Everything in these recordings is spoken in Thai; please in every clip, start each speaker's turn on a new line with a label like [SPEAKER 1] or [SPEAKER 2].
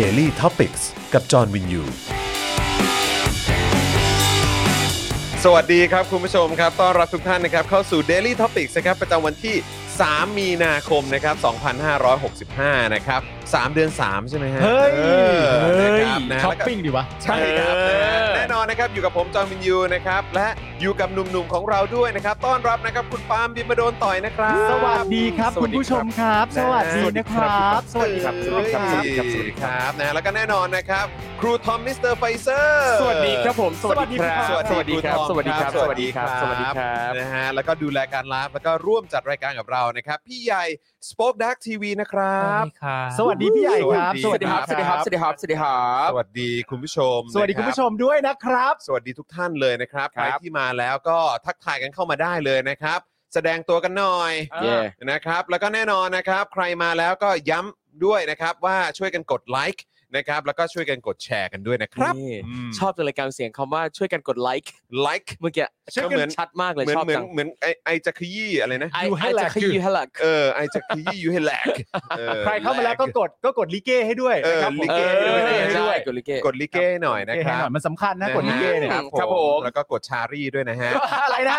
[SPEAKER 1] Daily Topics กับจอห์นวินยู สวัสดีครับคุณผู้ชมครับ ต้อนรับทุกท่านนะครับ เข้าสู่ Daily Topics นะครับ ประจำวันที่ 3 มีนาคมนะครับ 2565 นะครับ 3 เดือน 3 ใช่ไหมฮะ
[SPEAKER 2] เฮ้ย
[SPEAKER 1] ออ
[SPEAKER 2] เฮ้ย
[SPEAKER 1] นะครับนะ
[SPEAKER 2] ช้อ
[SPEAKER 1] แล้ว
[SPEAKER 2] ป
[SPEAKER 1] ก็
[SPEAKER 2] ปิ้งดีวะ
[SPEAKER 1] ใช่ครับ
[SPEAKER 2] เออ
[SPEAKER 1] นะฮะแน่นอนนะครับ อยู่กับผมจอห์นวินยูนะครับ และอยู่กับหนุ่มๆของเราด้วยนะครับ ต้อนรับนะครับคุณปาล์มบิมมาโดนต่อยนะครับ
[SPEAKER 2] สวัสดีครับ
[SPEAKER 1] สวั
[SPEAKER 2] คุ
[SPEAKER 1] สดีครับ
[SPEAKER 2] ณผู้ชมครับ สวัสดีนะครับ
[SPEAKER 1] สวัสดีครับ สวัสดีครับ สวัสดีครับสวัสดีครับนะแล้วก็แน่นอนนะครับ ครูทอมมิสเตอร์ไฟเซอร์
[SPEAKER 3] สวัสดีครับผม สวัสดีครับ
[SPEAKER 1] สวัสดีครับ
[SPEAKER 3] สวัสดีครับ
[SPEAKER 1] ส
[SPEAKER 3] ส
[SPEAKER 1] วั
[SPEAKER 3] วั
[SPEAKER 1] ส
[SPEAKER 3] ส
[SPEAKER 1] ดี
[SPEAKER 3] ดี
[SPEAKER 1] ค
[SPEAKER 3] ค
[SPEAKER 1] รั
[SPEAKER 3] รับ บ สวัสดีครับ
[SPEAKER 1] นะฮะ แล้วก็ดูแลการไลฟ์แล้วก็ร่วมจัดรายการกับเรานะครับ พี่ใหญ่สป็อคดักทีวีนะครับ
[SPEAKER 2] สวัสดีพี่ใหญ่ครับ
[SPEAKER 1] ส
[SPEAKER 3] ส
[SPEAKER 1] วั
[SPEAKER 3] วั
[SPEAKER 1] ส
[SPEAKER 3] ส
[SPEAKER 1] ดี
[SPEAKER 3] ดี
[SPEAKER 1] ค
[SPEAKER 3] ค
[SPEAKER 1] รั
[SPEAKER 3] รับ บ สวัสดีครับ สวัสดีครับ สวัสดีครับ
[SPEAKER 1] สวัสดีคุณผู้ชม
[SPEAKER 2] สวัสดีคุณ
[SPEAKER 1] นะรับ
[SPEAKER 2] ผู้ชมด้วยนะครับ
[SPEAKER 1] สวัสดีทุกท่านเลยนะครับ
[SPEAKER 3] ค
[SPEAKER 1] ใคร
[SPEAKER 3] รับ
[SPEAKER 1] ที่มาแล้วก็ทักทายกันเข้ามาได้เลยนะครับ แสดงตัวกันหน่อย
[SPEAKER 3] เย่
[SPEAKER 1] นะครับ แล้วก็แน่นอนนะครับ ใครมาแล้วก็ย้ำด้วยนะครับว่าช่วยกันกดไลค์นะครับ แล้วก็ช่วยกันกดแชร์กันด้วยนะครับ
[SPEAKER 3] นี่
[SPEAKER 1] ม
[SPEAKER 3] ชอบจังเลยการเสียงคำว่าช่วยกันกดไลค์
[SPEAKER 1] ไลค์
[SPEAKER 3] เมื่อกี้
[SPEAKER 2] ช่วยกัน
[SPEAKER 3] เหมือนชัดมากเลย
[SPEAKER 1] เหมือน
[SPEAKER 3] ชอบ
[SPEAKER 1] เหมือ
[SPEAKER 3] จั
[SPEAKER 1] น
[SPEAKER 3] ง
[SPEAKER 1] เหมือนไอไอจะขยี้อะไรนะ
[SPEAKER 3] ไอ้
[SPEAKER 2] อยู่ให้
[SPEAKER 3] ไอ้
[SPEAKER 2] แหล
[SPEAKER 3] จะ
[SPEAKER 2] ก
[SPEAKER 3] ขยี้ให้แหลัก
[SPEAKER 1] เออไอจะขยี้อยู่ให้แหลกเออ
[SPEAKER 2] ใครเข้ามาแล้วก็กดก็กดลิเก้ให้ด้วย
[SPEAKER 1] เออ
[SPEAKER 2] นะครับผม
[SPEAKER 1] ลิเก้ให้ด้วย
[SPEAKER 2] เออ
[SPEAKER 3] ใช่
[SPEAKER 2] ด้วย
[SPEAKER 3] กดลิเก้
[SPEAKER 1] กดลิเก้หน่อยนะค
[SPEAKER 2] ให้
[SPEAKER 1] รับ
[SPEAKER 2] หน่อยมันสำคัญนะกดลิเก้เนี่ย
[SPEAKER 1] ะฮะ
[SPEAKER 3] ครับผม
[SPEAKER 1] แล้วก็กดชารี่ด้วยนะฮะ
[SPEAKER 2] อะไรนะ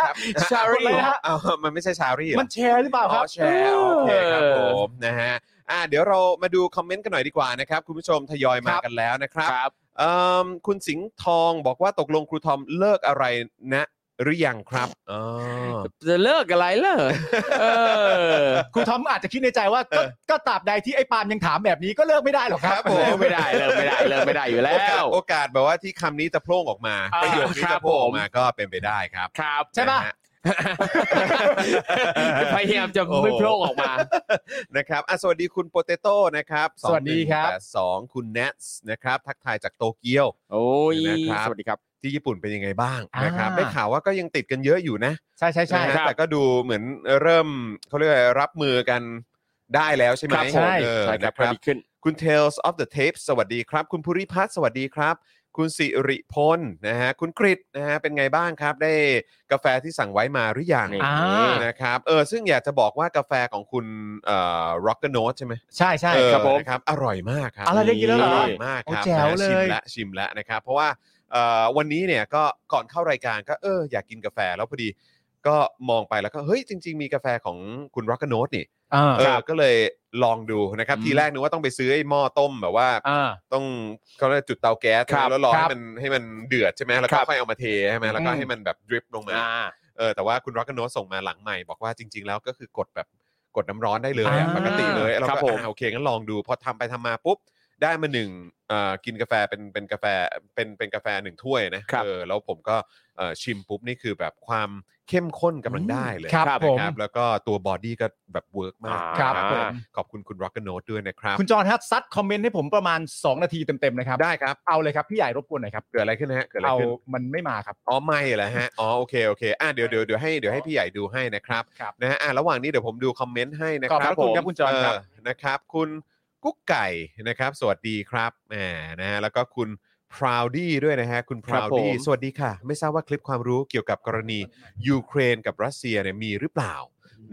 [SPEAKER 3] ชา
[SPEAKER 2] อะไร
[SPEAKER 3] รี
[SPEAKER 2] นะ
[SPEAKER 1] เอ้ามันไม่ใช่ชารี่เหรอ
[SPEAKER 2] มันแชร์หรือเปล่าครับ
[SPEAKER 1] อ๋อแชร์โอเคครับ
[SPEAKER 3] เออ
[SPEAKER 1] ผมนะฮะอ่ะเดี๋ยวเรามาดูคอมเมนต์กันหน่อยดีกว่านะครับ คุณผู้ชมทยอยมากันแล้วนะครับ
[SPEAKER 3] ครับ
[SPEAKER 1] เอิ่มคุณสิงห์ทองบอกว่าตกลงครูทอมเลิกอะไรนะ หรือยังครับอ๋อ
[SPEAKER 3] จะเลิกอะไรเล่ะเออ
[SPEAKER 2] ครูทอมอาจจะคิดในใจว่าก็ก็ตราบใดที่ไอ้ปาล์มยังถามแบบนี้ก็เลิกไม่ได้หรอกครับ
[SPEAKER 3] เลิกไม่ได้เลิกไม่ได้เลิกไม่ได้อยู่แล้
[SPEAKER 1] โอกาส
[SPEAKER 3] ว
[SPEAKER 1] โอกาสแบบว่าที่คำนี้จะโพร่งออกมา
[SPEAKER 3] อ่า
[SPEAKER 1] ประโยคนี้
[SPEAKER 3] ครั
[SPEAKER 1] จะ
[SPEAKER 3] บ
[SPEAKER 1] โพร่งออก
[SPEAKER 3] ผม
[SPEAKER 1] มาก็เป็นไปได้ครับ
[SPEAKER 3] ครับ
[SPEAKER 2] ใช่ป่ะ
[SPEAKER 1] นฮ
[SPEAKER 3] พยายามจะไม่โพร่งออกมา
[SPEAKER 1] นะครับอ่ะสวัสดีคุณโปเตโต้นะครับ
[SPEAKER 2] สวัสดีครับ
[SPEAKER 1] สองคุณเนสนะครับ ทักทายจากโตเกียว
[SPEAKER 3] โอ้ย
[SPEAKER 1] นะครับ
[SPEAKER 3] สวัสดีครับ
[SPEAKER 1] ที่ญี่ปุ่นเป็นยังไงบ้าง
[SPEAKER 2] อ่าน
[SPEAKER 1] นะครับได้ข่าวว่าก็ยังติดกันเยอะอยู่นะ
[SPEAKER 2] ใช่ใช่ใช่
[SPEAKER 1] นะฮะ
[SPEAKER 3] ครับ
[SPEAKER 1] แต่ก็ดูเหมือนเริ่มเขาเรียกอะไรรับมือกันได้แล้วใช่ไหม
[SPEAKER 3] ครับ
[SPEAKER 2] ใช่
[SPEAKER 1] เออ
[SPEAKER 3] ใช่ครับ
[SPEAKER 1] นะ
[SPEAKER 3] พ
[SPEAKER 1] ค
[SPEAKER 3] อ
[SPEAKER 1] รับ
[SPEAKER 3] ดีขึ้น
[SPEAKER 1] คุณ Tales of the Tapes สวัสดีครับ คุณภูริพัฒน์สวัสดีครับ คุณสิริพลนะฮะคุณกริตนะฮะเป็นไงบ้างครับ ได้กาแฟที่สั่งไว้มาหรือยัง
[SPEAKER 3] นี่
[SPEAKER 2] อ่า
[SPEAKER 1] นะครับเออซึ่งอยากจะบอกว่ากาแฟของคุณเอ่อ Rock the Note ใช่ไหม
[SPEAKER 2] ใช่ใช่
[SPEAKER 1] เออ
[SPEAKER 2] ครับผม
[SPEAKER 1] นะครับอร่อยมากครับ
[SPEAKER 2] อะไรได้กินแล้วเหรอ
[SPEAKER 1] อร่อยมากครับ
[SPEAKER 2] โอ้แจ๋ว
[SPEAKER 1] นะ
[SPEAKER 2] เลย
[SPEAKER 1] ชิมและชิมและนะครับ เพราะว่าเอ่อวันนี้เนี่ยก็ก่อนเข้ารายการก็เอออยากกินกาแฟแล้วพอดีก็มองไปแล้วก็เฮ้ยจริง ๆ มีกาแฟของคุณร็อกก n น t นี่
[SPEAKER 2] อ่า
[SPEAKER 1] เออก็เลยลองดูนะครับ
[SPEAKER 2] อืม
[SPEAKER 1] ทีแรกนึกว่าต้องไปซื้อไอ้หม้อต้มแบบว่า
[SPEAKER 2] อ่า
[SPEAKER 1] ต้องเขาเรียกจุดเตาแก๊ส
[SPEAKER 3] ครับ
[SPEAKER 1] แล้วรอให้
[SPEAKER 2] ครับ
[SPEAKER 1] มันให้มันเดือดใช่ไหมแล้วก็
[SPEAKER 3] ครับ
[SPEAKER 1] ค่อยเอามาเทใช่ไหมแล้วก็
[SPEAKER 2] อืม
[SPEAKER 1] ให้มันแบบดริปลงมา
[SPEAKER 3] อ่า
[SPEAKER 1] เออแต่ว่าคุณร็อกก n น t ส่งมาหลังใหม่บอกว่าจริง ๆ แล้วก็คือกดแบบกดน้ำร้อนได้เลยอะ
[SPEAKER 2] อ่า
[SPEAKER 1] ปกติเลยเรา
[SPEAKER 3] ครั
[SPEAKER 1] ก็
[SPEAKER 3] บผม
[SPEAKER 1] อ่าโอเคงั้นลองดูพอทำไปทำมาปุ๊บ ได้มาหนึ่งเอ่อกินกาแฟเป็นเป็นกาแฟเป็นเป็นกาแฟหนึ่งถ้วยนะครับ เออแล้วผมก็เอ่อชิมปุ๊บนี่คือแบบความเข้มข้นกำลังได้เลย
[SPEAKER 2] ครับ
[SPEAKER 1] นะ
[SPEAKER 2] ผม
[SPEAKER 1] แล้วก็ตัวบอดี้ก็แบบเวิร์กมาก
[SPEAKER 2] ครับ
[SPEAKER 1] นะ
[SPEAKER 2] ผม
[SPEAKER 1] ขอบคุณคุณ Rock and Note ด้วยนะครับ
[SPEAKER 2] คุณจอห์นครับซัดคอมเมนต์ให้ผมประมาณ 2 นาทีเต็มๆนะครับ
[SPEAKER 1] ได้ครับ
[SPEAKER 2] เอาเลยครับ พี่ใหญ่รบกวนหน่อยครับ
[SPEAKER 1] เกิดอะไรขึ้นนะฮะเกิดอะไร
[SPEAKER 2] เอา
[SPEAKER 1] ขึ้น
[SPEAKER 2] มันไม่มาครับ
[SPEAKER 1] อ๋อไม่เหรอฮะอ๋อโอเคโอเคอ่ะเดี๋ยวเดี๋ยวเดี๋ยวให้เดี๋ยวให้พี่ใหญ่ดูให้นะครับ
[SPEAKER 2] ครับ
[SPEAKER 1] นะฮะอ่ะระหว่างนี้เดี๋ยวผมดูคอมเมนต์ให้นะ
[SPEAKER 2] ขอบ
[SPEAKER 1] ค
[SPEAKER 2] พ
[SPEAKER 1] รับ
[SPEAKER 2] ระคุณครับคุณจอห์นครับ
[SPEAKER 1] เออนะครับคุณกุ๊กไก่นะครับ สวัสดีครับแหมนะฮะแล้วก็คุณพ พราวดี้ด้วยนะฮะ คุณพ
[SPEAKER 3] ครั
[SPEAKER 1] รา
[SPEAKER 3] บ
[SPEAKER 1] วดี้
[SPEAKER 3] ผม
[SPEAKER 1] สวัสดีค่ะ ไม่ทราบว่าคลิปความรู้เกี่ยวกับกรณียูเครนกับรัสเซียเนี่ยมีหรือเปล่า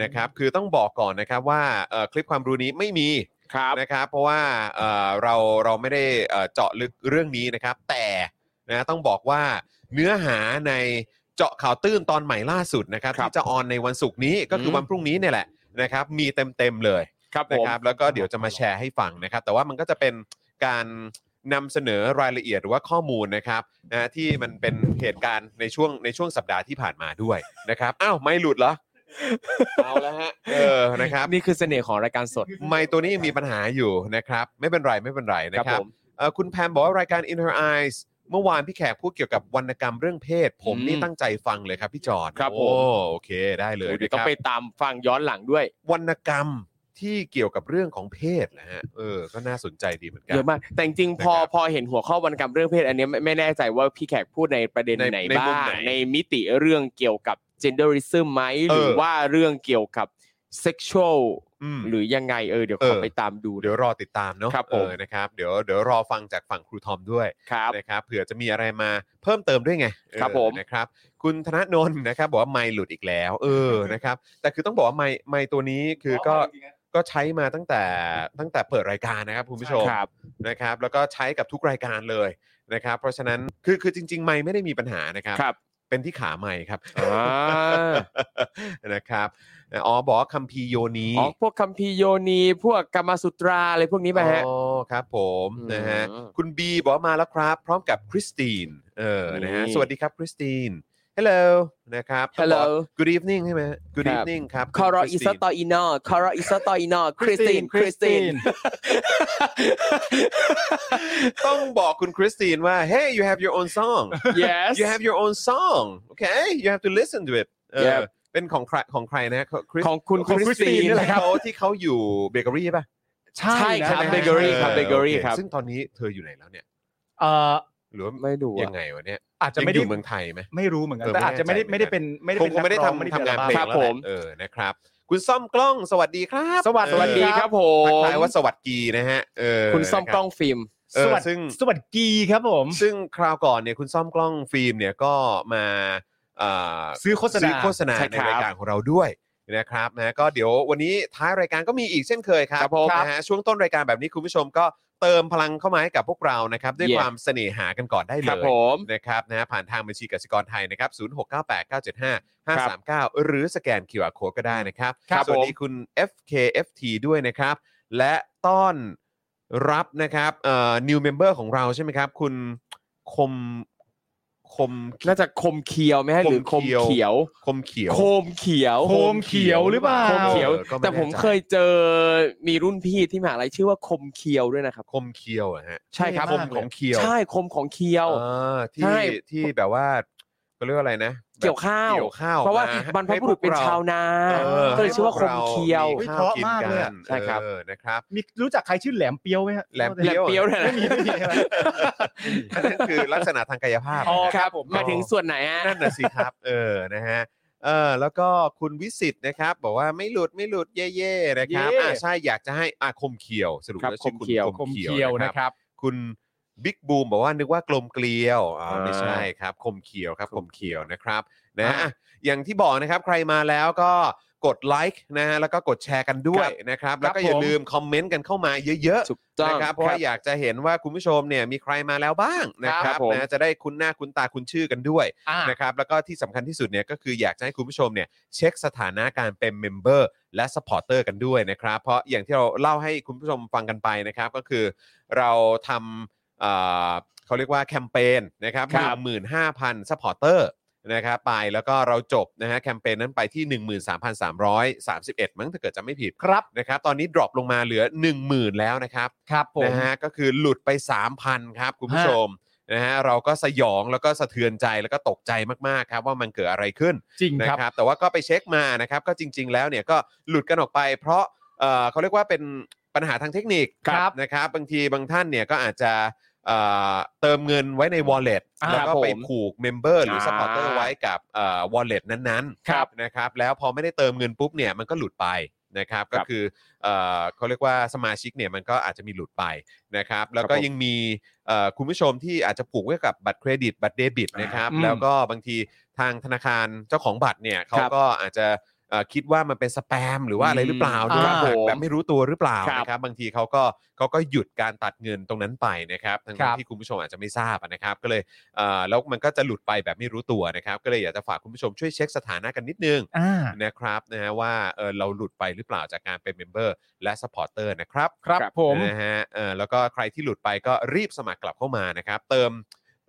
[SPEAKER 1] นะครับคือต้องบอกก่อนนะครับว่าเอ่อคลิปความรู้นี้ไม่มี
[SPEAKER 3] ครับ
[SPEAKER 1] นะครับเพราะว่าเอ่อเราเราไม่ได้เอ่อเจาะลึกเรื่องนี้นะครับ แต่นะต้องบอกว่าเนื้อหาในเจาะข่าวตื้นตอนใหม่ล่าสุดนะครับ
[SPEAKER 3] ครับ
[SPEAKER 1] ที่จะออนในวันศุกร์นี้ก็คืออ
[SPEAKER 3] ม
[SPEAKER 1] วันพรุ่งนี้เนี่ยแหละนะครับ มีเต็มๆเลย
[SPEAKER 3] ครับผ
[SPEAKER 1] นะ
[SPEAKER 3] ม
[SPEAKER 1] ครับแล้วก็เดี๋ยวจะมาแชร์ให้ฟังนะครับ แต่ว่ามันก็จะเป็นการนำเสนอรายละเอียดหรือว่าข้อมูลนะครับนะที่มันเป็นเหตุการณ์ในช่วงในช่วงสัปดาห์ที่ผ่านมาด้วยนะครับอ้าวไม่หลุดเหรอ เอาแล้วฮะเออนะครับ
[SPEAKER 3] นี่คือเสน่ห์ของรายการสด
[SPEAKER 1] ไมค์ตัวนี้ยังมีปัญหาอยู่นะครับ ไม่เป็นไรไม่เป็นไรนะ
[SPEAKER 3] ค
[SPEAKER 1] ค
[SPEAKER 3] รั
[SPEAKER 1] รับ
[SPEAKER 3] ผม
[SPEAKER 1] เอ่อคุณแพมบอกว่ารายการ In Her Eyes เมื่อวานพี่แขกพูดเกี่ยวกับวรรณกรรมเรื่องเพศ ผม
[SPEAKER 3] อืม
[SPEAKER 1] นี่ตั้งใจฟังเลยครับพี่จอน
[SPEAKER 3] ครับผม
[SPEAKER 1] โอ้โอเคได้เลย
[SPEAKER 3] เดี๋ยว
[SPEAKER 1] นะ
[SPEAKER 3] ต้อ
[SPEAKER 1] ค
[SPEAKER 3] ง
[SPEAKER 1] รับ
[SPEAKER 3] ไปตามฟังย้อนหลังด้วย
[SPEAKER 1] วรรณกรรมที่เกี่ยวกับเรื่องของเพศนะฮะเออก็น่าสนใจดีเหมือนกั
[SPEAKER 3] เยอะมาก แต่จริงๆพอ
[SPEAKER 1] นะครับ
[SPEAKER 3] พอเห็นหัวข้อวรรณกรรมเรื่องเพศอันเนี้ยไม่ไม่แน่ใจว่าพี่แขกพูดในประเด็น
[SPEAKER 1] ใน
[SPEAKER 3] ไหน
[SPEAKER 1] ในมุม
[SPEAKER 3] บ้าง
[SPEAKER 1] ไหน
[SPEAKER 3] ในมิติเรื่องเกี่ยวกับ genderism ไหมหรือ
[SPEAKER 1] เออ
[SPEAKER 3] ว่าเรื่องเกี่ยวกับ sexual
[SPEAKER 1] อืม
[SPEAKER 3] หรือยังไงเออเดี๋ยว
[SPEAKER 1] เอ
[SPEAKER 3] ขอ
[SPEAKER 1] อ
[SPEAKER 3] ไปตามดู
[SPEAKER 1] เดี๋ยวรอติดตามเนาะ
[SPEAKER 3] ครับผม
[SPEAKER 1] เออนะครับเดี๋ยวเดี๋ยวรอฟังจากฝั่งครูทอมด้วย
[SPEAKER 3] ครับ
[SPEAKER 1] นะครับเผื่อจะมีอะไรมาเพิ่มเติมด้วยไง
[SPEAKER 3] ครับ
[SPEAKER 1] เออ
[SPEAKER 3] ผม
[SPEAKER 1] นะครับ คุณธนาโนนนะครับบอกว่าไม่หลุดอีกแล้ว เออนะครับ แต่คือต้องบอกว่าไม่ไม่ตัวนี้คือก็ก็ใช้มาตั้งแต่ตั้งแต่เปิดรายการนะครับคุณผู้ชม
[SPEAKER 3] ครับ
[SPEAKER 1] นะครับ แล้วก็ใช้กับทุกรายการเลยนะครับ เพราะฉะนั้นคือคือจริง ๆ ไม่ไม่ได้มีปัญหานะครับ
[SPEAKER 3] ครับ
[SPEAKER 1] เป็นที่ขาไม่ครับ
[SPEAKER 3] อ่า
[SPEAKER 1] นะครับอ๋อบอกว่าคัมภีร์โยนี
[SPEAKER 3] อ๋อพวกคัมภีร์โยนีพวกกรรมสุตราอะไรพวกนี้ไหมฮะ
[SPEAKER 1] อ๋อครับ ผมนะฮะ
[SPEAKER 3] อืม
[SPEAKER 1] คุณบีบอกว่ามาแล้วครับ พร้อมกับคริสตินเออนะฮะ
[SPEAKER 3] นี่
[SPEAKER 1] สวัสดีครับคริสติน hello นะครับต้องบอก
[SPEAKER 3] Hello
[SPEAKER 1] good evening ใช่ไหม good
[SPEAKER 3] ครับ
[SPEAKER 1] evening ครับ
[SPEAKER 3] คอรอ
[SPEAKER 1] คุ
[SPEAKER 3] อิ
[SPEAKER 1] ณ
[SPEAKER 3] ส
[SPEAKER 1] Christine
[SPEAKER 3] ตออีนอคอรออิสตออีนอคริสติน คริสติน
[SPEAKER 1] ต้องบอกคุณคริสตินว่า hey you have your own song
[SPEAKER 3] yes
[SPEAKER 1] you have your own song okay you have to listen to it เออ
[SPEAKER 3] Yep
[SPEAKER 1] เป็นของใครของใครนะคริส
[SPEAKER 3] ของคุณ
[SPEAKER 1] ของ
[SPEAKER 3] ค
[SPEAKER 1] ค
[SPEAKER 3] ริ
[SPEAKER 1] ริ
[SPEAKER 3] ส
[SPEAKER 1] ส
[SPEAKER 3] ติ
[SPEAKER 1] ติ
[SPEAKER 3] น
[SPEAKER 1] น
[SPEAKER 3] นี่
[SPEAKER 1] นี่
[SPEAKER 3] แห
[SPEAKER 1] แห
[SPEAKER 3] ละ
[SPEAKER 1] ละ
[SPEAKER 3] ค
[SPEAKER 1] ค
[SPEAKER 3] รั
[SPEAKER 1] รับ บที่เขาอยู่เบเกอรี่ป่ะ
[SPEAKER 2] ใช่
[SPEAKER 3] ใช่
[SPEAKER 2] นะครับ ใช่
[SPEAKER 3] เบเกอรี่ครับ
[SPEAKER 1] โ
[SPEAKER 3] bakery ครับ
[SPEAKER 1] ซึ่งตอนนี้เธออยู่ไหนแล้วเนี่ย
[SPEAKER 2] เอ่อ
[SPEAKER 1] หรือว่า
[SPEAKER 3] ไม่ดู
[SPEAKER 1] ยั
[SPEAKER 3] อะ
[SPEAKER 1] งไงวะเนี่ย
[SPEAKER 2] อาจจะ
[SPEAKER 1] ยัง
[SPEAKER 2] ไม่
[SPEAKER 1] อ
[SPEAKER 2] ได้
[SPEAKER 1] ยู่เมืองไทยไหม
[SPEAKER 2] ไม่รู้เหมือนกัน
[SPEAKER 1] เออ
[SPEAKER 2] แต่อาจจะไม่ได้
[SPEAKER 1] ไม่
[SPEAKER 2] ไม่
[SPEAKER 1] แน่
[SPEAKER 2] ได้
[SPEAKER 1] ใจ
[SPEAKER 2] เป็นไม่ได้
[SPEAKER 1] ค
[SPEAKER 2] เป็
[SPEAKER 1] ง
[SPEAKER 2] น
[SPEAKER 1] คงไม่ได้
[SPEAKER 2] นักร้
[SPEAKER 1] ทำ
[SPEAKER 2] อ
[SPEAKER 1] ทำงาน
[SPEAKER 2] ไม่
[SPEAKER 1] เพล
[SPEAKER 2] ได้
[SPEAKER 1] ง
[SPEAKER 3] ค
[SPEAKER 2] เป็
[SPEAKER 3] รั
[SPEAKER 1] แล้วแหละ
[SPEAKER 2] นอะไ
[SPEAKER 3] บผม
[SPEAKER 1] เออนะครับ คุณซ่อมกล้องสวัสดีครับ
[SPEAKER 2] สวัสดี
[SPEAKER 3] สวัสดีครับผ
[SPEAKER 1] เออทัก
[SPEAKER 3] ม
[SPEAKER 1] ทายว่าสวัสดีนะฮะเออ
[SPEAKER 3] คุณซ่อม
[SPEAKER 1] นะรั
[SPEAKER 3] ก
[SPEAKER 1] บ
[SPEAKER 3] ล้องฟิล์ม
[SPEAKER 1] เออ
[SPEAKER 2] สวัส
[SPEAKER 1] ซึ่
[SPEAKER 2] ดี
[SPEAKER 1] ง
[SPEAKER 2] สวัสดีครับผม
[SPEAKER 1] ซึ่งคราวก่อนเนี่ยคุณซ่อมกล้องฟิล์มเนี่ยก็มาเอ่อ
[SPEAKER 2] ซื้อโฆษณา
[SPEAKER 1] ซื้อโฆษณา
[SPEAKER 3] ใช่
[SPEAKER 1] ใน
[SPEAKER 3] ครับ
[SPEAKER 1] รายการของเราด้วยนะครับนะก็เดี๋ยววันนี้ท้ายรายการก็มีอีกเช่นเคยครับ
[SPEAKER 3] ครับผม
[SPEAKER 1] นะฮะช่วงต้นรายการแบบนี้คุณผู้ชมก็เติมพลังเข้ามาให้กับพวกเรานะครับด้วย
[SPEAKER 3] Yeah
[SPEAKER 1] ความเสน่หากันก่อนได้เล
[SPEAKER 3] ครับ
[SPEAKER 1] ย
[SPEAKER 3] ผม
[SPEAKER 1] นะครับนะฮะผ่านทางบัญชีกสิกรไทยนะครับ 0698975539 หรือสแกน QR Code ก็ได้นะครับ
[SPEAKER 3] ครับ
[SPEAKER 1] สวัสดี
[SPEAKER 3] ผม
[SPEAKER 1] คุณ FKFT ด้วยนะครับ และต้อนรับนะครับเอ่อ new member ของเราใช่ไหมครับ คุณคมคม
[SPEAKER 3] น่าจะคมเคียวไหมฮะหรือค
[SPEAKER 1] ค
[SPEAKER 3] ม
[SPEAKER 1] มเคียว
[SPEAKER 3] เขียว
[SPEAKER 1] คมเขียว
[SPEAKER 3] โคมเขียว
[SPEAKER 2] โคมเขียวหรือเปล่า
[SPEAKER 3] โคมเขียว
[SPEAKER 1] เออก็ไม่
[SPEAKER 3] แต่ผม
[SPEAKER 1] แน่ใจ
[SPEAKER 3] เคยเจอมีรุ่นพี่ที่มหาลัยชื่อว่าคมเคียวด้วยนะครับ
[SPEAKER 1] คมเขียวอะฮะ
[SPEAKER 3] ใช่ครับ
[SPEAKER 1] คมของเขียว
[SPEAKER 3] ใช่คมของเคียว
[SPEAKER 1] เออที่
[SPEAKER 3] ใช่
[SPEAKER 1] ที่แบบว่าเขาเรียกว่าอะไรนะ
[SPEAKER 3] เกี่ยวข้าว
[SPEAKER 1] เกี่ยวข้าว
[SPEAKER 3] เพราะว่า
[SPEAKER 1] ให้
[SPEAKER 3] บรรพบุรุษเป็น
[SPEAKER 1] ให้พก
[SPEAKER 3] ชาวนา
[SPEAKER 1] เออ
[SPEAKER 3] ก็เลยชื่อว่าคมเคียว
[SPEAKER 1] ให้พกเรามีข้าวกิน
[SPEAKER 2] เพราะมากเลย
[SPEAKER 1] กั
[SPEAKER 2] อะ
[SPEAKER 1] น
[SPEAKER 3] ใช่ครับ
[SPEAKER 1] เออนะครับ
[SPEAKER 2] มีรู้จักใครชื่อแหลมเปียวไหมฮะ
[SPEAKER 1] แหลม
[SPEAKER 3] แหลมเปียวเลย
[SPEAKER 2] ไม่มี
[SPEAKER 3] นะ
[SPEAKER 2] ไม่มีอะไร
[SPEAKER 1] อันนั่นคือลักษณะทางกายภาพ
[SPEAKER 2] อ๋อ
[SPEAKER 1] นะ
[SPEAKER 2] ค
[SPEAKER 1] ฮะ
[SPEAKER 2] รับผม
[SPEAKER 3] หมายถึงส่วนไหนฮะ
[SPEAKER 1] นั่นน่ะสิครับ เออนะฮะเออแล้วก็คุณวิสิตนะครับ บอกว่าไม่หลุดไม่หลุดเย่ๆนะครับอ่าใช่อยากจะให้อาคมเขียวสรุป
[SPEAKER 3] ครับ
[SPEAKER 1] แล้วชื่อคุณ
[SPEAKER 3] คมเขียว
[SPEAKER 2] คมเขียว
[SPEAKER 1] นะ
[SPEAKER 2] นะ
[SPEAKER 1] ค
[SPEAKER 2] ครับ รับ
[SPEAKER 1] คุณบิ๊กบูมบอกว่านึกว่ากลมเกลียวอ๋อไม่
[SPEAKER 3] อ่า
[SPEAKER 1] ใช่ครับ คมเขียวครับ คมเขียวนะครับนะอ่ะอย่างที่บอกนะครับใครมาแล้วก็กดไลค์นะฮะแล้วก็กดแชร์กันด้วยนะครับ แล้วก็อย่า
[SPEAKER 2] ผม
[SPEAKER 1] ลืมคอมเมนต์กันเข้ามาเยอะๆ
[SPEAKER 3] ถูกต้อง
[SPEAKER 1] นะครับเพราะว่าอยากจะเห็นว่าคุณผู้ชมเนี่ยมีใครมาแล้วบ้างนะค
[SPEAKER 3] ครั
[SPEAKER 1] รับบ
[SPEAKER 3] ผม
[SPEAKER 1] นะจะได้คุ้นหน้าคุ้นตาคุ้นชื่อกันด้วย
[SPEAKER 2] อ่า
[SPEAKER 1] นะครับแล้วก็ที่สำคัญที่สุดเนี่ยก็คืออยากจะให้คุณผู้ชมเนี่ยเช็คสถานะการเป็นเมมเบอร์และสปอร์เตอร์กันด้วยนะครับ เพราะอย่างที่เราเล่าให้คุณผู้ชมฟังกันไปนะครับ ก็คือเราทำเอ่อเขาเรียกว่าแคมเปญนะครับ
[SPEAKER 3] ค
[SPEAKER 1] ห
[SPEAKER 3] รั
[SPEAKER 1] นึ่
[SPEAKER 3] บ
[SPEAKER 1] งหมื่นห้าพันสปอร์เตอร์นะครับไปแล้วก็เราจบนะฮะแคมเปญนั้นไปที่ 13,331 มั้งถ้าเกิดจะไม่ผิด
[SPEAKER 2] ครับ
[SPEAKER 1] นะครับตอนนี้ดรอปลงมาเหลือ 10,000 แล้วนะครับ
[SPEAKER 2] ครับผม
[SPEAKER 1] นะฮะก็คือหลุดไป 3,000 ครับ คุณผู้
[SPEAKER 2] ฮะ
[SPEAKER 1] ชมนะฮะเราก็สยองแล้วก็สะเทือนใจแล้วก็ตกใจมากๆครับว่ามันเกิดอะไรขึ้น
[SPEAKER 2] จริง
[SPEAKER 1] นะครับ ครับ แต่ว่าก็ไปเช็คมานะครับก็จริง ๆ แล้วเนี่ยก็หลุดกันออกไปเพราะเอ่อเขาเรียกว่าเป็นปัญหาทางเทคนิค
[SPEAKER 2] ครับ
[SPEAKER 1] นะครับบางทีบางท่านเนี่ยก็อาจจะเอ่อเติมเงินไว้ใน wallet
[SPEAKER 2] อ่า
[SPEAKER 1] แล้วก็ไป
[SPEAKER 3] ผม
[SPEAKER 1] ผูกเมมเบอร์หรือ
[SPEAKER 3] อ่า
[SPEAKER 1] supporter ไว้กับเอ่อ wallet นั้น
[SPEAKER 2] ครับ
[SPEAKER 1] ๆนะครับแล้วพอไม่ได้เติมเงินปุ๊บเนี่ยมันก็หลุดไป นะครับก็
[SPEAKER 3] ครับ
[SPEAKER 1] คือเอ่อเขาเรียกว่าสมาชิกเนี่ยมันก็อาจจะมีหลุดไปนะครับ แล้วก็
[SPEAKER 3] ครับผม
[SPEAKER 1] ยังมีเอ่อคุณผู้ชมที่อาจจะผูกไว้กับบัตรเครดิต บัตรเดบิตนะครับ
[SPEAKER 3] อืม
[SPEAKER 1] แล้วก็บางทีทางธนาคารเจ้าของบัตรเนี่ยเขา
[SPEAKER 3] ครับ
[SPEAKER 1] ก็อาจจะเอ่อคิดว่ามันเป็นสแปมหรือว่าอะไรหรือเปล่า
[SPEAKER 3] อืม
[SPEAKER 1] หรือว่า
[SPEAKER 3] อ่าผม
[SPEAKER 1] แบบไม่รู้ตัวหรือเปล่า
[SPEAKER 3] ครับ
[SPEAKER 1] นะครับบางทีเขาก็เขาก็หยุดการตัดเงินตรงนั้นไปนะครับทั้ง
[SPEAKER 2] ครับ
[SPEAKER 1] ที่คุณผู้ชมอาจจะไม่ทราบนะครับ ก็เลย เอ่อแล้วมันก็จะหลุดไปแบบไม่รู้ตัวนะครับ ก็เลยอยากจะฝากคุณผู้ชมช่วยเช็คสถานะกันนิดนึง
[SPEAKER 2] อ่า
[SPEAKER 1] นะครับนะฮะว่าเออเราหลุดไปหรือเปล่าจากการเป็นเมมเบอร์และสปอร์เตอร์นะครับ
[SPEAKER 2] ครับ
[SPEAKER 3] ครับ
[SPEAKER 2] ผม
[SPEAKER 1] นะฮะเออแล้วก็ใครที่หลุดไปก็รีบสมัครกลับเข้ามานะครับ เติม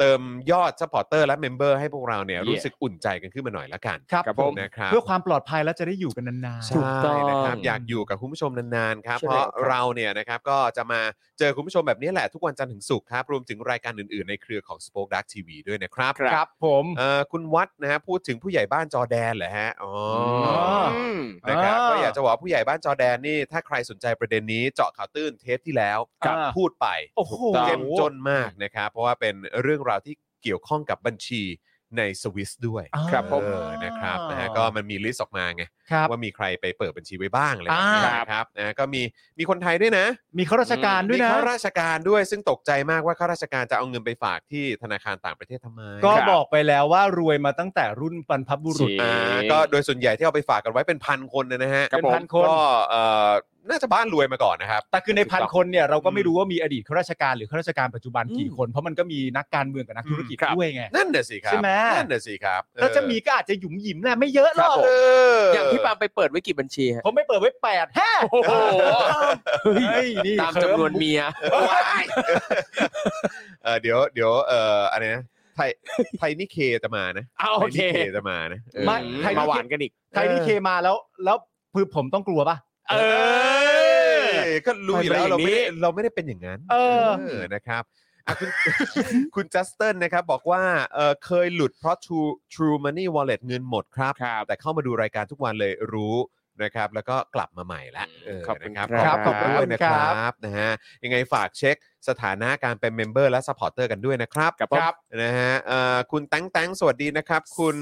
[SPEAKER 1] เติมยอดสปอร์เตอร์และเมมเบอร์ให้พวกเราเนี่ย
[SPEAKER 3] Yeah
[SPEAKER 1] รู้สึกอุ่นใจกันขึ้นมาหน่อยละกัน
[SPEAKER 2] ครับ
[SPEAKER 3] ครับ
[SPEAKER 2] ผ
[SPEAKER 3] ผม ม
[SPEAKER 1] นะครับ
[SPEAKER 2] เพื่อความปลอดภัยแล้วจะได้อยู่กันนานๆ
[SPEAKER 1] ใช่นะครับ
[SPEAKER 3] ถูกต้อง
[SPEAKER 1] อยากอยู่กับคุณผู้ชมนานๆครับ
[SPEAKER 3] ใช่
[SPEAKER 1] เพราะ
[SPEAKER 3] แล้วครับ
[SPEAKER 1] เราเนี่ยนะครับก็จะมาเจอคุณผู้ชมแบบนี้แหละทุกวันจันทร์ถึงศุกร์ครับรวมถึงรายการอื่นๆในเครือของ Spoke Dark TV ด้วยนะครับ
[SPEAKER 2] ครับผม
[SPEAKER 1] เอ่อคุณวัดนะฮะพูดถึงผู้ใหญ่บ้านจอแดนเหรอฮะอ๋อ
[SPEAKER 2] อ
[SPEAKER 1] อ
[SPEAKER 3] อืม
[SPEAKER 1] นะครับ
[SPEAKER 2] อ่า
[SPEAKER 1] ก็อยากจะบอกว่าผู้ใหญ่บ้านจอแดนนี่ ถ้าใครสนใจประเด็นนี้เจาะข่าวตื้นเทปที่แล้ว
[SPEAKER 2] ครับ
[SPEAKER 1] พูดไป
[SPEAKER 2] โอ้โห
[SPEAKER 1] เข้มจนมากนะครับ เพราะว่าเป็นเรื่องราวที่เกี่ยวข้องกับบัญชีในสวิสด้วย
[SPEAKER 2] อ่า
[SPEAKER 3] ครับผม
[SPEAKER 1] เออนะครับนะฮะก็มันมีลิสต์ออกมาไง
[SPEAKER 2] ครับ
[SPEAKER 1] ว่ามีใครไปเปิดบัญชีไว้บ้างอะไรแบบนี้
[SPEAKER 2] อ่า
[SPEAKER 1] นะครับนะก็มีมีคนไทยด้วยนะ
[SPEAKER 2] มีข้าราชการด้วย
[SPEAKER 1] มี
[SPEAKER 2] นะ
[SPEAKER 1] ข้าราชการด้วยซึ่งตกใจมากว่าข้าราชการจะเอาเงินไปฝากที่ธนาคารต่างประเทศทำไม
[SPEAKER 2] ก็
[SPEAKER 3] ครับ
[SPEAKER 2] บอกไปแล้วว่ารวยมาตั้งแต่รุ่นบรรพบุรุษ
[SPEAKER 3] จริ
[SPEAKER 1] อ่าก็โดยส่วนใหญ่ที่เอาไปฝากกันไว้เป็นพันคนเนยนะฮะ
[SPEAKER 2] ครับผมเป็นพันคน
[SPEAKER 1] ก็เอ่อน่าจะบ้านรวยมาก่อนนะครับ
[SPEAKER 2] แต่คือในพันคนเนี่ยเราก็ไม่
[SPEAKER 1] อืม
[SPEAKER 2] รู้ว่ามีอดีตข้าราชการหรือข้าราชการปัจจุบันกี่
[SPEAKER 3] อืม
[SPEAKER 2] คน เพราะมันก็มีนักการเมืองกับนักธุรกิจ
[SPEAKER 3] ครับ
[SPEAKER 2] ด้วยไง
[SPEAKER 1] นั่นน่ะสิครับ
[SPEAKER 2] ใช่ไหม
[SPEAKER 1] นั่นน่ะสิครับ
[SPEAKER 2] ถ้าจะมีก็อาจจะหยุมหยิมแหละไม่เยอะหรอก
[SPEAKER 3] ครับผม
[SPEAKER 1] เออ
[SPEAKER 3] อ
[SPEAKER 1] อย่าง
[SPEAKER 3] พี่ปาล์มไปเปิดไว้กี่บัญชีฮะ
[SPEAKER 2] ผมไม่เปิดไว้แปดแฮ่
[SPEAKER 3] โอ้โห
[SPEAKER 2] เฮ้ยนี่
[SPEAKER 3] ตามจำนวนเมีย
[SPEAKER 1] เออเดี๋ยวเดี๋ยวเอ่ออะไรนะไทยไทยนี่เคจะมานะ
[SPEAKER 3] เอาโอเค
[SPEAKER 1] ไทยนี่จะมานะเออ
[SPEAKER 2] ไม่
[SPEAKER 3] อืม
[SPEAKER 2] ใคร
[SPEAKER 3] มา
[SPEAKER 2] ที่
[SPEAKER 3] หวานกันอีก
[SPEAKER 2] ใครที่เคมาแล้ว แล้วคือผมต้องกลัวป่ะ
[SPEAKER 3] เออ
[SPEAKER 1] เออก็รู้อยู่แล้วเราไม่ได้เราไม่ได้เป็นอย่างนั้น
[SPEAKER 2] เออ
[SPEAKER 1] เออนะครับอ่ะคุณ คุณจัสตินนะครับบอกว่าเออเคยหลุดเพราะ True True Money Wallet เงินหมดครับ
[SPEAKER 3] ครับ
[SPEAKER 1] แต่เข้ามาดูรายการทุกวันเลยรู้นะครับ แล้วก็กลับมาใหม่ละเออ
[SPEAKER 3] ขอบคุณ
[SPEAKER 1] นะครับ
[SPEAKER 3] ครับ
[SPEAKER 1] ขอบคุณ
[SPEAKER 2] ขอ
[SPEAKER 1] ด้
[SPEAKER 2] บคุณ
[SPEAKER 1] วยนะ
[SPEAKER 2] ค
[SPEAKER 1] ค
[SPEAKER 2] รั
[SPEAKER 1] ร
[SPEAKER 2] บ
[SPEAKER 1] ับนะฮะยังไงฝากเช็คสถานะการเป็นเมมเบอร์และสปอร์เตอร์กันด้วยนะครับ
[SPEAKER 3] ครับผมครับ
[SPEAKER 1] นะฮะเอ่อคุณแตงแตงสวัสดีนะครับ คุณ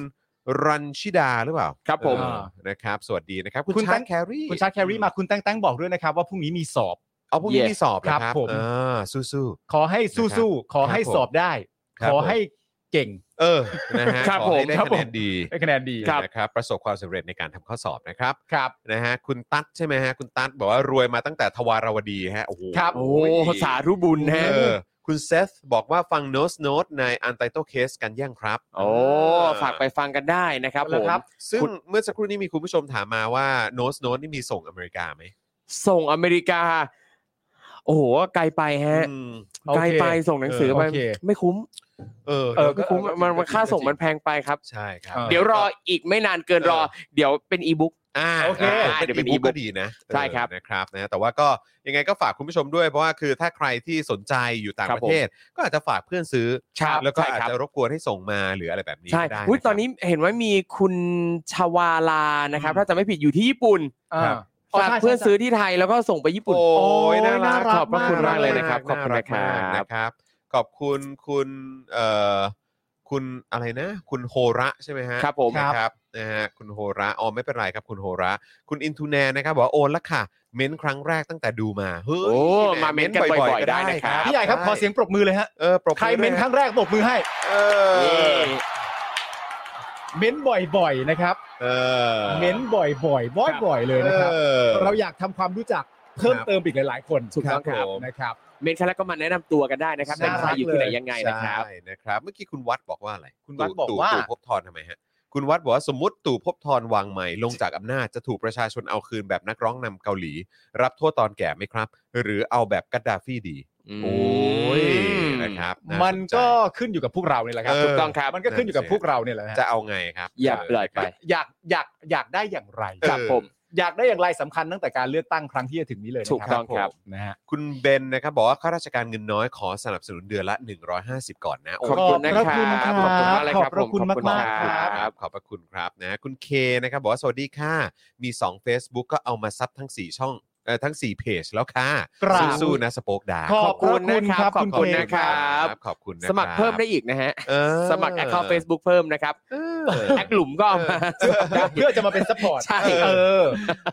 [SPEAKER 1] รันชิดาหรือเปล่า
[SPEAKER 3] ครับผม
[SPEAKER 1] เออนะครับ สวัสดีนะครับ
[SPEAKER 2] คุ
[SPEAKER 1] คุณ
[SPEAKER 2] ณ
[SPEAKER 1] ชา
[SPEAKER 2] แต
[SPEAKER 1] ร์
[SPEAKER 2] ง
[SPEAKER 1] ตแครี
[SPEAKER 2] คุณชาร์ตแครีมาคุณแตงแตงบอกด้วยนะครับว่าพรุ่งนี้มีสอบ
[SPEAKER 1] เอาพวกนี้
[SPEAKER 3] Yes
[SPEAKER 1] มีสอบเหอค
[SPEAKER 2] ครั
[SPEAKER 1] รับบ
[SPEAKER 2] ผม
[SPEAKER 1] อ่าสู้
[SPEAKER 2] ขอให้สู้ๆขอให้
[SPEAKER 1] ครับผม
[SPEAKER 2] สอบได้
[SPEAKER 1] ครับ
[SPEAKER 2] ขอให้เก่ง
[SPEAKER 1] ๆเออนะฮะ
[SPEAKER 3] ครับ
[SPEAKER 1] ขอให้ได้
[SPEAKER 3] ผมครับ
[SPEAKER 1] คะแน
[SPEAKER 3] ผ
[SPEAKER 1] น
[SPEAKER 3] ม
[SPEAKER 1] ดี
[SPEAKER 2] ได้คะแนนดี
[SPEAKER 1] นะครับประสบความสำเร็จในการทำข้อสอบนะครับ
[SPEAKER 2] ครับ
[SPEAKER 1] นะฮะคุณตั๊ดใช่ไหมฮะคุณตั๊ดบอกว่ารวยมาตั้งแต่ทวารวดีฮะโอ้โห
[SPEAKER 2] ครับ
[SPEAKER 3] โอ้โหสาธุบุญ
[SPEAKER 1] เอ
[SPEAKER 3] ฮะ
[SPEAKER 1] อคุณเซธบอกว่าฟังโนสโนตในอันไต e d เคสกันแย่งครับ
[SPEAKER 3] โอ้ฝากไปฟังกันได้นะครับ
[SPEAKER 2] แล้
[SPEAKER 3] ผ
[SPEAKER 2] ว
[SPEAKER 3] ม
[SPEAKER 2] ครับ
[SPEAKER 1] ซึ่ง
[SPEAKER 3] คุณ
[SPEAKER 1] เมื่อสักครู่นี้มีคุณผู้ชมถามมาว่าโนสโนตนี่มีส่งอเมริกาไหม
[SPEAKER 3] ส่งอเมริกา โอ้โห ไกลไปฮะ
[SPEAKER 1] อืม
[SPEAKER 2] โอ
[SPEAKER 3] ไกล
[SPEAKER 2] เค
[SPEAKER 3] ไปส่งหนังสือ
[SPEAKER 2] เอ
[SPEAKER 3] ไป
[SPEAKER 2] อโอเค
[SPEAKER 3] ไม่คุ้ม
[SPEAKER 1] เออ
[SPEAKER 3] เออไม่คุ้มมันมันค่าส่งมันแพงไปครับ
[SPEAKER 1] ใช่ครับ
[SPEAKER 2] เออ
[SPEAKER 3] เดี๋ยวรออีกไม่นานเกินรอ
[SPEAKER 1] เออ
[SPEAKER 3] เดี๋ยวเป็นอีบุ๊ก
[SPEAKER 1] อ่า
[SPEAKER 2] โอเค
[SPEAKER 1] เดี๋ยวเป็นอี o ุ
[SPEAKER 3] เดี๋ยวเป็น
[SPEAKER 1] ก็ดีนะ
[SPEAKER 3] ใช่ครับ
[SPEAKER 1] เออนะครับนะแต่ว่าก็ยังไงก็ฝากคุณผู้ชมด้วยเพราะว่าคือถ้าใครที่สนใจอยู่ต่าง
[SPEAKER 3] ครั
[SPEAKER 1] ป
[SPEAKER 3] บ
[SPEAKER 1] ระเทศ ก็อาจจะฝากเพื่อนซื้อ
[SPEAKER 3] ครับ
[SPEAKER 1] แล้วก็
[SPEAKER 3] ใช่
[SPEAKER 1] อาจ
[SPEAKER 3] ครับ
[SPEAKER 1] จะรบกวนให้ส่งมาหรืออะไรแบบนี้
[SPEAKER 3] ใช่
[SPEAKER 1] ก็
[SPEAKER 3] อุ๊
[SPEAKER 1] ได้ะค
[SPEAKER 3] ย
[SPEAKER 1] รับ
[SPEAKER 3] ตอนนี้เห็นว่ามีคุณชวาลานะครับ ถ้าจะไม่ผิดอยู่ที่ญี่ปุ่น
[SPEAKER 2] อ่า
[SPEAKER 1] ครับ
[SPEAKER 3] ฝากเพื่อนซื้อที่ไทยแล้วก็ส่งไปญี่ปุ่น
[SPEAKER 1] โอ้ยน่ารัก
[SPEAKER 3] ขอบพระคุณมากเลยนะครับขอบคุณ
[SPEAKER 1] น่า
[SPEAKER 3] นะครับ
[SPEAKER 1] มากนะครับ ขอบคุณคุณเอ่อคุณอะไรนะ คุณโฮระใช่ไหมฮะ
[SPEAKER 3] ครับผม
[SPEAKER 1] นะครับนะฮะคุณโฮระอ๋อไม่เป็นไรครับคุณโฮระ คุณอินทูแนนนะครับบอกว่าโอนละค่ะ เม้นครั้งแรกตั้งแต่ดูมาเฮ้ย
[SPEAKER 3] โอ้
[SPEAKER 1] แห
[SPEAKER 3] มาเม้นกันบ่อยๆ
[SPEAKER 1] ก็
[SPEAKER 3] ได้นะครับ
[SPEAKER 2] พี่ใหญ่ครับขอเสียงปรบมือเลยฮะ
[SPEAKER 1] เออปรบอ
[SPEAKER 2] ใครเม้นครั้งแรกปรบมือให้
[SPEAKER 1] เอ
[SPEAKER 3] เย้
[SPEAKER 1] อ
[SPEAKER 2] เม้นบ่อยๆนะครับ
[SPEAKER 1] เออ
[SPEAKER 2] เม้นบ่อยๆ บ่อยๆ เลยนะครับ
[SPEAKER 1] เออ
[SPEAKER 2] เราอยากทำความรู้จักเพิ่ม
[SPEAKER 1] ครับ
[SPEAKER 2] เติมอีกหลายๆ คน
[SPEAKER 1] ถูกต้องครับ
[SPEAKER 2] นะครับ
[SPEAKER 3] เมนคาแล้วก็มาแนะนำตัวกันได้นะครับ
[SPEAKER 2] น่า
[SPEAKER 3] เป็น
[SPEAKER 2] รัก
[SPEAKER 3] ใครอยู่ที่ไหนยังไงนะครับ
[SPEAKER 1] ใช่นะครับ เมื่อกี้คุณวัดบอกว่าอะไร
[SPEAKER 2] คุณวัด
[SPEAKER 1] ตู่
[SPEAKER 2] บอก
[SPEAKER 1] ตู่
[SPEAKER 2] ว่า
[SPEAKER 1] ตู่ภพบทรทำไมฮะคุณวัดบอกว่าสมมติตู่ภพบทรวางใหม่ลงจากอำนาจจะถูกประชาชนเอาคืนแบบนักร้องนำเกาหลี รับโทษตอนแก่ไหมครับ หรือเอาแบบกัดดาฟี่ดี โอ้ยนะครับาสใจ
[SPEAKER 2] มันก็ขึ้นอยู่กับพวกเราเนี่ยแหละครับ
[SPEAKER 1] เออถูกต้องครับ
[SPEAKER 2] มันก็ขึ้นอยู่กับพวกเราเนี่ยแหละฮะ
[SPEAKER 1] จะเอาไงครับ
[SPEAKER 3] อย่าปล่อยไป
[SPEAKER 2] อยากอยากอยากได้อย่างไร
[SPEAKER 3] ครับผม
[SPEAKER 2] อยากได้อย่างไรสำคัญตั้งแต่การเลือกตั้งครั้งที่จะถึงนี้เลยนะ
[SPEAKER 3] ถูกต้องครับ
[SPEAKER 2] นะฮะ
[SPEAKER 1] คุณเบนนะครับบอกว่าข้าราชการเงินน้อยขอสนับสนุนเดือนละ 150 ก่อนนะโย
[SPEAKER 3] ขอบคุณนะ
[SPEAKER 2] พระ
[SPEAKER 3] ครับ
[SPEAKER 2] คุณครับ
[SPEAKER 3] ขอบคุณมากเลย
[SPEAKER 2] ข
[SPEAKER 3] ค
[SPEAKER 2] อ
[SPEAKER 3] รั
[SPEAKER 2] บบ พระคุณ
[SPEAKER 3] ผมขอบคุณ
[SPEAKER 2] มากๆ
[SPEAKER 1] ค
[SPEAKER 2] ค
[SPEAKER 3] มาก
[SPEAKER 1] รั
[SPEAKER 2] รับ
[SPEAKER 1] บขอบพระคุณครับนะคุณเคนะครับบอกว่าสวัสดีค่ะ มี 2 Facebook ก็เอามาซับทั้ง 4 ช่องเออทั้ง 4 เพจแล้วค่ะ
[SPEAKER 2] กราบ
[SPEAKER 1] สู้ๆนะสปอคดา
[SPEAKER 2] ขอบคุณนะครับ
[SPEAKER 3] ขอบ
[SPEAKER 2] คุณ
[SPEAKER 3] คุ
[SPEAKER 2] เค
[SPEAKER 3] ณนะครับ
[SPEAKER 1] ขอบคุณนะ
[SPEAKER 3] สมัครเพิ่มได้อีกนะฮะ
[SPEAKER 1] เออ
[SPEAKER 3] สมัครแอคเคาท์เฟซบุ๊กเพิ่มนะครับ
[SPEAKER 1] เออ
[SPEAKER 2] เปล่า
[SPEAKER 1] เออ
[SPEAKER 3] แอคหลุมก็เอามา
[SPEAKER 2] เพื่อจะมาเป็นซัพพอร์ต
[SPEAKER 3] ใช่
[SPEAKER 2] เออ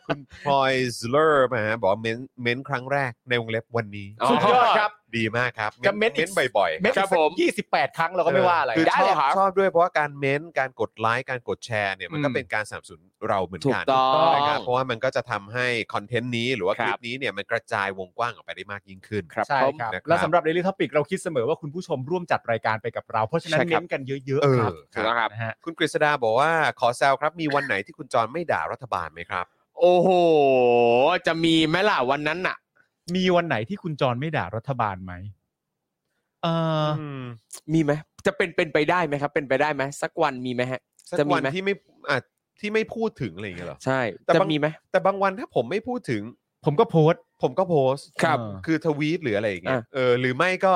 [SPEAKER 1] คุณพลอยซูเลอร์มาฮะบอกว่าเม้นเม้นครั้งแรกในวงเล็บวันนี้
[SPEAKER 3] อ๋อ
[SPEAKER 2] สุดยอดครับ
[SPEAKER 1] ดีมากครับ
[SPEAKER 2] จะเม้นอีก
[SPEAKER 1] เม้นบ่อยๆ
[SPEAKER 2] เม็ด
[SPEAKER 1] ค
[SPEAKER 2] สั
[SPEAKER 1] รับ
[SPEAKER 2] ก
[SPEAKER 3] ผม
[SPEAKER 2] ยี่สิบแปดครั้งเราก็ไม่ว่าอะไร
[SPEAKER 1] คือ
[SPEAKER 3] ได้
[SPEAKER 1] ชอ
[SPEAKER 3] เล
[SPEAKER 1] บ
[SPEAKER 3] ยครับ
[SPEAKER 1] ชอบด้วยเพราะว่าการเม้นการกดไลค์การกดแชร์เนี่ยมันก็
[SPEAKER 3] อืม
[SPEAKER 1] เป็นการสนับสนุนเราเหมือน
[SPEAKER 3] ถู
[SPEAKER 1] กั
[SPEAKER 3] ก
[SPEAKER 1] น
[SPEAKER 3] ต้อ
[SPEAKER 2] ถูกต้
[SPEAKER 3] ง
[SPEAKER 2] อง
[SPEAKER 1] นะครับเพราะว่ามันก็จะทำให้คอนเทนต์นี้หรือว่าค
[SPEAKER 3] ครั
[SPEAKER 1] ลิ
[SPEAKER 3] บ
[SPEAKER 1] ปนี้เนี่ยมันกระจายวงกว้างออกไปได้มากยิ่งขึ้น
[SPEAKER 3] ครับ
[SPEAKER 2] ใช่
[SPEAKER 3] ผม
[SPEAKER 2] ครับ
[SPEAKER 1] นะครับ
[SPEAKER 2] แล้วสำหรับ Daily Topic เราคิดเสมอว่าคุณผู้ชมร่วมจัดรายการไปกับเรา เพราะฉะนั้น
[SPEAKER 3] ใช่ครับ
[SPEAKER 2] เน้นกันเยอะ
[SPEAKER 1] เออ
[SPEAKER 2] ๆครับ
[SPEAKER 1] ครั
[SPEAKER 3] ถูก
[SPEAKER 1] บ
[SPEAKER 3] ต้องครับ
[SPEAKER 2] นะฮะ
[SPEAKER 1] คุณกฤษดาบอกว่าขอแซวครับ มีวันไหนที่คุณจรไม่ด่ารัฐบาลไหมครับ
[SPEAKER 3] โอ้โห จะมีไหมล่ะวันนั้นน่ะ
[SPEAKER 2] มีวันไหนที่คุณจรไม่ด่ารัฐบาลไหมเอออ
[SPEAKER 3] มีไหมจะเป็นเป็นไปได้ไหมครับ เป็นไปได้ไหมสักวันมีไหมฮะ
[SPEAKER 1] สัก
[SPEAKER 3] จะมี
[SPEAKER 1] วัน
[SPEAKER 3] ไหม
[SPEAKER 1] ที่ไม่อาจที่ไม่พูดถึงอะไรอย่างเงี้ยเหรอ
[SPEAKER 3] ใช่
[SPEAKER 1] แต่
[SPEAKER 3] จะ
[SPEAKER 1] บาง
[SPEAKER 3] มีไหม
[SPEAKER 1] แต่บางวันถ้าผมไม่พูดถึง
[SPEAKER 2] ผมก็โพสต์
[SPEAKER 1] ผมก็โพสต์
[SPEAKER 3] ครับ
[SPEAKER 1] เออคือทวีตหรืออะไรอย่างเงี้ย
[SPEAKER 3] อ่ะ
[SPEAKER 1] เออหรือไม่ก็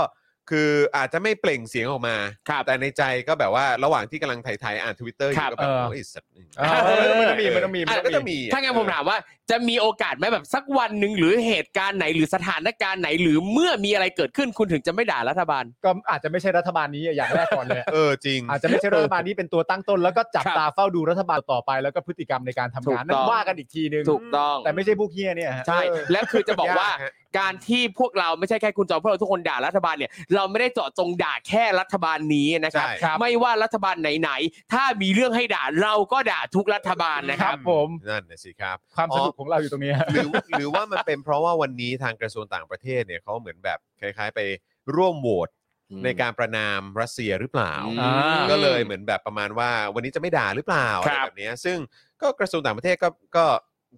[SPEAKER 1] คืออาจจะไม่เปล่งเสียงออกมา
[SPEAKER 3] ครับ
[SPEAKER 1] แต่ในใจก็แบบว่าระหว่างที่กำลังไถ่ายๆอ่านทวิตเตอร์อ
[SPEAKER 3] ครั
[SPEAKER 1] ยู่ก็
[SPEAKER 3] บ
[SPEAKER 1] แบบ
[SPEAKER 2] เออ
[SPEAKER 1] โอ้ยสัตว์นี่
[SPEAKER 2] เออมันต้องมีมันต้องมี
[SPEAKER 1] อ่ะ
[SPEAKER 2] มัน
[SPEAKER 1] ก็
[SPEAKER 2] ต้
[SPEAKER 1] จะ
[SPEAKER 2] องมี
[SPEAKER 1] มี
[SPEAKER 3] ถ้างั้นผมถามว่า จะมีโอกาสไหมแบบสักวันหนึ่งหรือเหตุการณ์ไหนหรือสถานการณ์ไหนหรือเมื่อมีอะไรเกิดขึ้นคุณถึงจะไม่ด่ารัฐบาล
[SPEAKER 2] ก็อาจจะไม่ใช่รัฐบาลนี้อย่างแรกก่อนเลย
[SPEAKER 1] เออจริง
[SPEAKER 2] อาจจะไม่ใช่รัฐบาลนี้เป็นตัวตั้งต้น แล้วก็จับ
[SPEAKER 3] ครับ
[SPEAKER 2] ตาเฝ้าดูรัฐบาลต่อไปแล้วก็พฤติกรรมในการทำงานนั่
[SPEAKER 3] ถูกต้อง
[SPEAKER 2] นว่ากันอีกทีนึง
[SPEAKER 3] ถูกต้อง
[SPEAKER 2] แต่ไม่ใช่พวกเฮียเนี่ยฮะ
[SPEAKER 3] ใช่
[SPEAKER 2] เออ
[SPEAKER 3] และคือจะบอกว่า
[SPEAKER 1] ยากฮะ
[SPEAKER 3] การที่พวกเราไม่ใช่แค่คุณจอมพวกเราทุกคนด่ารัฐบาลเนี่ยเราไม่ได้เจาะจงด่าแค่รัฐบาลนี้นะครับ
[SPEAKER 1] ใช่
[SPEAKER 2] ครับ
[SPEAKER 3] ไม่ว่ารัฐบาลไหนๆถ้ามีเรื่องให้ด่าเราก็ด่าทุกรัฐบาลนะ
[SPEAKER 2] ค
[SPEAKER 3] ค
[SPEAKER 2] รั
[SPEAKER 3] รั
[SPEAKER 2] บบ ผม
[SPEAKER 1] นั่นนะสิครับ
[SPEAKER 2] ความสนุกของเราอยู่ตรงนี้ฮะ
[SPEAKER 1] หรือหรือว่ามันเป็นเพราะว่าวันนี้ทางกระทรวงต่างประเทศเนี่ยเขาเหมือนแบบคล้ายๆ ไปร่วมโหวตในการประนามรัสเซียหรือเปล่า
[SPEAKER 3] อืม
[SPEAKER 1] ก็เลยเหมือนแบบประมาณว่า วันนี้จะไม่ด่าหรือเปล่าอะ
[SPEAKER 3] ค
[SPEAKER 1] ไร
[SPEAKER 3] รับ
[SPEAKER 1] แบบเนี้ยซึ่งก็กระทรวงต่างประเทศก็ก็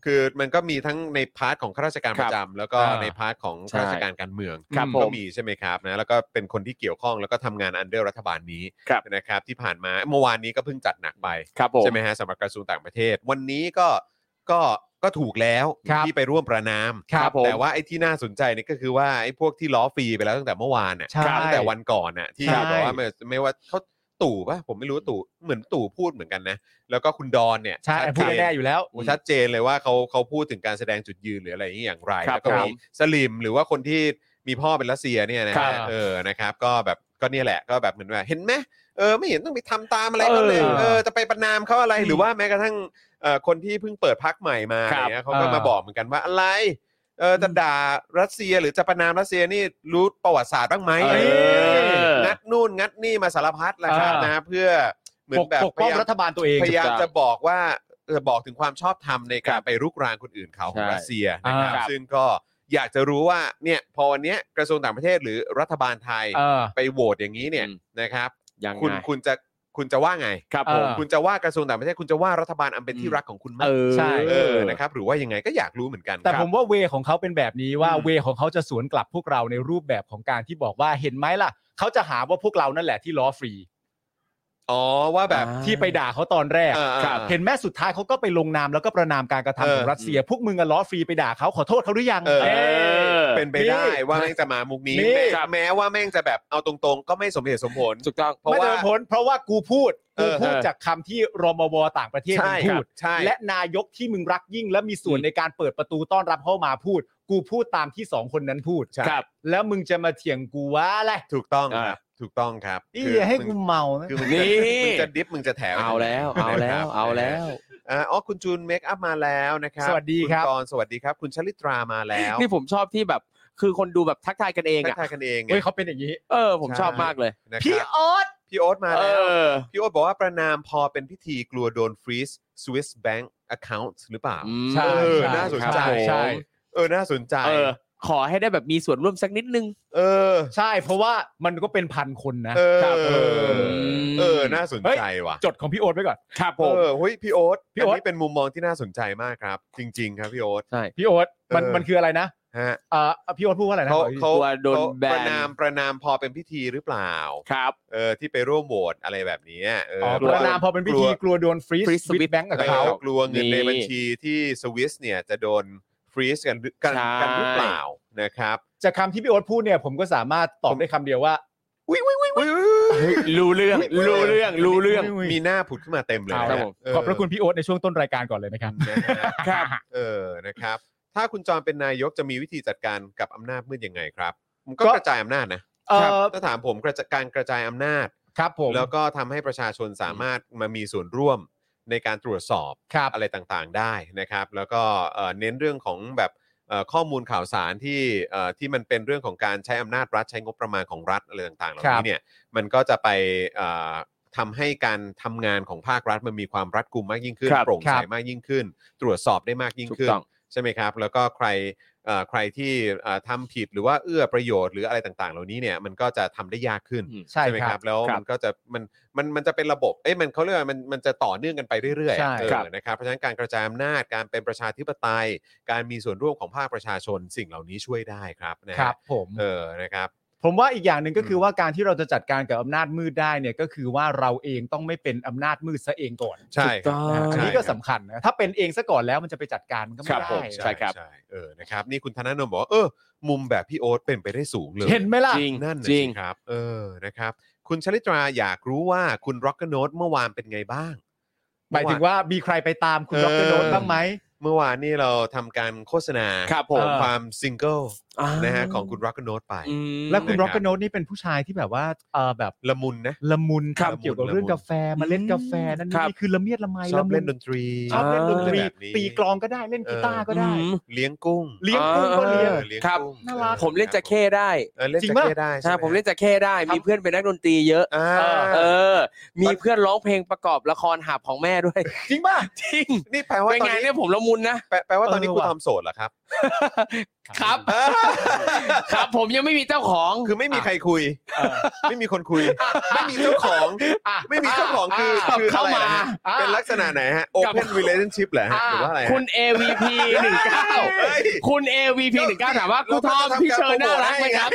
[SPEAKER 1] คือมันก็มีทั้งในพาร์ทของข้าราชการ
[SPEAKER 3] ค
[SPEAKER 1] ป
[SPEAKER 3] รับ
[SPEAKER 1] ระจำแล้วก็
[SPEAKER 2] อ่า
[SPEAKER 1] ในพาร์ทของข้าราชการการเมือง
[SPEAKER 3] ครับ
[SPEAKER 1] ก็
[SPEAKER 3] ผม
[SPEAKER 1] มีใช่ไหมครับนะแล้วก็เป็นคนที่เกี่ยวข้องแล้วก็ทำงานอันเดอร์รัฐบาลนี้
[SPEAKER 3] ครับ
[SPEAKER 1] นะครับ ที่ผ่านมาเมื่อวานนี้ก็เพิ่งจัดหนักไป
[SPEAKER 3] ครับผม
[SPEAKER 1] ใช่ไหมฮะสำหรับกระทรวงต่างประเทศ วันนี้ก็ก็ก็ถูกแล้ว
[SPEAKER 2] ครับ
[SPEAKER 1] ที่ไปร่วมประนาม
[SPEAKER 2] ครับผม
[SPEAKER 1] แต่ว่าไอ้ที่น่าสนใจเนี่ยก็คือว่าไอ้พวกที่ล้อฟรีไปแล้วตั้งแต่เมื่อวานเนี่ย
[SPEAKER 2] ใช่
[SPEAKER 1] ตั้งแต่วันก่อนน่ะที่
[SPEAKER 2] ใช่
[SPEAKER 1] บอกว่าไม่ไม่ว่าเขาตู่ป่ะผมไม่รู้ตู่เหมือนตู่พูดเหมือนกันนะ แล้วก็คุณดอนเนี่ย
[SPEAKER 2] ใช่
[SPEAKER 1] ชัด
[SPEAKER 2] พูด
[SPEAKER 1] เจน
[SPEAKER 2] แน่ๆอยู่แล้ว
[SPEAKER 1] โอ้ชัดเจนเลยว่าเขาเขาพูดถึงการแสดงจุดยืนหรืออะไรอย่างนี้อย่างไร
[SPEAKER 3] ครับ
[SPEAKER 1] แล้วก็มี
[SPEAKER 3] ผม
[SPEAKER 1] สลิมหรือว่าคนที่มีพ่อเป็นรัสเซียเนี่ยนะ
[SPEAKER 2] ครั
[SPEAKER 1] ฮะ
[SPEAKER 2] บ
[SPEAKER 1] เออนะครับ ก็แบบก็เนี่ยแหละก็แบบเหมือนว่าเห็นไหม เออไม่เห็นต้องไปทำตามอะไรเขาเลย
[SPEAKER 2] เออ
[SPEAKER 1] เออจะไปประนามเขาอะไร
[SPEAKER 3] อืม
[SPEAKER 1] หรือว่าแม้กระทั่งเอ่อคนที่เพิ่งเปิดพักใหม่มา
[SPEAKER 3] ครับ
[SPEAKER 1] เนี่ยเขาก็
[SPEAKER 2] เออ
[SPEAKER 1] มาบอกเหมือนกันว่าอะไรเออจะด่ารัสเซียหรือจะประนามรัสเซียนี่รู้ประวัติศาสตร์บ้างไหม
[SPEAKER 3] เออ
[SPEAKER 1] งัดนู่นงัดนี่มาสารพัดแหละครับ
[SPEAKER 2] เออ
[SPEAKER 1] นะเพื่อเหมือ
[SPEAKER 2] ป
[SPEAKER 1] นแบบ
[SPEAKER 2] กป้อ
[SPEAKER 1] พยา
[SPEAKER 2] ง
[SPEAKER 1] ยาม
[SPEAKER 2] รัฐบาลตัวเอง
[SPEAKER 1] พยายาม
[SPEAKER 3] ครับ
[SPEAKER 1] จะบอกว่าเออบอกถึงความชอบธรรมในการไปรุกรานคนอื่นเขาของ
[SPEAKER 3] ใช่
[SPEAKER 1] รัสเซียนะครับ
[SPEAKER 3] อ่า
[SPEAKER 1] ซึ่งก็อยากจะรู้ว่าเนี่ยพอวันเนี้ยกระทรวงต่างประเทศหรือรัฐบาลไทย
[SPEAKER 2] เออ
[SPEAKER 1] ไปโหวตอย่างนี้เนี่ยนะครับ
[SPEAKER 3] ยังไง
[SPEAKER 1] คุณคุณจะคุณจะว่าไง
[SPEAKER 3] ครับ
[SPEAKER 2] เอ
[SPEAKER 3] ผ
[SPEAKER 2] อ
[SPEAKER 3] ม
[SPEAKER 1] คุณจะว่ากระทรวงต่างประเทศคุณจะว่ารัฐบาลอันเป็นที่
[SPEAKER 3] อืม
[SPEAKER 1] รักของคุณไหม
[SPEAKER 3] เออ
[SPEAKER 2] ใช่
[SPEAKER 1] เออนะครับหรือว่ายังไงก็อยากรู้เหมือนกัน
[SPEAKER 2] แต่
[SPEAKER 1] ค
[SPEAKER 2] ผ
[SPEAKER 1] รับ
[SPEAKER 2] มว่าเวของเขาเป็นแบบนี้ว่า
[SPEAKER 1] อืม
[SPEAKER 2] เวของเขาจะสวนกลับพวกเราในรูปแบบของการที่บอกว่าเห็นไหมล่ะ เขาจะหาว่าพวกเรานั่นแหละที่ล้อฟรี
[SPEAKER 1] อ๋อว่าแบบ
[SPEAKER 3] อ่า
[SPEAKER 2] ที่ไปด่าเขาตอนแรก
[SPEAKER 1] อ่าอ่า
[SPEAKER 2] ครับเห็นแม่สุดท้ายเขาก็ไปลงนามแล้วก็ประนามการกระทำของ
[SPEAKER 1] เออ
[SPEAKER 2] รัสเซีย พวกมึงอะล้อฟรีไปด่าเขาขอโทษเขาหรือยัง
[SPEAKER 1] เออ
[SPEAKER 2] เอ้ย
[SPEAKER 1] เป็นไปได้ว่าแม่งจะมามุกนี้
[SPEAKER 2] นี่
[SPEAKER 1] แม้แม้ว่าแม่งจะแบบเอาตรงๆ ก็ไม่สมเหตุสมผล
[SPEAKER 3] ถูกต้อง
[SPEAKER 1] เพราะ
[SPEAKER 2] ไม่
[SPEAKER 1] ว่า
[SPEAKER 2] เดินพ้นเพราะว่ากูพูด
[SPEAKER 1] เอ
[SPEAKER 2] กู
[SPEAKER 1] อ
[SPEAKER 2] พูดจากคำที่รมวต่างประเทศ
[SPEAKER 1] ใช่
[SPEAKER 2] มึง
[SPEAKER 1] ค
[SPEAKER 2] พู
[SPEAKER 1] รับ
[SPEAKER 2] ด
[SPEAKER 1] ใช่
[SPEAKER 2] และนายกที่มึงรักยิ่งและมีส่วนในการเปิดประตูต้อนรับเข้ามาพูด กูพูดตามที่สองคนนั้นพูด
[SPEAKER 1] ใช่
[SPEAKER 3] ครับ
[SPEAKER 2] แล้วมึงจะมาเถียงกูว่าอะไร
[SPEAKER 1] ถูกต้องค
[SPEAKER 3] อ่า
[SPEAKER 1] รับถูกต้องครับ
[SPEAKER 2] อี
[SPEAKER 1] คือ
[SPEAKER 2] อย่าให้
[SPEAKER 1] มึง
[SPEAKER 2] กูเมานะ
[SPEAKER 1] คือมึง
[SPEAKER 3] นี่
[SPEAKER 1] จะมึงจะดิฟมึงจะแถว
[SPEAKER 3] เอาแล้ว เอาแล้ว เอาแล้ว
[SPEAKER 1] อ่าอ๋อคุณจูนเมคอัพมาแล้วนะครับ
[SPEAKER 2] สวัสดีครับ
[SPEAKER 1] ณกรณ์สวัสดีครับ คุณชลิตรามาแล้ว
[SPEAKER 3] นี่ผมชอบที่แบบ คือคนดูแบบทักทายกันเอง
[SPEAKER 1] ทัก
[SPEAKER 3] อ่ะ
[SPEAKER 1] ทายกันเองไง
[SPEAKER 2] เฮ้ยเขาเป็นอย่างนี้
[SPEAKER 3] เออ ผมชอบมากเลย
[SPEAKER 1] นะครับ
[SPEAKER 2] พี่ออส
[SPEAKER 1] พี่โอ๊ตมา
[SPEAKER 3] เอ
[SPEAKER 1] แล้ว
[SPEAKER 3] อ
[SPEAKER 1] พี่โอ๊ตบอกว่าประนามพอเป็นพิธีกลัวโดนฟรีซ Swiss Bank Account หรือเปล่า
[SPEAKER 2] ใช่
[SPEAKER 1] เออ น่าสนใจ
[SPEAKER 3] ครับผม
[SPEAKER 2] ใช่
[SPEAKER 1] เออ น่าสนใจ
[SPEAKER 3] เออ ขอให้ได้แบบมีส่วนร่วมสักนิดนึง
[SPEAKER 1] เออ
[SPEAKER 2] ใช่เพราะว่ามันก็เป็นพันคนนะ
[SPEAKER 1] เออ
[SPEAKER 2] ครับเออ
[SPEAKER 1] เออ น่าสนใจว่ะ
[SPEAKER 2] จดของพี่โอ๊ตไว้ก่อน
[SPEAKER 3] ครับผม
[SPEAKER 1] เออเฮ้ยพี่โอ๊ต
[SPEAKER 2] พี่โอ๊ต
[SPEAKER 1] นนี้เป็นมุมมองที่น่าสนใจมากครับ จริง ๆ ครับพี่โอ๊ต
[SPEAKER 3] ใช่
[SPEAKER 2] พี่โอ๊ตมัน
[SPEAKER 1] เออ
[SPEAKER 2] มันคืออะไรนะ
[SPEAKER 1] ฮะ
[SPEAKER 2] เอ่อพี่โอ๊ตพูดว่าอะไรนะ
[SPEAKER 1] เขา
[SPEAKER 2] ขออีกที
[SPEAKER 1] เขา
[SPEAKER 3] กลัวโดน
[SPEAKER 1] เขา
[SPEAKER 3] แบ
[SPEAKER 1] ป
[SPEAKER 3] น
[SPEAKER 1] ระนามประนามพอเป็นพิธีหรือเปล่า
[SPEAKER 3] ครับ
[SPEAKER 1] เออ ที่ไปร่วมโหวตอะไรแบบนี้เออ
[SPEAKER 2] อ๋อ
[SPEAKER 1] เพ
[SPEAKER 2] ป
[SPEAKER 1] ราว่า
[SPEAKER 2] ระนามพอเป็นพิธีกลัวโดนฟรี
[SPEAKER 3] freeze
[SPEAKER 2] สวิต
[SPEAKER 3] with
[SPEAKER 2] แบงก์กับ
[SPEAKER 1] เอ
[SPEAKER 2] เขา
[SPEAKER 1] อเรากลัวเงิน
[SPEAKER 3] นี่
[SPEAKER 1] ในบัญชีที่สวิสเนี่ยจะโดนฟรีซกันหรือกัน
[SPEAKER 3] ใช่
[SPEAKER 1] กันหรือเปล่านะครับ
[SPEAKER 2] จากคำที่พี่โอ๊ตพูดเนี่ย ผมก็สามารถตอบได้คำเดียวว่า อุ้ยอุ้ยอุ้ยอุ้ย
[SPEAKER 3] รู้เรื่อง รู้เรื่อง รู้เรื่อง
[SPEAKER 2] อุ๊ย
[SPEAKER 1] มีหน้าผุดขึ้นมาเต็มเลย
[SPEAKER 3] เอา
[SPEAKER 1] นะ
[SPEAKER 3] ครับผม
[SPEAKER 1] เ
[SPEAKER 2] ขอบพระคุณพี่โอ๊ตในช่วงต้นรายการก่อนเลยนะครับ
[SPEAKER 1] นะฮะ
[SPEAKER 3] ครับ
[SPEAKER 1] เออนะครับ ถ้าคุณจรเป็นนายกจะมีวิธีจัดการกับอำนาจมืดยังไงครับมันก็
[SPEAKER 2] ก็
[SPEAKER 1] กระจายอำนาจนะ
[SPEAKER 2] เออ
[SPEAKER 1] ถ้าถามผมกระจการกระจายอำนาจ
[SPEAKER 2] ครับผม
[SPEAKER 1] แล้วก็ทำให้ประชาชนสามารถมามีส่วนร่วมในการตรวจสอบ
[SPEAKER 2] ครับ
[SPEAKER 1] อะไรต่างๆได้นะครับ แล้วก็เอ่อเน้นเรื่องของแบบเอ่อข้อมูลข่าวสารที่เอ่อที่มันเป็นเรื่องของการใช้อำนาจรัฐใช้งบประมาณของรัฐอะไรต่างๆเหล่า
[SPEAKER 2] ครับ
[SPEAKER 1] นี้เนี่ยมันก็จะไปเอ่อทำให้การทำงานของภาครัฐมันมีความรัดกุมมากยิ่งขึ้น
[SPEAKER 3] ครับ
[SPEAKER 1] โปร่งใสมากยิ่งขึ้น ตรวจสอบได้มากยิ่ง
[SPEAKER 3] ถูก
[SPEAKER 1] ขึ้น
[SPEAKER 3] ต้อง
[SPEAKER 1] ใช่ไหมครับ แล้วก็ใครเอ่อใครที่เอ่อทำผิดหรือว่าเอื้อประโยชน์หรืออะไรต่าง ๆ เหล่านี้เนี่ยมันก็จะทำได้ยากขึ้น
[SPEAKER 2] ใช่
[SPEAKER 1] ไหมค
[SPEAKER 2] ครั
[SPEAKER 1] รับ บแล้ว
[SPEAKER 3] ครับ
[SPEAKER 1] มันก็จะมันมันมันจะเป็นระบบเอ้ยมันเขาเรียกว่ามันมันจะต่อเนื่องกันไปเรื่อยๆ
[SPEAKER 2] ใช่
[SPEAKER 1] อะเออ
[SPEAKER 3] ครับ
[SPEAKER 1] นะครับเพราะฉะนั้นการกระจายอำนาจการเป็นประชาธิปไตย การมีส่วนร่วมของภาคประชาชนสิ่งเหล่านี้ช่วยได้ครับนะฮะ
[SPEAKER 2] ครับผม
[SPEAKER 1] เออนะครับ
[SPEAKER 2] ผมว่าอีกอย่างหนึ่งก็คือ
[SPEAKER 1] ม
[SPEAKER 2] ว่าการที่เราจะจัดการกับอำนาจมืดได้เนี่ยก็คือว่าเราเองต้องไม่เป็นอำนาจมืดซะเองก่อน
[SPEAKER 1] ใช่ครับ
[SPEAKER 2] นะฮะ
[SPEAKER 3] า
[SPEAKER 2] อันนี้ก็สำคัญนะถ้าเป็นเองซะก่อนแล้วมันจะไปจัดการมันก็ไม่
[SPEAKER 3] ครับ
[SPEAKER 2] ได้
[SPEAKER 3] ผม ใช่ครับ
[SPEAKER 1] ใช่เออนะครับนี่คุณธนาโนมบอกว่าเออมุมแบบพี่โอ๊ตเป็นไปได้สูงเลย
[SPEAKER 2] เห็นไหมล่ะ
[SPEAKER 3] จริง
[SPEAKER 1] นั่นน่ะ
[SPEAKER 3] จ
[SPEAKER 1] สิ
[SPEAKER 3] ริง
[SPEAKER 1] ครับ เออนะครับ คุณชลิตราอยากรู้ว่าคุณร็อกเกอร์โนตเมื่อวานเป็นไงบ้าง
[SPEAKER 2] หมายถึงว่ามีใครไปตามคุณด
[SPEAKER 1] เออ
[SPEAKER 2] รโดนบ้างไหม
[SPEAKER 1] เมื่อวานนี่เราทำการโฆษณา
[SPEAKER 3] ครับผม
[SPEAKER 1] ความซิงเกิล
[SPEAKER 3] อ่า
[SPEAKER 1] นะฮะของคุณร็อกเกอร์โนตไป
[SPEAKER 3] อืม
[SPEAKER 2] แล้วคุณ
[SPEAKER 1] นะครั
[SPEAKER 2] ร็
[SPEAKER 1] บ
[SPEAKER 2] อกกโนดนี่เป็นผู้ชายที่แบบว่าเออแบบ
[SPEAKER 1] ละมุนนะ
[SPEAKER 2] ละมุน
[SPEAKER 1] ครับ
[SPEAKER 2] ทำเกี่ยวกับเรื่อง
[SPEAKER 1] ละมุน
[SPEAKER 2] กาแฟมาเล่นกาแฟนั่น
[SPEAKER 3] ครับ
[SPEAKER 2] นี่คือละเมียดละไม
[SPEAKER 1] ชอบ
[SPEAKER 2] ละมุ
[SPEAKER 1] เล่
[SPEAKER 2] น
[SPEAKER 1] นดนตรี
[SPEAKER 2] ชอบเล่นดนตรี
[SPEAKER 1] แบบนี้
[SPEAKER 2] ตีกลองก็ได้เล่นกีตาร์ก็ได้
[SPEAKER 3] อืม
[SPEAKER 1] เลี้ยงกุ้ง
[SPEAKER 2] เลี้ยงกุ้งก็เลี้ยง
[SPEAKER 1] ออเลี้ยง
[SPEAKER 3] ครับ
[SPEAKER 1] กุ้ง
[SPEAKER 2] น่ารัก
[SPEAKER 3] ผมเล่นจะเข้ได้
[SPEAKER 1] เออเล่น
[SPEAKER 2] จริ
[SPEAKER 1] จะ
[SPEAKER 2] งปะ
[SPEAKER 1] เข้ได้ใช่
[SPEAKER 3] ใช่
[SPEAKER 1] ไห
[SPEAKER 3] ผมเล่นจะเข้ได้ มีเพื่อนเป็นนักดนตรีเยอะ
[SPEAKER 1] อ่า
[SPEAKER 3] เออ มีเพื่อนร้องเพลงประกอบละครหาบของแม่ด้วย
[SPEAKER 2] จริงป่ะ
[SPEAKER 3] จริง
[SPEAKER 1] นี่แปลว่า
[SPEAKER 3] เป็น
[SPEAKER 1] ตอน
[SPEAKER 3] ไง
[SPEAKER 1] นี้
[SPEAKER 3] เนี่ยผมละมุนนะ
[SPEAKER 1] แปลแปลว่าตอนนี้
[SPEAKER 2] เออ
[SPEAKER 1] คุณ
[SPEAKER 2] ว่ะ
[SPEAKER 1] ทอมโสดเหรอครับ
[SPEAKER 3] ครับ ครับผมยังไม่มีเจ้าของ
[SPEAKER 1] คือไม่มีใครคุย
[SPEAKER 2] เออ
[SPEAKER 1] ไม่มีคนคุย ไม่มีเจ้าของ
[SPEAKER 2] อ่ะ
[SPEAKER 1] ไม่มีเจ้าของคือ
[SPEAKER 3] อ่ะ
[SPEAKER 1] คือ
[SPEAKER 3] เข้า
[SPEAKER 1] อะไร
[SPEAKER 3] มา
[SPEAKER 1] นะฮะ
[SPEAKER 2] อ่ะ
[SPEAKER 1] เป็นลักษณะไหนฮะ
[SPEAKER 3] กับ
[SPEAKER 1] Open relationship เหรอฮะ
[SPEAKER 2] อ่ะ
[SPEAKER 1] หรือว่าอะไรฮะ
[SPEAKER 3] คุณ AVP 19
[SPEAKER 1] เฮ้ย
[SPEAKER 3] คุณ AVP 19ถามว่าครูทอมพี่เชิญน่ารักไหมครับ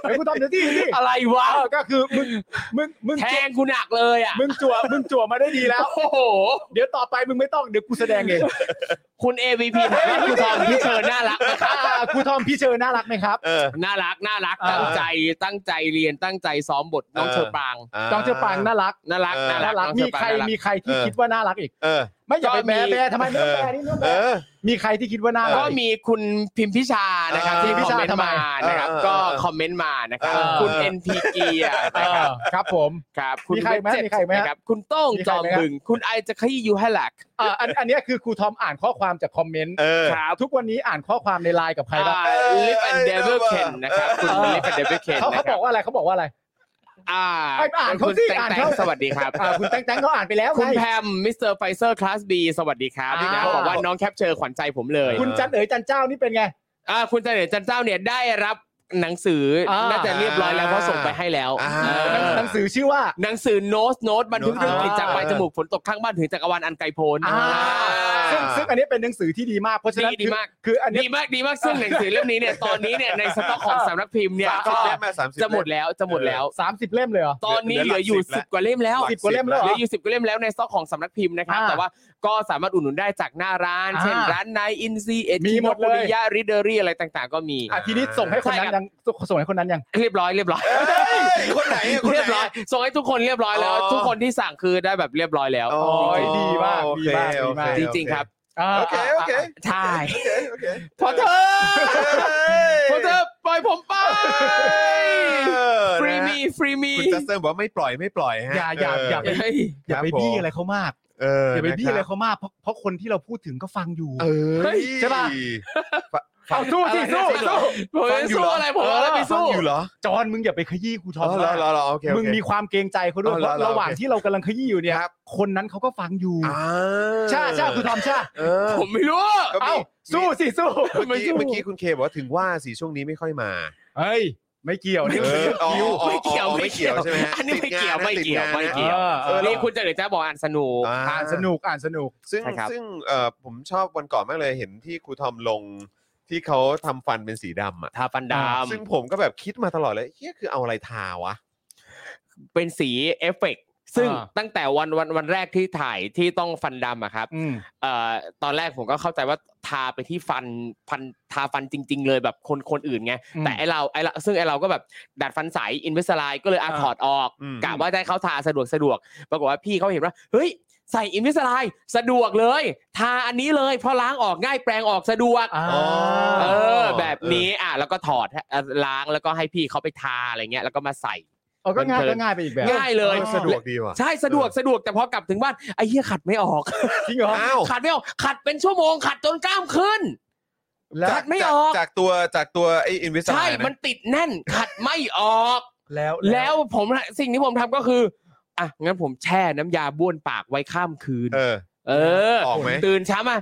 [SPEAKER 2] ไอ้ยคุณทอมเดี๋ยวที่นี่
[SPEAKER 3] อะไรวะ
[SPEAKER 2] เออก็คือมึงมึงมึง
[SPEAKER 3] แทงกูหนักเลยอ่ะ
[SPEAKER 2] มึงจั่วมึงจั่วมาได้ดีแล้ว
[SPEAKER 3] โอ้โห
[SPEAKER 2] เดี๋ยวต่อไปมึงไม่ต้องเดี๋ยวกูแสดงเอง
[SPEAKER 3] คุณ AVP ถามว่าครูทอมพี่เชิญน่ารักไหมครับ
[SPEAKER 2] อ่าครูทอมพี่เชิญน่ารักไหมครับ
[SPEAKER 1] เออ
[SPEAKER 3] น่ารัก น่ารัก
[SPEAKER 2] เออ
[SPEAKER 3] ตั้งใจ ตั้งใจเรียน ตั้งใจซ้อมบท น้อง
[SPEAKER 1] เออ
[SPEAKER 3] เชอปราง
[SPEAKER 2] จองเจอปางน่ารัก
[SPEAKER 3] น่ารัก
[SPEAKER 1] เออ
[SPEAKER 3] น่า
[SPEAKER 2] น่า
[SPEAKER 3] รั
[SPEAKER 2] รั
[SPEAKER 3] ก
[SPEAKER 2] ก
[SPEAKER 3] น้อง
[SPEAKER 2] มี
[SPEAKER 3] เชอป
[SPEAKER 2] ใค
[SPEAKER 3] ราร งน่ารัก
[SPEAKER 2] มีใครที่
[SPEAKER 1] เออ
[SPEAKER 2] คิดว่าน่ารักอีก
[SPEAKER 1] เออ
[SPEAKER 2] ไม่อย่าไป
[SPEAKER 3] ก็มี
[SPEAKER 2] แบะแบะทำไมไม่
[SPEAKER 1] เออ
[SPEAKER 2] แบะนี่เนื้อ
[SPEAKER 1] เอ
[SPEAKER 2] แบะ
[SPEAKER 1] อ
[SPEAKER 2] มีใครที่คิดว่าน่ารั
[SPEAKER 3] ก็
[SPEAKER 2] ก
[SPEAKER 3] มีคุณพิมพิชานะครับ
[SPEAKER 1] เออ
[SPEAKER 3] ที่
[SPEAKER 2] พิมพิ
[SPEAKER 3] คอม
[SPEAKER 2] ชา
[SPEAKER 3] เมน
[SPEAKER 2] ทำ
[SPEAKER 3] ต์
[SPEAKER 2] ไม
[SPEAKER 3] มานะครับ
[SPEAKER 1] เออ
[SPEAKER 3] ก็คอมเมนต์มานะครับ
[SPEAKER 2] เออ
[SPEAKER 3] คุณ NPG อ่ะ
[SPEAKER 2] เอ
[SPEAKER 3] นะครับ
[SPEAKER 2] อครับผม
[SPEAKER 3] ครับ คุณ
[SPEAKER 2] มีใครไหม
[SPEAKER 3] เจ็ด
[SPEAKER 2] มีใครไหม
[SPEAKER 3] นะครับ คุณโต้ง
[SPEAKER 2] มี
[SPEAKER 3] จ
[SPEAKER 2] ใคร
[SPEAKER 3] อม
[SPEAKER 2] ไหมครับ
[SPEAKER 3] บึง คุณไอจะขยี้ยูให้หลัก
[SPEAKER 2] อ่าอันอันเนี้ยคือครูทอมอ่านข้อความจากคอมเมนต์
[SPEAKER 1] เออ
[SPEAKER 3] ครับ
[SPEAKER 2] ทุกวันนี้อ่านข้อความในไลน์กับใครบ้าง
[SPEAKER 3] ลิฟแอนเดเวอร์เคนนะครับ คุณ
[SPEAKER 2] เออ
[SPEAKER 3] ลิฟแอนเดเวอร์เคน
[SPEAKER 2] เขา
[SPEAKER 3] นะ
[SPEAKER 2] เขา
[SPEAKER 3] ค
[SPEAKER 2] บ
[SPEAKER 3] รั
[SPEAKER 2] อบ กว่าอะไรเขาบอกว่าอะไร
[SPEAKER 3] อ่า
[SPEAKER 2] ไปอ่านเขา
[SPEAKER 3] คุณ
[SPEAKER 2] สิ
[SPEAKER 3] แตง
[SPEAKER 2] อ่าน
[SPEAKER 3] แตง
[SPEAKER 2] เขา
[SPEAKER 3] สวัสดีครับ
[SPEAKER 2] อ่าคุณแตงแตงเขาอ่านไปแล้ว
[SPEAKER 3] คุณ
[SPEAKER 2] ไง
[SPEAKER 3] แพมมิสเตอร์ไฟเซอร์คลาสบีสวัสดีครับ
[SPEAKER 2] อ้าว
[SPEAKER 3] นะบอกว่าน้องแคปเจอร์ขวัญใจผมเลย
[SPEAKER 2] คุณจันเอ๋ยจันเจ้านี่เป็นไง
[SPEAKER 3] อ่าคุณเจเนตจันเจ้าเนี่ยได้รับหนังสืออา น่าจะเรียบร้อยแล้วเพราะส่งไปให้แล้ว
[SPEAKER 1] อ่า
[SPEAKER 3] เออ
[SPEAKER 2] หนังหนังสือชื่อว่า
[SPEAKER 3] หนังสือโน้ตโน้ตบันทึกเรื่องกิจจากปลาย
[SPEAKER 1] อ่า
[SPEAKER 3] จมูกฝนตกข้างบ้านถึงจักรวาลอันไกลโพ้น
[SPEAKER 2] อ่า ซึ่งซึ่งอันนี้เป็นหนังสือที่ดีมากเพราะฉะนั้น
[SPEAKER 3] ดีดีมาก
[SPEAKER 2] คืออันนี้
[SPEAKER 3] ดีมากดีมากซึ่งหนังสือเล่มนี้เนี่ยตอนนี้เนี่ยในสต็อกของสำนักพิมพ์เนี่ย
[SPEAKER 1] สามสิ
[SPEAKER 3] ก็
[SPEAKER 1] บเล่มมาสามสิบ
[SPEAKER 3] จะหมดแล้วจะหมดแล้ว
[SPEAKER 2] 30 เล่มเลยเหรอ
[SPEAKER 3] ตอนนี้เหลืออยู่
[SPEAKER 1] เหลือหลักสิบแล้ว
[SPEAKER 3] สิบกว่าเล่ม
[SPEAKER 2] สิบกว่าเล่มแล้ว
[SPEAKER 3] แล้วเหลืออยู่สิบก็เล่มแล้วในสต็อกของสำนักพิมพ์นะครับ
[SPEAKER 2] อ่า
[SPEAKER 3] แต่ว่าก็สามารถอุดหนุนได้จากหน้าร้าน
[SPEAKER 2] อ่า
[SPEAKER 3] เช่นร้านนายอินซีเอ็ด
[SPEAKER 2] มีหมดเลย
[SPEAKER 3] ยาริเดอรี่อะไรต่างๆ ก็มี
[SPEAKER 2] อ่ะทีนี้ส่งให้คนนั้นยังส่งให้คนนั้นยัง
[SPEAKER 3] เรียบร้อยเรียบร้อย
[SPEAKER 1] เอ้ยคนไหนอะคน
[SPEAKER 3] เรียบ
[SPEAKER 1] ไหน
[SPEAKER 3] ร้อย
[SPEAKER 1] อะ
[SPEAKER 3] ส่งให้ทุกคนเรียบร้อยแล้ว
[SPEAKER 1] อ๋อ
[SPEAKER 3] ทุกคนที่สั่งคือได้แบบเรียบร้อยแล้ว
[SPEAKER 1] โอ้ย
[SPEAKER 2] ดีมาก
[SPEAKER 1] โอ
[SPEAKER 2] ดี
[SPEAKER 1] เค
[SPEAKER 2] มากดี
[SPEAKER 1] โอเค
[SPEAKER 2] มาก
[SPEAKER 3] จริงๆครับ
[SPEAKER 2] อ่า
[SPEAKER 1] โอเคโอเค
[SPEAKER 3] ใช่
[SPEAKER 1] โอเคโอเค
[SPEAKER 3] พอเธอพอเธอปล่อยผมไปฟรีมีฟรีมี
[SPEAKER 1] คุณจัสเตอร์บอกว่าไม่ปล่อยไม่ปล่อยฮะ
[SPEAKER 2] อย่าอย่าอย่า
[SPEAKER 1] เ
[SPEAKER 2] ไป
[SPEAKER 3] เฮ้ย
[SPEAKER 2] อย่าไปบี้อะไรเขามาก
[SPEAKER 1] เออ
[SPEAKER 2] อย่าไปบี้อะไร
[SPEAKER 1] นค
[SPEAKER 2] เขามากเพราะเพราะคนที่เราพูดถึงก็ฟังอยู่
[SPEAKER 1] บเอ้ย
[SPEAKER 2] ใช่ปะ
[SPEAKER 1] ฟัง
[SPEAKER 2] เอาสู้สิสู้สู้
[SPEAKER 3] ผม
[SPEAKER 1] ฟัง
[SPEAKER 3] จะ
[SPEAKER 1] อยู่
[SPEAKER 3] สู้
[SPEAKER 1] เหรอ
[SPEAKER 3] อะไรผมเอาอะไรไป
[SPEAKER 1] ฟัง
[SPEAKER 3] สู้
[SPEAKER 1] อยู่เหรอ
[SPEAKER 2] จอนมึงอย่าไปขยี้กูท
[SPEAKER 1] อ๋
[SPEAKER 2] อ
[SPEAKER 1] อ
[SPEAKER 2] ม
[SPEAKER 1] เหรอเหรอ
[SPEAKER 2] นะ
[SPEAKER 1] เหรอโอเคโอเค
[SPEAKER 2] มึงมีความเกรงใจเขาด้วย
[SPEAKER 1] อ๋อ
[SPEAKER 2] เพ
[SPEAKER 1] เหรอ
[SPEAKER 2] ราะ
[SPEAKER 1] เหรอ
[SPEAKER 2] ระหว่าง
[SPEAKER 1] โอเค
[SPEAKER 2] ที่เรากำลังขยี้อยู่เนี่ย
[SPEAKER 1] ครับ
[SPEAKER 2] คนนั้นเขาก็ฟังอยู่
[SPEAKER 1] อ่า
[SPEAKER 2] ใช่ใช่คุณทอมใช่
[SPEAKER 1] เออ
[SPEAKER 3] ผมไม่รู้
[SPEAKER 1] ก็มี
[SPEAKER 2] เอ้าสู้สิสู้
[SPEAKER 1] เมื่อกี้
[SPEAKER 2] ไสู้
[SPEAKER 1] เมื่อกี้คุณเคบอกว่าถึงว่าสีช่วงนี้ไม่ค่อยมา
[SPEAKER 2] เฮ้ยไม่เกี่ยว
[SPEAKER 1] เอ
[SPEAKER 2] นี่
[SPEAKER 1] ออ๋ออ๋ออ๋อ
[SPEAKER 3] ไม่เกี่ยวไม่
[SPEAKER 1] ไม่
[SPEAKER 3] เกี่
[SPEAKER 1] เกี่ย
[SPEAKER 3] ยว ว
[SPEAKER 1] ใช่ไหมฮะ
[SPEAKER 3] อันนี้ไม่
[SPEAKER 1] ติดงา
[SPEAKER 3] เกี่ยว
[SPEAKER 1] นะ
[SPEAKER 3] ไม่
[SPEAKER 1] ติด
[SPEAKER 3] เกี่ยว
[SPEAKER 1] งานะ
[SPEAKER 3] ไม่เกี่ยว
[SPEAKER 1] เออ
[SPEAKER 3] นี่คุณเจริญจ้าบอกอ่านสนุก
[SPEAKER 2] อ่านสนุกอ่านสนุก
[SPEAKER 1] ซึ่ง
[SPEAKER 3] ใช่ครับ
[SPEAKER 1] ซึ่งเอ่อผมชอบวันก่อนมากเลยเห็นที่ครูทอมลงที่เขาทำฟันเป็นสีดำอ่ะ
[SPEAKER 3] ทาฟันด
[SPEAKER 1] ซึ่งผมก็แบบคิดมาตลอดเลยเฮ้ยคือเอาอะไรทาวะ
[SPEAKER 3] ำเป็นสีเอฟเฟกต์ซึ่ง
[SPEAKER 2] อ่า
[SPEAKER 3] ตั้งแต่วันวันวันแรกที่ถ่ายที่ต้องฟันดำอะครับ
[SPEAKER 2] อืม
[SPEAKER 3] เอ่อตอนแรกผมก็เข้าใจว่าทาไปที่ฟันฟันทาฟันจริง ๆ เลยแบบคนคนอื่นไง
[SPEAKER 2] อืม
[SPEAKER 3] แต่ไอเราไอเราซึ่งไอเราก็แบบดัดฟันใสอินเวสไลก็เลยอะ
[SPEAKER 2] อ่า
[SPEAKER 3] ถอดออก
[SPEAKER 1] อืม
[SPEAKER 3] กะว่าจะให้เขาทาสะดวกสะดวกปรากฏว่าพี่เขาเห็นว่าเฮ้ยใส่อินเวสไลสะดวกเลย ทาอันนี้เลยเพราะล้างออกง่ายแปรงออกสะดวก
[SPEAKER 2] า
[SPEAKER 1] อ๋อ
[SPEAKER 3] เออแบบนี้อ่ะแล้วก็ถอดให้เอ่อล้างแล้วก็ให้พี่เขาไปทาอะไรเงี้ยแล้วก็มาใส่
[SPEAKER 2] เออก็ง่าย
[SPEAKER 3] เพลิน
[SPEAKER 2] ก็ง่ายไปอีกแบบ
[SPEAKER 3] ง่ายเลย
[SPEAKER 1] ออสะดวกดีว่ะ
[SPEAKER 3] ใช่สะดวกสะดวกแต่พอกลับถึงบ้านไอ้เหี้ยขัดไม่ออก
[SPEAKER 2] จริงเหรอ
[SPEAKER 1] อ้าว
[SPEAKER 3] ขัดไม่ออกขัดเป็นชั่วโมงขัดจนกล้ามขึ้น
[SPEAKER 2] แล้ว
[SPEAKER 3] ขัดไม่ออก
[SPEAKER 1] จากตัวจากตัวไอ้อินวิส
[SPEAKER 3] ใช่มันติดแน่น ขัดไม่ออก
[SPEAKER 2] แล้ว
[SPEAKER 3] แล้วผมสิ่งที่ผมทำก็คืออ่ะงั้นผมแช่น้ำยาบ้วนปากไว้ข้ามคืน
[SPEAKER 1] เออ
[SPEAKER 3] เออ
[SPEAKER 1] ออกไหม
[SPEAKER 3] ตื่นเช้ามา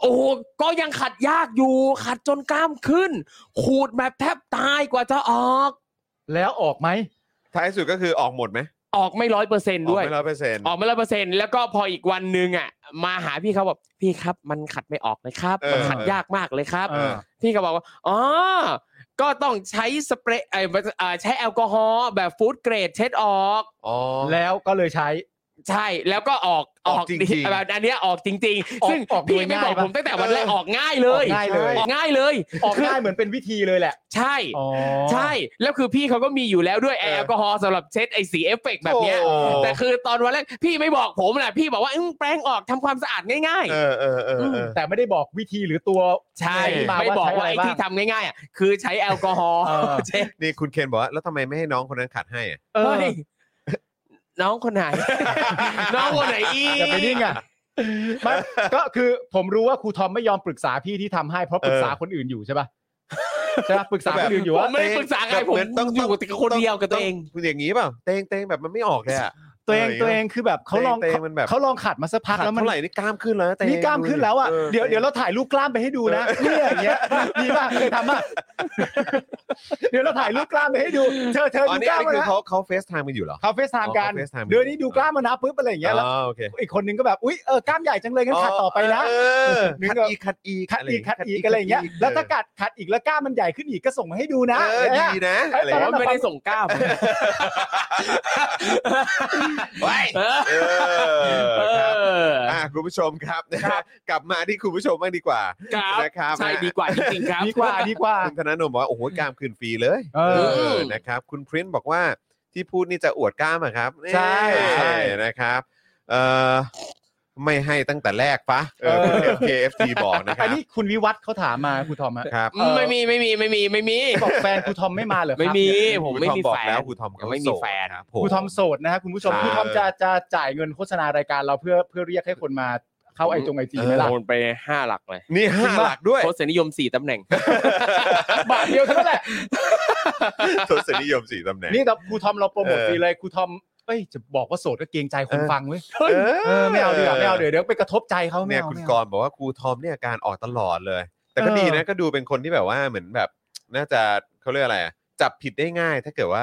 [SPEAKER 3] โอ้โหก็ยังขัดยากอยู่ ขัดจนกล้ามขึ้น ขูดแบบแทบตายกว่าจะออก
[SPEAKER 2] แล้วออกไหม
[SPEAKER 1] ท้ายสุดก็คือออกหมดไหม
[SPEAKER 3] ออกไม่ร้อยเปอร์เซนต์ด้วย
[SPEAKER 1] ร้อยเปอร์เซ็นต์
[SPEAKER 3] ออกไม่ร้อยเปอร์เซนต์แล้วก็พออีกวันหนึ่งอ่ะ มาหาพี่เขาบอกพี่ครับมันขัดไม่ออกเลยครับ
[SPEAKER 1] เออ
[SPEAKER 3] มันขัดยากมากเลยครับ
[SPEAKER 2] เออ
[SPEAKER 3] พี่ก็บอกว่า อ๋อ ก็ต้องใช้สเปรย์เอ่อเอ่อใช้แอลกอฮอล์แบบฟู้ดเกรดเช็ดออก
[SPEAKER 1] อ๋อ
[SPEAKER 2] แล้วก็เลยใช้
[SPEAKER 3] ใช่แล้วก็ออก
[SPEAKER 1] ออกจริงๆ
[SPEAKER 3] แบบอันเนี้ยออกจริง
[SPEAKER 2] ออก
[SPEAKER 3] ๆ ซึ่ง
[SPEAKER 2] ออกโดย
[SPEAKER 3] พี่ไม่
[SPEAKER 2] ง่าย
[SPEAKER 3] บอก
[SPEAKER 2] ปะ
[SPEAKER 3] ผมตั้งแต่วันแรก
[SPEAKER 1] เออ
[SPEAKER 3] ออกง่ายเลย
[SPEAKER 2] ออกง่ายเลย
[SPEAKER 3] ออกง่ายเลย
[SPEAKER 2] ออกง่ายเหมือนเป็นวิธีเลยแหละ
[SPEAKER 3] ใช่
[SPEAKER 2] อ๋อ
[SPEAKER 3] ใช่ แล้วคือพี่เขาก็มีอยู่แล้วด้วยไอ้
[SPEAKER 1] เออ
[SPEAKER 3] แอลกอฮอล์สำหรับเช็ดไอ้สีเอฟเฟกต์แบบเนี้ย
[SPEAKER 1] โอ้
[SPEAKER 3] แต่คือตอนวันแรกพี่ไม่บอกผมนะพี่บอกว่าอึ้งแปรงออกทำความสะอาดง่าย
[SPEAKER 1] เออเออเออเออ
[SPEAKER 2] แต่ไม่ได้บอกวิธีหรือตัว
[SPEAKER 3] ๆ ใช่
[SPEAKER 2] ที่
[SPEAKER 3] ไม่บอกว่าไอ้
[SPEAKER 2] ใช้ะร
[SPEAKER 3] ที่
[SPEAKER 2] บ้ง
[SPEAKER 3] ทำง่ายๆอ่ะคือใช้แอลกอฮอล์
[SPEAKER 2] เออ
[SPEAKER 3] เช็ด
[SPEAKER 1] นี่คุณเคนบอกว่า แล้วทำไมไม่ให้น้องคนนั้นขัดให้อะ
[SPEAKER 2] เออ
[SPEAKER 3] เฮ้ยน้องคนไหน น้องคนไหนอีก
[SPEAKER 2] อย่าไปนิ่งอ่ะไมันก็คือผมรู้ว่าครูทอมไม่ยอมปรึกษาพี่ที่ทำให้เพราะปรึกษา
[SPEAKER 1] เออ
[SPEAKER 2] คนอื่นอยู่ใช่ป่ะใช่ปะปรึกษาคนอื่นอยู่
[SPEAKER 3] ผ
[SPEAKER 2] ว่าม
[SPEAKER 3] ไม่ได้ปรึกษาใครผม
[SPEAKER 1] เหนต้
[SPEAKER 3] อยู่กับคนเดียวกับตัวเอง
[SPEAKER 1] คุณอย่างนี้เปล่าเตงเตงแบบมันไม่ออกเลยอะ
[SPEAKER 2] ตัวเองตัวเองคือแบบเขาลอง
[SPEAKER 1] เตงมันแบบ
[SPEAKER 2] เขาลองขัดมาสักพัก
[SPEAKER 1] ขัด
[SPEAKER 2] แล้วมัน
[SPEAKER 1] เท่าไหร่นี่กล้ามขึ้นแล้วะเตง
[SPEAKER 2] นี่กล้ามขึ้นแล้วอ่ะ
[SPEAKER 1] ออ
[SPEAKER 2] เดี๋ยวเดี๋ยวเราถ่ายรูปกล้ามไปให้ดูนะเนี่ยอย่างเงี้ยดีป่ะเคยทำป่ะเดี๋ยวเราถ่ายรูปกล้ามไปให้ดูเธอเธอ
[SPEAKER 1] อ๋อ
[SPEAKER 2] ดู
[SPEAKER 1] นี่
[SPEAKER 2] กล้าม
[SPEAKER 1] นี่
[SPEAKER 2] มา
[SPEAKER 1] คือ
[SPEAKER 2] นะ
[SPEAKER 1] เขาเขาเฟซไทม์กันอยู่เหรอ
[SPEAKER 2] เขาเฟซไทม์กัน
[SPEAKER 1] อ๋อเขา FaceTime
[SPEAKER 2] เดี๋ยวนี้ดูกล้ามมานะปุ๊บอะไรอย่างเงี้ยแล้ว
[SPEAKER 1] อ๋อโอเค
[SPEAKER 2] อีกคนนึงก็แบบอุ๊ยเออกล้ามใหญ่จังเลยงั้นขัดต่อไปนะ
[SPEAKER 1] เออ
[SPEAKER 2] นึก
[SPEAKER 1] ขัด
[SPEAKER 2] ว่า
[SPEAKER 1] อีกขัดอีก
[SPEAKER 2] ขัดอีกขัดอีกอะไรอย่างเงี้ย
[SPEAKER 1] ขัด
[SPEAKER 2] แล้วถ้ากัดขัดอีกแล้วกล้ามมันใหญ่ขึ้นอีกก็ส่งมาให้ดูนะ
[SPEAKER 1] เออ
[SPEAKER 2] อะไร
[SPEAKER 1] ดี
[SPEAKER 2] เงี้ย
[SPEAKER 1] นะ
[SPEAKER 2] เอ้ย
[SPEAKER 1] อะไร
[SPEAKER 2] ต
[SPEAKER 1] อ
[SPEAKER 2] อน
[SPEAKER 1] ย่างเงี้ย
[SPEAKER 2] นั้น
[SPEAKER 3] ไม่ได้ส่งกล้าม
[SPEAKER 1] เฮ้ย
[SPEAKER 3] เออ
[SPEAKER 1] เออ
[SPEAKER 3] เอ
[SPEAKER 1] ครับ
[SPEAKER 3] อ
[SPEAKER 1] อ่ะคุณผู้ชมครับนะฮะกลับมาที่คุณผู้ชมบ้างดีกว่า
[SPEAKER 3] ครับ
[SPEAKER 1] นะครับ
[SPEAKER 3] ใช่
[SPEAKER 1] นะฮะ
[SPEAKER 3] ดีกว่าจริงๆครับ
[SPEAKER 2] ดีกว่าดีกว่า
[SPEAKER 1] คุณธนาโนมบอกว่า โอ้โหกล้ามคืนฟรีเลย
[SPEAKER 2] เออ
[SPEAKER 1] เออนะครับ คุณพรินบอกว่าที่พูดนี่จะอวดกล้ามอะครับ
[SPEAKER 2] ใช่
[SPEAKER 1] ใช่นะครับเอ่อไม่ให้ตั้งแต่แรกปะเออ
[SPEAKER 2] เออ
[SPEAKER 1] KFT บอกนะครั
[SPEAKER 2] อัน
[SPEAKER 1] บ
[SPEAKER 2] นี้คุณวิวัฒน์เขาถามมาครูทอมอะ
[SPEAKER 1] ครับ
[SPEAKER 2] เออ
[SPEAKER 3] ไม่มีไม่มีไม่มีไม่มี
[SPEAKER 2] บอกแฟนครูทอมไม่มาเหรอครับ
[SPEAKER 3] ไม่มีผมไม่
[SPEAKER 1] ครู
[SPEAKER 3] มี
[SPEAKER 1] ทอบอก
[SPEAKER 3] แฟ
[SPEAKER 1] แล้ว
[SPEAKER 3] น
[SPEAKER 1] ครูทอมก็
[SPEAKER 3] ไม่มีแฟน
[SPEAKER 1] ครับผ
[SPEAKER 2] ครูทอมโสดนะฮะคุณผู้ชม
[SPEAKER 1] ครับ
[SPEAKER 2] ครูทอมจะจะจ่ายเงินโฆษณารายการเราเพื่อเพื่อเรียกให้คนมาเข้าไอจงไอจีไหมล่ะ
[SPEAKER 3] โดนไปห้าหลักเลย
[SPEAKER 1] นี่ห้าหลักด้วย
[SPEAKER 3] โค้ชนิยมสี่ตำแหน่ง
[SPEAKER 2] บาทเดียวเท่านั้นแหละ
[SPEAKER 1] ทศนิยมสี่ตำแหน่ง
[SPEAKER 2] นี่แต่ครูทอมเราโปรโมท
[SPEAKER 1] เออ
[SPEAKER 2] ฟรีเลยครูทอมเอ้ยจะบอกว่าโสดก็เกรงใจคนฟังเว้ย
[SPEAKER 1] เอ
[SPEAKER 2] เออไม่เอาดีกว่าไม่เอาเดี๋ยวเดี๋ยวไปกระทบใจเขาไม่
[SPEAKER 1] เนี่ย
[SPEAKER 2] เอา
[SPEAKER 1] คุณ
[SPEAKER 2] ไม่
[SPEAKER 1] ก
[SPEAKER 2] เอา
[SPEAKER 1] รณ์บอกว่าครูทอมเนี่ยอาการออกตลอดเลย แต่ก็
[SPEAKER 2] เออ
[SPEAKER 1] ดีนะก็ดูเป็นคนที่แบบว่าเหมือนแบบ น่าจะเขาเรียกอะไรอะจับผิดได้ง่าย ถ้าเกิดว่า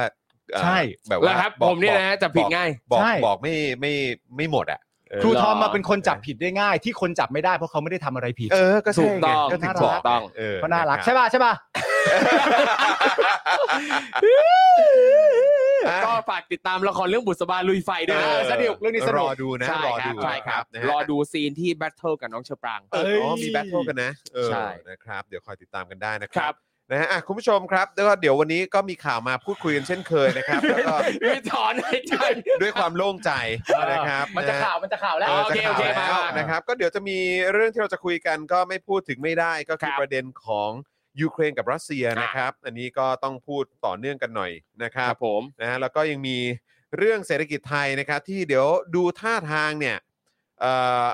[SPEAKER 1] เอ่อ
[SPEAKER 2] ใช่
[SPEAKER 1] แบบ
[SPEAKER 3] แล้
[SPEAKER 1] ว่าว
[SPEAKER 3] ครับ
[SPEAKER 1] อก
[SPEAKER 3] ผมเนี่ยนะจะผิดง่าย
[SPEAKER 1] บอก
[SPEAKER 2] ใช่
[SPEAKER 1] บอกไม่ไม่ไม่หมดอ่ะเออ
[SPEAKER 2] ครู
[SPEAKER 3] หรอ
[SPEAKER 2] ทอมมาเป็นคนจับผิดได้ง่าย ที่คนจับไม่ได้เพราะเขาไม่ได้ทำอะไรผิด
[SPEAKER 1] เออก็ใช่
[SPEAKER 3] ถูกต้อง
[SPEAKER 1] ไก็ถึง
[SPEAKER 2] น่า
[SPEAKER 1] บ
[SPEAKER 2] รั
[SPEAKER 1] อก ก
[SPEAKER 3] ต้อง
[SPEAKER 1] เออ
[SPEAKER 2] เพราะน่ารัก
[SPEAKER 1] ะค
[SPEAKER 2] ใช่
[SPEAKER 1] บ
[SPEAKER 2] ป่ะใช่ป่ะ
[SPEAKER 1] อ่ะ
[SPEAKER 3] ก็ฝากติดตามละครเรื่องบุษบาลุยไฟด้วยนะ
[SPEAKER 2] เออ สนุกเรื่องนี้สนุก
[SPEAKER 1] รอดูนะ
[SPEAKER 3] ใช่
[SPEAKER 1] รอ
[SPEAKER 3] ครั
[SPEAKER 1] ดู
[SPEAKER 3] บใช่ครับ
[SPEAKER 1] นะฮะ
[SPEAKER 3] รอดูซีนที่แบทเทิลกับน้องเชอปราง
[SPEAKER 1] เอออ๋อมีแบทเทิลกันนะเออ
[SPEAKER 3] ใช่
[SPEAKER 1] นะครับเดี๋ยวคอยติดตามกันได้นะครับ นะฮะอ่ะคุณผู้ชมครับแล้วก็เดี๋ยววันนี้ก็มีข่าวมาพูดคุยกันเช่นเคยนะครับแล้วก็
[SPEAKER 3] ไม่ถอนหายใจ
[SPEAKER 1] ด้วยความโล่งใจนะครับ
[SPEAKER 2] มันจะ
[SPEAKER 1] ฮ
[SPEAKER 2] ข่าวมันจะข่าวแล้ว
[SPEAKER 3] เออโอเคโอเค
[SPEAKER 1] จะ
[SPEAKER 3] มา
[SPEAKER 1] ข่าว
[SPEAKER 3] มา
[SPEAKER 1] แล้วนะครับก็เดี๋ยวจะมีเรื่องที่เราจะคุยกันก็ไม่พูดถึงไม่ได้ก็คือ
[SPEAKER 3] ครับ
[SPEAKER 1] ประเด็นของยูเครนกับรัสเซีย
[SPEAKER 3] ครับ
[SPEAKER 1] นะครับอันนี้ก็ต้องพูดต่อเนื่องกันหน่อยนะค
[SPEAKER 3] ค
[SPEAKER 1] รั
[SPEAKER 3] รั
[SPEAKER 1] บบ
[SPEAKER 3] ผม
[SPEAKER 1] นะฮะแล้วก็ยังมีเรื่องเศรษฐกิจไทยนะครับที่เดี๋ยวดูท่าทางเนี่ยเอ่อ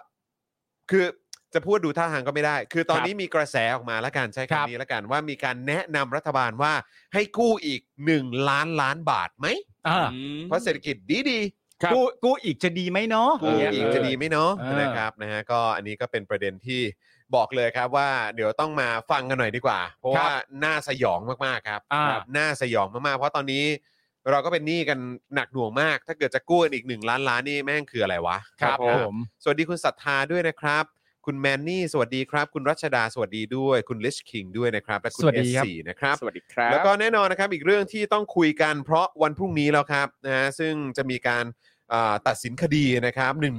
[SPEAKER 1] คือจะพูดดูท่าทางก็ไม่ได้ คือตอน
[SPEAKER 3] ครับ
[SPEAKER 1] นี้มีกระแสออกมาแล้วกันใช้
[SPEAKER 2] ครับ
[SPEAKER 1] คำนี้แล้วกันว่ามีการแนะนำรัฐบาลว่าให้กู้อีก 1 ล้านล้านบาทไหม
[SPEAKER 2] อ่า
[SPEAKER 3] อืม
[SPEAKER 1] เพราะเศรษฐกิจดีๆ
[SPEAKER 3] ครับ
[SPEAKER 2] กูกูอีกจะดีไหมเนาะ
[SPEAKER 1] กู
[SPEAKER 2] ย่าง
[SPEAKER 1] อี
[SPEAKER 2] เงี้
[SPEAKER 1] ก
[SPEAKER 2] ย
[SPEAKER 1] จะดีไหมเนาะ
[SPEAKER 2] เออ
[SPEAKER 1] นะครับนะฮะก็อันนี้ก็เป็นประเด็นที่บอกเลยครับว่า เดี๋ยวต้องมาฟังกันหน่อยดีกว่า เพราะ
[SPEAKER 2] ครับ
[SPEAKER 1] ว่าน่าสยองมากๆครับ
[SPEAKER 2] อ่า
[SPEAKER 1] ครับน่าสยองมากๆ เพราะตอนนี้เราก็เป็นหนี้กันหนักหน่วงมาก ถ้าเกิดจะกู้กันอีกหนึ่งล้านล้านนี่แม่งคืออะไรวะ
[SPEAKER 2] ครับ
[SPEAKER 1] นะ
[SPEAKER 2] ผม
[SPEAKER 1] สวัสดีคุณศรัทธาด้วยนะครับ คุณแมนนี่สวัสดีครับ คุณรัชดาสวัสดีด้วย คุณลิชคิงด้วยนะครับและคุณ
[SPEAKER 2] สวัส
[SPEAKER 1] เอ
[SPEAKER 2] ดีครับ
[SPEAKER 1] สีนะครับ
[SPEAKER 3] สวัสดีครับ
[SPEAKER 1] แล้วก็แน่นอนนะครับอีกเรื่องที่ต้องคุยกันเพราะวันพรุ่งนี้แล้วครับนะฮะซึ่งจะมีการอ่าตัดสินคดีนะครับ1นึ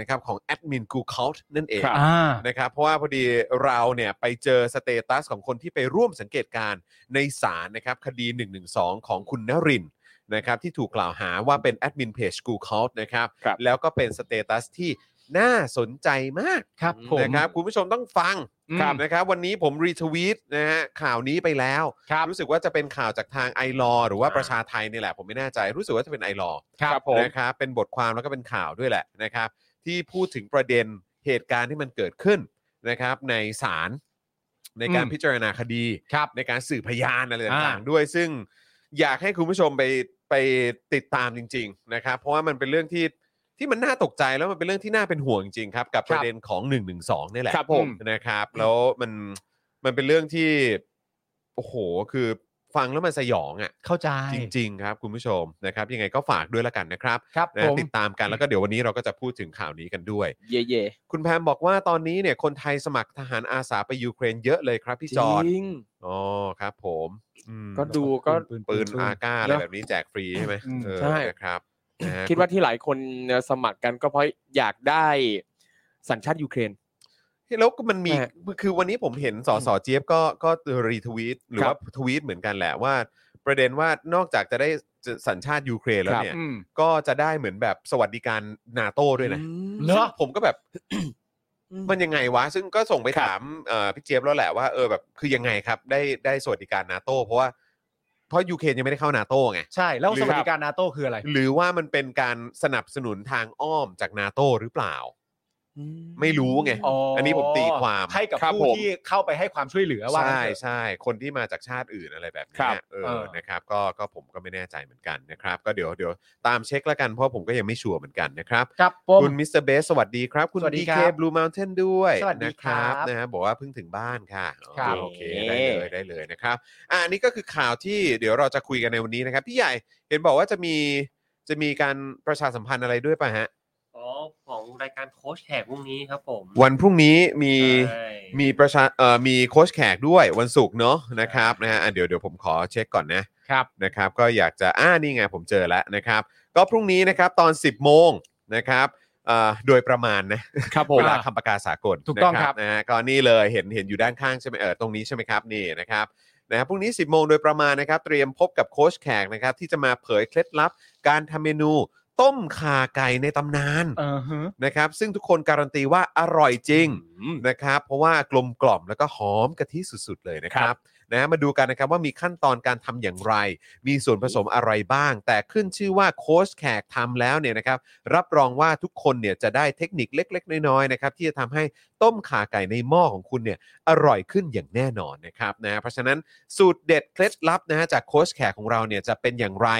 [SPEAKER 1] นะครับของแอดมิน Google Account นั่นเอง
[SPEAKER 3] ครับ
[SPEAKER 2] อ่า
[SPEAKER 1] นะครับเพราะว่าพอดีเราเนี่ยไปเจอสเตตัสของคนที่ไปร่วมสังเกตการณ์ในศาลนะครับคดี 112 ของคุณนรินทร์นะครับที่ถูกกล่าวหาว่าเป็นแอดมินเพจ Google Account นะครับ
[SPEAKER 3] ครับ
[SPEAKER 1] แล้วก็เป็นสเตตัสที่น่าสนใจมาก
[SPEAKER 2] ครับผม
[SPEAKER 1] นะครับคุณผู้ชมต้องฟัง
[SPEAKER 2] ครับ
[SPEAKER 1] นะครับวันนี้ผมรีทวีตนะฮะข่าวนี้ไปแล้ว
[SPEAKER 3] ครับ
[SPEAKER 1] สึกว่าจะเป็นข่าวจากทางไอรอหรือว่า
[SPEAKER 3] อ่า
[SPEAKER 1] ประชาไทยนี่แหละผมไม่แน่ใจรู้สึกว่าจะเป็นไอรอ
[SPEAKER 3] ครับผม
[SPEAKER 1] นะครับเป็นบทความแล้วก็เป็นข่าวด้วยแหละนะครับ ที่พูดถึงประเด็นเหตุการณ์ที่มันเกิดขึ้นนะครับ ในศาลในการ
[SPEAKER 3] อืม
[SPEAKER 1] พิจารณาคดี
[SPEAKER 3] ครับ
[SPEAKER 1] ในการสืบพยานอะไรต่าง
[SPEAKER 3] อ่า
[SPEAKER 1] ๆด้วย ซึ่งอยากให้คุณผู้ชมไปไปติดตามจริง ๆ นะครับ เพราะว่ามันเป็นเรื่องที่ที่มันน่าตกใจแล้วมันเป็นเรื่องที่น่าเป็นห่วงจริงๆครับ กับ
[SPEAKER 3] ค
[SPEAKER 1] ป
[SPEAKER 3] รับ
[SPEAKER 1] ระเด็นของ1นึนี่แหละ
[SPEAKER 3] ครับผม
[SPEAKER 1] นะครับ แล้วมันมันเป็นเรื่องที่โอ้โหคือฟังแล้วมันสยองอ่ะ
[SPEAKER 2] เข้าใจ
[SPEAKER 1] จริงๆครับคุณผู้ชมนะครับ ยังไงก็ฝากด้วยละกันนะครับ
[SPEAKER 2] ครับ
[SPEAKER 1] นะ
[SPEAKER 2] ผม
[SPEAKER 1] ติดตามกันแล้วก็เดี๋ยววันนี้เราก็จะพูดถึงข่าวนี้กันด้วย
[SPEAKER 3] เย่เย่
[SPEAKER 1] คุณแพมบอกว่าตอนนี้เนี่ยคนไทยสมัครทหารอาสาไปยูเครนเยอะเลยครับพี่จอน
[SPEAKER 3] ริง
[SPEAKER 1] อ๋อครับ ผมอืม
[SPEAKER 3] ก็ดูก็
[SPEAKER 1] ปืนอาก้าอะไรแบบนี้แจกฟรีใช่ไหม
[SPEAKER 2] อืม
[SPEAKER 1] เออ
[SPEAKER 3] ใช่
[SPEAKER 1] นะครับนะฮะ
[SPEAKER 3] คิดว่าที่หลายคนสมัครกันก็เพราะอยากได้สัญชาติยูเครน
[SPEAKER 1] แล้วก็มันมี
[SPEAKER 3] ใช่
[SPEAKER 1] คือวันนี้ผมเห็นสสเจี๊ยบก็ก็รีทวีตหรือ
[SPEAKER 3] ครั
[SPEAKER 1] ว่า
[SPEAKER 3] บ
[SPEAKER 1] ทวีตเหมือนกันแหละว่า ประเด็นว่านอกจากจะได้สัญชาติยูเครนแล้ว
[SPEAKER 3] ครับ
[SPEAKER 1] เนี่ย
[SPEAKER 2] อืม
[SPEAKER 1] ก็จะได้เหมือนแบบสวัสดิการนาโต้ด้วยนะ
[SPEAKER 2] เนอะ
[SPEAKER 1] ซึ่งผมก็แบบ มันยังไงวะ ซึ่งก็ส่งไป
[SPEAKER 3] ครับ
[SPEAKER 1] ถามเอ่อพี่เจี๊ยบแล้วแหละว่าเออแบบคือยังไงครับ ได้ได้สวัสดิการนาโต้เพราะว่าเพราะยูเครนยังไม่ได้เข้านาโต้ไง
[SPEAKER 2] ใช่แล้ว
[SPEAKER 1] หรือ
[SPEAKER 2] สวัสดิการนาโต้คืออะไร
[SPEAKER 1] หรือว่ามันเป็นการสนับสนุนทางอ้อมจากนาโต้หรือเปล่า ไม่รู้ไง
[SPEAKER 2] อ๋ออั
[SPEAKER 1] นนี้ผมตีความ
[SPEAKER 2] ให้กับ
[SPEAKER 3] ครับ
[SPEAKER 2] ผู้
[SPEAKER 3] ผม
[SPEAKER 2] ที่เข้าไปให้ความช่วยเหลือว่า
[SPEAKER 1] ใช่
[SPEAKER 2] งั้นเถอะ
[SPEAKER 1] ใช่คนที่มาจากชาติอื่นอะไรแบบ
[SPEAKER 3] ครั
[SPEAKER 1] เนี้
[SPEAKER 3] บ
[SPEAKER 1] ยเอ
[SPEAKER 2] เอ
[SPEAKER 1] อ
[SPEAKER 2] อ
[SPEAKER 1] นะครับ ก็ก็ผมก็ไม่แน่ใจเหมือนกันนะครับ ก็เดี๋ยวเดี๋ยวตามเช็คละกันเพราะผมก็ยังไม่ชัวร์เหมือนกันนะครับ
[SPEAKER 2] ครับผม
[SPEAKER 1] คุณมิสเตอร์เบสสวัสดีครับ คุณ
[SPEAKER 2] สวัสดี
[SPEAKER 1] ดี
[SPEAKER 2] ครั
[SPEAKER 1] เค
[SPEAKER 2] บบ
[SPEAKER 1] ลูมา t เทนด้วย
[SPEAKER 2] สวัสดี
[SPEAKER 1] นะครับ นะฮะบอกว่าเพิ่งถึงบ้านค่ะอ๋อ
[SPEAKER 2] ครับ
[SPEAKER 1] โอเคได้เลยได้เลยนะครับอ่านี่ก็คือข่าวที่เดี๋ยวเราจะคุยกันในวันนี้นะครับ พี่ใหญ่เห็นบอกว่าจะมีจะมีการประชาสัมพันธ์อะไรด้วยป่ะฮะ
[SPEAKER 4] อ๋อของรายการโค้ชแขกพรุ่งนี้ครับผม
[SPEAKER 1] วันพรุ่งนี้มี
[SPEAKER 4] ใช่
[SPEAKER 1] มีประชาเอ่อมีโค้ชแขกด้วยวันศุกร์เนาะนะครับนะฮะอ่ะเดี๋ยวเดี๋ยวผมขอเช็คก่อนนะครับ นะครับ ก็อยากจะอ่านี่ไงผมเจอแล้วนะครับ ก็พรุ่งนี้นะครับตอน 10 โมงนะครับอ่าโดยประมาณนะ
[SPEAKER 3] ครับผม
[SPEAKER 1] เวลาคำประกาศสากล
[SPEAKER 3] ถูกต้อง
[SPEAKER 1] นะครับ นะฮะก็นี่เลยเห็นเห็นอยู่ด้านข้างใช่ไหมเออตรงนี้ใช่ไหมครับนี่นะครับนะฮะพรุ่งนี้ 10 โมงโดยประมาณนะครับ เตรียมพบกับโค้ชแขกนะครับ ที่จะมาเผยเคล็ดลับ การทำเมนูต้มข่าไก่ในตำนาน
[SPEAKER 2] เออฮะ
[SPEAKER 1] นะครับ ซึ่งทุกคนการันตีว่าอร่อยจริงนะครับ เพราะว่ากลมกล่อมแล้วก็หอมกะทิสุดๆเลยนะครับนะฮะมาดูกันนะครับว่ามีขั้นตอนการทำอย่างไร มีส่วนผสมอะไรบ้าง แต่ขึ้นชื่อว่าโค้ชแขกทำแล้วเนี่ยนะครับ รับรองว่าทุกคนเนี่ยจะได้เทคนิคเล็ก ๆ น้อยๆนะครับที่จะทำให้ต้มข่าไก่ในหม้อของคุณเนี่ยอร่อยขึ้นอย่างแน่นอนนะครับนะเพราะฉะนั้นสูตรเด็ดเคล็ดลับนะฮะจากโค้ชแขกของเราเนี่ยจะเป็นอย่างไร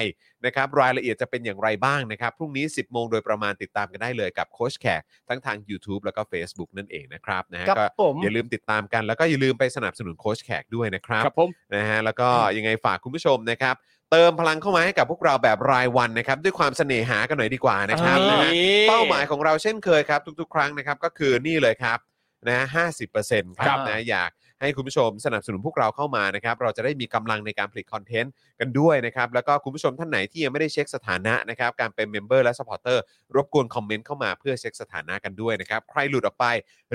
[SPEAKER 1] นะครับรายละเอียดจะเป็นอย่างไรบ้างนะครับพรุ่งนี้ 10 โมงโดยประมาณติดตามกันได้เลยกับโค้ชแขกทั้งทาง YouTube แล้วก็ Facebook นั่นเองนะครับนะฮะ
[SPEAKER 2] กับ
[SPEAKER 1] ก็
[SPEAKER 2] ผม
[SPEAKER 1] อย่าลืมติดตามกันแล้วก็อย่าลืมไปสนับสนุนโค้ชแขกด้วยนะครับ
[SPEAKER 3] ครับผม
[SPEAKER 1] นะฮะแล้วก็ยังไงฝากคุณผู้ชมนะครับ เติมพลังเข้ามาให้กับพวกเราแบบรายวันนะครับ ด้วยความเสน่หากันหน่อยดีกว่านะครับ
[SPEAKER 3] อ่าน
[SPEAKER 1] นะฮะเป้าหมายของเราเช่นเคยครับ ทุกๆ ครั้งนะครับก็คือนี่เลยครับนะห้าสิบเปอร์เซ็นต์ครับนะอยากให้คุณผู้ชมสนับสนุนพวกเราเข้ามานะครับ เราจะได้มีกำลังในการผลิตคอนเทนต์กันด้วยนะครับ แล้วก็คุณผู้ชมท่านไหนที่ยังไม่ได้เช็คสถานะนะครับ การเป็นเมมเบอร์และสปอร์เตอร์รบกวนคอมเมนต์เข้ามาเพื่อเช็คสถานะกันด้วยนะครับใครหลุดออกไป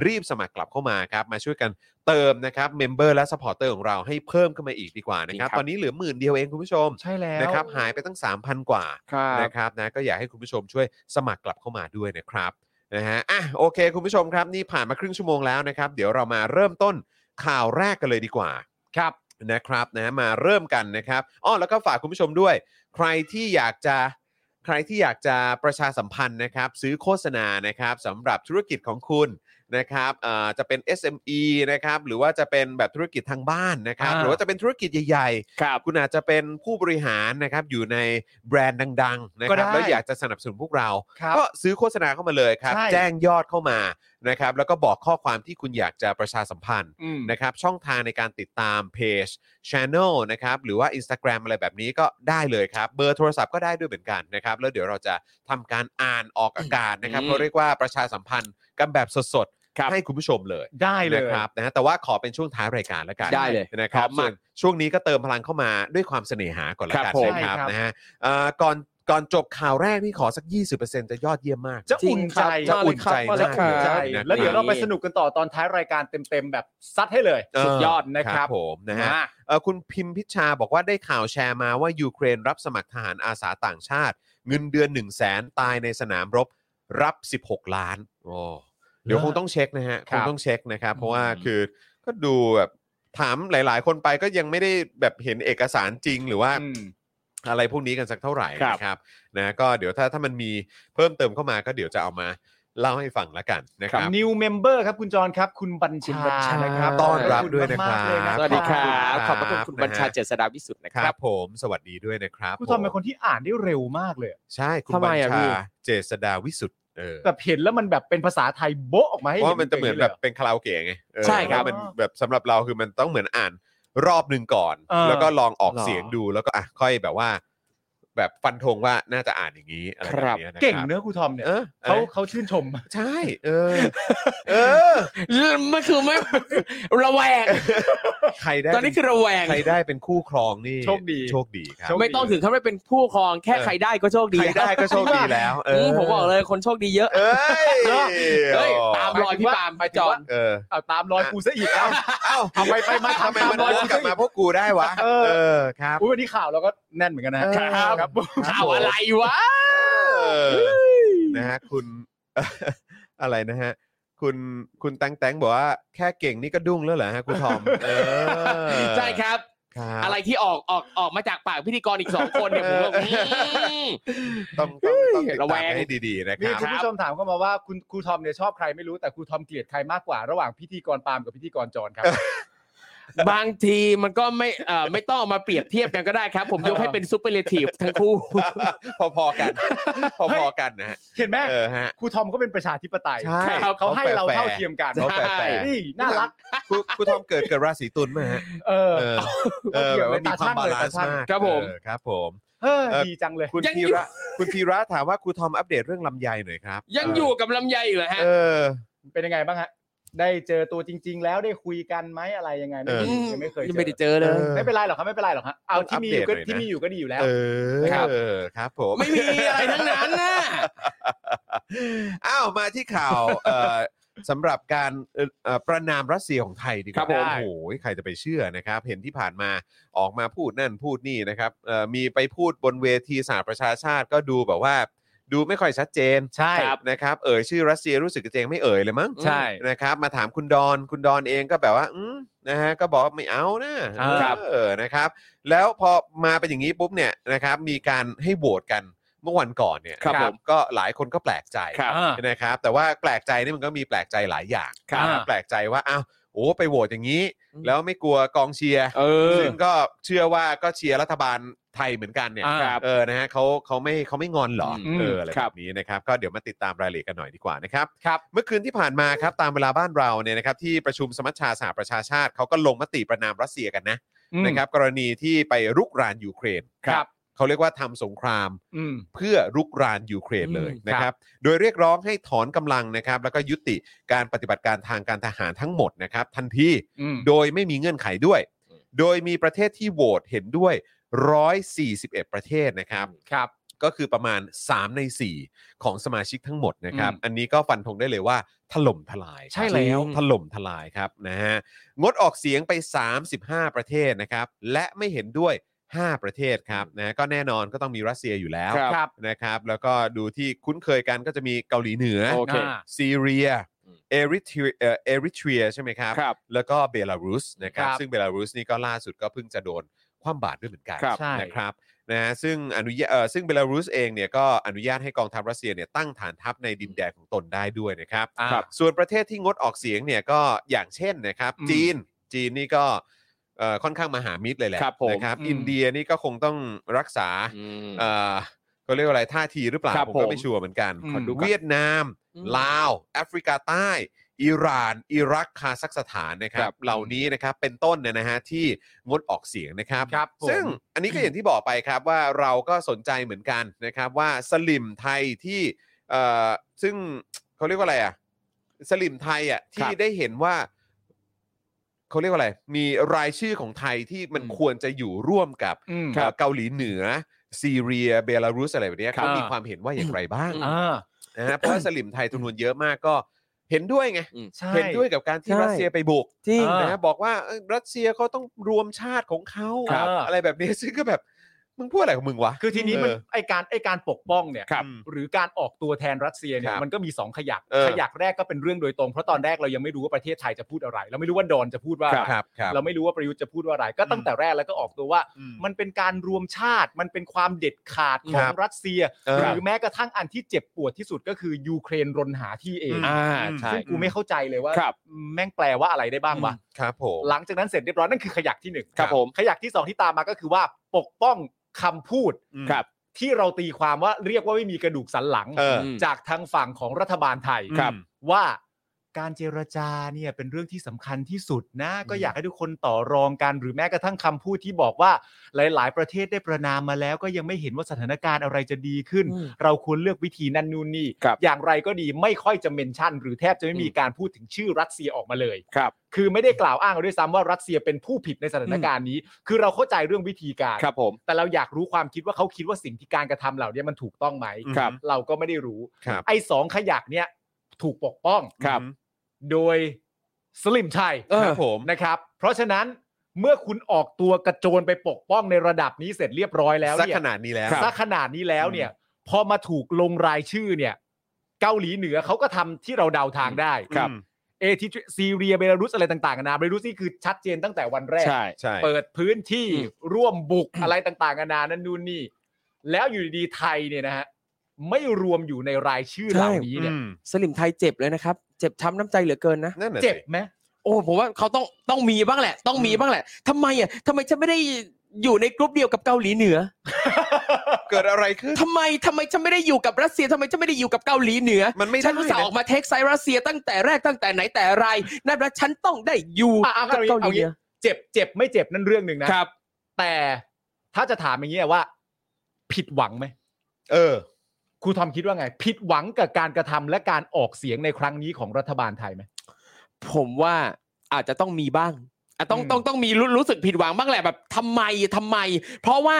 [SPEAKER 1] รีบสมัครกลับเข้ามาครับ มาช่วยกันเติมนะครับเมมเบอร์และสปอร์เตอร์ของเราให้เพิ่มขึ้นมาอีกดีกว่านะครับ
[SPEAKER 3] ดีครับ
[SPEAKER 1] ตอนนี้เหลือหมื่นเดียวเองคุณผู้ชม
[SPEAKER 2] ใช่แล้ว
[SPEAKER 1] นะครับหายไปตั้ง 3,000 กว่า
[SPEAKER 3] ครับ
[SPEAKER 1] นะครับนะก็อยากให้คุณผู้ชมช่วยสมัครกลับเข้ามาด้วยนะครับนะฮะอ่ะโอเค คุณผู้ชมครับนี่ผ่านมาครึ่งชั่วโมงแล้วนะครับ เดี๋ยวเรามาเริ่มต้นข่าวแรกกันเลยดีกว่า
[SPEAKER 2] ครับ
[SPEAKER 1] นะครับนะมาเริ่มกันนะครับอ้อแล้วก็ฝากคุณผู้ชมด้วย ใครที่อยากจะใครที่อยากจะประชาสัมพันธ์นะครับ ซื้อโฆษณานะครับสำหรับธุรกิจของคุณนะครับเอ่อจะเป็น SME นะครับหรือว่าจะเป็นแบบธุรกิจทางบ้านนะครับ
[SPEAKER 3] อ่า
[SPEAKER 1] หรือว่าจะเป็นธุรกิจใหญ่
[SPEAKER 3] ครับ
[SPEAKER 1] ๆ คุณอาจจะเป็นผู้บริหารนะครับอยู่ในแบรนด์ดังๆนะครับแล้วอยากจะสนับสนุนพวกเรา
[SPEAKER 2] ครับ
[SPEAKER 1] ก็ซื้อโฆษณาเข้ามาเลยครับ
[SPEAKER 2] ใช่
[SPEAKER 1] แจ้งยอดเข้ามานะครับ แล้วก็บอกข้อความที่คุณอยากจะประชาสัมพันธ์
[SPEAKER 2] อืม
[SPEAKER 1] นะครับช่องทางในการติดตามเพจ Channel นะครับหรือว่า Instagram อะไรแบบนี้ก็ได้เลยครับ เบอร์โทรศัพท์ก็ได้ด้วยเหมือนกันนะครับ แล้วเดี๋ยวเราจะทำการอ่านออกอากาศนะครับ
[SPEAKER 3] อืม
[SPEAKER 1] เขาเรียกว่าประชาสัมพันธ์กันแบบสด
[SPEAKER 3] ครับ
[SPEAKER 1] ๆ ให้คุณผู้ชมเลย
[SPEAKER 2] ได้เลย
[SPEAKER 1] นะครับนะฮะแต่ว่าขอเป็นช่วงท้ายรายการแล้วกัน
[SPEAKER 3] ได้เลย
[SPEAKER 1] นะครับ
[SPEAKER 3] พร้อม
[SPEAKER 1] ส่
[SPEAKER 3] มาก
[SPEAKER 1] วนช่วงนี้ก็เติมพลังเข้ามาด้วยความเสน่หาก่อนละกัน
[SPEAKER 3] ครับผม
[SPEAKER 1] นะครับ
[SPEAKER 2] ใช่ครับ
[SPEAKER 1] นะฮะเอ่อก่อนก่อนจบข่าวแรกนี่ขอสัก 20%จะยอดเยี่ยมมาก
[SPEAKER 2] จะอุ่นใจ
[SPEAKER 1] จะ
[SPEAKER 3] มา
[SPEAKER 1] อุ่น
[SPEAKER 3] เลยครับ
[SPEAKER 1] ใจ
[SPEAKER 3] มาเลย
[SPEAKER 1] มาก
[SPEAKER 3] ครั
[SPEAKER 1] เลย
[SPEAKER 3] บ
[SPEAKER 2] ใจ
[SPEAKER 1] นะครับ
[SPEAKER 2] แล้วเดี๋ยวเราไปสนุกกันต่อตอนท้ายรายการเต็มๆแบบซัดให้เลย
[SPEAKER 1] เ
[SPEAKER 2] สุดยอดนะครับ
[SPEAKER 1] ผมนะฮะ
[SPEAKER 2] มา
[SPEAKER 1] เอ่อคุณพิมพิชาบอกว่าได้ข่าวแชร์มาว่ายูเครนรับสมัครทหารอาสาต่างชาติ เงินเดือน 1 0 0 0 0แสนตายในสนามรบรับ 16 ล้านโอ้ เดี๋ยวคงต้องเช็คนะฮะ
[SPEAKER 2] ค
[SPEAKER 1] ครับ งต้องเช็คนะครับ เพราะว่า
[SPEAKER 3] อืม
[SPEAKER 1] คือก็ดูแบบถามหลาย ๆ คนไปก็ยังไม่ได้แบบเห็นเอกสารจริงหรือว่า
[SPEAKER 2] อืม
[SPEAKER 1] อะไรพวกนี้กันสักเท่าไหร่
[SPEAKER 2] ครับ
[SPEAKER 1] นะครับนะก็เดี๋ยวถ้าถ้ามันมีเพิ่มเติมเข้ามาก็เดี๋ยวจะเอามาเล่าให้ฟังละกันนะค
[SPEAKER 2] ครั
[SPEAKER 1] รับ
[SPEAKER 2] บ new member ครับคุณจรครับ คุณบัญ
[SPEAKER 3] คุณ
[SPEAKER 2] ชา
[SPEAKER 3] บัญชา
[SPEAKER 2] นะครับ
[SPEAKER 1] ต้อนรับ
[SPEAKER 2] ขณ
[SPEAKER 1] ด้วยนะครับ
[SPEAKER 2] มากๆเลยนะ
[SPEAKER 3] สวัสดีครับ
[SPEAKER 1] ค
[SPEAKER 3] ข
[SPEAKER 1] รับ
[SPEAKER 3] อบพระคุณคุณบัญชาเจษฎาวิสุทธิ์นะ
[SPEAKER 1] ค
[SPEAKER 3] ค
[SPEAKER 1] รั
[SPEAKER 3] รั
[SPEAKER 1] บบ ผมสวัสดีด้วยนะครับ
[SPEAKER 2] คุณจรเป็นคนที่อ่านได้เร็วมากเลย
[SPEAKER 1] ใช่คุณ
[SPEAKER 3] ทำ
[SPEAKER 1] บั
[SPEAKER 3] ไม
[SPEAKER 1] ญ
[SPEAKER 3] อะพี่
[SPEAKER 1] ชาเจษฎาวิสุทธิ์เออ
[SPEAKER 2] แต่เห็นแล้วมันแบบเป็นภาษาไทยโบ๊ะออกมาให้
[SPEAKER 1] เพราะว่ามันจะเหมือนแบบ
[SPEAKER 2] ลย
[SPEAKER 1] เป็นคาราโอเกะไงเออ
[SPEAKER 3] ใช่ครับ
[SPEAKER 1] มันแบบสำหรับเราคือมันต้องเหมือนอ่านรอบหนึ่งก่อน
[SPEAKER 2] เออ
[SPEAKER 1] แล้วก็ลองออก
[SPEAKER 3] หรอ
[SPEAKER 1] เสียงดูแล้วก็อ่ะค่อยแบบว่า แบบฟันธงว่าน่าจะอ่านอย่างนี้อะไรแบบนี้ยนะครับ
[SPEAKER 2] เก่งเนื้อะครูทอมเนี่ย
[SPEAKER 1] เอออะไร
[SPEAKER 2] เขาเขาชื่นชม
[SPEAKER 1] ใช่ เออ เอ อ
[SPEAKER 3] มันคือไม่ ระแวง
[SPEAKER 1] ใครได้
[SPEAKER 3] ตอนนี้คือระแวง
[SPEAKER 1] ใครได้เป็นคู่ครองนี่
[SPEAKER 2] โชคดี
[SPEAKER 1] โชคดีครับ
[SPEAKER 2] โชคดี
[SPEAKER 3] ไม่ต้องถึงขั้นไม่เป็นผู้ครองแค่
[SPEAKER 1] เออ
[SPEAKER 3] ใครได้ก็โชคดี
[SPEAKER 1] ใครได้ก็โชคดี
[SPEAKER 3] แล้ว
[SPEAKER 1] แล้วเอ
[SPEAKER 3] อื
[SPEAKER 1] อ
[SPEAKER 3] มผมบอกเลยคนโชคดีเยอะ
[SPEAKER 1] เอ้ย
[SPEAKER 3] เฮ้ย ตามรอยพี่ปาล์มไปจอน
[SPEAKER 1] เออ
[SPEAKER 2] เอาตามรอยกูซะอีกเอ้า
[SPEAKER 1] เอ้าทำไมไปมาทำไมมัน
[SPEAKER 2] ตามรอย
[SPEAKER 1] วนกลับมาพวกกูได้วะ
[SPEAKER 2] เออ
[SPEAKER 1] อครับ
[SPEAKER 2] อุ๊ยวันนี้ข่าวเราก็แน่นเหมือนกันนะ
[SPEAKER 1] เออ
[SPEAKER 2] ครับ
[SPEAKER 3] ข่าวอะไรวะ
[SPEAKER 1] เออนะฮะคุณ อะไรนะฮะ คุณคุณแตงแตงบอกว่าแค่เก่งนี่ก็ดุ้งแล้วเหรอฮะคุณทอมเออ
[SPEAKER 3] ใช่ครับ
[SPEAKER 1] ครับ
[SPEAKER 3] อะไรที่ออกออกออกมาจากปากพิธีกรอีกสองคนเนี่ยผมก็อืม
[SPEAKER 1] ต้องต้องต้องติด
[SPEAKER 3] ระแว
[SPEAKER 1] ตาม
[SPEAKER 3] ง
[SPEAKER 1] ให้ดีๆนะค
[SPEAKER 2] นี่
[SPEAKER 1] รับ
[SPEAKER 2] คุณผู้ชมถามเข้ามาว่าคุณครูทอมเนี่ยชอบใครไม่รู้แต่ครูทอมเกลียดใครมากกว่าระหว่างพิธีกรปาล์มกับพิธีกรจอนครับ
[SPEAKER 3] บางทีมันก็ไม่เอ่อไม่ต้องเอามาเปรียบเทียบกันก็ได้ครับ ผมยกให้เป็นซูเปอร์เลทีฟทั้งคู่
[SPEAKER 1] พอๆกัน พอๆกันนะฮะ
[SPEAKER 2] เห็นไหม
[SPEAKER 1] เออฮะ
[SPEAKER 2] ครูทอมก็เป็นประชาธิปไตย
[SPEAKER 1] ใช่
[SPEAKER 2] ครับเขาให้เราเท่าเทียมกัน
[SPEAKER 1] เขาแฟร์
[SPEAKER 3] ใช่
[SPEAKER 1] ๆ
[SPEAKER 2] นี่น่ารัก
[SPEAKER 1] ครูครูทอมเกิดเกิดราศีตุลไหมฮะ
[SPEAKER 2] เออ
[SPEAKER 1] เออเออแบบว่ามีความ
[SPEAKER 2] ตาชั่ง
[SPEAKER 1] บา
[SPEAKER 2] เลย
[SPEAKER 1] ลานซ์
[SPEAKER 2] ตาชั่ง
[SPEAKER 1] มาก
[SPEAKER 3] ครับผม
[SPEAKER 1] เออครับผม
[SPEAKER 2] เฮ้ย
[SPEAKER 1] เออ
[SPEAKER 2] ดีจังเลย
[SPEAKER 1] คุณ
[SPEAKER 3] ยัง
[SPEAKER 1] พี
[SPEAKER 3] อยู่
[SPEAKER 1] ระคุณพีระถามว่าครูทอมอัปเดตเรื่องลำไยหน่อยครับ
[SPEAKER 3] ยังอยู่กับลำไยอยู่เหรอฮะ
[SPEAKER 1] เออ
[SPEAKER 2] เป็นยังไงบ้างฮะ ได้เจอตัวจริง ๆ แล้วได้คุยกันไหมอะไรยังไงไม่
[SPEAKER 1] เออ
[SPEAKER 2] มียังไม่เคย
[SPEAKER 3] ยัง
[SPEAKER 2] เจ
[SPEAKER 3] ไม่ได้
[SPEAKER 2] อ
[SPEAKER 3] เจอเลย
[SPEAKER 1] อ
[SPEAKER 2] ไม่เป็นไรหรอกครับไม่เป็นไรหรอกฮะเอาที่มีอยู่ก็
[SPEAKER 1] อัปเดตหน่อยนะ
[SPEAKER 2] ที่มีอยู่ก็ดีอยู่แล้ว
[SPEAKER 1] เอ
[SPEAKER 2] ครับ
[SPEAKER 1] อครับผม
[SPEAKER 3] ไม่มีอะไรทั้งนั้นนะ
[SPEAKER 1] อ้าวมาที่ข่าวเอ่อสำหรับการเอ่อเอ่อประนามรัสเซียของไทยดีก
[SPEAKER 3] ครั
[SPEAKER 1] ว่า
[SPEAKER 3] บผม
[SPEAKER 1] โอ้โหใครจะไปเชื่อนะครับ เห็นที่ผ่านมาออกมาพูดนั่นพูดนี่นะครับเอ่อมีไปพูดบนเวทีสหประชาชาติก็ดูแบบว่า ดูไม่ค่อยชัดเจน
[SPEAKER 2] ใช่
[SPEAKER 3] ครับ
[SPEAKER 1] นะครับเอ่ยชื่อรัสเซียรู้สึกจะเจงไม่เอ่ยเลยมั้ง
[SPEAKER 2] ใช่
[SPEAKER 1] นะครับมาถามคุณดอนคุณดอนเองก็แบบว่าอืมนะฮะก็บอกว่าไม่เอานะครับ เออนะครับแล้วพอมาเป็นอย่างนี้ปุ๊บเนี่ยนะครับมีการให้โหวตกันเมื่อวันก่อนเนี่ย
[SPEAKER 3] ครับ
[SPEAKER 1] นะ
[SPEAKER 3] ผม
[SPEAKER 1] ก็หลายคนก็แปลกใจ
[SPEAKER 3] ครับ
[SPEAKER 2] อ่า
[SPEAKER 1] นะครับแต่ว่าแปลกใจนี่มันก็มีแปลกใจหลายอย่าง
[SPEAKER 2] ครับ
[SPEAKER 1] นะแปลกใจว่าอ้าวโอ้ไปโหวตอย่างนี้
[SPEAKER 3] อืม
[SPEAKER 1] แล้วไม่กลัวกองเชียร์
[SPEAKER 3] เออ
[SPEAKER 1] ซึ่งก็เชื่อว่าก็เชียร์รัฐบาลไทยเหมือนกันเนี่ย
[SPEAKER 2] อ่า
[SPEAKER 3] ครับ
[SPEAKER 1] เออ นะฮะเขาเขาไม่เขาไม่งอนเหรอ
[SPEAKER 2] อืม
[SPEAKER 1] เออ อะไร
[SPEAKER 3] ค
[SPEAKER 1] แบ
[SPEAKER 3] รับบ
[SPEAKER 1] นี้นะครับ ก็เดี๋ยวมาติดตามรายละเอียดกันหน่อยดีกว่านะครับ
[SPEAKER 2] ครับ
[SPEAKER 1] เมื่อคืนที่ผ่านมาครับ ตามเวลาบ้านเราเนี่ยนะครับ ที่ประชุมสมัชชาสหประชาชาติเขาก็ลงมติประนามรัสเซียกันนะ
[SPEAKER 2] นะ
[SPEAKER 1] นะค
[SPEAKER 2] ครับ
[SPEAKER 1] รับ กรณีที่ไปรุกรานยูเครน
[SPEAKER 2] ครับ
[SPEAKER 1] เขาเรียกว่าทำสงคราม
[SPEAKER 2] อืม
[SPEAKER 1] เพื่อรุกรานยูเครนเลย
[SPEAKER 3] อืม
[SPEAKER 1] นะครับ โดยเรียกร้องให้ถอนกำลังนะครับ แล้วก็ยุติการปฏิบัติการทางการทหารทั้งหมดนะครับ ทันที
[SPEAKER 2] อืม
[SPEAKER 1] โดยไม่มีเงื่อนไขด้วย โดยมีประเทศที่โหวตเห็นด้วย 141 ประเทศนะครับ
[SPEAKER 2] ครับ
[SPEAKER 1] ก็คือประมาณ 3 ใน 4 ของสมาชิกทั้งหมดนะครับ
[SPEAKER 2] อืม
[SPEAKER 1] อันนี้ก็ฟันธงได้เลยว่าถล่มทลายครับ
[SPEAKER 2] ใช่แล้ว
[SPEAKER 1] ถล่มทลายครับนะฮะ งดออกเสียงไป 35 ประเทศนะครับ และไม่เห็นด้วย 5 ประเทศครับนะก็แน่นอนก็ต้องมีรัสเซียอยู่แล้ว
[SPEAKER 3] ครับ
[SPEAKER 2] ครับ
[SPEAKER 1] นะครับ แล้วก็ดูที่คุ้นเคยกันก็จะมีเกาหลีเหนือ
[SPEAKER 3] โอเค
[SPEAKER 2] อ่า
[SPEAKER 1] ซีเรีย
[SPEAKER 3] อืม
[SPEAKER 1] เอริเทรียเอ่อเอริเทรียใช่ไหมครับ
[SPEAKER 3] ครับ
[SPEAKER 1] แล้วก็เบลารุสนะครับ
[SPEAKER 2] ครับ
[SPEAKER 1] ซึ่งเบลารุสนี่ก็ล่าสุดก็เพิ่งจะโดนคว่ำบาตรด้วยเหมือนกัน
[SPEAKER 3] ครับ
[SPEAKER 2] ใช่
[SPEAKER 1] นะครับนะฮะซึ่งอนุญาเอ่อซึ่งเบลารุสเองเนี่ยก็อนุญาตให้กองทัพรัสเซียเนี่ยตั้งฐานทัพในดินแดนของตนได้ด้วยนะครับ
[SPEAKER 2] อ่า
[SPEAKER 3] ครับ
[SPEAKER 1] ส่วนประเทศที่งดออกเสียงเนี่ยก็อย่างเช่นนะครับ
[SPEAKER 2] อืม
[SPEAKER 1] จีนจีนนี่ก็เอ่อค่อนข้างมหามิตรเลยแหละ
[SPEAKER 3] ครับผม
[SPEAKER 1] นะครับ
[SPEAKER 2] อืม
[SPEAKER 1] อินเดียนี่ก็คงต้องรักษา
[SPEAKER 3] อืม
[SPEAKER 1] เอ่อก็เรียกว่าอะไรท่าทีหรือเปล่า
[SPEAKER 3] ครับ
[SPEAKER 1] ผมก็
[SPEAKER 3] ผม
[SPEAKER 1] ไม่ชัวร์เหมือนกัน
[SPEAKER 2] อืมขอดูก่อน
[SPEAKER 1] เวียดนาม
[SPEAKER 3] อืม
[SPEAKER 1] ลาว แอฟริกาใต้ อิหร่าน อิรักคาซัคสถานนะครั
[SPEAKER 3] ครับ บ
[SPEAKER 1] เหล่านี้นะครับเป็นต้นเนยนะฮะที่งดออกเสียงนะครับ
[SPEAKER 2] ครับผม
[SPEAKER 1] ซึ่งอันนี้ก็อย่างที่บอกไปครับว่าเราก็สนใจเหมือนกันนะครับว่าสลิมไทยที่เอ่อซึ่งเขาเรียกว่าอะไรอ่ะสลิมไทยอ่ะที่ได้เห็นว่าเขาเรียกว่าอะไร มีรายชื่อของไทยที่มัน
[SPEAKER 3] อืม
[SPEAKER 1] ควรจะอยู่ร่วมกับ
[SPEAKER 2] อืม
[SPEAKER 1] เอ่อเกาหลีเหนือ ซีเรียเบลารุสอะไรแบบเนี้ย
[SPEAKER 2] ครับ
[SPEAKER 1] เขามีความเห็นว่าอย่างไรบ้าง
[SPEAKER 3] อืม
[SPEAKER 2] อ่า
[SPEAKER 1] นะฮะเพราะว่าสลิมไทยจำนวนเยอะมากก็เห็นด้วยไง
[SPEAKER 2] ใช่
[SPEAKER 1] เห็นด้วยกับการที่
[SPEAKER 3] ใช่
[SPEAKER 1] รัสเซียไปบุก
[SPEAKER 3] จริง
[SPEAKER 2] เออ
[SPEAKER 1] นะฮะบอกว่าเอ้ยรัสเซียเขาต้องรวมชาติของเขา
[SPEAKER 2] ครับ
[SPEAKER 1] อะไรแบบนี้ซึ่งก็แบบ มึงพูดอะไรของมึงวะ
[SPEAKER 2] คือทีนี้มัน
[SPEAKER 1] เออ
[SPEAKER 2] ไอการไอการปกป้องเนี่ย
[SPEAKER 3] ครับ
[SPEAKER 1] อืม
[SPEAKER 2] หรือการออกตัวแทนรัสเซียเนี่
[SPEAKER 1] ค
[SPEAKER 2] ย
[SPEAKER 1] รับ
[SPEAKER 2] มันก็มีสองขยัก
[SPEAKER 1] เออ
[SPEAKER 2] ขยักแรกก็เป็นเรื่องโดยตรง เพราะตอนแรกเรายังไม่รู้ว่าประเทศไทยจะพูดอะไร เราไม่รู้ว่าดอนจะพูดว่า
[SPEAKER 1] ครับครับครับ
[SPEAKER 2] เราไม่รู้ว่าประยุทธ์จะพูดว่าอะไร ก็ตั้งแต่แรกแล้วก็ออกตัวว่า
[SPEAKER 1] อืม
[SPEAKER 2] มันเป็นการรวมชาติ มันเป็นความเด็ดขาดของ
[SPEAKER 1] ครับ
[SPEAKER 2] รัสเซีย
[SPEAKER 1] เออ
[SPEAKER 2] หรือแม้กระทั่งอันที่เจ็บปวดที่สุดก็คือยูเครนรนหาที่เอง
[SPEAKER 3] อ่าใช่
[SPEAKER 2] ซึ่งกูไม่เข้าใจเลยว่า
[SPEAKER 3] ครับ
[SPEAKER 2] แม่งแปลว่าอะไรได้บ้างวะ
[SPEAKER 1] ครับผม
[SPEAKER 2] หลังจากนั้นเสร็จเรียบร้อยนั่นคือขยักที่หนึ่ง
[SPEAKER 3] ครับผม
[SPEAKER 2] ขยักที่สองที่ตามมาก็คือว่าปกป้องคำพูด
[SPEAKER 1] อืม
[SPEAKER 3] ครับ
[SPEAKER 2] ที่เราตีความว่าเรียกว่าไม่มีกระดูกสันหลัง
[SPEAKER 1] เออ
[SPEAKER 3] อืม
[SPEAKER 2] จากทางฝั่งของรัฐบาลไทย
[SPEAKER 3] ครับ
[SPEAKER 2] ว่าการเจรจาเนี่ยเป็นเรื่องที่สำคัญที่สุดนะ ก็อยากให้ทุกคนต่อรองกัน หรือแม้กระทั่งคำพูดที่บอกว่าหลาย ๆ ประเทศได้ประนามมาแล้ว ก็ยังไม่เห็นว่าสถานการณ์อะไรจะดีขึ้น
[SPEAKER 3] อืม
[SPEAKER 2] เราควรเลือกวิธีนั่นนู่นนี่
[SPEAKER 3] ครับ
[SPEAKER 2] อย่างไรก็ดีไม่ค่อยจะเมนชั่น หรือแทบจะไม่มี
[SPEAKER 3] อืม
[SPEAKER 2] การพูดถึงชื่อรัสเซียออกมาเลย
[SPEAKER 3] ครับ
[SPEAKER 2] คือไม่ได้กล่าวอ้างด้วยซ้ำว่ารัสเซียเป็นผู้ผิดในสถานการณ์นี้ คือเราเข้าใจเรื่องวิธีการ
[SPEAKER 3] ครับผม
[SPEAKER 2] แต่เราอยากรู้ความคิดว่าเขาคิดว่าสิ่งที่การกระทำเหล่านี้มันถูกต้องไหม
[SPEAKER 3] ครับ
[SPEAKER 2] เราก็ไม่ได้รู้
[SPEAKER 1] ครับ
[SPEAKER 2] ไอ้สองขยักเนี่ยถูกปกป้อง
[SPEAKER 3] ครับ
[SPEAKER 2] โดยสลิมชัย
[SPEAKER 3] เออ
[SPEAKER 1] ครับผม
[SPEAKER 2] นะครับ เพราะฉะนั้นเมื่อคุณออกตัวกระโจนไปปกป้องในระดับนี้เสร็จเรียบร้อยแล้ว
[SPEAKER 1] สัก
[SPEAKER 2] เนี่ย
[SPEAKER 1] ขนาดนี้แล้ว
[SPEAKER 3] ครับ
[SPEAKER 2] สักขนาดนี้แล้วเนี่ย พอมาถูกลงรายชื่อเนี่ย เกาหลีเหนือเขาก็ทำที่เราเดาทางได้
[SPEAKER 3] ครับ
[SPEAKER 2] เอธิซีเรียเบลารุสอะไรต่างๆนานาเบลารุสนี่คือชัดเจนตั้งแต่วันแรก
[SPEAKER 3] ใช่
[SPEAKER 1] ใช่
[SPEAKER 2] เปิดพื้นที่
[SPEAKER 3] อืม
[SPEAKER 2] ร่วมบุกอะไรต่างๆนานานั่นนู่นนี่ แล้วอยู่ดีๆไทยเนี่ยนะฮะไม่รวมอยู่ในรายชื่อเหล่านี้เนี่ย
[SPEAKER 1] อืม
[SPEAKER 3] สลิมไทยเจ็บเลยนะครับ เจ็บช้ำน้ำใจเหลือเกินนะ
[SPEAKER 1] นั่นน่ะ
[SPEAKER 2] เจ็บ
[SPEAKER 1] สิ
[SPEAKER 2] ไหม
[SPEAKER 3] โอ้ผมว่าเขาต้องต้องมีบ้างแหละ ต้องมี
[SPEAKER 1] อืม
[SPEAKER 3] บ้างแหละทำไมอ่ะทำไมฉันไม่ได้อยู่ในกลุ่มเดียวกับเกาหลีเหนือ
[SPEAKER 1] เกิดอะไรขึ้น
[SPEAKER 3] ทำไมทำไมฉันไม่ได้อยู่กับรัสเซียทำไมฉันไม่ได้อยู่กับเกาหลีเหนือ
[SPEAKER 1] มันไม่ได้
[SPEAKER 3] ฉันรู้สึกออกมาเทคไซด์รัสเซียตั้งแต่แรกตั้งแต่ไหนแต่ไรนั่นแหละฉันต้องได้อยู่
[SPEAKER 2] อ่ะเอา
[SPEAKER 3] กับ
[SPEAKER 2] เอา
[SPEAKER 3] เกาหลี
[SPEAKER 2] เอา
[SPEAKER 3] เหนือ
[SPEAKER 2] เจ็บเจ็บไม่เจ็บนั่นเรื่องหนึ่งนะครับ แต่ถ้าจะถามอย่างเงี้ยว่า ผิดหวังไหม
[SPEAKER 1] เออ
[SPEAKER 2] ครูทอมคิดว่าไง ผิดหวังกับการกระทำและการออกเสียงในครั้งนี้ของรัฐบาลไทยไหม
[SPEAKER 3] ผมว่าอาจจะต้องมีบ้างอ่ะต้อง
[SPEAKER 2] อืม
[SPEAKER 3] ต้องต้องมีรู้รู้สึกผิดหวังบ้างแหละแบบทำไมทำไม เพราะว่า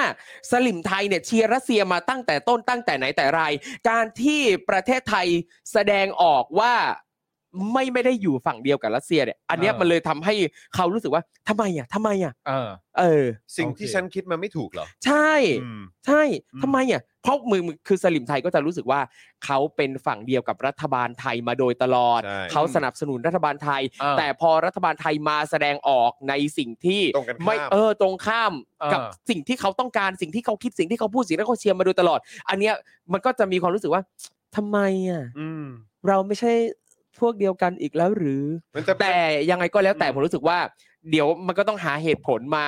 [SPEAKER 3] สลิมไทยเนี่ยเชียร์รัสเซียมาตั้งแต่ต้นตั้งแต่ไหนแต่ไร การที่ประเทศไทยแสดงออกว่าไม่ไม่ได้อยู่ฝั่งเดียวกับรัสเซียเนี่ย อันเนี้ยมันเลยทำให้เขารู้สึกว่าทำไมอ่ะทำไมอ่ะ
[SPEAKER 2] เออ
[SPEAKER 3] เออ
[SPEAKER 1] สิ่ง
[SPEAKER 2] โอเค
[SPEAKER 1] ที่ฉันคิดมันไม่ถูกเหรอ
[SPEAKER 3] ใช่
[SPEAKER 1] อืม
[SPEAKER 3] ใช่
[SPEAKER 1] อืม
[SPEAKER 3] ทำไมอ่ะเพราะมือมือคือสลิมไทยก็จะรู้สึกว่าเขาเป็นฝั่งเดียวกับรัฐบาลไทยมาโดยตลอด
[SPEAKER 1] ใช่
[SPEAKER 3] เขาสนับสนุนรัฐบาลไทย
[SPEAKER 2] เออ
[SPEAKER 3] แต่พอรัฐบาลไทยมาแสดงออกในสิ่งที่
[SPEAKER 1] ตรงกันข้าม
[SPEAKER 3] ไม่เออตรงข้ามกับ
[SPEAKER 2] เออ
[SPEAKER 3] สิ่งที่เขาต้องการสิ่งที่เขาคิดสิ่งที่เขาพูดสิ่งที่เขาเชียร์มาโดยตลอด อันเนี้ยมันก็จะมีความรู้สึกว่าทำไมอ่ะ
[SPEAKER 1] อืม
[SPEAKER 3] เราไม่ใช่พวกเดียวกันอีกแล้วหรือ
[SPEAKER 1] มันจะ
[SPEAKER 3] แต่ยังไงก็แล้วแต่
[SPEAKER 1] อืม
[SPEAKER 3] ผมรู้สึกว่า เดี๋ยวมันก็ต้องหาเหตุผลมา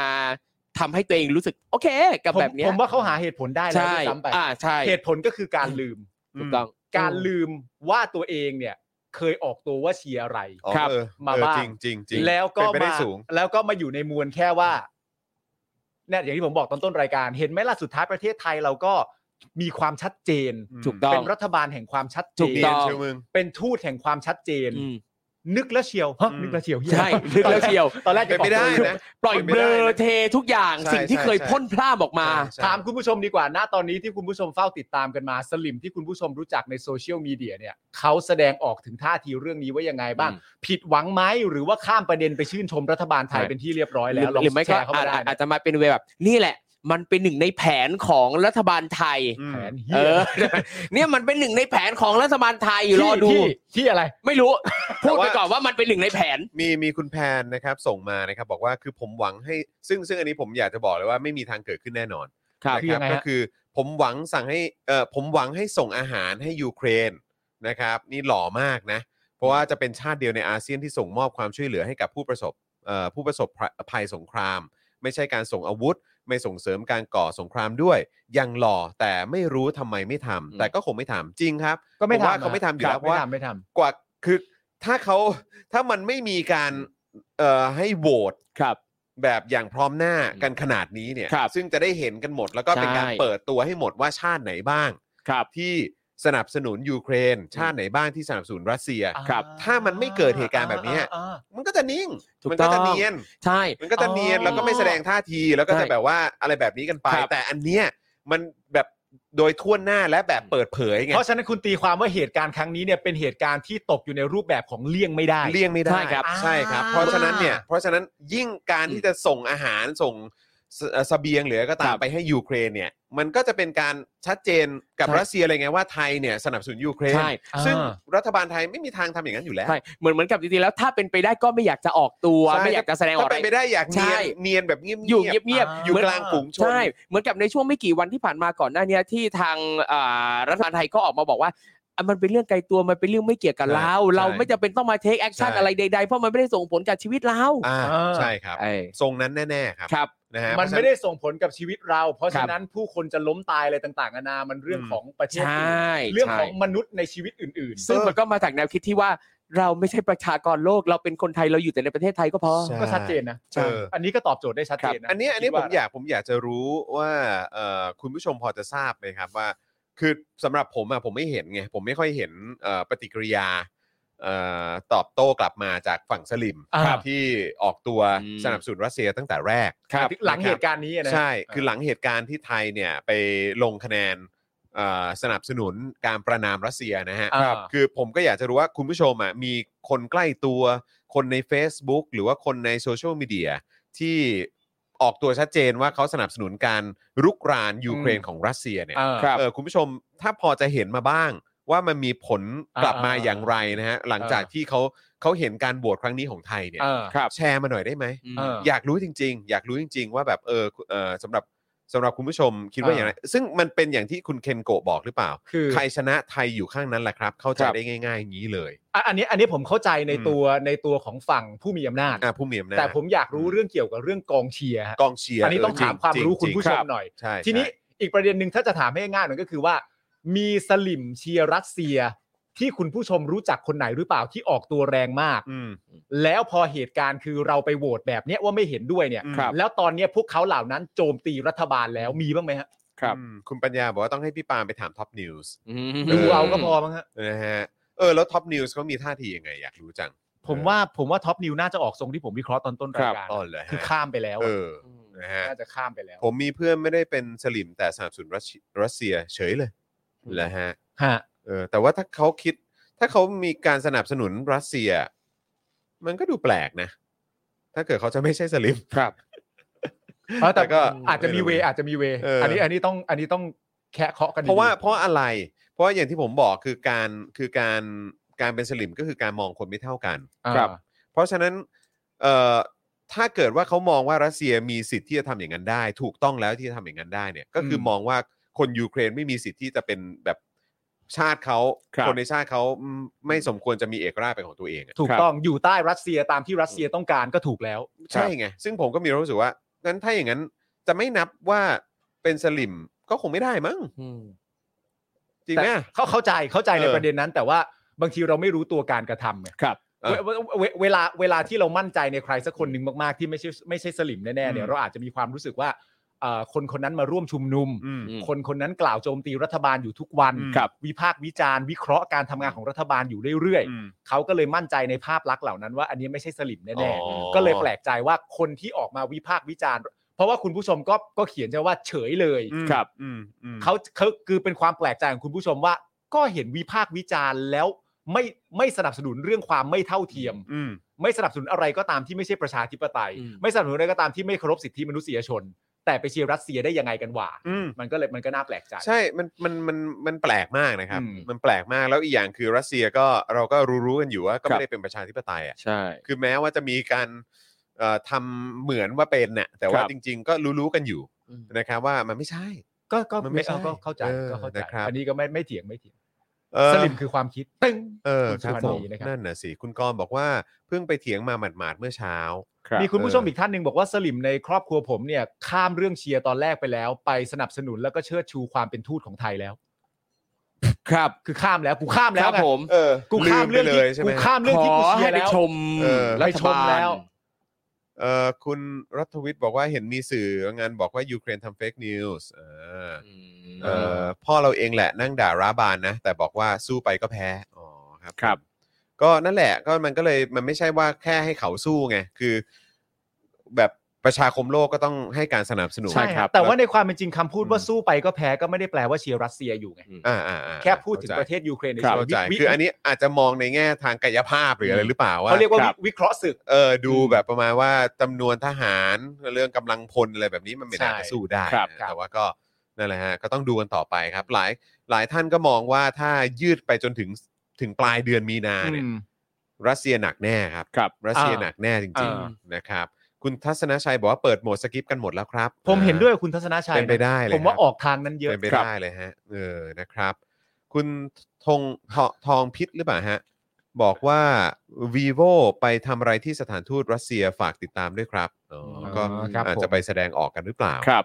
[SPEAKER 3] ทำให้ตัวเองรู้สึก โอเค กับ
[SPEAKER 2] ผม
[SPEAKER 3] แบบเนี้ย
[SPEAKER 2] ผมว่าเขาหาเหตุผลได้แล้ว
[SPEAKER 3] ใช่
[SPEAKER 2] ด้วยซ้ำไป
[SPEAKER 3] อ่าใช่
[SPEAKER 2] เหตุผลก็คือการลืม
[SPEAKER 1] อื
[SPEAKER 3] ถู
[SPEAKER 1] ม
[SPEAKER 3] กต้อง
[SPEAKER 2] การลืมว่าตัวเองเนี่ยเคยออกตัวว่าเชียร์อะไร
[SPEAKER 1] อ๋อ
[SPEAKER 3] ครับ
[SPEAKER 1] เออ
[SPEAKER 2] มา
[SPEAKER 1] เออ
[SPEAKER 2] บ้า
[SPEAKER 1] จ
[SPEAKER 2] ง
[SPEAKER 1] ริงจริงจริง
[SPEAKER 2] แล้วก็
[SPEAKER 1] เป็นไปได้
[SPEAKER 2] มา
[SPEAKER 1] สูง
[SPEAKER 2] แล้วก็มาอยู่ในมวลแค่ว่าเนี่ยอย่างที่ผมบอกตอนต้นรายการ เห็นไหมล่ะสุดท้ายประเทศไทยเราก็มีความชัดเจน
[SPEAKER 3] ถูกต้อง
[SPEAKER 2] เป็นรัฐบาลแห่งความชัดเจ
[SPEAKER 3] ถู
[SPEAKER 2] น
[SPEAKER 3] ก
[SPEAKER 1] เนีย
[SPEAKER 3] ต้
[SPEAKER 1] น
[SPEAKER 3] อง
[SPEAKER 1] เชียวมึง
[SPEAKER 2] เป็นทูตแห่งความชัดเจน
[SPEAKER 3] อืม
[SPEAKER 2] นึกแล้วเชียวฮะ
[SPEAKER 1] อืม
[SPEAKER 2] นึกแล้วเชียวเหี้ย
[SPEAKER 3] ใช่นึกแล้วเชียว
[SPEAKER 2] ตอนแรก
[SPEAKER 1] เป็น
[SPEAKER 2] จะบอก
[SPEAKER 1] ไม่ได้
[SPEAKER 2] ตัวเอง
[SPEAKER 1] นะ
[SPEAKER 3] ปล่อยเบลอเททุกอย่าง
[SPEAKER 1] ใช่
[SPEAKER 3] สิ่งที่เคย
[SPEAKER 1] ใช่
[SPEAKER 3] พ่นพล่ามออกมา
[SPEAKER 1] ใช่
[SPEAKER 2] ถามคุณผู้ชมดีกว่านะตอนนี้ที่คุณผู้ชมเฝ้าติดตามกันมา สลิมที่คุณผู้ชมรู้จักในโซเชียลมีเดียเนี่ยเขาแสดงออกถึงท่าทีเรื่องนี้ว่ายังไงบ้าง
[SPEAKER 3] อืม
[SPEAKER 2] ผิดหวังไหมหรือว่าข้ามประเด็นไปชื่นชมรัฐบาลไทยเป็นที่เรียบร้อยแล้ว
[SPEAKER 3] ห
[SPEAKER 2] ล
[SPEAKER 3] รือ
[SPEAKER 2] อง
[SPEAKER 3] หรือไม่
[SPEAKER 2] แช
[SPEAKER 3] ก็
[SPEAKER 2] ร์เข้ามา
[SPEAKER 3] อาจ
[SPEAKER 2] ได้นะ
[SPEAKER 3] อาจจะมาเป็นเวแบบนี่แหละ มันเป็นหนึ่งในแผนของรัฐบาลไทย
[SPEAKER 1] อืม
[SPEAKER 2] แผนเหี้
[SPEAKER 3] เอย อ เนี่ยมันเป็นหนึ่งในแผนของรัฐบาลไทยรอดู
[SPEAKER 2] ที่ที่อะไร
[SPEAKER 3] ไม่รู้ พูด
[SPEAKER 1] แต่
[SPEAKER 3] ไป
[SPEAKER 1] ว่า
[SPEAKER 3] ก่อนว่ามันเป็นหนึ่งในแผน
[SPEAKER 1] มีมีคุณแพนนะครับส่งมานะครับ บอกว่าคือผมหวังให้ซึ่งซึ่งอันนี้ผมอยากจะบอกเลยว่าไม่มีทางเกิดขึ้นแน่นอน
[SPEAKER 3] ครับ
[SPEAKER 1] นะ
[SPEAKER 2] คือยังไงฮะ
[SPEAKER 1] ก็คือผมหวังสั่งให้เอ่อผมหวังให้ส่งอาหารให้ยูเครนนะครับนี่หล่อมากนะ เพราะว่าจะเป็นชาติเดียวในอาเซียนที่ส่งมอบความช่วยเหลือให้กับผู้ประสบเอ่อผู้ประสบภัยสงคราม ไม่ใช่การส่งอาวุธ ไม่ส่งเสริมการก่อสงครามด้วย ยังหล่อแต่ไม่รู้ทำไมไม่ทำแต่ก็คงไม่ทำจริงครับ
[SPEAKER 2] ก็ไม่
[SPEAKER 1] ผว่า
[SPEAKER 2] ทำ
[SPEAKER 1] เขาไม่ทำอยู่
[SPEAKER 2] ครั
[SPEAKER 1] แล้
[SPEAKER 2] บ
[SPEAKER 1] วเพราะว่า
[SPEAKER 2] ไม่ทำไม่ท
[SPEAKER 1] กว่าคือถ้าเขาถ้ามันไม่มีการเอ่อให้โหวต
[SPEAKER 3] ครับ
[SPEAKER 1] แบบอย่างพร้อมหน้า
[SPEAKER 3] อืม
[SPEAKER 1] กันขนาดนี้เนี่ย
[SPEAKER 3] ครับ
[SPEAKER 1] ซึ่งจะได้เห็นกันหมด แล้วก็เป็นการ
[SPEAKER 3] ใช่
[SPEAKER 1] เปิดตัวให้หมดว่าชาติไหนบ้าง
[SPEAKER 3] ครับ
[SPEAKER 1] ที่สนับสนุนยูเครน ชาติไหนบ้างที่สนับสนุนรัสเซีย
[SPEAKER 2] ำ
[SPEAKER 3] ครับ
[SPEAKER 2] อ่
[SPEAKER 1] ถ้ามันไม่เกิดเหตุการณ์แบบเนี้ย
[SPEAKER 2] อ่า
[SPEAKER 1] มันก็จะนิ่ง
[SPEAKER 3] ถูก
[SPEAKER 1] มั
[SPEAKER 3] ต้
[SPEAKER 1] ก็
[SPEAKER 3] อง
[SPEAKER 1] จะเนียน
[SPEAKER 3] ใช่
[SPEAKER 1] มันก็จะเนียน
[SPEAKER 2] อ๋อ
[SPEAKER 1] แล้วก็ไม่แสดงท่าที แล้วก็จะ
[SPEAKER 3] ใช่
[SPEAKER 1] แบบว่าอะไรแบบนี้กันไป
[SPEAKER 3] ครับ
[SPEAKER 1] แต่อันเนี้ยมันแบบโดยทั่วหน้าและแบบเปิดเผยไง
[SPEAKER 2] เพราะฉะนั้นคุณตีความว่าเหตุการณ์ครั้งนี้เนี่ยเป็นเหตุการณ์ที่ตกอยู่ในรูปแบบของเลี่ยงไม่ได้
[SPEAKER 1] เลี่ยงไม่ได้
[SPEAKER 3] ใช่ครับ
[SPEAKER 1] ใช่ครับ เพราะฉะนั้นเนี่ยเพราะฉะนั้นยิ่งการที่จะส่งอาหารส่ง สเอ่อเสบียงเหลือก็ตาม
[SPEAKER 3] ครับ
[SPEAKER 1] ไปให้ยูเครนเนี่ยมันก็จะเป็นการชัดเจนกับ
[SPEAKER 3] ใช่
[SPEAKER 1] รัสเซียอะไรไงว่าไทยเนี่ยสนับสนุนยูเครน
[SPEAKER 3] ใช่
[SPEAKER 1] ซึ่ง
[SPEAKER 2] อ่า
[SPEAKER 1] รัฐบาลไทยไม่มีทางทำอย่างนั้นอยู่แล้ว
[SPEAKER 3] ใช่เหมือนเหมือนกับจริงๆแล้วถ้าเป็นไปได้ก็ไม่อยากจะออกตัว
[SPEAKER 1] ใช่
[SPEAKER 3] ไม่อยากจะแสดงอ
[SPEAKER 1] ถ้า
[SPEAKER 3] อกอะ
[SPEAKER 1] เป็
[SPEAKER 3] ไร
[SPEAKER 1] นไปได้อยากเนีย
[SPEAKER 3] ใช่
[SPEAKER 1] นเนียนแบบเงียบๆ
[SPEAKER 3] อยู่เงียบ
[SPEAKER 2] อ่า
[SPEAKER 3] ๆ
[SPEAKER 1] อยู่
[SPEAKER 3] เหมือน
[SPEAKER 1] กลางฝูงชน
[SPEAKER 3] ใช่ เหมือนกับในช่วงไม่กี่วันที่ผ่านมาก่อนหน้าเนี้ยที่ทางอ่ารัฐบาลไทยก็ออกมาบอกว่าอ่ะมันเป็นเรื่องไกลตัวมันเป็นเรื่องไม่เกี่ยวกับ
[SPEAKER 1] ใช่
[SPEAKER 3] เราเราไม่จำเป็นต้องมาเทคแอคชั่น
[SPEAKER 1] ใช่
[SPEAKER 3] อะไรใดๆ เพราะมันไม่ได้ส่งผลกับชีวิตเรา
[SPEAKER 1] อ่า
[SPEAKER 2] อ่า
[SPEAKER 1] ใช่ครับ
[SPEAKER 3] เออ
[SPEAKER 1] ทรงนั้นแน่ๆครับ
[SPEAKER 3] ครับ
[SPEAKER 1] นะฮะ
[SPEAKER 2] มันไม่ได้ส่งผลกับชีวิตเรา เพราะ
[SPEAKER 3] ครั
[SPEAKER 2] ฉะ
[SPEAKER 3] บ
[SPEAKER 2] นั้นผู้คนจะล้มตายอะไรต่างๆนานา มันเรื่อง
[SPEAKER 1] อืม
[SPEAKER 2] ของประเทศ
[SPEAKER 3] ใช
[SPEAKER 2] อื่น่ เรื่อง
[SPEAKER 3] ใช่
[SPEAKER 2] ของมนุษย์ในชีวิตอื่น
[SPEAKER 3] ซึ่งมันก็มาจากแนวคิดที่ว่าเราไม่ใช่ประชากรโลกเราเป็นคนไทยเราอยู่แต่ในประเทศไทยก็พอ
[SPEAKER 1] ใช่
[SPEAKER 2] ๆ ก็ชัดเจนนะ
[SPEAKER 1] ใช่
[SPEAKER 2] เอออันนี้ก็ตอบโจทย์ได้ชัดเจนนะ
[SPEAKER 1] อันเนี้ยอันเนี้ยผม
[SPEAKER 2] คิด
[SPEAKER 1] อ
[SPEAKER 2] ว่
[SPEAKER 1] ยากผมอยากจะรู้ว่าเอ่อคุณผู้ชมพอจะทราบไหมครับว่า คือสำหรับผมอะผมไม่เห็นไงผมไม่ค่อยเห็นเอ่อปฏิกิริยาเอ่อตอบโต้กลับมาจากฝั่งสลิม
[SPEAKER 2] อ่า
[SPEAKER 1] ครับที่ออกตัว
[SPEAKER 3] อืม
[SPEAKER 1] สนับสนุนรัสเซียตั้งแต่แรก
[SPEAKER 2] หลัง
[SPEAKER 1] นะคบ
[SPEAKER 2] เหตุการณ์นี้นะ
[SPEAKER 1] ใช่ คือหลังเหตุการณ์ที่ไทยเนี่ยไปลงคะแนนเอ่อสนับสนุนการประนามรัสเซียนะฮะ
[SPEAKER 2] อ่า
[SPEAKER 1] คือผมก็อยากจะรู้ว่าคุณผู้ชมอ่ะมีคนใกล้ตัวคนใน Facebook หรือว่าคนในโซเชียลมีเดียที่ออกตัวชัดเจนว่าเขาสนับสนุนการรุกรานยูเครน
[SPEAKER 2] อืม
[SPEAKER 1] ของรัสเซียเนี่ย
[SPEAKER 2] อ่า
[SPEAKER 3] ครับ
[SPEAKER 1] เออคุณผู้ชมถ้าพอจะเห็นมาบ้าง ว่ามันมีผลกลับมา
[SPEAKER 2] อ่า
[SPEAKER 1] อย่างไรนะฮะหลังจาก
[SPEAKER 2] อ่า
[SPEAKER 1] ที่เขาเขาเห็นการบวชครั้งนี้ของไทยเนี่ย
[SPEAKER 2] อ่า
[SPEAKER 3] ครับ
[SPEAKER 1] แชร์มาหน่อยได้ไหม
[SPEAKER 3] อืม
[SPEAKER 2] เออ
[SPEAKER 1] อยากรู้จริง ๆ อยากรู้จริง ๆ ว่าแบบเออเออสำหรับสำหรับคุณผู้ชมคิดว่าอย่างไรซึ่งมันเป็นอย่างที่คุณเคนโกะบอกหรือเปล่า
[SPEAKER 2] คือ
[SPEAKER 1] ใครชนะไทยอยู่ข้างนั้นแหละครับ เข้าใจ
[SPEAKER 3] ครับ
[SPEAKER 1] ได้ง่ายๆอย่างนี้เลย
[SPEAKER 2] อ่ะอันนี้อันนี้ผมเข้าใจใน
[SPEAKER 1] อืม
[SPEAKER 2] ตัวในตัวของฝั่งผู้มีอำนาจ
[SPEAKER 1] อ่ะผู้มีอำนาจ
[SPEAKER 2] แต่ผมอยากรู้เรื่องเกี่ยวกับเรื่องกองเชียร์ฮะ
[SPEAKER 1] กองเชียร์
[SPEAKER 2] อันนี้ต้องถามความรู้คุณผู้ชม
[SPEAKER 1] หน่อย
[SPEAKER 2] หน่อย
[SPEAKER 1] ใช่
[SPEAKER 2] ทีนี้
[SPEAKER 1] ใช่
[SPEAKER 2] อีกประเด็นหนึ่งถ้าจะถามให้ง่ายหน่อยก็คือว่า มีสลิมเชียร์รัสเซีย ที่คุณผู้ชมรู้จักคนไหนหรือเปล่าที่ออกตัวแรงมาก
[SPEAKER 1] อืม
[SPEAKER 2] แล้วพอเหตุการณ์คือเราไปโหวตแบบเนี้ยว่าไม่เห็นด้วยเนี่ย
[SPEAKER 1] ครับ
[SPEAKER 2] แล้วตอนเนี้ยพวกเขาเหล่านั้นโจมตีรัฐบาลแล้วมีบ้างไหมฮะ
[SPEAKER 3] ครับ
[SPEAKER 1] อืมคุณปัญญาบอกว่าต้องให้พี่ปาล์มไปถามท็อปนิวส์
[SPEAKER 3] ม
[SPEAKER 1] เ
[SPEAKER 2] ดูเอาก็พอมั้งฮะ
[SPEAKER 1] นะฮะเออแล้วท็อปนิวส์เขามีท่าทียังไง อยากรู้จัง
[SPEAKER 2] ผมว่าผมว่าท็อปนิวน่าจะออกทรงที่ผมวิเคราะห์ตอนต้นรายการ
[SPEAKER 1] อ๋อเหรอฮะ
[SPEAKER 2] คือข้ามไปแล้ว
[SPEAKER 1] เอ
[SPEAKER 2] อะ
[SPEAKER 1] อนะฮะ
[SPEAKER 2] น่าจะข้ามไปแล้ว
[SPEAKER 1] ผมมีเพื่อนไม่ได้เป็นสลิมแต่สนับสนุนรัสเซียรัสเซียเฉยเลย
[SPEAKER 3] อืม
[SPEAKER 1] เหรอฮะ
[SPEAKER 2] ฮะ
[SPEAKER 1] เออแต่ว่าถ้าเขาคิด ถ้าเขามีการสนับสนุนรัสเซีย มันก็ดูแปลกนะ ถ้าเกิดเขาจะไม่ใช่สลิม
[SPEAKER 3] ครับ
[SPEAKER 2] เออแต่
[SPEAKER 1] แต่ก็
[SPEAKER 2] ก็อาจจะมีเว
[SPEAKER 1] ไม่รู้
[SPEAKER 2] อาจจะมีเว
[SPEAKER 1] เอออั
[SPEAKER 2] อันนี้อันนี้ต้องอันนี้ต้องแคะเคาะกันดี
[SPEAKER 1] เพราะว่าเพราะอะไร เพราะอย่างที่ผมบอกคือการคือการการเป็นสลิมก็คือการมองคนไม่เท่ากัน
[SPEAKER 2] อ่า
[SPEAKER 3] ครับ
[SPEAKER 1] เพราะฉะนั้นเอ่อถ้าเกิดว่าเขามองว่ารัสเซียมีสิทธิ์ที่จะทำอย่างนั้นได้ ถูกต้องแล้วที่จะทำอย่างนั้นได้เนี่ยก็คือมองว่าคนยูเครนไม่มีสิทธิ์ที่จะเป็นแบบชาติเขา
[SPEAKER 3] ครับ
[SPEAKER 1] นในชาติเขาอืมไม่สมควรจะมีเอกราชเป็นของตัวเองอะ
[SPEAKER 2] ถูกต้องอยู่ใต้รัสเซียตามที่รัสเซียต้องการก็ถูกแล้ว
[SPEAKER 1] ใช่ไงซึ่งผมก็มีความรู้สึกว่างั้นถ้าอย่างนั้นจะไม่นับว่าเป็นสลิมก็คงไม่ได้มั้ง
[SPEAKER 3] อืม
[SPEAKER 1] จริง
[SPEAKER 2] แต่
[SPEAKER 1] ไหม
[SPEAKER 2] เขาเข้าใจเข้าใจใน
[SPEAKER 1] เออ
[SPEAKER 2] ประเด็นนั้น แต่ว่าบางทีเราไม่รู้ตัวการกระทำไง
[SPEAKER 3] ครับ
[SPEAKER 1] เออ
[SPEAKER 2] เวเวเวเวลาเวลาที่เรามั่นใจในใครสักคนหนึ่งมากๆ ที่ไม่ใช่ไม่ใช่สลิมแน่ๆเนี่
[SPEAKER 1] อื
[SPEAKER 2] ย
[SPEAKER 1] ม
[SPEAKER 2] เราอาจจะมีความรู้สึกว่าเอ่อคนคนนั้นมาร่วมชุมนุม
[SPEAKER 1] อืม
[SPEAKER 3] อืม
[SPEAKER 2] คนคนนั้นกล่าวโจมตีรัฐบาลอยู่ทุกวัน
[SPEAKER 1] อืม
[SPEAKER 3] ครับ
[SPEAKER 2] วิพากษ์วิจารณ์วิเคราะห์การทำงานของรัฐบาลอยู่เรื่อยๆ
[SPEAKER 1] อืม
[SPEAKER 2] เขาก็เลยมั่นใจในภาพลักษณ์เหล่านั้นว่าอันนี้ไม่ใช่สลิม
[SPEAKER 1] อ๋
[SPEAKER 2] แน่
[SPEAKER 1] อ
[SPEAKER 2] ๆ ก็เลยแปลกใจว่าคนที่ออกมาวิพากษ์วิจารณ์ เพราะว่าคุณผู้ชมก็ก็เขียนจะว่าเฉยเลย
[SPEAKER 1] อืม
[SPEAKER 3] ครับ
[SPEAKER 1] อืมอืม
[SPEAKER 2] เขาเขาคือเป็นความแปลกใจของคุณผู้ชมว่า ก็เห็นวิพากษ์วิจารณ์แล้วไม่ไม่สนับสนุนเรื่องความไม่เท่าเทียม
[SPEAKER 1] อืม
[SPEAKER 2] ไม่สนับสนุนอะไรก็ตามที่ไม่ใช่ประชาธิปไตย
[SPEAKER 3] อืม
[SPEAKER 2] ไม่สนับสนุนอะไรก็ตามที่ไม่เคารพสิทธิมนุษยชน แต่ไปเชียร์รัสเซียได้ยังไงกันวะ
[SPEAKER 1] อืม
[SPEAKER 2] มันก็เลยมันก็น่าแปลกใจ
[SPEAKER 1] ใช่ มัน มัน มัน มันแปลกมากนะครับ
[SPEAKER 2] อืม
[SPEAKER 1] มันแปลกมาก แล้วอีกอย่างคือรัสเซียก็เราก็รู้ๆกันอยู่ว่าก็
[SPEAKER 3] ครับ
[SPEAKER 1] ไม่ได้เป็นประชาธิปไตยอ่ะ
[SPEAKER 3] ใช่
[SPEAKER 1] คือแม้ว่าจะมีการเอ่อทำเหมือนว่าเป็นน่ะ แต่ว่า
[SPEAKER 3] ครับ
[SPEAKER 1] จริง ๆ ก็รู้ๆกันอยู่
[SPEAKER 3] อืม
[SPEAKER 1] นะครับว่ามันไม่ใช่
[SPEAKER 2] ก็ก็
[SPEAKER 1] มันไม่
[SPEAKER 2] ไม่
[SPEAKER 1] ใช่
[SPEAKER 2] เอาก็เข้าใจ
[SPEAKER 1] เออ
[SPEAKER 2] ก็เข้าใจ
[SPEAKER 1] นะครับ
[SPEAKER 2] อันนี้ก็ไม่ไม่เถียงไม่เถียง
[SPEAKER 1] เออ
[SPEAKER 2] สลิมคือความคิดตึ้ง
[SPEAKER 1] เออครับ
[SPEAKER 2] ณ
[SPEAKER 1] ผ
[SPEAKER 2] สุว
[SPEAKER 1] ม
[SPEAKER 2] รรณีนะครับ
[SPEAKER 1] นั่นน่ะสิ คุณกรณ์บอกว่าเพิ่งไปเถียงมาหมาดๆเมื่อเช้า
[SPEAKER 3] ครับ
[SPEAKER 2] มีคุณผู้ชม
[SPEAKER 1] เอออี
[SPEAKER 2] อีกท่านหนึ่งบอกว่าสลิมในครอบครัวผมเนี่ย ข้ามเรื่องเชียร์ตอนแรกไปแล้ว ไปสนับสนุนแล้วก็เชิดชูความเป็นทูตของไทยแล้ว
[SPEAKER 3] ครับ
[SPEAKER 2] คือข้ามแล้วกูข้าม
[SPEAKER 3] ค
[SPEAKER 2] แล้ว
[SPEAKER 3] รับ
[SPEAKER 2] ไง
[SPEAKER 3] ผม
[SPEAKER 1] เออ
[SPEAKER 2] กูข้ามเรื่อง
[SPEAKER 1] ลืไป
[SPEAKER 2] ที่
[SPEAKER 1] เลยใช่ไห
[SPEAKER 2] กู
[SPEAKER 1] ม
[SPEAKER 2] ข้ามเรื่องที่กู
[SPEAKER 3] ข
[SPEAKER 2] เชีย
[SPEAKER 3] ให้
[SPEAKER 2] ร์
[SPEAKER 3] ไป
[SPEAKER 2] แล้ว
[SPEAKER 3] ชม
[SPEAKER 1] เออ
[SPEAKER 3] รั
[SPEAKER 2] ไป
[SPEAKER 3] ฐ
[SPEAKER 2] ชม
[SPEAKER 3] บาล
[SPEAKER 2] แล้ว
[SPEAKER 1] เออคุณรัฐวิทย์บอกว่าเห็นมีสื่องานบอกว่ายูเครนทำเฟกนิวส์เออ เอ่อพ่อเราเองแหละนั่งด่าร้าบานนะ แต่บอกว่าสู้ไปก็แพ้อ๋อครับ
[SPEAKER 3] ครับ
[SPEAKER 1] ก็นั่นแหละก็มันก็เลยมันไม่ใช่ว่าแค่ให้เขาสู้ไง คือ แบบ ประชาคมโลกก็ต้องให้การสนับสนุน
[SPEAKER 3] ใช่ครับ
[SPEAKER 2] แต่ว่าในความเป็นจริงคำพูดว่า
[SPEAKER 1] อืม
[SPEAKER 2] สู้ไปก็แพ้ก็ไม่ได้แปลว่าเชียร์รัสเซียอยู่ไง
[SPEAKER 1] อ่าอ่าอ่า
[SPEAKER 2] แค่พูดถึงป
[SPEAKER 1] เข้า
[SPEAKER 2] ระ
[SPEAKER 1] ใจ
[SPEAKER 2] เทศยูเครนใน
[SPEAKER 3] ครับ
[SPEAKER 2] เชิ
[SPEAKER 1] เข้าง ใจ
[SPEAKER 2] วิ
[SPEAKER 1] คืออันนี้อาจจะมองในแง่ทางกายภาพหรืออะไรหรือเปล่าว่า
[SPEAKER 2] เขาเรียกว่า
[SPEAKER 3] ครับ
[SPEAKER 2] วิวิเคราะห์ศึก
[SPEAKER 1] เออดูแบบประมาณว่าจำนวนทหารเรื่องกำลังพลอะไรแบบนี้มันไม่น่าจะ
[SPEAKER 2] ใช่
[SPEAKER 1] สู้ได้
[SPEAKER 3] ครับ
[SPEAKER 1] นะแต่ว่าก็นั่นแหละฮะก็ต้องดูกันต่อไปครับ หลายหลายท่านก็มองว่าถ้ายืดไปจนถึงถึงปลายเดือนมีนาเนี่ยรัสเซียหนักแน่ครับ
[SPEAKER 3] ครับ
[SPEAKER 1] รัสเซีย
[SPEAKER 2] อ่า
[SPEAKER 1] หนักแน่จริง
[SPEAKER 2] อ่า
[SPEAKER 1] ๆนะครับ คุณทัศนชัยบอกว่าเปิดโหมดสกิปกันหมดแล้วครับ
[SPEAKER 2] ผมเห็น
[SPEAKER 1] อ่า
[SPEAKER 2] ด้วยกับคุณทัศนชัย
[SPEAKER 1] เป็นไปได้เลย
[SPEAKER 2] ผมว่า
[SPEAKER 1] ครับ
[SPEAKER 2] ออกทางนั้นเยอะ
[SPEAKER 1] เป็นไปได้เลยฮะเออนะครับ คุณทงทอทองพิษหรือเปล่าฮะ บอกว่า vivo ไปทำอะไรที่สถานทูตรัสเซียฝากติดตามด้วยครับอ๋ออ
[SPEAKER 2] อ
[SPEAKER 1] ก็
[SPEAKER 2] ครับ
[SPEAKER 1] อาจจะ
[SPEAKER 2] ผม
[SPEAKER 1] ไปแสดงออกกันหรือเปล่า
[SPEAKER 3] ครับ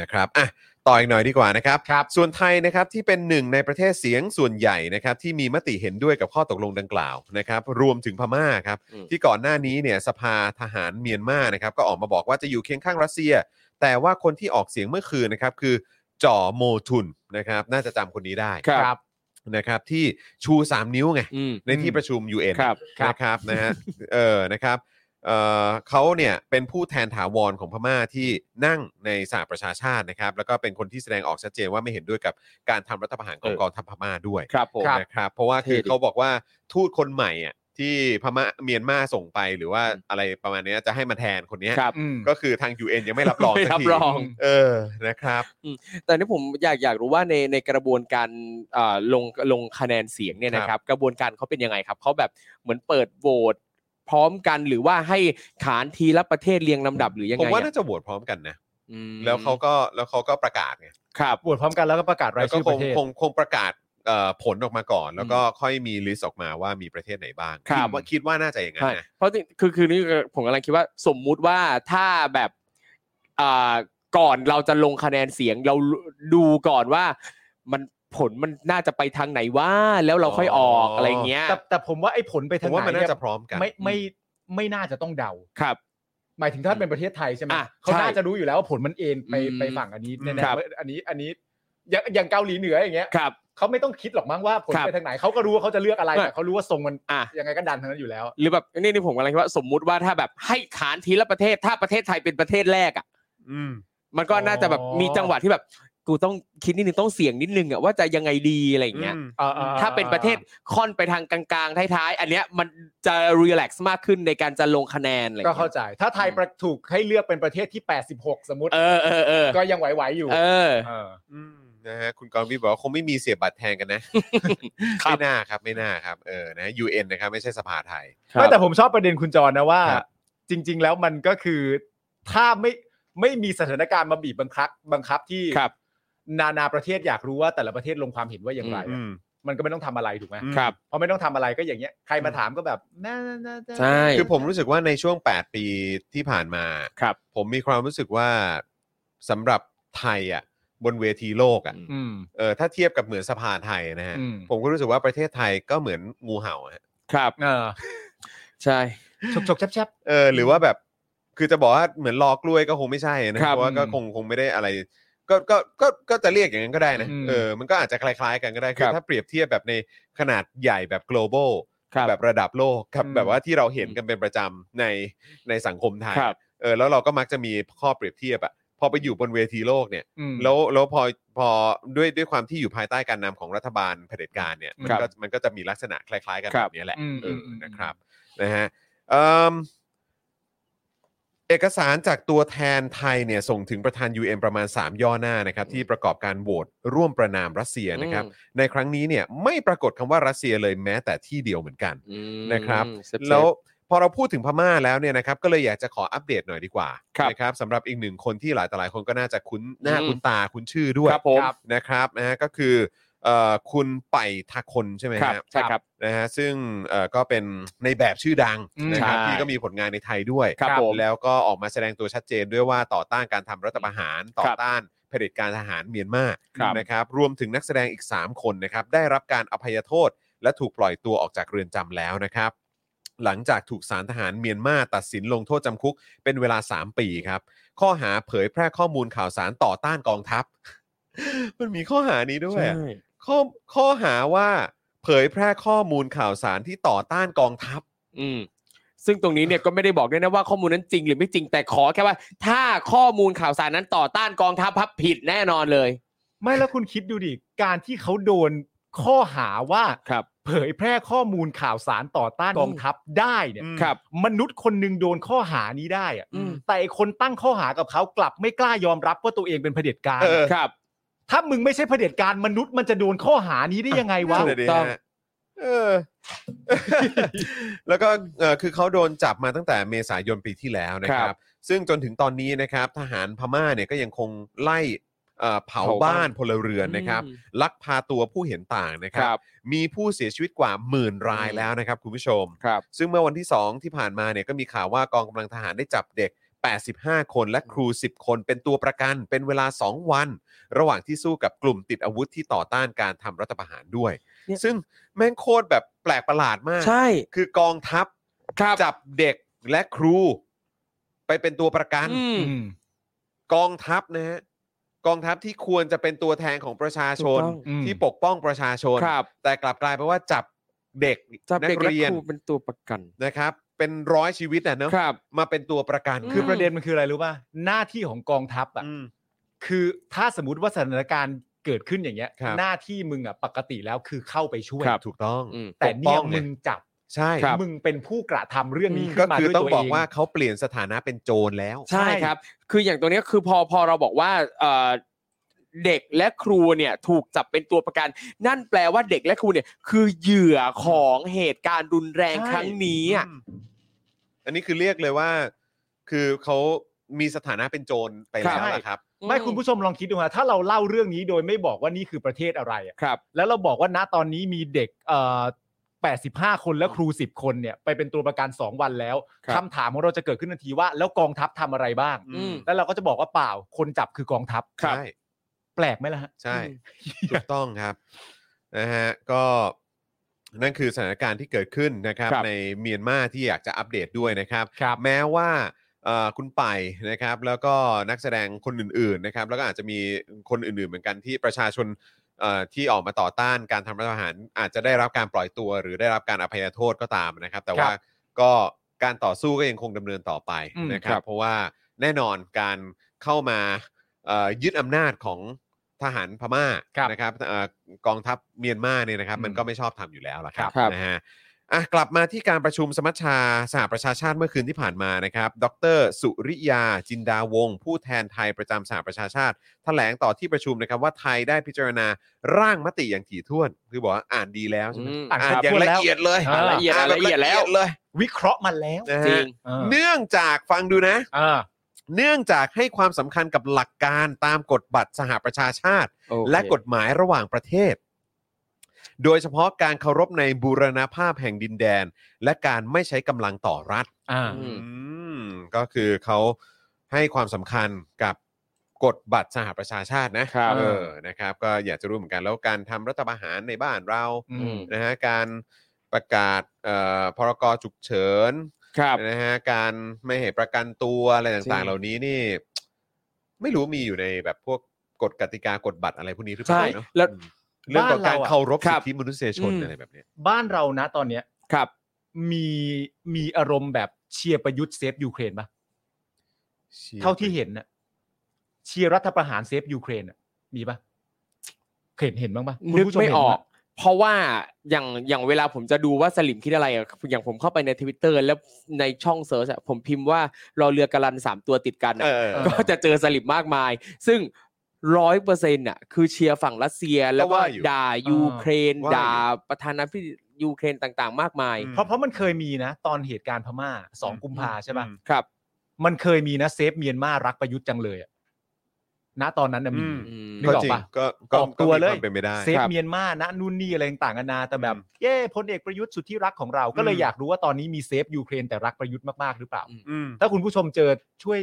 [SPEAKER 1] นะครับอ่ะต่ออีกหน่อยดีกว่านะครับ
[SPEAKER 2] ครับ
[SPEAKER 1] ส่วนไทยนะครับที่เป็นหนึ่งในประเทศเสียงส่วนใหญ่นะครับที่มีมติเห็นด้วยกับข้อตกลงดังกล่าวนะครับ รวมถึงพม่าครับ
[SPEAKER 3] อืม
[SPEAKER 1] ที่ก่อนหน้านี้เนี่ยสภาทหารเมียนมานะครับ ก็ออกมาบอกว่าจะอยู่เคียงข้างรัสเซีย แต่ว่าคนที่ออกเสียงเมื่อคืนนะครับ คือจ่อโมทุนนะครับ น่าจะจำคนนี้ได้
[SPEAKER 3] ครับ
[SPEAKER 2] ครับ
[SPEAKER 1] นะครับ ที่ชู 3 นิ้วไง
[SPEAKER 3] อืม
[SPEAKER 1] ในที่ประชุม UN
[SPEAKER 3] ครับ
[SPEAKER 1] นะครับนะฮะเออนะครับเอ่อเขาเนี่ยเป็นผู้แทนถาวรของพม่าที่นั่งในสหประชาชาตินะครับ แล้วก็เป็นคนที่แสดงออกชัดเจนว่าไม่เห็นด้วยกับการทำรัฐประหารของ
[SPEAKER 3] เออ
[SPEAKER 1] กองทัพพม่าด้วย
[SPEAKER 3] ครับผม
[SPEAKER 1] นะครับ เพราะว่าคือ
[SPEAKER 3] เท่ดิ
[SPEAKER 1] เขาบอกว่าทูตคนใหม่อ่ะที่พม่าเมียนมาส่งไปหรือว่าอะไรประมาณเนี้ยจะให้มาแทนคนเนี้ย
[SPEAKER 3] ครับ
[SPEAKER 2] อืม
[SPEAKER 1] ก็คือทาง UN ยังไม่รับรอง
[SPEAKER 3] ไม่
[SPEAKER 1] สัก
[SPEAKER 3] รับ
[SPEAKER 1] ที
[SPEAKER 3] รอง
[SPEAKER 1] เออนะครับ
[SPEAKER 3] แต่นี่ผมอยากอยากรู้ว่าในในกระบวนการเอ่อลงลงคะแนนเสียงเนี่ยนะครับ กระบวนการเขาเป็นยังไงครับเขาแบบเหมือนเปิดโหวตพร้อมกันหรือว่าให้ขานทีละประเทศเรียงลำดับหรือยัง
[SPEAKER 1] ผ
[SPEAKER 3] ไง
[SPEAKER 1] ม
[SPEAKER 3] อะ
[SPEAKER 1] ว่าน่าจะโหวตพร้อมกันนะ
[SPEAKER 3] อืม
[SPEAKER 1] แล้วเขาก็แล้วเขาก็ประกาศไง
[SPEAKER 3] ครับ
[SPEAKER 2] บวชพร้อมกันแล้วก็ประกาศราย
[SPEAKER 1] แล้วก็
[SPEAKER 2] ชื่อ
[SPEAKER 1] ค
[SPEAKER 2] ป
[SPEAKER 1] ง
[SPEAKER 2] ระเทศ
[SPEAKER 1] คงคงประกาศเอ่อผลออกมาก่อน แล้วก็ค่อยมีลิสต์ออกมาว่ามีประเทศไหนบ้าง
[SPEAKER 3] ครับ
[SPEAKER 1] ดว่าคิดว่าน่าจะอย่างนั้น
[SPEAKER 3] ใช่
[SPEAKER 1] นะ
[SPEAKER 3] เพราะจริงคือคือนี่ผมกำลังคิดว่าสมมุติว่าถ้าแบบอ่าก่อนเราจะลงคะแนนเสียงเราดูก่อนว่า มันผลมันน่าจะไปทางไหนว่าแล้วเราค่อยออกอะไรเงี้ย
[SPEAKER 2] แต่แต่ผมว่าไอ้ผลไป
[SPEAKER 1] ผ
[SPEAKER 2] ทาง
[SPEAKER 1] ม
[SPEAKER 2] ไห
[SPEAKER 1] ว่ามัน นน่า
[SPEAKER 2] เนี่ย
[SPEAKER 1] จะพร้อมกัน
[SPEAKER 2] ไม่ไม่ไม่น่าจะต้องเดา
[SPEAKER 3] ครับ
[SPEAKER 2] หมายถึงถ้าเป็นประเทศไทยใช่ไหม
[SPEAKER 3] อ่ะ
[SPEAKER 2] เขา
[SPEAKER 3] ใช่
[SPEAKER 2] น่าจะรู้อยู่แล้วว่าผลมันเอ็นไป
[SPEAKER 3] อืม
[SPEAKER 2] ไปฝั่งอันนี้แน่
[SPEAKER 3] ครับ
[SPEAKER 2] ๆอันนี้อันนี้อย่างอย่างเกาหลีเหนืออย่างเงี้ย
[SPEAKER 3] ครับ
[SPEAKER 2] เขาไม่ต้องคิดหรอกมั้งว่าผล
[SPEAKER 3] ครับ
[SPEAKER 2] ไปทางไหนเขาก็รู้ว่าเขาจะเลือกอะไร
[SPEAKER 3] ไม่
[SPEAKER 2] แต่เขารู้ว่าทรงมัน
[SPEAKER 3] อ่ะ
[SPEAKER 2] ยังไงก็ดันทางนั้นอยู่แล้ว
[SPEAKER 3] หรือแบบนี่นี่ผมกำลังคิดว่าสมมุติว่าถ้าแบบให้ขานทีละประเทศถ้าประเทศไทยเป็นประเทศแรกอ่ะ
[SPEAKER 1] อืม
[SPEAKER 3] มันก็น่าจะแบบ
[SPEAKER 2] อ๋อ
[SPEAKER 3] มีจังหวะที่แบบ กูต้องคิดนิดนึงต้องเสี่ยงนิดนึงอ่ะว่าจะยังไงดีอะไรอย่างเงี้ย
[SPEAKER 1] อืม
[SPEAKER 2] อ่อ่อ่
[SPEAKER 3] ถ้าเป็นประเทศค่อนไปทางกลางๆท้ายๆอันเนี้ยมันจะรีแลกซ์มากขึ้นในการจะลงคะแนนอะไรอย่ง
[SPEAKER 2] ก็
[SPEAKER 3] งี้ย
[SPEAKER 2] เข้าใจ ถ้าไทยประถูกให้เลือกเป็นประเทศที่ 86 สมมติ
[SPEAKER 3] เออเออเออ
[SPEAKER 2] ก็ยังไหวๆอยู่
[SPEAKER 3] เออ
[SPEAKER 2] เออ
[SPEAKER 1] อืมนะฮะคุณกรณ์วิทย์บอกว่าคงไม่มีเสียบบัตรแทน กันนะ
[SPEAKER 3] ครับ
[SPEAKER 1] ไม่น่าครับไม่น่าครับเออนะ UN นะครับไม่ใช่สภาไทย
[SPEAKER 2] ไม่แต่ผมชอบประเด็นคุณจรนะว่า
[SPEAKER 1] ครับ
[SPEAKER 2] จริง ๆ แล้วมันก็คือถ้าไม่ไม่มีสถานการณ์มาบีบบังคับบังคับที่
[SPEAKER 3] ครับ
[SPEAKER 2] นานาประเทศอยากรู้ว่าแต่ละประเทศลงความเห็นว่าอย่างไร
[SPEAKER 1] อืม
[SPEAKER 2] มันก็ไม่ต้องทำอะไรถูกไหม
[SPEAKER 1] อืม
[SPEAKER 3] ครับ
[SPEAKER 2] พอไม่ต้องทำอะไรก็อย่างเงี้ยใครมาถามก็แบบน่าน่าน่า
[SPEAKER 3] ใช่
[SPEAKER 1] คือผมรู้สึกว่าในช่วง 8 ปีที่ผ่านมา
[SPEAKER 3] ครับ
[SPEAKER 1] ผมมีความรู้สึกว่าสำหรับไทยอ่ะบนเวทีโลกอ่ะ
[SPEAKER 3] อืม
[SPEAKER 2] อืม
[SPEAKER 1] เออถ้าเทียบกับเหมือนสภาไทยนะฮะ
[SPEAKER 2] อืม
[SPEAKER 1] ผมก็รู้สึกว่าประเทศไทยก็เหมือนงูเห่าฮะ
[SPEAKER 3] ครับ
[SPEAKER 2] เออ
[SPEAKER 3] ใช่
[SPEAKER 2] ฉกฉกๆแชบแชบ
[SPEAKER 1] เออหรือว่าแบบคือจะบอกว่าเหมือนรอกล้วยก็คงไม่ใช่นะ
[SPEAKER 3] ค
[SPEAKER 1] เพ
[SPEAKER 3] รับ
[SPEAKER 1] ราะว่าก็คงคงไม่ได้อะไร ก็ก็ก็ก็จะเรียกอย่างนั้นก็ได้นะ
[SPEAKER 2] อืม
[SPEAKER 1] เออมันก็อาจจะคล้าย ๆ กันก็ได้คือถ้าเปรียบเทียบแบบในขนาดใหญ่แบบ global
[SPEAKER 3] ครับ
[SPEAKER 1] แบบระดับโลกกับ
[SPEAKER 2] อืม
[SPEAKER 1] แบบว่าที่เราเห็นกันเป็นประจำในในสังคมไทย
[SPEAKER 3] ครับ
[SPEAKER 1] เออแล้วเราก็มักจะมีข้อเปรียบเทียบอะพอไปอยู่บนเวทีโลกเนี่ย
[SPEAKER 2] ๆอืม
[SPEAKER 1] แล้วแล้วพอพอด้วยด้วยความที่อยู่ภายใต้การนำของรัฐบาลเผด็จการเนี่ยมัน
[SPEAKER 3] ครับ
[SPEAKER 1] ก็มันก็จะมีลักษณะคล้าย ๆ กัน
[SPEAKER 3] ค
[SPEAKER 1] แบ
[SPEAKER 3] รับ
[SPEAKER 1] บนี้แหละ
[SPEAKER 2] อืม
[SPEAKER 1] เอออ
[SPEAKER 2] ม
[SPEAKER 1] นะครับนะฮะเอิ่มเอกสารจากตัวแทนไทยเนี่ยส่งถึงประธาน UN ประมาณ 3 ย่อหน้านะครับที่ประกอบการโหวตร่วมประนามรัสเซียนะครับ ในครั้งนี้เนี่ยไม่ปรากฏคำว่ารัสเซียเลยแม้แต่ที่เดียวเหมือนกัน
[SPEAKER 3] อืม
[SPEAKER 1] นะครับ
[SPEAKER 3] เซฟๆ
[SPEAKER 1] แล้วพอเราพูดถึงพม่าแล้วเนี่ยนะครับก็เลยอยากจะขออัปเดตหน่อยดีกว่า
[SPEAKER 3] ครับ
[SPEAKER 1] นะครับสำหรับอีกหนึ่งคนที่หลายต่อหลายคนก็น่าจะคุ้นหน้าคุ้นตาคุ้นชื่อด้วย
[SPEAKER 3] ครับผม
[SPEAKER 1] นะครับนะฮะก็คือเอ่อคุณไปทาคนใช่ไหม
[SPEAKER 3] ครับ
[SPEAKER 1] ฮะ
[SPEAKER 3] ใช่ครับ
[SPEAKER 1] นะฮะซึ่งเอ่อก็เป็นในแบบชื่อดัง
[SPEAKER 2] อืม
[SPEAKER 1] นะครับ
[SPEAKER 3] ใช่
[SPEAKER 1] ที่ก็มีผลงานในไทยด้วย
[SPEAKER 3] ครับผม
[SPEAKER 1] แล้วก็ออกมาแสดงตัวชัดเจนด้วยว่าต่อต้านการทำรัฐประหารต่อ
[SPEAKER 3] ครับ
[SPEAKER 1] ต้านเผด็จการทหารเมียนมา
[SPEAKER 3] ครับ
[SPEAKER 1] นะครับรวมถึงนักแสดงอีก 3 คนนะครับได้รับการอภัยโทษ และถูกปล่อยตัวออกจากเรือนจำแล้วนะครับ หลังจากถูกสารทหารเมียนมาตัดสินลงโทษจำคุกเป็นเวลา 3 ปีครับ ข้อหาเผยแพร่ข้อมูลข่าวสารต่อต้านกองทัพ มันมีข้อหานี้ด้วย
[SPEAKER 3] ใช่
[SPEAKER 1] อะข้อข้อหาว่าเผยแพร่ข้อมูลข่าวสารที่ต่อต้านกองทัพ
[SPEAKER 3] อืม ซึ่งตรงนี้เนี่ยก็ไม่ได้บอกด้วยนะว่าข้อมูลนั้นจริงหรือไม่จริงแต่ขอแค่ว่า ถ้าข้อมูลข่าวสารนั้นต่อต้านกองทัพพับผิดแน่นอนเลย
[SPEAKER 2] ไม่แล้วคุณคิดดูดิ การที่เขาโดนข้อหาว่า
[SPEAKER 3] ครับ
[SPEAKER 2] เผยแพร่ข้อมูลข่าวสารต่อต้านกองทัพได้เนี่ย
[SPEAKER 1] อืม
[SPEAKER 3] ครับ
[SPEAKER 2] มนุษย์คนหนึ่งโดนข้อหานี้ได้อะ
[SPEAKER 3] อืม
[SPEAKER 2] แต่ไอ้คนตั้งข้อหากับเขากลับไม่กล้ายอมรับว่าตัวเองเป็นเผด็จการ
[SPEAKER 1] เออ
[SPEAKER 3] ครับ
[SPEAKER 2] ถ้ามึงไม่ใช่เผด็จการมนุษย์มันจะโดนข้อหานี้ได้ยังไงวะ
[SPEAKER 1] นั่นน่ะดิ
[SPEAKER 3] ถูกต้อง
[SPEAKER 1] ฮะเออ แล้วก็เอ่อคือเขาโดนจับมาตั้งแต่เมษายนปีที่แล้วนะค
[SPEAKER 3] ค
[SPEAKER 1] รั
[SPEAKER 3] รับ บ
[SPEAKER 1] ซึ่งจนถึงตอนนี้นะครับ ทหารพม่าเนี่ยก็ยังคงไล่เอ่อเผา
[SPEAKER 3] เผาบ้าน
[SPEAKER 1] บ้านพลเรือนนะครับ
[SPEAKER 3] อืม
[SPEAKER 1] ลักพาตัวผู้เห็นต่างนะค
[SPEAKER 3] ค
[SPEAKER 1] รั
[SPEAKER 3] รับ บ
[SPEAKER 1] มีผู้เสียชีวิตกว่าหมื่นรายแล้วนะครับคุณผู้ชม
[SPEAKER 3] ครับ
[SPEAKER 1] ซึ่งเมื่อวันที่ 2 ที่ผ่านมาเนี่ยก็มีข่าวว่ากองกำลังทหารได้จับเด็ก 85 คนและครู 10 คนเป็นตัวประกัน เป็นเวลา 2 วัน ระหว่างที่สู้กับกลุ่มติดอาวุธที่ต่อต้านการทำรัฐประหารด้วย
[SPEAKER 3] เนี่ย
[SPEAKER 1] ซึ่งแม่งโคตรแบบแปลกประหลาดมาก
[SPEAKER 3] ใช่
[SPEAKER 1] คือกองทัพ
[SPEAKER 3] ครับ
[SPEAKER 1] จับเด็กและครู ไปเป็นตัวประกัน
[SPEAKER 3] อืม
[SPEAKER 2] อืม
[SPEAKER 1] กองทัพนะฮะกองทัพที่ควรจะเป็นตัวแทนของประชาชน
[SPEAKER 3] ถูกต้อง
[SPEAKER 2] อืม
[SPEAKER 1] ที่ปกป้องประชาชน
[SPEAKER 3] ครับ
[SPEAKER 1] แต่กลับกลายเป็นว่าจับเด็ก
[SPEAKER 3] จับ
[SPEAKER 1] นั
[SPEAKER 3] เด็ก
[SPEAKER 1] ก
[SPEAKER 3] และ
[SPEAKER 1] เรียน
[SPEAKER 3] ครูเป็นตัวประกัน
[SPEAKER 1] นะครับ เป็นร้อยชีวิตอ่ะเนอะ
[SPEAKER 3] ครับ
[SPEAKER 1] มาเป็นตัวประกัน
[SPEAKER 3] อืม
[SPEAKER 2] คือประเด็นมันคืออะไรรู้ป่ะ หน้าที่ของกองทัพอ่ะ
[SPEAKER 1] อืม
[SPEAKER 2] คือถ้าสมมติว่าสถานการณ์เกิดขึ้นอย่างเงี้ย
[SPEAKER 1] ครับ
[SPEAKER 2] หน้าที่มึงอ่ะปกติแล้วคือเข้าไปช่วย
[SPEAKER 3] ครับ
[SPEAKER 1] ถูกต้อง
[SPEAKER 3] อืม
[SPEAKER 2] แต่เนี่
[SPEAKER 1] ปกป้
[SPEAKER 2] ย
[SPEAKER 1] อง
[SPEAKER 2] มึงจับ
[SPEAKER 1] ใช่
[SPEAKER 3] ครับ
[SPEAKER 2] มึงเป็นผู้กระทำเรื่องนี้
[SPEAKER 3] อืม
[SPEAKER 2] ขึ้
[SPEAKER 1] ก็
[SPEAKER 2] นมา
[SPEAKER 1] คือ
[SPEAKER 2] ด้วย
[SPEAKER 1] ต้อ
[SPEAKER 2] ตั
[SPEAKER 1] งบอ
[SPEAKER 2] วเอ
[SPEAKER 1] ก
[SPEAKER 2] ง
[SPEAKER 1] ว่าเขาเปลี่ยนสถานะเป็นโจรแล้ว
[SPEAKER 3] ใช่
[SPEAKER 2] ใช่
[SPEAKER 3] ครับ คืออย่างตรงเนี้ยคือพอพอเราบอกว่าเอ่อเด็กและครูเนี่ยถูกจับเป็นตัวประกัน นั่นแปลว่าเด็กและครูเนี่ยคือเหยื่อของเหตุการณ์รุนแรง
[SPEAKER 2] ใช่
[SPEAKER 3] ครั้งนี้อ่ะ
[SPEAKER 1] อืมอันนี้คือเรียกเลยว่า คือเขามีสถานะเป็นโจรไปแล้ว
[SPEAKER 3] ครับ
[SPEAKER 1] นะครับ
[SPEAKER 2] ไม่คุณผู้ชมลองคิดดูนะถ้าเราเล่าเรื่องนี้โดยไม่บอกว่านี่คือประเทศอะไรอะ
[SPEAKER 3] ครับ
[SPEAKER 2] แล้วเราบอกว่าณตอนนี้มีเด็กเอ่อ85 คนและครู 10 คนเนี่ยไปเป็นตัวประกัน 2 วันแล้ว
[SPEAKER 3] ครับ
[SPEAKER 2] คำถามของเราจะเกิดขึ้นทันทีว่า แล้วกองทัพทำอะไรบ้าง
[SPEAKER 3] อืม
[SPEAKER 2] แล้วเราก็จะบอกว่าเปล่า คนจับคือกองทัพ
[SPEAKER 1] ใช่
[SPEAKER 2] แปลกไหมล่ะฮะ
[SPEAKER 1] ใช่ ถูกต้องครับนะฮะก็นั่นคือสถานการณ์ที่เกิดขึ้นนะครับ
[SPEAKER 3] ครับ
[SPEAKER 1] ในเมียนมาที่อยากจะอัปเดตด้วยนะครับ
[SPEAKER 2] ครับ
[SPEAKER 1] แม้ว่าเอ่อคุณไปนะครับ แล้วก็นักแสดงคนอื่น ๆนะครับ แล้วก็อาจจะมีคนอื่น ๆ เหมือนกันที่ประชาชนเอ่อที่ออกมาต่อต้านการทำรัฐประหาร อาจจะได้รับการปล่อยตัว หรือได้รับการอภัยโทษก็ตามนะครับ แต่ว่าก็การต่อสู้ก็ยังคงดำเนินต่อไป
[SPEAKER 2] อืม
[SPEAKER 1] นะค
[SPEAKER 3] ค
[SPEAKER 1] รั
[SPEAKER 3] รับ บ
[SPEAKER 1] เพราะว่าแน่นอนการเข้ามาเอ่อยึดอำนาจของ ทหารพม่า
[SPEAKER 2] ครับ
[SPEAKER 1] นะครับเอ่อกองทัพเมียนมาเนี่ยนะครับ
[SPEAKER 2] อืม
[SPEAKER 1] มันก็ไม่ชอบทำอยู่แล้วล่ะครับ
[SPEAKER 3] ครับ
[SPEAKER 1] นะฮะอ่ะกลับมาที่การประชุมสมัชชาสหประชาชาติเมื่อคืนที่ผ่านมานะครับ ดร สุริยา จินดาวงศ์ผู้แทนไทยประจำสหประชาชาติ แถลงต่อที่ประชุมนะครับว่าไทยได้พิจารณาร่างมติอย่างถี่ถ้วน คือบอกว่าอ่านดีแล้วใช่ไหม
[SPEAKER 3] อืม
[SPEAKER 2] อ่าน
[SPEAKER 1] อ่านอย่าง
[SPEAKER 2] ครบถ้วน
[SPEAKER 1] ละ
[SPEAKER 2] แล้ว
[SPEAKER 1] เอียดเลย
[SPEAKER 2] อ่านละเอียด
[SPEAKER 1] นแบบ
[SPEAKER 3] ละเอียดแล้ว
[SPEAKER 1] เลย
[SPEAKER 2] วิเคราะห์มาแล้ว
[SPEAKER 1] นะ
[SPEAKER 3] จริ
[SPEAKER 1] ฮะ
[SPEAKER 3] ง
[SPEAKER 2] เออ
[SPEAKER 1] เนื่องจากฟังดูนะ
[SPEAKER 2] อ่า
[SPEAKER 1] เนื่องจากให้ความสำคัญกับหลักการตามกฎบัตรสหประชาชาติ
[SPEAKER 3] โอเค
[SPEAKER 1] และกฎหมายระหว่างประเทศ โดยเฉพาะการเคารพในบูรณภาพแห่งดินแดน และการไม่ใช้กำลังต่อรัฐ
[SPEAKER 2] อ่า
[SPEAKER 3] อืม
[SPEAKER 1] อืมก็คือเขาให้ความสำคัญกับกฎบัตรสหประชาชาตินะครับ เออนะครับ ก็อยากจะรู้เหมือนกันแล้วการทำรัฐประหารในบ้านเรา
[SPEAKER 2] อืม
[SPEAKER 1] นะฮะการประกาศเอ่อพรกฉุกเฉิน
[SPEAKER 3] ครับ
[SPEAKER 1] นะฮะการไม่ให้ประกันตัวอะไรต่างๆ เหล่านี้นี่ ไม่รู้มีอยู่ในแบบพวกกฎกติกากฎบัตรอะไรพวกนี้หรือเปล่า
[SPEAKER 3] ใช่
[SPEAKER 1] เนอะ
[SPEAKER 3] แล้ว
[SPEAKER 1] อืมเรื่องของการ
[SPEAKER 2] บ้านเราอะ
[SPEAKER 1] เคารพ
[SPEAKER 3] ครั
[SPEAKER 1] สิ
[SPEAKER 3] บ
[SPEAKER 1] ทธิมนุษยชน
[SPEAKER 3] อืม
[SPEAKER 1] อะไรแบบเนี้ย
[SPEAKER 2] บ้านเรานะตอนเนี้ย
[SPEAKER 3] ครับ
[SPEAKER 2] มีมีอารมณ์แบบเชียร์ประยุทธ์เซฟยูเครนปะ
[SPEAKER 1] ชี่ย
[SPEAKER 2] เท่าที่เห็นน่ะเชียร์รัฐประหารเซฟยูเครนน่ะมีปะเห็นเห็นบ้างปะคุณ
[SPEAKER 3] นึก
[SPEAKER 2] ผู้ช
[SPEAKER 3] ไม่
[SPEAKER 2] เห็
[SPEAKER 3] อ
[SPEAKER 2] ปะ
[SPEAKER 3] อก เพราะว่าอย่างอย่างเวลาผมจะดูว่าสลิมคิดอะไรอะอย่างผมเข้าไปในทวิตเตอร์แล้วในช่องเซิร์ชอะผมพิมพ์ว่ารอเรือการันสามตัวติดกันอะ
[SPEAKER 1] เออ
[SPEAKER 3] ก็จะเจอสลิปมากมาย ซึ่งร้อยเปอร์เซ็นต์อ่ะคือเชียร์ฝั่งรัสเซียแล้วก็
[SPEAKER 1] ว่าอยู่
[SPEAKER 3] ด่ายูเครน
[SPEAKER 1] ว่าอยู่
[SPEAKER 3] ด่าประธานาธิบดียูเครนต่างๆ มากมาย
[SPEAKER 2] เพราะเพราะมันเคยมีนะ ตอนเหตุการณ์พม่าสองกุมภาใช่ปะ
[SPEAKER 1] อืม
[SPEAKER 3] ครับ
[SPEAKER 2] มันเคยมีนะเซฟเมียนมารักประยุทธ์จังเลยอะณตอนนั้นนะมี
[SPEAKER 1] อืม
[SPEAKER 3] อืม
[SPEAKER 2] นึ
[SPEAKER 1] ก็
[SPEAKER 2] กออก
[SPEAKER 1] จริง
[SPEAKER 2] ปะ
[SPEAKER 1] ก็ก็
[SPEAKER 2] ออกตัวเล
[SPEAKER 1] มี
[SPEAKER 2] ย
[SPEAKER 1] คามเป็นไปได้
[SPEAKER 2] เซฟ
[SPEAKER 3] ครับ
[SPEAKER 2] เมียนมานะนู่นนี่อะไรต่างๆนานาแต่แบบ
[SPEAKER 1] อืม
[SPEAKER 2] เย้พลเอกประยุทธ์สุดที่รักของเรา ก็เล
[SPEAKER 1] อื
[SPEAKER 2] ย
[SPEAKER 1] ม
[SPEAKER 2] อยากรู้ว่าตอนนี้มีเซฟยูเครนแต่รักประยุทธ์มากๆหรือเปล่า
[SPEAKER 1] อืม
[SPEAKER 2] ถ้าคุณผู้ชมเจอช่วย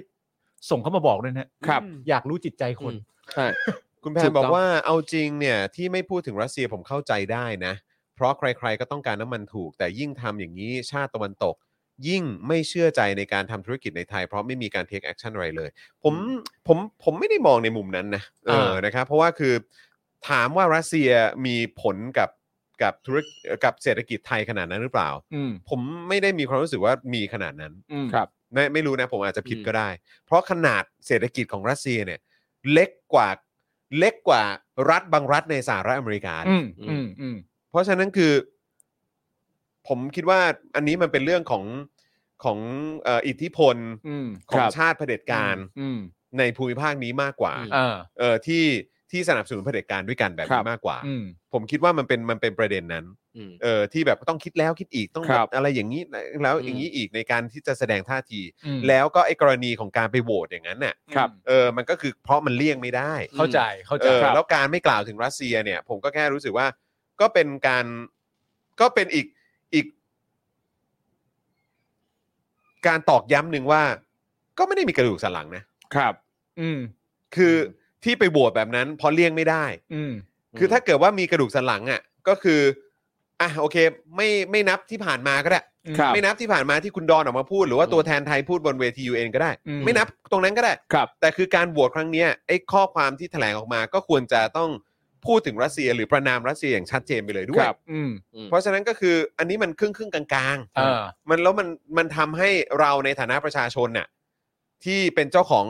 [SPEAKER 2] ส่งเข้ามาบอกด้วยนะฮะ
[SPEAKER 3] ครับ
[SPEAKER 2] อยากรู้จิตใจคน
[SPEAKER 3] อืมใช่
[SPEAKER 1] คุณแพน
[SPEAKER 3] ถูกต้อง
[SPEAKER 1] บอกว่าเอาจริงเนี่ย ที่ไม่พูดถึงรัสเซียผมเข้าใจได้นะ เพราะใคร ๆก็ต้องการน้ำมันถูก แต่ยิ่งทำอย่างนี้ชาติตะวันตก ยิ่งไม่เชื่อใจในการทำธุรกิจในไทย เพราะไม่มีการเทคแอคชั่นอะไรเลย ผมผมผมไม่ได้มองในมุมนั้นนะเออ
[SPEAKER 2] อ่าน
[SPEAKER 1] นะครับ เพราะว่าคือถามว่ารัสเซียมีผลกับ กับธุรกิจกับเศรษฐกิจไทยขนาดนั้นหรือเปล่า
[SPEAKER 2] อืม
[SPEAKER 1] ผมไม่ได้มีความรู้สึกว่ามีขนาดนั้น
[SPEAKER 2] อืม
[SPEAKER 3] ครับ
[SPEAKER 1] ไม่ไม่รู้นะผมอาจจะผิดก็ได้ เพราะขนาดเศรษฐกิจของรัสเซียเนี่ย เล็กกว่าเล็กกว่ารัฐบางรัฐในสหรัฐอเมริกา
[SPEAKER 2] อืมอืมอืม
[SPEAKER 1] เพราะฉะนั้นคือ ผมคิดว่าอันนี้มันเป็นเรื่องของของเอ่ออิทธิพล
[SPEAKER 2] อืม
[SPEAKER 1] ขอ
[SPEAKER 3] ค
[SPEAKER 1] ง
[SPEAKER 3] รับ
[SPEAKER 1] ชาติเผด็จการ
[SPEAKER 2] อืม
[SPEAKER 1] ในภูมิภาคนี้มากกว่า
[SPEAKER 3] อืม
[SPEAKER 2] เออ
[SPEAKER 1] เออที่ที่สนับสนุนเผด็จการด้วยกันแบบ
[SPEAKER 3] ครั
[SPEAKER 1] นี้
[SPEAKER 3] บ
[SPEAKER 1] มากกว่า
[SPEAKER 2] อืม
[SPEAKER 1] ผมคิดว่ามันเป็นมันเป็นประเด็นนั้น
[SPEAKER 3] อืม
[SPEAKER 1] เออที่แบบต้องคิดแล้วคิดอีกต้อง
[SPEAKER 3] ครับ
[SPEAKER 1] แบบอะไรอย่างนี้แล้วอย่างนี้อีกในการที่จะแสดงท่าที
[SPEAKER 2] อืม
[SPEAKER 1] แล้วก็ไอ้กรณีของการไปโหวตอย่างนั้นเนี่ย
[SPEAKER 3] ครับ
[SPEAKER 1] เออมันก็คือเพราะมันเลี่ยงไม่ได้
[SPEAKER 2] เข้าใจเข้า
[SPEAKER 1] เอ
[SPEAKER 2] ใจ
[SPEAKER 1] อแล้วการไม่กล่าวถึงรัสเซียเนี่ย ผมก็แค่รู้สึกว่า ก็เป็นการก็เป็นอีกอีก การตอกย้ำหนึ่งว่า ก็ไม่ได้มีกระดูกสันหลังนะครับ
[SPEAKER 2] อืม
[SPEAKER 1] คืออที่ไปโหวตแบบนั้นเพราะเลี่ยงไม่ได้
[SPEAKER 2] อืม
[SPEAKER 1] คือถ้าเกิดว่ามีกระดูกสันหลังอ่ะ ก็คืออ่ะโอเค ไม่ไม่นับที่ผ่านมาก็ได้
[SPEAKER 2] อืม
[SPEAKER 3] ครับ
[SPEAKER 1] ไม่นับที่ผ่านมาที่คุณดอนออกมาพูด หรือว่า
[SPEAKER 3] อืม
[SPEAKER 1] ตัวแทนไทยพูดบนเวที UN ก็ได้
[SPEAKER 2] อืม
[SPEAKER 1] ไม่นับตรงนั้นก็ได้
[SPEAKER 3] ครับ
[SPEAKER 1] แต่คือการโหวตครั้งเนี้ยไอ้ข้อความที่แถลงออกมา ก็ควรจะต้องพูดถึงรัสเซีย หรือประนามรัสเซียอย่างชัดเจนไปเลยด้ว
[SPEAKER 3] ค
[SPEAKER 1] ย
[SPEAKER 3] รับ
[SPEAKER 2] อืม
[SPEAKER 1] เพราะฉะนั้นก็คืออันนี้มันครึ่งครึ่งๆกลาง
[SPEAKER 2] เออ
[SPEAKER 1] มันแล้วมันมันทำให้เราในฐานะประชาชนน่ะที่เป็นเจ้าของ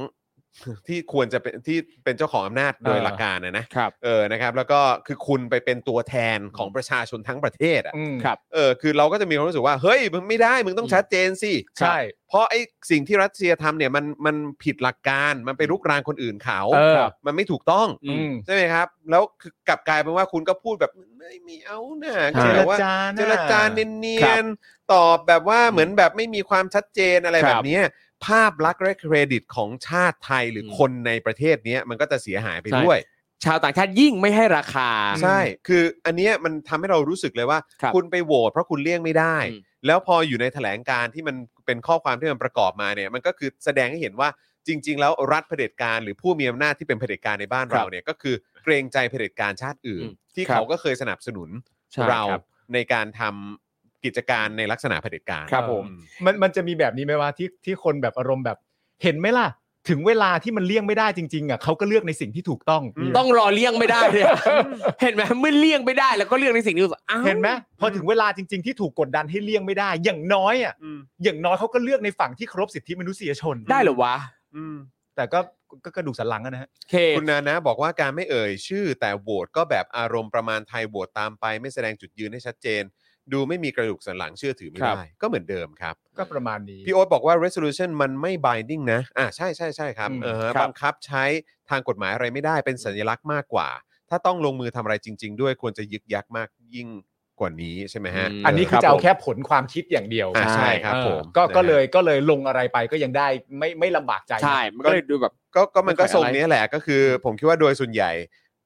[SPEAKER 1] ที่ควรจะเป็นที่เป็นเจ้าของอำนาจโดย
[SPEAKER 2] เออ
[SPEAKER 1] หลักการนะนะ
[SPEAKER 3] ครับ
[SPEAKER 1] เออ นะครับ แล้วก็คือคุณไปเป็นตัวแทนของประชาชนทั้งประเทศอ่ะ
[SPEAKER 2] อืม
[SPEAKER 3] ครับ
[SPEAKER 1] เออ คือเราก็จะมีความรู้สึกว่า เฮ้ย มึงไม่ได้ มึงต้องชัดเจนสิ
[SPEAKER 2] ใช่
[SPEAKER 1] เพราะไอ้สิ่งที่รัสเซียทำเนี่ย มัน มันผิดหลักการ มันไปรุกรานคนอื่นเขา
[SPEAKER 2] เออ
[SPEAKER 1] มันไม่ถูกต้อง
[SPEAKER 2] อืม
[SPEAKER 1] ใช่ไหมครับ แล้วคือกลับกลายเป็นว่าคุณก็พูดแบบไม่มีเอาน่ะ
[SPEAKER 3] อ่า
[SPEAKER 1] คือ
[SPEAKER 2] เจ
[SPEAKER 1] แบ
[SPEAKER 2] ร
[SPEAKER 1] บว่า
[SPEAKER 2] จา
[SPEAKER 1] เจรจาเนี
[SPEAKER 3] ครั
[SPEAKER 1] ยน
[SPEAKER 3] บ
[SPEAKER 1] ๆ ตอบแบบว่าเหมือนแบบไม่มีความชัดเจนอะไร
[SPEAKER 3] ครับ
[SPEAKER 1] แบบเนี้ยภาพลักษณ์และเครดิตของชาติไทยหรืออ
[SPEAKER 3] ม
[SPEAKER 1] คนในประเทศเนี้ยมันก็จะเสียหายไป
[SPEAKER 3] ใช่
[SPEAKER 1] ด้วย
[SPEAKER 3] ชาวต่างชาติยิ่งไม่ให้ราคา
[SPEAKER 1] ใช่ คืออันเนี้ยมันทำให้เรารู้สึกเลยว่า
[SPEAKER 3] ครับ
[SPEAKER 1] ณไปโหวตเพราะคุณเลี่ยงไม่ได้
[SPEAKER 3] อืม
[SPEAKER 1] แล้วพออยู่ในแถลงการที่มันเป็นข้อความที่มันประกอบมาเนี่ย มันก็คือแสดงให้เห็นว่าจริง ๆ แล้วรัฐเผด็จการหรือผู้มีอำนาจที่เป็นเผด็จการในบ้านเราเนี่ยก็คือเกรงใจเผด็จการชาติอื่น
[SPEAKER 3] อืม
[SPEAKER 1] ที่
[SPEAKER 3] ครับ
[SPEAKER 1] เขาก็เคยสนับสนุน
[SPEAKER 3] ใช่ครับ
[SPEAKER 1] เราในการทำกิจการในลักษณะเผด็จการ
[SPEAKER 3] ครับผม
[SPEAKER 1] อื
[SPEAKER 2] มันมันจะมีแบบนี้ไหมว่าที่ที่คนแบบอารมณ์แบบ เห็นไหมล่ะ ถึงเวลาที่มันเลี่ยงไม่ได้จริง ๆอ่ะเขาก็เลือกในสิ่งที่ถูกต้อง
[SPEAKER 3] ต้องรอเลี่ยงไม่ได้เนี่ย เห็นไหมเมื่อเลี่ยงไม่ได้แล้วก็เลี่ยงในสิ่งที่รู้สึกอ้าว
[SPEAKER 2] เห็นไหมพอถึงเวลาจริง ๆ ที่ถูกกดดันให้เลี่ยงไม่ได้ อย่างน้อยอ่ะ
[SPEAKER 1] อืม
[SPEAKER 2] อย่างน้อยเขาก็เลือกในฝั่งที่เคารพสิทธิมนุษยชน
[SPEAKER 3] ได้เหรอวะ
[SPEAKER 1] อืม
[SPEAKER 2] แต่ก็ก็กระดูกสันหลังอะนะฮะ
[SPEAKER 3] โอเค
[SPEAKER 1] คุณนานะบอกว่าการไม่เอ่ยชื่อ แต่โหวตก็แบบอารมณ์ประมาณไทยโหวตตามไป ไม่แสดงจุดยืนให้ชัดเจน ดูไม่มีกระดูกสันหลังเชื่อถือไม่
[SPEAKER 3] ครับ
[SPEAKER 1] ได้ก็เหมือนเดิมครับ
[SPEAKER 2] ก็ประมาณนี้
[SPEAKER 1] พี่โอ๊ตบอกว่า resolution มันไม่ binding นะ อ่าใช่ใช่ใช่ครับ
[SPEAKER 2] อืม
[SPEAKER 1] เออฮะ
[SPEAKER 3] ครับ
[SPEAKER 1] บังคับใช้ทางกฎหมายอะไรไม่ได้เป็นสัญลักษณ์มากกว่า ถ้าต้องลงมือทำอะไรจริง ๆ ด้วยควรจะยึกยักมากยิ่งกว่านี้ใช่ไหมฮะ
[SPEAKER 3] ม
[SPEAKER 2] อันนี้คือ
[SPEAKER 1] รั
[SPEAKER 2] จะ
[SPEAKER 1] บ
[SPEAKER 2] เอา
[SPEAKER 1] ผม
[SPEAKER 2] แค่ผลความคิดอย่างเดียว
[SPEAKER 1] อ่าใช่ครับ
[SPEAKER 2] เออ
[SPEAKER 1] ผม
[SPEAKER 2] ก็
[SPEAKER 1] นะฮะ
[SPEAKER 2] ก็เลยก็เลยลงอะไรไปก็ยังได้ไม่ไม่ลำบากใจ
[SPEAKER 3] ใช่ มันก็เลยดูแบบ
[SPEAKER 1] ก็ก็มันก็
[SPEAKER 3] ไม่ค่อย
[SPEAKER 1] ทรง
[SPEAKER 3] อะไร
[SPEAKER 1] เนี้ยแหละก็คือ ผมคิดว่าโดยส่วนใหญ่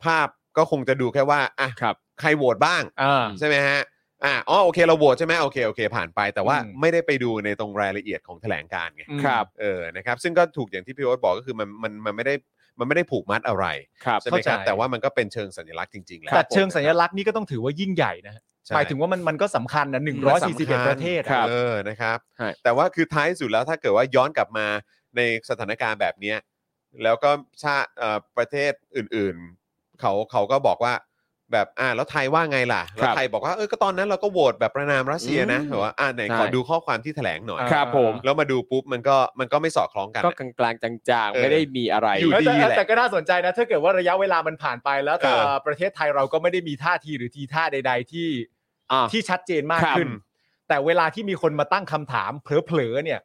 [SPEAKER 1] ภาพก็คงจะดูแค่ว่าอ่ะ
[SPEAKER 3] ครับ
[SPEAKER 1] ใครโหวตบ้าง
[SPEAKER 2] อ่า
[SPEAKER 1] ใช่ไหมฮะอ่ะอ๋อโอเคเราโหวตใช่ไหมโอเคโอเค ผ่านไป แต่ว่า
[SPEAKER 2] อืม
[SPEAKER 1] ไม่ได้ไปดูในตรงรายละเอียดของแถลงการณ์ไง
[SPEAKER 3] ครับ
[SPEAKER 1] เออ นะครับ ซึ่งก็ถูกอย่างที่พี่โอ๊ตบอกก็คือมันมันมันไม่ได้มันไม่ได้ผูกมัดอะไร
[SPEAKER 3] ครับ
[SPEAKER 1] ใช่ไหมครับ
[SPEAKER 2] เข้าใจ
[SPEAKER 1] แต่ว่ามันก็เป็นเชิงสัญลักษณ์จริง ๆ แล้ว
[SPEAKER 2] แต่เชิง
[SPEAKER 1] ผม
[SPEAKER 2] สัญลักษณ์นี่ก็ต้องถือว่ายิ่งใหญ่นะฮะ
[SPEAKER 1] ใช่
[SPEAKER 2] หมายถึงว่ามันมันก็สำคัญนะหนึ่งร้อยสี่สิบเอ็ดประเทศอะ
[SPEAKER 3] ครับ
[SPEAKER 1] เออ นะครับ
[SPEAKER 3] ใช่
[SPEAKER 1] แต่ว่าคือท้ายสุดแล้วถ้าเกิดว่าย้อนกลับมาในสถานการณ์แบบเนี้ยแล้วก็ชาติเอ่อประเทศอื่นๆ เขาเขาก็บอกว่าแบบอ่าแล้วไทยว่าไงล่ะ แล้วไทยบอกว่าเออก็ตอนนั้นเราก็โหวตแบบประนามรัสเซียนะ
[SPEAKER 3] อืม
[SPEAKER 1] แบบว่าอ่าไหนขอ
[SPEAKER 3] ใช่
[SPEAKER 1] ดูข้อความที่แถลงหน่อย
[SPEAKER 2] อ่า
[SPEAKER 3] ครับผม
[SPEAKER 1] แล้วมาดูปุ๊บมันก็มันก็ไม่สอดคล้องกัน
[SPEAKER 3] ก็
[SPEAKER 1] อะ
[SPEAKER 3] กลางๆจาง
[SPEAKER 1] เออ
[SPEAKER 3] ๆ ไม่ได้มีอะไร
[SPEAKER 1] อยู่ดี
[SPEAKER 2] แต่
[SPEAKER 1] แหละ
[SPEAKER 2] แต่ก็น่าสนใจนะ ถ้าเกิดว่าระยะเวลามันผ่านไปแล้วแต่
[SPEAKER 1] เออ
[SPEAKER 2] เอ่อประเทศไทยเราก็ไม่ได้มีท่าทีหรือทีท่าใด ๆ ที่
[SPEAKER 3] อ่ะ
[SPEAKER 2] ที่ชัดเจนมาก
[SPEAKER 3] ครับ
[SPEAKER 2] ขึ้น แต่เวลาที่มีคนมาตั้งคำถามเผลอๆเนี่ย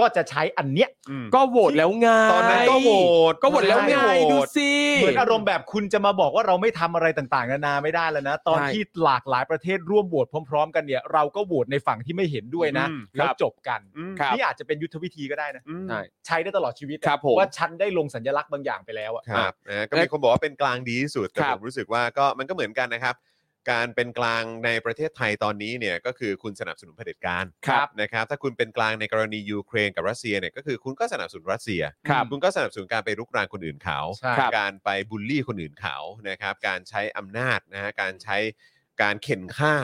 [SPEAKER 2] ก็จะใช้อันเนี้ย
[SPEAKER 1] อืม
[SPEAKER 3] ก็โหวตแล้วไง
[SPEAKER 1] ตอนนั้นก็โหวต
[SPEAKER 3] ก็โหวตแล้วไง
[SPEAKER 1] ใช่โหวต
[SPEAKER 3] ดูสิ
[SPEAKER 2] เหมือนอารมณ์แบบคุณจะมาบอกว่าเราไม่ทำอะไรต่างๆนานาไม่ได้แล้วนะ ตอน
[SPEAKER 3] ใช่
[SPEAKER 2] ที่หลากหลายประเทศร่วมโหวตพร้อม ๆ กันเนี่ย เราก็โหวตในฝั่งที่ไม่เห็นด้วยนะ
[SPEAKER 1] อืม
[SPEAKER 2] แล้ว
[SPEAKER 3] ครับ
[SPEAKER 2] จบกัน
[SPEAKER 1] อืม
[SPEAKER 3] ครับ
[SPEAKER 2] นี่อาจจะเป็นยุทธวิธีก็ได้นะ
[SPEAKER 1] อืม
[SPEAKER 3] ใช่
[SPEAKER 2] ใช้ได้ตลอดชีวิตนะครับ
[SPEAKER 3] ผม
[SPEAKER 2] ว่าฉันได้ลงสัญลักษณ์บางอย่างไปแล้วอะ
[SPEAKER 1] ครับนะก็มีคนบอกว่าเป็นกลางดีที่สุดแต่
[SPEAKER 3] ครั
[SPEAKER 1] ผ
[SPEAKER 3] บ
[SPEAKER 1] มรู้สึกว่าก็มันก็เหมือนกันนะครับ การเป็นกลางในประเทศไทยตอนนี้เนี่ยก็คือคุณสนับสนุนเผด็จการ
[SPEAKER 3] ครับ
[SPEAKER 1] นะครับ ถ้าคุณเป็นกลางในกรณียูเครนกับรัสเซียเนี่ยก็คือคุณก็สนับสนุนรัสเซีย
[SPEAKER 3] ครับ
[SPEAKER 1] ณก็สนับสนุนการไปรุกรานคนอื่นเขา
[SPEAKER 2] ใช่
[SPEAKER 3] ครับ
[SPEAKER 1] การไปบูลลี่คนอื่นเขานะครับ การใช้อำนาจนะฮะการใช้การเข็นฆ่า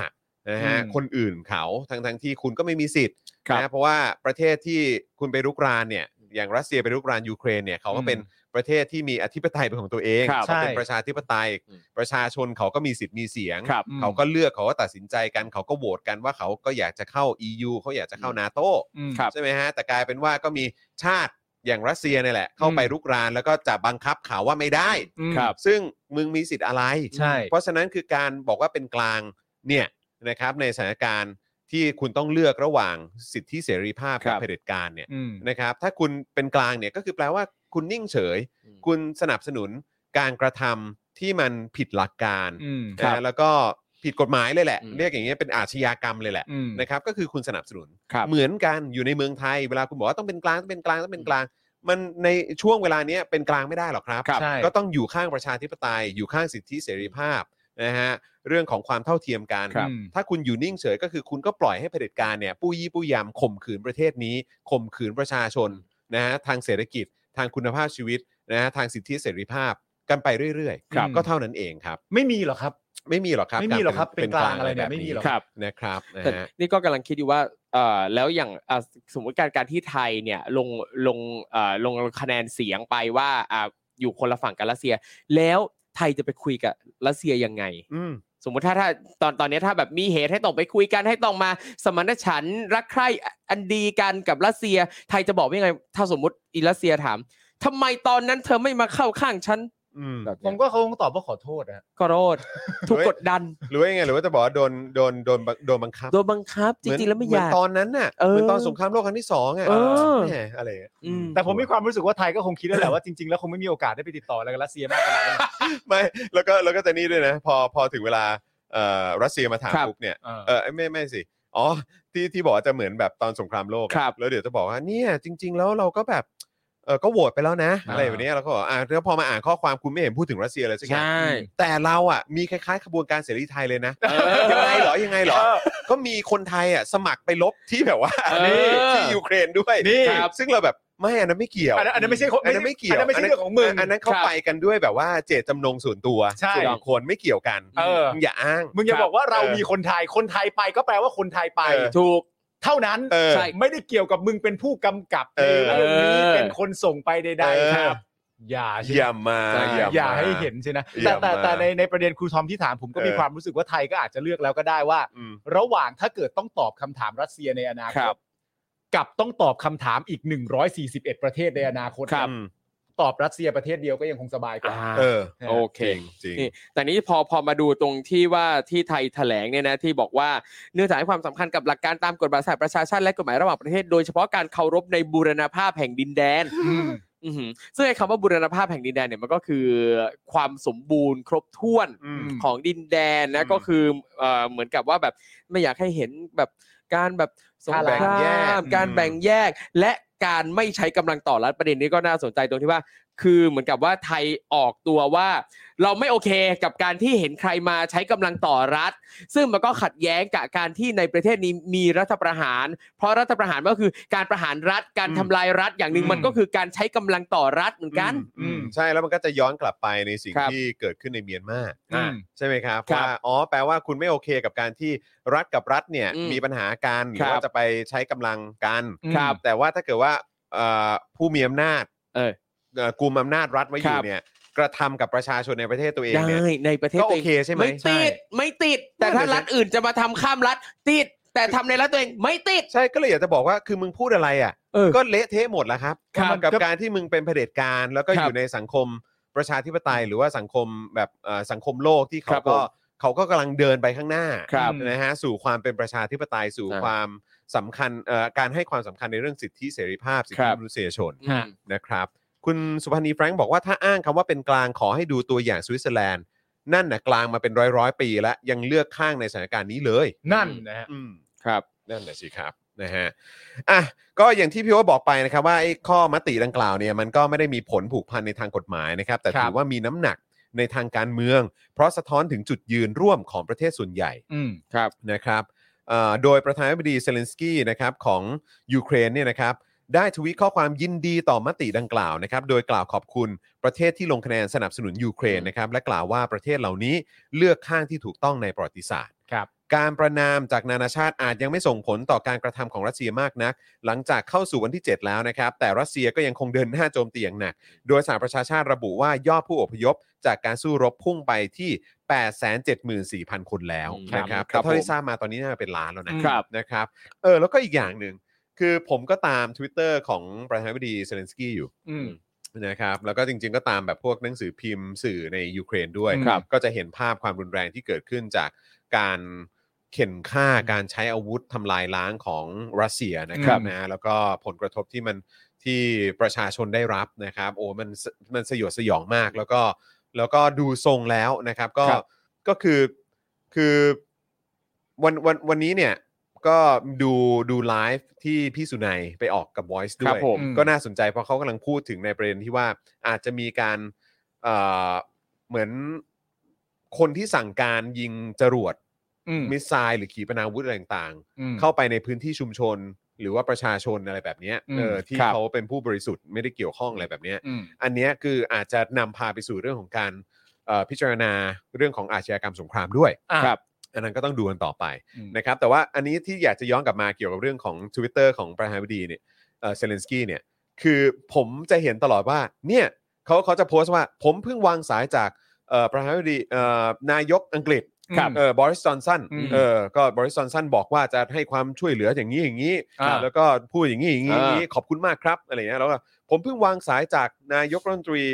[SPEAKER 1] นะฮะ
[SPEAKER 2] อืม
[SPEAKER 1] คนอื่นเขาทั้งทั้งๆที่คุณก็ไม่มีสิทธิ์
[SPEAKER 3] ครับ
[SPEAKER 1] นะเพราะว่าประเทศที่คุณไปรุกรานเนี่ย อย่างรัสเซียไปรุกรานยูเครนเนี่ยเขาก็
[SPEAKER 2] อืม
[SPEAKER 1] เป็นประเทศที่มีอธิปไตยเป็นของตัวเอง
[SPEAKER 3] ครับ
[SPEAKER 1] เขาเป็น
[SPEAKER 2] ใช่
[SPEAKER 1] ประชาธิปไตย
[SPEAKER 3] อืม
[SPEAKER 1] ประชาชนเขาก็มีสิทธิ์มีเสียง
[SPEAKER 3] ครับ
[SPEAKER 2] อืม
[SPEAKER 1] เขาก็เลือกเขาก็ตัดสินใจกันเขาก็โหวตกันว่าเขาก็อยากจะเข้า EU เขาอยากจะเข้านาโต
[SPEAKER 2] อืม
[SPEAKER 3] ครับ
[SPEAKER 1] ใช่ไหมฮะแต่กลายเป็นว่าก็มีชาติอย่างรัสเซียเนี่ยแหละ เข้าไปรุกรานแล้วก็จะบังคับเขาว่าไม่ได้
[SPEAKER 3] ครับ
[SPEAKER 1] ซึ่งมึงมีสิทธิ์อะไร
[SPEAKER 2] ใช่
[SPEAKER 1] เพราะฉะนั้นคือการบอกว่าเป็นกลางเนี่ยนะครับในสถานการณ์ที่คุณต้องเลือกระหว่างสิทธิเสรีภาพ
[SPEAKER 3] ครั
[SPEAKER 1] กับบ เผด็จการเนี่ย
[SPEAKER 2] อืม
[SPEAKER 1] นะครับถ้าคุณเป็นกลางเนี่ยก็คือแปลว่าคุณนิ่งเฉย คุณสนับสนุนการกระทำที่มันผิดหลักการ
[SPEAKER 2] อืม
[SPEAKER 1] นะฮะแล้วก็ผิดกฎหมายเลยแหละ
[SPEAKER 3] อืม
[SPEAKER 1] เรียกอย่างเงี้ยเป็นอาชญากรรมเลยแหละ
[SPEAKER 2] อืม
[SPEAKER 1] นะครับก็คือคุณสนับสนุน
[SPEAKER 3] ครับ
[SPEAKER 1] เหมือนกันอยู่ในเมืองไทย เวลาคุณบอกว่าต้องเป็นกลางต้องเป็นกลางต้องเป็นกลาง มันในช่วงเวลาเนี้ยเป็นกลางไม่ได้หรอกครับ
[SPEAKER 3] ครับ
[SPEAKER 2] ใช่
[SPEAKER 1] ก็ต้องอยู่ข้างประชาธิปไตย อยู่ข้างสิทธิเสรีภาพนะฮะเรื่องของความเท่าเทียมกัน
[SPEAKER 2] ครับ
[SPEAKER 1] ถ้าคุณอยู่นิ่งเฉยก็คือคุณก็ปล่อยให้เผด็จการเนี่ยปู้ยี่ปู้ยำข่มขืนประเทศนี้ข่มขืนประชาชนนะฮะทางเศรษฐกิจ ทางคุณภาพชีวิตนะฮะทางสิทธิเสรีภาพกันไปเรื่อย
[SPEAKER 2] ครับ
[SPEAKER 1] ๆก็เท่านั้นเองครับ
[SPEAKER 2] ไม่มีหรอกครับ
[SPEAKER 1] ไม่มีหรอกครับ
[SPEAKER 2] ไม่มีหรอกครับเป็นกลางอะไรเนี่ยไม่มีหรอก
[SPEAKER 1] ค
[SPEAKER 3] ครับ รับ
[SPEAKER 1] นะครับนะ
[SPEAKER 3] แต่
[SPEAKER 1] ฮะ
[SPEAKER 3] นี่ก็กำลังคิดอยู่ว่าเอ่อแล้วอย่างอ่ะสมมติการการที่ไทยเนี่ยลงลงเอ่อลงคะแนนเสียงไปว่าอ่ะอยู่คนละฝั่งกับรัสเซีย แล้วไทยจะไปคุยกับรัสเซียยังไง
[SPEAKER 1] อืม
[SPEAKER 3] สมมติถ้าถ้าตอนตอนนี้ถ้าแบบมีเหตุให้ต้องไปคุยกันให้ต้องมาสมานฉันท์รักใคร่อันดีกันกับรัสเซีย ไทยจะบอกว่ายังไง ถ้าสมมติอีรัสเซียถามทำไมตอนนั้นเธอไม่มาเข้าข้างฉัน
[SPEAKER 1] อืม
[SPEAKER 3] แบบ
[SPEAKER 2] ผ
[SPEAKER 3] เนี้
[SPEAKER 2] ม
[SPEAKER 3] ย
[SPEAKER 2] ก็คงตอบว่าขอโทษนะ
[SPEAKER 3] ก็โรดถูก
[SPEAKER 1] เฮ้ย
[SPEAKER 3] กดดัน
[SPEAKER 1] หรือว่ายังไงหรือว่าจะบอกว่าโดนโดนโดนบังโดนบังคับ
[SPEAKER 3] โดนบังคับจริงๆแล้วไม่
[SPEAKER 1] เห
[SPEAKER 3] อ
[SPEAKER 1] มือน
[SPEAKER 3] ยาก
[SPEAKER 1] ตอนนั้นน่ะ
[SPEAKER 3] เออ
[SPEAKER 1] เหมือนตอนสงครามโลกครั้งที่สองอ่ะ
[SPEAKER 3] เออ
[SPEAKER 1] แหมอะไรอย่างเงี้ย
[SPEAKER 3] อืม
[SPEAKER 2] แต่ผมมีความรู้สึกว่าไทยก็คงคิดแล้วแหละว่าจริงๆแล้วคงไม่มีโอกาสได้ไปติดต่ออะไรกับรัสเซียมากขนาดนั้น
[SPEAKER 1] ไม่แล้วก็แล้วก็จะนี่ด้วยนะ พอพอถึงเวลาเอ่อรัสเซียมาถาม
[SPEAKER 3] ครับ
[SPEAKER 1] ปุ๊บเนี่ย
[SPEAKER 2] เออ
[SPEAKER 1] เออไม่ไม่สิอ๋อที่ที่บอกว่าจะเหมือนแบบตอนสงครามโลกอะ
[SPEAKER 3] ครับ
[SPEAKER 1] แล้วเดี๋ยวจะบอกว่าเนี่ยจริง ๆ แล้วเราก็แบบเออก็โหวตไปแล้วนะ
[SPEAKER 2] อ่า
[SPEAKER 1] อะไรแบบเนี้ยแล้วก็บอกอ่าแล้วพอมาอ่านข้อความคุณไม่เห็นพูดถึงรัสเซียเลยสักอย่าง
[SPEAKER 3] ใช่
[SPEAKER 1] แต่เราอ่ะมีคล้ายๆขบวนการเสรีไทยเลยนะ
[SPEAKER 3] เออ
[SPEAKER 1] ยังไงเหรอยังไงเหรอ ก็มีคนไทยอ่ะสมัครไปลบที่แบบว่า
[SPEAKER 3] เออ
[SPEAKER 1] นี่ที่ยูเครนด้วย
[SPEAKER 2] นี่
[SPEAKER 1] ครับซึ่งเราแบบไม่อันนั้นไม่เกี่ยว
[SPEAKER 2] อันนั้นอันนั้นไม่ใช่ของ
[SPEAKER 1] อันนั้นไม่เกี่ยว
[SPEAKER 2] อันนั้นไม่ใช่เรื่องของมึง
[SPEAKER 1] นนั้นเขา
[SPEAKER 3] ครับ
[SPEAKER 1] ไปกันด้วยแบบว่าเจตจำนงส่วนตัว
[SPEAKER 2] ใช่
[SPEAKER 1] ส่วนบุคคลไม่เกี่ยวกัน
[SPEAKER 2] เออ
[SPEAKER 1] มึงอย่าอ้าง
[SPEAKER 2] มึงอย่า
[SPEAKER 3] ครับ
[SPEAKER 2] บอกว่าเรา
[SPEAKER 1] เออ
[SPEAKER 2] มีคนไทย คนไทยไปก็แปลว่าคนไทยไป
[SPEAKER 1] เออ
[SPEAKER 3] ถูก
[SPEAKER 2] เท่านั้น
[SPEAKER 1] เออ
[SPEAKER 3] ใช่
[SPEAKER 2] ไม่ได้เกี่ยวกับมึงเป็นผู้กำกับ
[SPEAKER 1] เออ
[SPEAKER 2] ในเรื่องนี้
[SPEAKER 3] เออ
[SPEAKER 2] เป็นคนส่งไปใด
[SPEAKER 1] เออ
[SPEAKER 2] ๆครับ อย่าใช่
[SPEAKER 1] อย่ามา
[SPEAKER 3] ใช่
[SPEAKER 1] อย่า
[SPEAKER 2] อย่า
[SPEAKER 1] มา
[SPEAKER 2] ให้เห็นใช่นะ
[SPEAKER 1] อ
[SPEAKER 2] แต่
[SPEAKER 1] ย่า
[SPEAKER 2] แต่
[SPEAKER 1] มา
[SPEAKER 2] แต่ในในประเด็นครูทอมที่ถามผมก็มี
[SPEAKER 1] เออ
[SPEAKER 2] ความรู้สึกว่าไทยก็อาจจะเลือกแล้วก็ได้ว่า
[SPEAKER 1] อืม
[SPEAKER 2] ระหว่างถ้าเกิดต้องตอบคำถามรัสเซียในอนาค
[SPEAKER 3] ครั
[SPEAKER 2] ต
[SPEAKER 3] บ
[SPEAKER 2] กับต้องตอบคำถามอีก 141 ประเทศในอนาคต
[SPEAKER 3] ครับ
[SPEAKER 1] อืม
[SPEAKER 2] ตอบรัสเซียประเทศเดียวก็ยังคงสบายกว่า
[SPEAKER 1] เออ
[SPEAKER 2] เออ
[SPEAKER 3] โอเค
[SPEAKER 1] จริง
[SPEAKER 3] นี่แต่นี้พอพอมาดูตรงที่ว่าที่ไทยแถลงเนี่ยนะที่บอกว่าเนื่องจากให้ความสำคัญกับหลักการตามกฎหมายสหประชาชาติและกฎหมายระหว่างประเทศ โดยเฉพาะการเคารพในบูรณภาพแห่งดินแดน
[SPEAKER 2] ม
[SPEAKER 3] อื้อหือซึ่งไอ้คำว่าบูรณภาพแห่งดินแดนเนี่ยมันก็คือความสมบูรณ์ครบถ้วน
[SPEAKER 1] อืม
[SPEAKER 3] ของดินแดนนะ
[SPEAKER 1] อืม
[SPEAKER 3] ก็คือเอ่อเหมือนกับว่าแบบไม่อยากให้เห็นแบบการแบบสงค
[SPEAKER 2] แบ่ง
[SPEAKER 3] ร
[SPEAKER 2] แยก
[SPEAKER 3] ามการแบ่งแยกและการไม่ใช้กำลังต่อรัฐประเด็นนี้ก็น่าสนใจตรงที่ว่า คือเหมือนกับว่าไทยออกตัวว่า เราไม่โอเคกับการที่เห็นใครมาใช้กำลังต่อรัฐ ซึ่งมันก็ขัดแย้งกับการที่ในประเทศนี้มีรัฐประหาร เพราะรัฐประหารก็คือการประหารรัฐการทำลายรัฐอย่างหนึ่ง
[SPEAKER 2] อืม
[SPEAKER 3] มันก็คือการใช้กำลังต่อรัฐเหมือนกัน
[SPEAKER 1] อืมใช่แล้วมันก็จะย้อนกลับไปในสิ่ง
[SPEAKER 3] ครับ
[SPEAKER 1] ที่เกิดขึ้นในเมียนมา
[SPEAKER 2] อืม
[SPEAKER 1] ใช่ไหมครับ
[SPEAKER 3] ครับ
[SPEAKER 1] ว่าอ๋อแปลว่าคุณไม่โอเคกับการที่รัฐกับรัฐเนี่ย
[SPEAKER 3] อืม
[SPEAKER 1] มีปัญหากันหรื
[SPEAKER 3] ครั
[SPEAKER 1] อบ ว่าจะไปใช้กำลังกัน
[SPEAKER 3] ครับ
[SPEAKER 1] แต่ว่าถ้าเกิดว่าเอ่อผู้มีอำนาจ
[SPEAKER 3] เออ
[SPEAKER 1] เอ่อกลุ่มอำนาจรัฐไว้อ
[SPEAKER 3] ค
[SPEAKER 1] ยู่
[SPEAKER 3] รับ
[SPEAKER 1] เนี่ยกระทำกับประชาชนในประเทศตัวเอง
[SPEAKER 3] ได้
[SPEAKER 1] เนี่ย
[SPEAKER 3] ในประเทศ
[SPEAKER 1] ก็โอ
[SPEAKER 3] ตัวเอง
[SPEAKER 1] เคใช่ไหม
[SPEAKER 3] ไม่ติดไม่ติด แต่ถ้า
[SPEAKER 1] นั่นแหละสิ
[SPEAKER 3] รัฐอื่นจะมาทำข้ามรัฐติด แต่ทำในรัฐตัวเองไม่ติด
[SPEAKER 1] ใช่ก็เลยอยากจะบอกว่าคือมึงพูดอะไรอ่ะ
[SPEAKER 3] เออ
[SPEAKER 1] ก็เละเทะหมดแล้วครับ
[SPEAKER 3] ครับ
[SPEAKER 1] มันกับการที่มึงเป็นเผด็จการแล้วก็
[SPEAKER 3] ครับ
[SPEAKER 1] อยู่ในสังคมประชาธิปไตย หรือว่าสังคมแบบเอ่อสังคมโลกที่
[SPEAKER 3] ค
[SPEAKER 1] เขา
[SPEAKER 3] รับ
[SPEAKER 1] ก็
[SPEAKER 3] ผม
[SPEAKER 1] เขาก็กำลังเดินไปข้างหน้า
[SPEAKER 3] ครับ
[SPEAKER 1] นะฮะสู่ความเป็นประชาธิปไตยสู่
[SPEAKER 3] ใช่
[SPEAKER 1] ความสำคัญเอ่อการให้ความสำคัญในเรื่องสิทธิเสรีภาพสิท
[SPEAKER 3] ค
[SPEAKER 1] ธิ
[SPEAKER 3] รับ
[SPEAKER 1] มนุษยชน
[SPEAKER 3] อืม
[SPEAKER 1] นะครับ คุณสุพันธ์นีแฟรงค์บอกว่าถ้าอ้างคำว่าเป็นกลางขอให้ดูตัวอย่างสวิตเซอร์แลนด์นั่นน่ะกลางมาเป็นร้อยร้อยๆปีแล้วยังเลือกข้างในสถานการณ์นี้เลย
[SPEAKER 2] นั่นนะฮะ
[SPEAKER 1] อืม
[SPEAKER 3] ครับ
[SPEAKER 1] นั่นแหละสิครับนะฮะอ่ะก็อย่างที่พี่ว่าบอกไปนะครับว่าไอ้ข้อมติดังกล่าวเนี่ยมันก็ไม่ได้มีผลผูกพันในทางกฎหมายนะครับ แต่
[SPEAKER 2] ครั
[SPEAKER 1] ถือบ ว่ามีน้ำหนักในทางการเมือง เพราะสะท้อนถึงจุดยืนร่วมของประเทศส่วนใหญ่
[SPEAKER 2] อืม
[SPEAKER 3] ครับ
[SPEAKER 1] นะครับเอ่อโดยประธานาธิบดีเซเลนสกี้นะครับของยูเครนเนี่ยนะครับได้ทวีตข้อความยินดีต่อมติดังกล่าวนะครับโดยกล่าวขอบคุณประเทศที่ลงคะแนนสนับสนุนยูเครนนะครับและกล่าวว่าประเทศเหล่านี้เลือกข้างที่ถูกต้องในประวัติศาสตร์
[SPEAKER 2] ครับ
[SPEAKER 1] การประนามจากนานาชาติอาจยังไม่ส่งผลต่อการกระทำของรัสเซียมากนัก หลังจากเข้าสู่วันที่ 7 แล้วนะครับ แต่รัสเซียก็ยังคงเดินหน้าโจมตีอย่างหนัก โดยสหประชาชาติระบุว่ายอดผู้อพยพ จากการสู้รบพุ่งไปที่ 874,000 คนแล้ว
[SPEAKER 3] ครับ
[SPEAKER 1] นะครับ
[SPEAKER 3] ครับ
[SPEAKER 1] แต่เท่าที่
[SPEAKER 3] ผม
[SPEAKER 1] ทราบมาตอนนี้น่าจะเป็นล้านแล้วนะครับ นะครับเออแล้วก็อีกอย่างหนึ่งคือผมก็ตาม Twitter ของประธานาธิบดีเซเลนสกี้อยู่
[SPEAKER 2] อืม
[SPEAKER 1] นะครับแล้วก็จริงๆก็ตามแบบพวกหนังสือพิมพ์สื่อในยูเครนด้วย
[SPEAKER 3] ครับ
[SPEAKER 1] ก็จะเห็นภาพความรุนแรงที่เกิดขึ้นจากการเข็นฆ่าการใช้อาวุธทำลายล้างของรัสเซียนะครับ
[SPEAKER 2] ครับ
[SPEAKER 1] นะแล้วก็ผลกระทบที่มันที่ประชาชนได้รับนะครับ โอ้มันสมันสยดสยองมากแล้วก็แล้วก็ดูทรงแล้วนะครับ ก็
[SPEAKER 3] ครับ
[SPEAKER 1] ก็คือคือวันวันวันนี้เนี่ยก็ดูดูไลฟ์ที่พี่สุนัยไปออกกับ Voice
[SPEAKER 3] ค
[SPEAKER 1] ด้
[SPEAKER 3] รั
[SPEAKER 1] วย
[SPEAKER 3] ผม
[SPEAKER 2] อืม
[SPEAKER 1] ก็น่าสนใจเพราะเขากำลังพูดถึงในประเด็นที่ว่าอาจจะมีการเอ่อเหมือนคนที่สั่งการยิงจรวด
[SPEAKER 2] อืม
[SPEAKER 1] มิสไซล์หรือขีปนาวุธอะไรต่าง
[SPEAKER 2] อืม
[SPEAKER 1] ๆ เข้าไปในพื้นที่ชุมชน หรือว่าประชาชนอะไรแบบเนี้ย
[SPEAKER 2] อืม
[SPEAKER 1] เออที่
[SPEAKER 3] ครับ
[SPEAKER 1] เขาเป็นผู้บริสุทธิ์ไม่ได้เกี่ยวข้องอะไรแบบเนี้ย
[SPEAKER 2] อืม
[SPEAKER 1] อันเนี้ยคืออาจจะนำพาไปสู่เรื่องของการเอ่อพิจารณาเรื่องของอาชญากรรมสงครามด้วย
[SPEAKER 2] อ่ะ
[SPEAKER 3] ครับ
[SPEAKER 1] อันนั้นก็ต้องดูกันต่อไป
[SPEAKER 2] อืม
[SPEAKER 1] นะครับแต่ว่าอันนี้ที่อยากจะย้อนกลับมาเกี่ยวกับเรื่องของ Twitter ของประธานาธิบดีเนี่ยเอ่อเซเลนสกี้เนี่ยคือผมจะเห็นตลอดว่าเนี่ยเขาเขาจะโพสต์ว่าผมเพิ่งวางสายจากเอ่อประธานาธิบดีเอ่อนายกอังกฤษ
[SPEAKER 3] ครับ
[SPEAKER 1] เออบริสจอนสัน
[SPEAKER 2] อืม
[SPEAKER 1] เออก็บริสจอนสันบอกว่าจะให้ความช่วยเหลืออย่างนี้อย่างนี้
[SPEAKER 2] อ่า
[SPEAKER 1] แล้วก็พูดอย่างนี้อย่างนี้
[SPEAKER 3] อ่า
[SPEAKER 1] อย่างนี้ขอบคุณมากครับอะไรอย่างเงี้ยแล้วก็ผมเพิ่งวางสายจากนายกรัฐมนตรี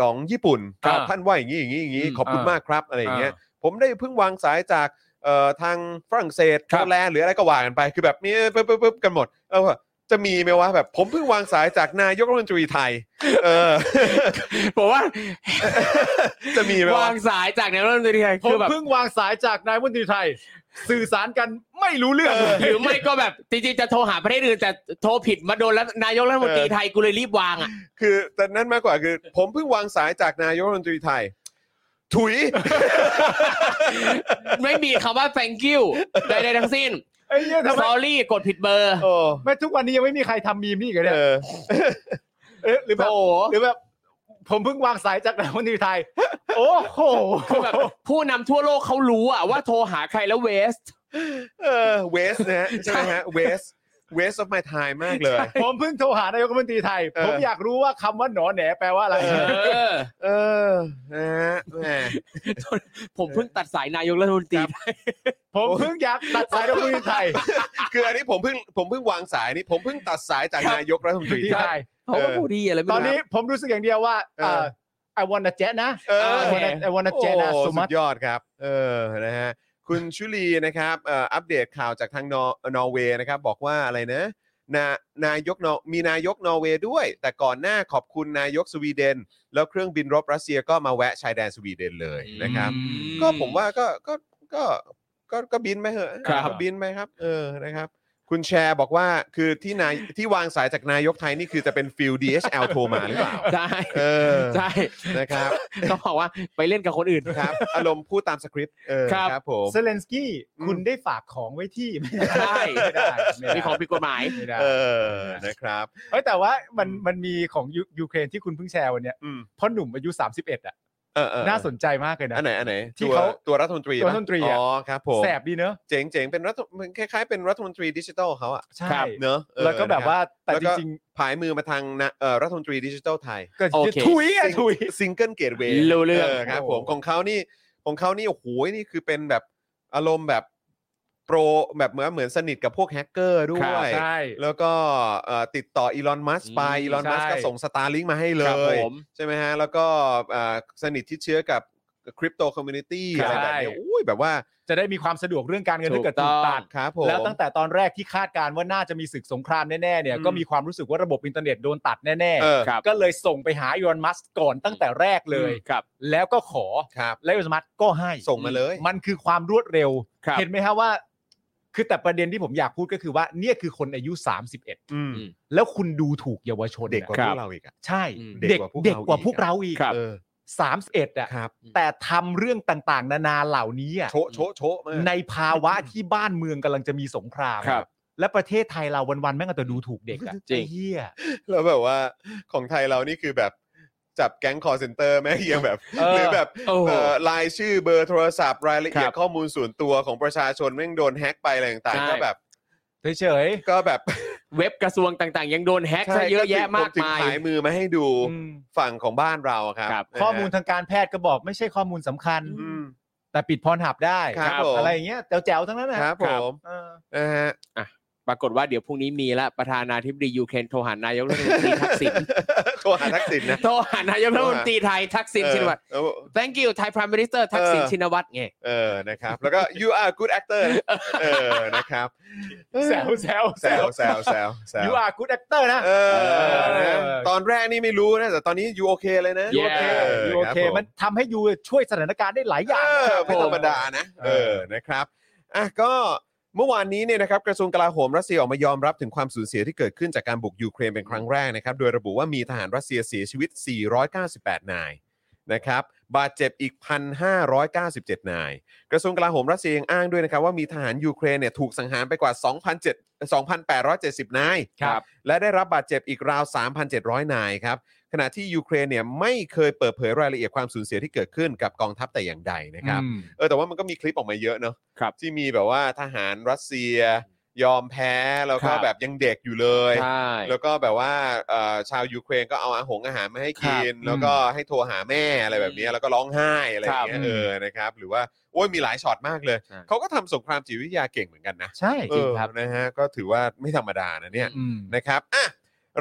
[SPEAKER 1] ของญี่ปุ่นครับ
[SPEAKER 2] อ่า
[SPEAKER 1] ท่านว่าอย่างนี้อย่างนี้อย่างนี้
[SPEAKER 3] อืม
[SPEAKER 1] ขอบคุณ
[SPEAKER 2] อ่าม
[SPEAKER 1] มากครับอะไรอย่างเงี้ย ผมได้เพิ่งวางสายจากเอ่อทางฝรั่งเศส
[SPEAKER 3] ครั
[SPEAKER 1] โป
[SPEAKER 3] บ
[SPEAKER 1] แลนด์หรืออะไรก็ว่ากันไปคือแบบนี้ปึ๊บปึ๊บปึ๊บกันหมดเออว่าจะมีไหมวะแบบผมเพิ่งวางสายจากนายกรัฐมนตรีไทย เออ
[SPEAKER 3] ผมว่า
[SPEAKER 1] จะมีไหม
[SPEAKER 3] วาว
[SPEAKER 1] ะ
[SPEAKER 3] งสายจากนายกรัฐมนตรีไทย
[SPEAKER 2] ผ
[SPEAKER 3] คื
[SPEAKER 2] ม
[SPEAKER 3] อแบบ
[SPEAKER 2] เพิ่งวางสายจากนายวันตรีไทย สื่อสารกันไม่รู้เรื่อง
[SPEAKER 3] หรือไม่ก็แบบจริงๆจะโทรหาประเทศอื่นแต่โทรผิดมาโดนแล้วนายกรัฐมนตรีไทยกูเลยรีบวางอ่ะ
[SPEAKER 1] คือแต่นั้นมากกว่าคือ ผมเพิ่งวางสายจากนายกรัฐมนตรีไทย ถุย
[SPEAKER 3] ไม่มีคำว่า thank you ใดๆทั้งสิ้น
[SPEAKER 2] ไอ้เหี้ยทำไม
[SPEAKER 3] sorry กดผิดเบอร์
[SPEAKER 1] โอ้
[SPEAKER 2] แม่ทุกวันนี้ยังไม่มีใครทำมีมนี่อีกันเลย
[SPEAKER 1] เออ
[SPEAKER 2] เอ๊ะหรือแบบ
[SPEAKER 3] โอ้โห
[SPEAKER 2] หรือแบบผมเพิ่งวางสายจากนายวันตรีไทย โอ้โห
[SPEAKER 3] คือแบบผู้นำทั่วโลกเขารู้อะว่าโทรหาใครแล้วเวส
[SPEAKER 1] เออเวสนะฮะใช่ไหมฮะเวสเวส of my time มากเลย
[SPEAKER 2] ผมเพิ่งโทรหานายกรัฐมนตรีไทย
[SPEAKER 1] เออ
[SPEAKER 2] ผมอยากรู้ว่าคำว่าหนอแหนแปลว่าอะไร
[SPEAKER 3] เออ
[SPEAKER 1] เออนะฮะแหม
[SPEAKER 3] ผมเพิ่งตัดสายนายกรัฐมนตรี
[SPEAKER 2] ผมเพิ่งอยากตัดสายรัฐมนตรี ไทย
[SPEAKER 1] คืออันนี้ผมเพิ่งผมเพิ่งวางสายนี่ผมเพิ่งตัดสายจาก
[SPEAKER 3] ครับ
[SPEAKER 1] นายกรัฐมนตรี
[SPEAKER 2] ที่
[SPEAKER 1] ไท
[SPEAKER 2] ไท
[SPEAKER 1] ย
[SPEAKER 2] ย
[SPEAKER 3] เขาก็พูดดีอะไรไม่
[SPEAKER 2] ต
[SPEAKER 3] รู้
[SPEAKER 2] อนนี้ผมรู้สึกอย่างเดียวว่า
[SPEAKER 1] เออ
[SPEAKER 2] ไอวอนนะเจนะ
[SPEAKER 1] เอ
[SPEAKER 2] ไอ
[SPEAKER 1] อ
[SPEAKER 3] โค
[SPEAKER 2] วอนนะเจนะ
[SPEAKER 1] โอ้
[SPEAKER 2] สมัต
[SPEAKER 1] ดยอดครับ เออ นะฮะ คุณชุลีนะครับเอ่ออัปเดตข่าวจากทางนอร์นอร์เวย์นะครับ บอกว่าอะไรนะนานายกนอมีนายกนอร์เวย์ด้วย แต่ก่อนหน้าขอบคุณนายกสวีเดน แล้วเครื่องบินรบรัสเซียก็มาแวะชายแดนสวีเดนเลยนะครับ
[SPEAKER 3] อื
[SPEAKER 1] ก็ผมว่าก็ก็ก็ก็ก็บินไปเถอะ
[SPEAKER 3] ครับ
[SPEAKER 1] ก็บินไปครับ เออนะครับ คุณแชร์บอกว่าคือที่นายที่วางสายจากนายกไทยนี่คือจะเป็นฟิล DHL โทรมาหรือเปล่า
[SPEAKER 3] ใช่
[SPEAKER 1] เออ
[SPEAKER 3] ใช่
[SPEAKER 1] นะครับ
[SPEAKER 3] ก็บอกว่าไปเล่นกับคนอื่น
[SPEAKER 1] ครับ อารมณ์พูดตามสคริปต์เออ
[SPEAKER 3] ครับ
[SPEAKER 1] ครับผม
[SPEAKER 2] เซเลนสกี้
[SPEAKER 1] อืม
[SPEAKER 2] คุณได้ฝากของไว้ที่ ไม่
[SPEAKER 3] ใช่
[SPEAKER 2] ได้ไม่ได้ไม่ได้
[SPEAKER 3] มีของผิดกฎหมาย
[SPEAKER 2] ไม่ได้
[SPEAKER 1] เออนะครับ
[SPEAKER 2] เฮ้ยแต่ว่ามัน
[SPEAKER 1] อืม
[SPEAKER 2] มันมีของยูยูเครนที่คุณเพิ่งแชร์วันเนี้ย
[SPEAKER 1] อืม
[SPEAKER 2] พ่อหนุ่มอายุ 31 อ่ะ
[SPEAKER 1] เออเออ
[SPEAKER 2] น่าสนใจมากเลยนะ
[SPEAKER 1] อันไหนอันไหน
[SPEAKER 2] ที่เขา
[SPEAKER 1] ตัวตัวรัฐมนตรี
[SPEAKER 2] ตัว
[SPEAKER 1] ปะ
[SPEAKER 2] รัฐมนตรีอะ
[SPEAKER 1] อ๋อครับผม
[SPEAKER 2] แสบดีเนอะ
[SPEAKER 1] เจ๋งเจ๋งเป็นรัฐมันคล้ายๆเป็นรัฐมนตรีดิจิทัลเขาอะ
[SPEAKER 2] ใช่
[SPEAKER 1] เนอะเออ
[SPEAKER 2] แล้วก็แบบว่าแต่
[SPEAKER 1] แล้ว
[SPEAKER 2] จ
[SPEAKER 1] ก็
[SPEAKER 2] ริง
[SPEAKER 1] ผายมือมาทางนะเอ่อรัฐมนตรีดิจิทัลไทย
[SPEAKER 2] ๆก็
[SPEAKER 3] โอเค
[SPEAKER 2] ถุยอะถุย
[SPEAKER 1] ซิงเกิลเกตเวย์
[SPEAKER 3] รู้เรื่อง
[SPEAKER 1] ครับ
[SPEAKER 2] โอ้
[SPEAKER 1] ผมของเขานี่ของเขานี่โอ้โหนี่คือเป็นแบบอารมณ์แบบโปรแบบเหมือนเหมือนสนิทกับพวกแฮกเกอร์ด้ว
[SPEAKER 3] ครับ
[SPEAKER 1] ย
[SPEAKER 2] ใช่
[SPEAKER 1] แล้วก็เอ่อติดต่ออีลอนมัสไป
[SPEAKER 3] อืม
[SPEAKER 1] อีลอนมัส
[SPEAKER 2] ใช่
[SPEAKER 1] ก็ส่งสตาร์ลิงมาให้เล
[SPEAKER 3] ครับ
[SPEAKER 1] ย
[SPEAKER 3] ผม
[SPEAKER 1] ใช่ไหมฮะ แล้วก็เอ่อสนิทที่เชื้อกับคริปโตคอมมูนิตี้
[SPEAKER 3] ครั
[SPEAKER 1] อะ
[SPEAKER 3] บ
[SPEAKER 1] ไรแบบเนี้ยอุ้ยแบบว่า
[SPEAKER 2] จะได้มีความสะดวกเรื่องการเงิน
[SPEAKER 3] ถูก
[SPEAKER 2] ถ้าเกิดถูก
[SPEAKER 3] ต้อง
[SPEAKER 2] ตัด
[SPEAKER 1] ครับผม
[SPEAKER 2] แล้วตั้งแต่ตอนแรกที่คาดการณ์ว่าน่าจะมีศึกสงครามแน่ๆเนี่ยก็มีความรู้สึกว่าระบบอินเทอร์เน็ตโดนตัดแน่
[SPEAKER 1] เออ
[SPEAKER 3] ครับ
[SPEAKER 2] ๆก็เลยส่งไปหาอีลอนมัสก์ก่อนตั้งแต่แรกเลย
[SPEAKER 3] ครับ
[SPEAKER 2] แล้วก็ขอ
[SPEAKER 1] ครับ
[SPEAKER 2] แล้วอีลอนมัสก์ก็ให้
[SPEAKER 1] ส่งมาเลย
[SPEAKER 2] มันคือความรวดเร็ว
[SPEAKER 3] ครับ
[SPEAKER 2] เห็นไหมฮะว่า คือแต่ประเด็นที่ผมอยากพูดก็คือว่าเนี่ยคือคนอายุ
[SPEAKER 1] อืม
[SPEAKER 3] อืม
[SPEAKER 2] 31 แล้วคุณดูถูกเยาวชน
[SPEAKER 1] เด็กกว่า
[SPEAKER 3] ครั
[SPEAKER 1] พ
[SPEAKER 3] บ
[SPEAKER 1] วกเราอีกอะ
[SPEAKER 2] ใช่
[SPEAKER 3] อืม
[SPEAKER 1] เด็
[SPEAKER 2] เด็
[SPEAKER 1] ก
[SPEAKER 2] ก
[SPEAKER 1] กว่าพวกเราอีก
[SPEAKER 2] เด็กกว่าพวกเราอีก
[SPEAKER 3] ครับ
[SPEAKER 1] เออ
[SPEAKER 2] สามสิบเอ็ดอ่ะ
[SPEAKER 1] ครับ
[SPEAKER 2] แต่ทำเรื่องต่างๆ นานาเหล่านี้อะ
[SPEAKER 1] โชะโชะโชะมาก
[SPEAKER 2] ในภาวะที่บ้านเมืองกำลังจะมีสงคราม
[SPEAKER 3] ครับ
[SPEAKER 2] และประเทศไทยเราวันๆแม่งก็จะดูถูกเด็กอะ
[SPEAKER 3] จริง
[SPEAKER 2] ไอ้เฮีย
[SPEAKER 1] แล้วแบบว่าของไทยเรานี่คือแบบ จับแก๊งคอเซ็นเตอร์แม่ง ยังแบบ
[SPEAKER 3] เออ
[SPEAKER 1] หรือแบบ
[SPEAKER 3] โอ้โห
[SPEAKER 1] เอ่อรายชื่อเบอร์โทรศัพท์รายละเอียด
[SPEAKER 3] ครับ
[SPEAKER 1] ข้อมูลส่วนตัวของประชาชนแม่งโดนแฮ็กไปอะไรต่าง
[SPEAKER 3] ใช่
[SPEAKER 1] ๆก็แบบ
[SPEAKER 2] เฉยๆ
[SPEAKER 1] ก็แบบ
[SPEAKER 3] เว็บกระทรวงต่างๆ ยังโดนแฮ็กซะเยอะแยะมาก
[SPEAKER 1] ถึง
[SPEAKER 3] มาย
[SPEAKER 1] ขายมือมาให้ดู
[SPEAKER 2] อืม
[SPEAKER 1] ฝั่งของบ้านเราครับ
[SPEAKER 3] ครับ
[SPEAKER 1] นะฮะ
[SPEAKER 2] ข้อมูลทางการแพทย์ก็บอกไม่ใช่ข้อมูลสำคัญ
[SPEAKER 1] อืม
[SPEAKER 2] แต่ปิดพรหับได้
[SPEAKER 1] ครับผม
[SPEAKER 2] อะไรอย่างเงี้ยแจ๋วๆทั้งนั้นนะครับ
[SPEAKER 1] ผม
[SPEAKER 2] เออ
[SPEAKER 1] นะฮะ
[SPEAKER 3] ปรากฏว่าเดี๋ยวพรุ่งนี้มีละประธานาธิบดียูเครนโทรหานายกรัฐมนตรีทักษิณ
[SPEAKER 1] โทรหาทักษิณนะ
[SPEAKER 3] โทรหานายกรัฐมนตรีไทยทักษิณชินวัตร
[SPEAKER 1] เออ
[SPEAKER 3] thank you Thai Prime Minister ทักษิณ
[SPEAKER 1] เออ
[SPEAKER 3] ชินวัตรไง
[SPEAKER 1] เออนะครับ แล้วก็ you are a good actor นะเออนะครับ
[SPEAKER 2] แซวแซว
[SPEAKER 1] แซวแซวแซวแซว
[SPEAKER 2] ยูอาร์กูดแอคเตอร์นะ
[SPEAKER 1] เออนะ
[SPEAKER 2] เออ
[SPEAKER 1] ตอนแรกนี่ไม่รู้นะ แต่ตอนนี้ยูโอเคเลยนะ
[SPEAKER 3] You
[SPEAKER 2] โอเค
[SPEAKER 3] Yeah
[SPEAKER 2] ยูโอเค
[SPEAKER 1] รับผ
[SPEAKER 2] มันทำให้ยูช่วยสถานการณ์ได้หลายอย่าง
[SPEAKER 1] เออ
[SPEAKER 2] นะครับ
[SPEAKER 1] ไม่ธรรมดา
[SPEAKER 2] ผ
[SPEAKER 1] นะ
[SPEAKER 2] เออ
[SPEAKER 1] เออนะครับอ่ะก็เมื่อวานนี้เนี่ยนะครับกระทรวงกลาโหมรัสเซียออกมายอมรับถึงความสูญเสียที่เกิดขึ้นจากการบุกยูเครนเป็นครั้งแรกนะครับ โดยระบุว่ามีทหารรัสเซียเสียชีวิต 498 นายนะครับบาดเจ็บอีก 1,597 นาย กระทรวงกลาโหมรัสเซียยังอ้างด้วยนะครับว่ามีทหารยูเครนเนี่ยถูกสังหารไปกว่า 2,700 2,870 นาย
[SPEAKER 3] ครับ
[SPEAKER 1] และได้รับบาดเจ็บอีกราว 3,700 นายครับ ขณะที่ยูเครนเนี่ยไม่เคยเปิดเผยรายละเอียดความสูญเสียที่เกิดขึ้นกับกองทัพแต่อย่างใดนะครับ
[SPEAKER 2] อืม
[SPEAKER 1] เออแต่ว่ามันก็มีคลิปออกมาเยอะเนาะ
[SPEAKER 3] ครับ
[SPEAKER 1] ที่มีแบบว่าทหารรัสเซียยอมแพ้ แล้วก็
[SPEAKER 3] ครับ
[SPEAKER 1] แบบยังเด็กอยู่เลย
[SPEAKER 3] ใช่
[SPEAKER 1] แล้วก็แบบว่าเอ่อชาวยูเครนก็เอาอาหงอาหารมาให้กิน แล้วก็ให้โทรหาแม่อะไรแบบเนี้ยแล้วก็ร้องไห้อะไรอย่างเงี้ย
[SPEAKER 2] ครับ
[SPEAKER 1] เออนะครับ หรือว่าโอ้ยมีหลายช็อตมากเลย
[SPEAKER 3] ใช่
[SPEAKER 1] เขาก็ทำสงครามจิตวิทยาเก่งเหมือนกันนะ
[SPEAKER 2] ใช่
[SPEAKER 1] เออนะฮะก็ถือว่าไม่ธรรมดานะเนี่ย
[SPEAKER 2] อืม
[SPEAKER 1] นะครับอ่ะ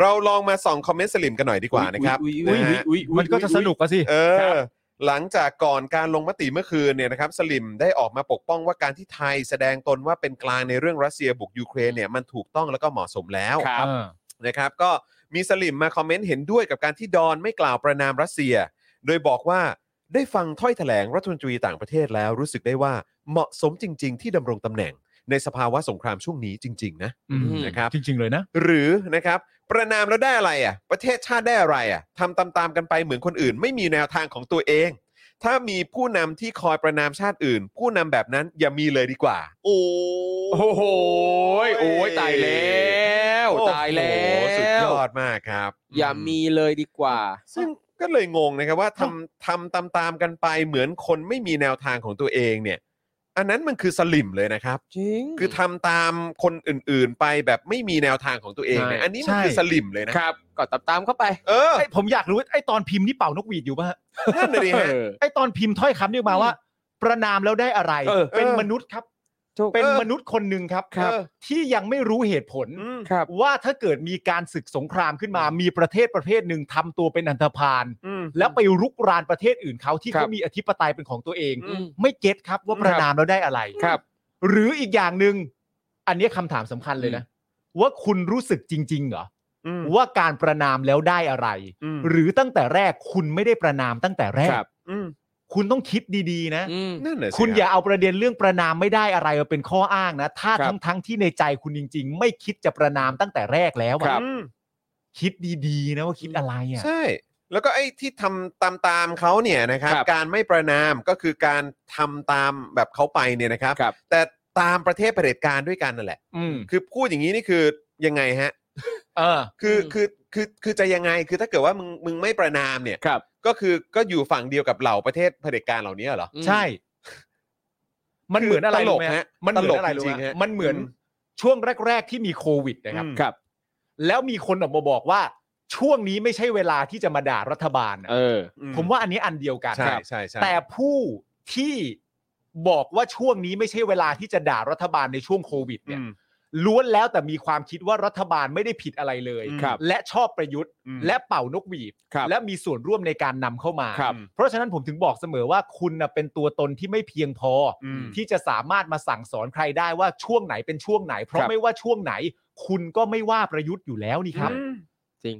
[SPEAKER 1] เราลองมาส่องคอมเมนต์สลิมกันหน่อยดีกว่านะครับ
[SPEAKER 3] อุ๊ยอุ๊ย
[SPEAKER 1] นะ
[SPEAKER 3] อุ๊ย
[SPEAKER 1] ฮะ
[SPEAKER 3] อุ๊ยอุ๊ย
[SPEAKER 2] มันก็จะสนุกอะสิ
[SPEAKER 1] เอ
[SPEAKER 3] ครั
[SPEAKER 1] อบ หลังจากก่อนการลงมติเมื่อคืนเนี่ยนะครับสลิมได้ออกมาปกป้องว่าการที่ไทยแสดงตนว่าเป็นกลางในเรื่องรัสเซียบุกยูเครนเนี่ยมันถูกต้องแล้วก็เหมาะสมแล้ว
[SPEAKER 3] ครับ
[SPEAKER 1] นะครับก็มีสลิมมาคอมเมนต์เห็นด้วยกับการที่ดอนไม่กล่าวประนามรัสเซีย โดยบอกว่าได้ฟังถ้อยแถลงรัฐมนตรีต่างประเทศแล้วรู้สึกได้ว่าเหมาะสมจริง ๆ ที่ดำรงตำแหน่ง ในสภาวะสงครามช่วงนี้จริง ๆ นะ
[SPEAKER 2] อืม
[SPEAKER 1] นะครับ
[SPEAKER 2] จริง ๆ เลยนะ
[SPEAKER 1] หรือนะครับประนามแล้วได้อะไรอ่ะ ประเทศชาติได้อะไรอ่ะทำตามๆกันไปเหมือนคนอื่น ไม่มีแนวทางของตัวเอง ถ้ามีผู้นำที่คอยประนามชาติอื่น ผู้นำแบบนั้นอย่ามีเลยดีกว่า โอ้
[SPEAKER 3] โอ้โหยโอ้ยตายแล้วตายแล้
[SPEAKER 1] โอ้โหสุดยว อดมากครับ
[SPEAKER 3] อย่ามีเลยดีกว่า
[SPEAKER 1] ซึ่งก็เลยงงนะครับว่าทำทำตามๆกันไปเหมือนคนไม่มีแนวทางของตัวเองเนี่ย อันนั้นมันคือสลิมเลยนะครับ
[SPEAKER 3] จริง
[SPEAKER 1] คือทำตามคนอื่นๆไปแบบไม่มีแนวทางของตัวเองเนี่ย
[SPEAKER 3] ใช่
[SPEAKER 1] อันนี้มัน
[SPEAKER 2] ใช่
[SPEAKER 1] คือสลิมเลยนะครับ
[SPEAKER 3] ก็ตามตามๆเข้าไป
[SPEAKER 1] เออ
[SPEAKER 2] ไอยผมอยากรู้ว่าไอตอนพิมพ์นี่เป่านกหวีดอยู่ป่ะฮะ
[SPEAKER 1] นั่นเลยดิฮะ
[SPEAKER 3] เออ
[SPEAKER 2] ไอตอนพิมพ์ถ้อยคำนี่ออกมาว่า ประนามแล้วได้อะไร
[SPEAKER 3] เออ
[SPEAKER 2] เป็น
[SPEAKER 1] เออ
[SPEAKER 2] มนุษย์ครับ
[SPEAKER 3] ถูก
[SPEAKER 2] เป็น
[SPEAKER 1] เออ
[SPEAKER 2] มนุษย์คนหนึ่งครับ
[SPEAKER 1] เออ
[SPEAKER 2] ที่ยังไม่รู้เหตุผล
[SPEAKER 1] อืม
[SPEAKER 3] ครับ
[SPEAKER 2] ว่าถ้าเกิดมีการศึกสงครามขึ้นมา มีประเทศประเภทหนึ่งทำตัวเป็นอันธพาล
[SPEAKER 1] อืม
[SPEAKER 2] แล้วไปรุกรานประเทศอื่นเขาที่
[SPEAKER 3] ครับ
[SPEAKER 2] เขามีอธิปไตยเป็นของตัวเอง
[SPEAKER 3] อืม
[SPEAKER 2] ไม่เก็ตครับว่า
[SPEAKER 3] ครั
[SPEAKER 2] ป
[SPEAKER 3] บ
[SPEAKER 2] ระนามแล้วได้อะไร
[SPEAKER 3] ครับ
[SPEAKER 2] หรืออีกอย่างหนึ่งอันนี้คำถามสำคัญเลยนะ ว่าคุณรู้สึกจริง ๆ เหรอ
[SPEAKER 1] อืม
[SPEAKER 2] ว่าการประนามแล้วได้อะไร
[SPEAKER 1] อืม
[SPEAKER 2] หรือตั้งแต่แรกคุณไม่ได้ประนามตั้งแต่แรก
[SPEAKER 3] ครับ
[SPEAKER 1] อืม
[SPEAKER 2] คุณต้องคิดดีๆ นะ
[SPEAKER 3] อืม
[SPEAKER 1] นั่นแหละสิ
[SPEAKER 2] คุณอย่า
[SPEAKER 1] รับ
[SPEAKER 2] เอาประเด็นเรื่องประนามไม่ได้อะไรมาเป็นข้ออ้างนะ ถ้า
[SPEAKER 3] ครั
[SPEAKER 2] ทั้
[SPEAKER 3] บ
[SPEAKER 2] งทั้งๆที่ในใจคุณจริง ๆ ไม่คิดจะประนามตั้งแต่แรกแล้วอะ
[SPEAKER 3] ครับ
[SPEAKER 1] อืม
[SPEAKER 2] คิดดีๆ นะว่าคิดอะไรอ่ะ
[SPEAKER 1] ใช่ แล้วก็ไอ้ที่ทำตามตามๆเขาเนี่ยนะครับ
[SPEAKER 3] ครับ
[SPEAKER 1] การไม่ประนามก็คือการทำตามแบบเขาไปเนี่ยนะครับ
[SPEAKER 3] ครับ
[SPEAKER 1] แต่ตามประเทศเผด็จการด้วยกันนั่นแหละ
[SPEAKER 2] อืม
[SPEAKER 1] คือพูดอย่างนี้นี่คือยังไงฮะ
[SPEAKER 2] เออ
[SPEAKER 1] คือ
[SPEAKER 3] อืม
[SPEAKER 1] คือคือคือจะยังไงคือถ้าเกิดว่ามึงมึงไม่ประนามเนี่ย
[SPEAKER 3] ครับ
[SPEAKER 1] ก็คือก็อยู่ฝั่งเดียวกับเหล่าประเทศเผด็จการเหล่านี้เหรอ
[SPEAKER 3] อืม
[SPEAKER 2] ใช่ มันเหมือนอะไร
[SPEAKER 1] คือตลก
[SPEAKER 2] รู้ไหม
[SPEAKER 1] ฮะ
[SPEAKER 2] มันเหมื
[SPEAKER 1] ตล
[SPEAKER 2] อก นอะไรรู้
[SPEAKER 1] จริ
[SPEAKER 2] ไหม
[SPEAKER 1] งๆฮะ
[SPEAKER 2] มันเหมือน
[SPEAKER 1] อืม
[SPEAKER 2] ช่วงแรก ๆ ที่มีโควิดนะครับ
[SPEAKER 1] อืม
[SPEAKER 3] ครับ
[SPEAKER 2] แล้วมีคนออกมาบอกว่า ช่วงนี้ไม่ใช่เวลาที่จะมาด่ารัฐบาลนะ
[SPEAKER 3] เออ
[SPEAKER 1] อื
[SPEAKER 2] ผมว่าอันนี้อันเดียวกัน
[SPEAKER 1] ใช่
[SPEAKER 2] ครับ
[SPEAKER 1] ใช่ใช่
[SPEAKER 2] แต่ผู้ที่บอกว่าช่วงนี้ไม่ใช่เวลาที่จะด่ารัฐบาลในช่วงโควิด
[SPEAKER 1] อื
[SPEAKER 2] เนี่ย
[SPEAKER 1] ม
[SPEAKER 2] ล้วนแล้วแต่มีความคิดว่ารัฐบาลไม่ได้ผิดอะไรเลย
[SPEAKER 1] ครับ
[SPEAKER 2] และชอบประยุทธ์
[SPEAKER 1] อืม
[SPEAKER 2] และเป่านกหวีด
[SPEAKER 3] ครับ
[SPEAKER 2] และมีส่วนร่วมในการนำเข้ามา
[SPEAKER 3] ครับ
[SPEAKER 2] เพราะฉะนั้นผมถึงบอกเสมอว่าคุณนะเป็นตัวตนที่ไม่เพียงพออ
[SPEAKER 1] ม
[SPEAKER 2] ที่จะสามารถมาสั่งสอนใครได้ว่าช่วงไหนเป็นช่วงไหน เพราะ
[SPEAKER 3] ครับ
[SPEAKER 2] ไม่ว่าช่วงไหน คุณก็ไม่ว่าประยุทธ์อยู่แล้วนี่ครับ
[SPEAKER 1] อืม
[SPEAKER 3] จริง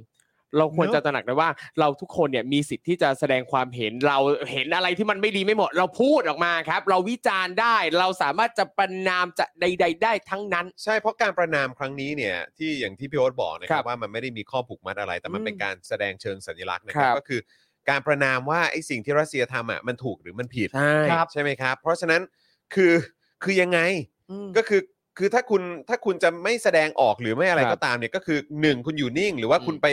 [SPEAKER 3] เราควร
[SPEAKER 2] เนอะ
[SPEAKER 3] จะตระหนักได้ว่าเราทุกคนเนี่ยมีสิทธิ์ที่จะแสดงความเห็นเราเห็นอะไรที่มันไม่ดีไม่เหมาะเราพูดออกมาครับ เราวิจารณ์ได้ เราสามารถจะประนามจะใด ๆ ได้ทั้งนั้น
[SPEAKER 1] ใช่เพราะการประนามครั้งนี้เนี่ยที่อย่างที่พี่โอ๊ตบอกนะค
[SPEAKER 3] ค
[SPEAKER 1] รั
[SPEAKER 3] รั
[SPEAKER 1] บบ ว่ามันไม่ได้มีข้อผูกมัดอะไร แต่มัน
[SPEAKER 3] อืม
[SPEAKER 1] เป็นการแสดงเชิงสัญลักษณ์นะครับ
[SPEAKER 3] ครับ
[SPEAKER 1] ก็คือการประนามว่าไอ้สิ่งที่รัสเซียทำอ่ะมันถูกหรือมันผิด
[SPEAKER 3] ใช่
[SPEAKER 2] ครับ
[SPEAKER 1] ใช่ไหมครับ เพราะฉะนั้นคือคือยังไง
[SPEAKER 3] อืม
[SPEAKER 1] ก็คือคือถ้าคุณถ้าคุณจะไม่แสดงออกหรือไม่อะไร
[SPEAKER 3] ครับ
[SPEAKER 1] ก็ตามเนี่ยก็คือหนึ่งคุณอยู่นิ่ง หรือว่า
[SPEAKER 3] อืม
[SPEAKER 1] คุณไป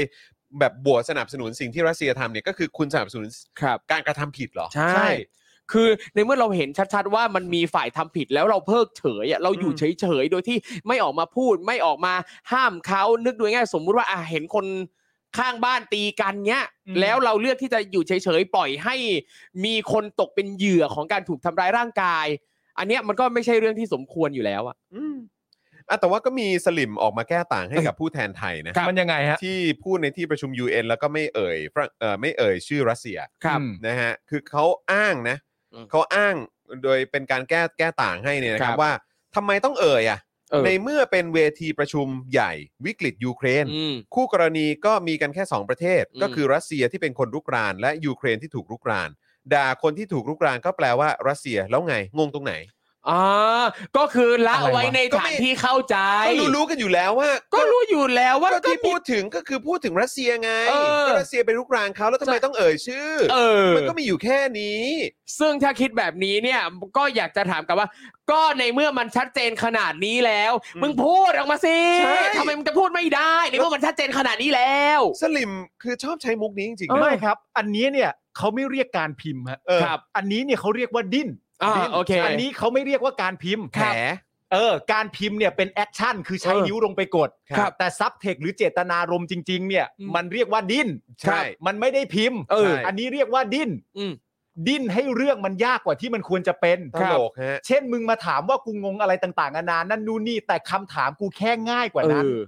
[SPEAKER 1] แบบบวชสนับสนุนสิ่งที่รัสเซียทำเนี่ยก็คือคุณสนับสนุน
[SPEAKER 3] ครับ
[SPEAKER 1] การกระทำผิดเหรอ
[SPEAKER 3] ใช่ คือในเมื่อเราเห็นชัดๆว่ามันมีฝ่ายทำผิดแล้วเราเพิกเฉยอะเราอยู่
[SPEAKER 1] อืม
[SPEAKER 3] เฉยๆ โดยที่ไม่ออกมาพูดไม่ออกมาห้ามเขานึกดูง่ายๆสมมุติว่าอ่ะเห็นคนข้างบ้านตีกันเนี้ย
[SPEAKER 2] อืม
[SPEAKER 3] แล้วเราเลือกที่จะอยู่เฉยๆ ปล่อยให้มีคนตกเป็นเหยื่อของการถูกทำร้ายร่างกาย อันเนี้ยมันก็ไม่ใช่เรื่องที่สมควรอยู่แล้วอะ
[SPEAKER 1] อืมอ่ะแต่ว่าก็มีสลิมออกมาแก้ต่างให้กับผู้แทนไทยนะ
[SPEAKER 3] ครับ
[SPEAKER 2] มันยังไงฮะ
[SPEAKER 1] ที่พูดในที่ประชุม UN แล้วก็ไม่เอ่ยฝรั่งเอ่อไม่เอ่ยชื่อรัสเซีย
[SPEAKER 2] อืม
[SPEAKER 1] นะฮะคือเขาอ้างนะ
[SPEAKER 3] อืม
[SPEAKER 1] เขาอ้างโดยเป็นการแก้แก้ต่างให้เนี่ยนะครั
[SPEAKER 3] ครับ บ
[SPEAKER 1] ว่าทำไมต้องเอ่ยอ่ะ
[SPEAKER 3] เออ
[SPEAKER 1] ในเมื่อเป็นเวทีประชุมใหญ่วิกฤตยูเครน
[SPEAKER 3] อืม
[SPEAKER 1] คู่กรณีก็มีกันแค่ 2 ประเทศ
[SPEAKER 3] อืม
[SPEAKER 1] ก็คือรัสเซียที่เป็นคนรุกราน และยูเครนที่ถูกรุกรานด่าคนที่ถูกรุกรานก็แปลว่ารัสเซียแล้วไงงงตรงไหน
[SPEAKER 3] อ่าก็คือละ
[SPEAKER 2] อะไรวะ
[SPEAKER 3] ไว้ใน
[SPEAKER 1] ก็
[SPEAKER 3] ฐา
[SPEAKER 1] ไม่
[SPEAKER 3] นที่เข้าใจ
[SPEAKER 1] ก็รู้รู้กันอยู่แล้วว่า
[SPEAKER 3] ก็รู้อยู่แล้วว่า
[SPEAKER 1] ก็
[SPEAKER 3] ก็
[SPEAKER 1] ที่
[SPEAKER 3] มี
[SPEAKER 1] พูดถึงก็คือพูดถึงรัสเซียไง
[SPEAKER 3] เออ
[SPEAKER 1] ก็รัสเซียไปรุกรานเขาแล้วทำไมต้องเอ่ยชื่อ
[SPEAKER 3] เออ
[SPEAKER 1] มันก็มีอยู่แค่นี้
[SPEAKER 3] ซึ่งถ้าคิดแบบนี้เนี่ยก็อยากจะถามกลับว่า ก็ในเมื่อมันชัดเจนขนาดนี้แล้ว
[SPEAKER 1] อืม
[SPEAKER 3] มึงพูดออกมาสิ
[SPEAKER 1] ใช่
[SPEAKER 3] ทำไมมึงจะพูดไม่ได้ในเมื่อมันชัดเจนขนาดนี้แล้ว
[SPEAKER 1] สลิมคือชอบใช้มุกนี้จริง
[SPEAKER 3] เอ
[SPEAKER 1] ๆ
[SPEAKER 3] อ
[SPEAKER 1] นะ
[SPEAKER 2] ไม่ครับ อันนี้เนี่ยเขาไม่เรียกการพิมพ์ฮะ
[SPEAKER 1] เออ
[SPEAKER 3] ครับ
[SPEAKER 2] อันนี้เนี่ยเขาเรียกว่าดิ้น
[SPEAKER 3] อ่า
[SPEAKER 2] ดิ้น
[SPEAKER 3] โอเค
[SPEAKER 2] อันนี้เขาไม่เรียกว่าการพิมพ์
[SPEAKER 1] แผล
[SPEAKER 2] เออการพิมพ์เนี่ยเป็นแอคชั่นคือใช้
[SPEAKER 3] เออ
[SPEAKER 2] นิ้วลงไปกด
[SPEAKER 3] ครับ
[SPEAKER 2] แต่ซับเทคหรือเจตนารมณ์จริง ๆ เนี่ย
[SPEAKER 3] อืม
[SPEAKER 2] มันเรียกว่าดิ้น
[SPEAKER 1] ใช่
[SPEAKER 2] มันไม่ได้พิมพ์
[SPEAKER 3] เออ
[SPEAKER 2] ใช่อันนี้เรียกว่าดิ้น
[SPEAKER 3] อืม
[SPEAKER 2] ดิ้นให้เรื่องมันยากกว่าที่มันควรจะเป็น
[SPEAKER 1] ตลกฮะ
[SPEAKER 2] เช่นมึงมาถามว่ากูงงอะไรต่างๆนานานั่นนู่นนี่แต่คำถามกูแค่ง่ายกว่านั้น
[SPEAKER 3] เออ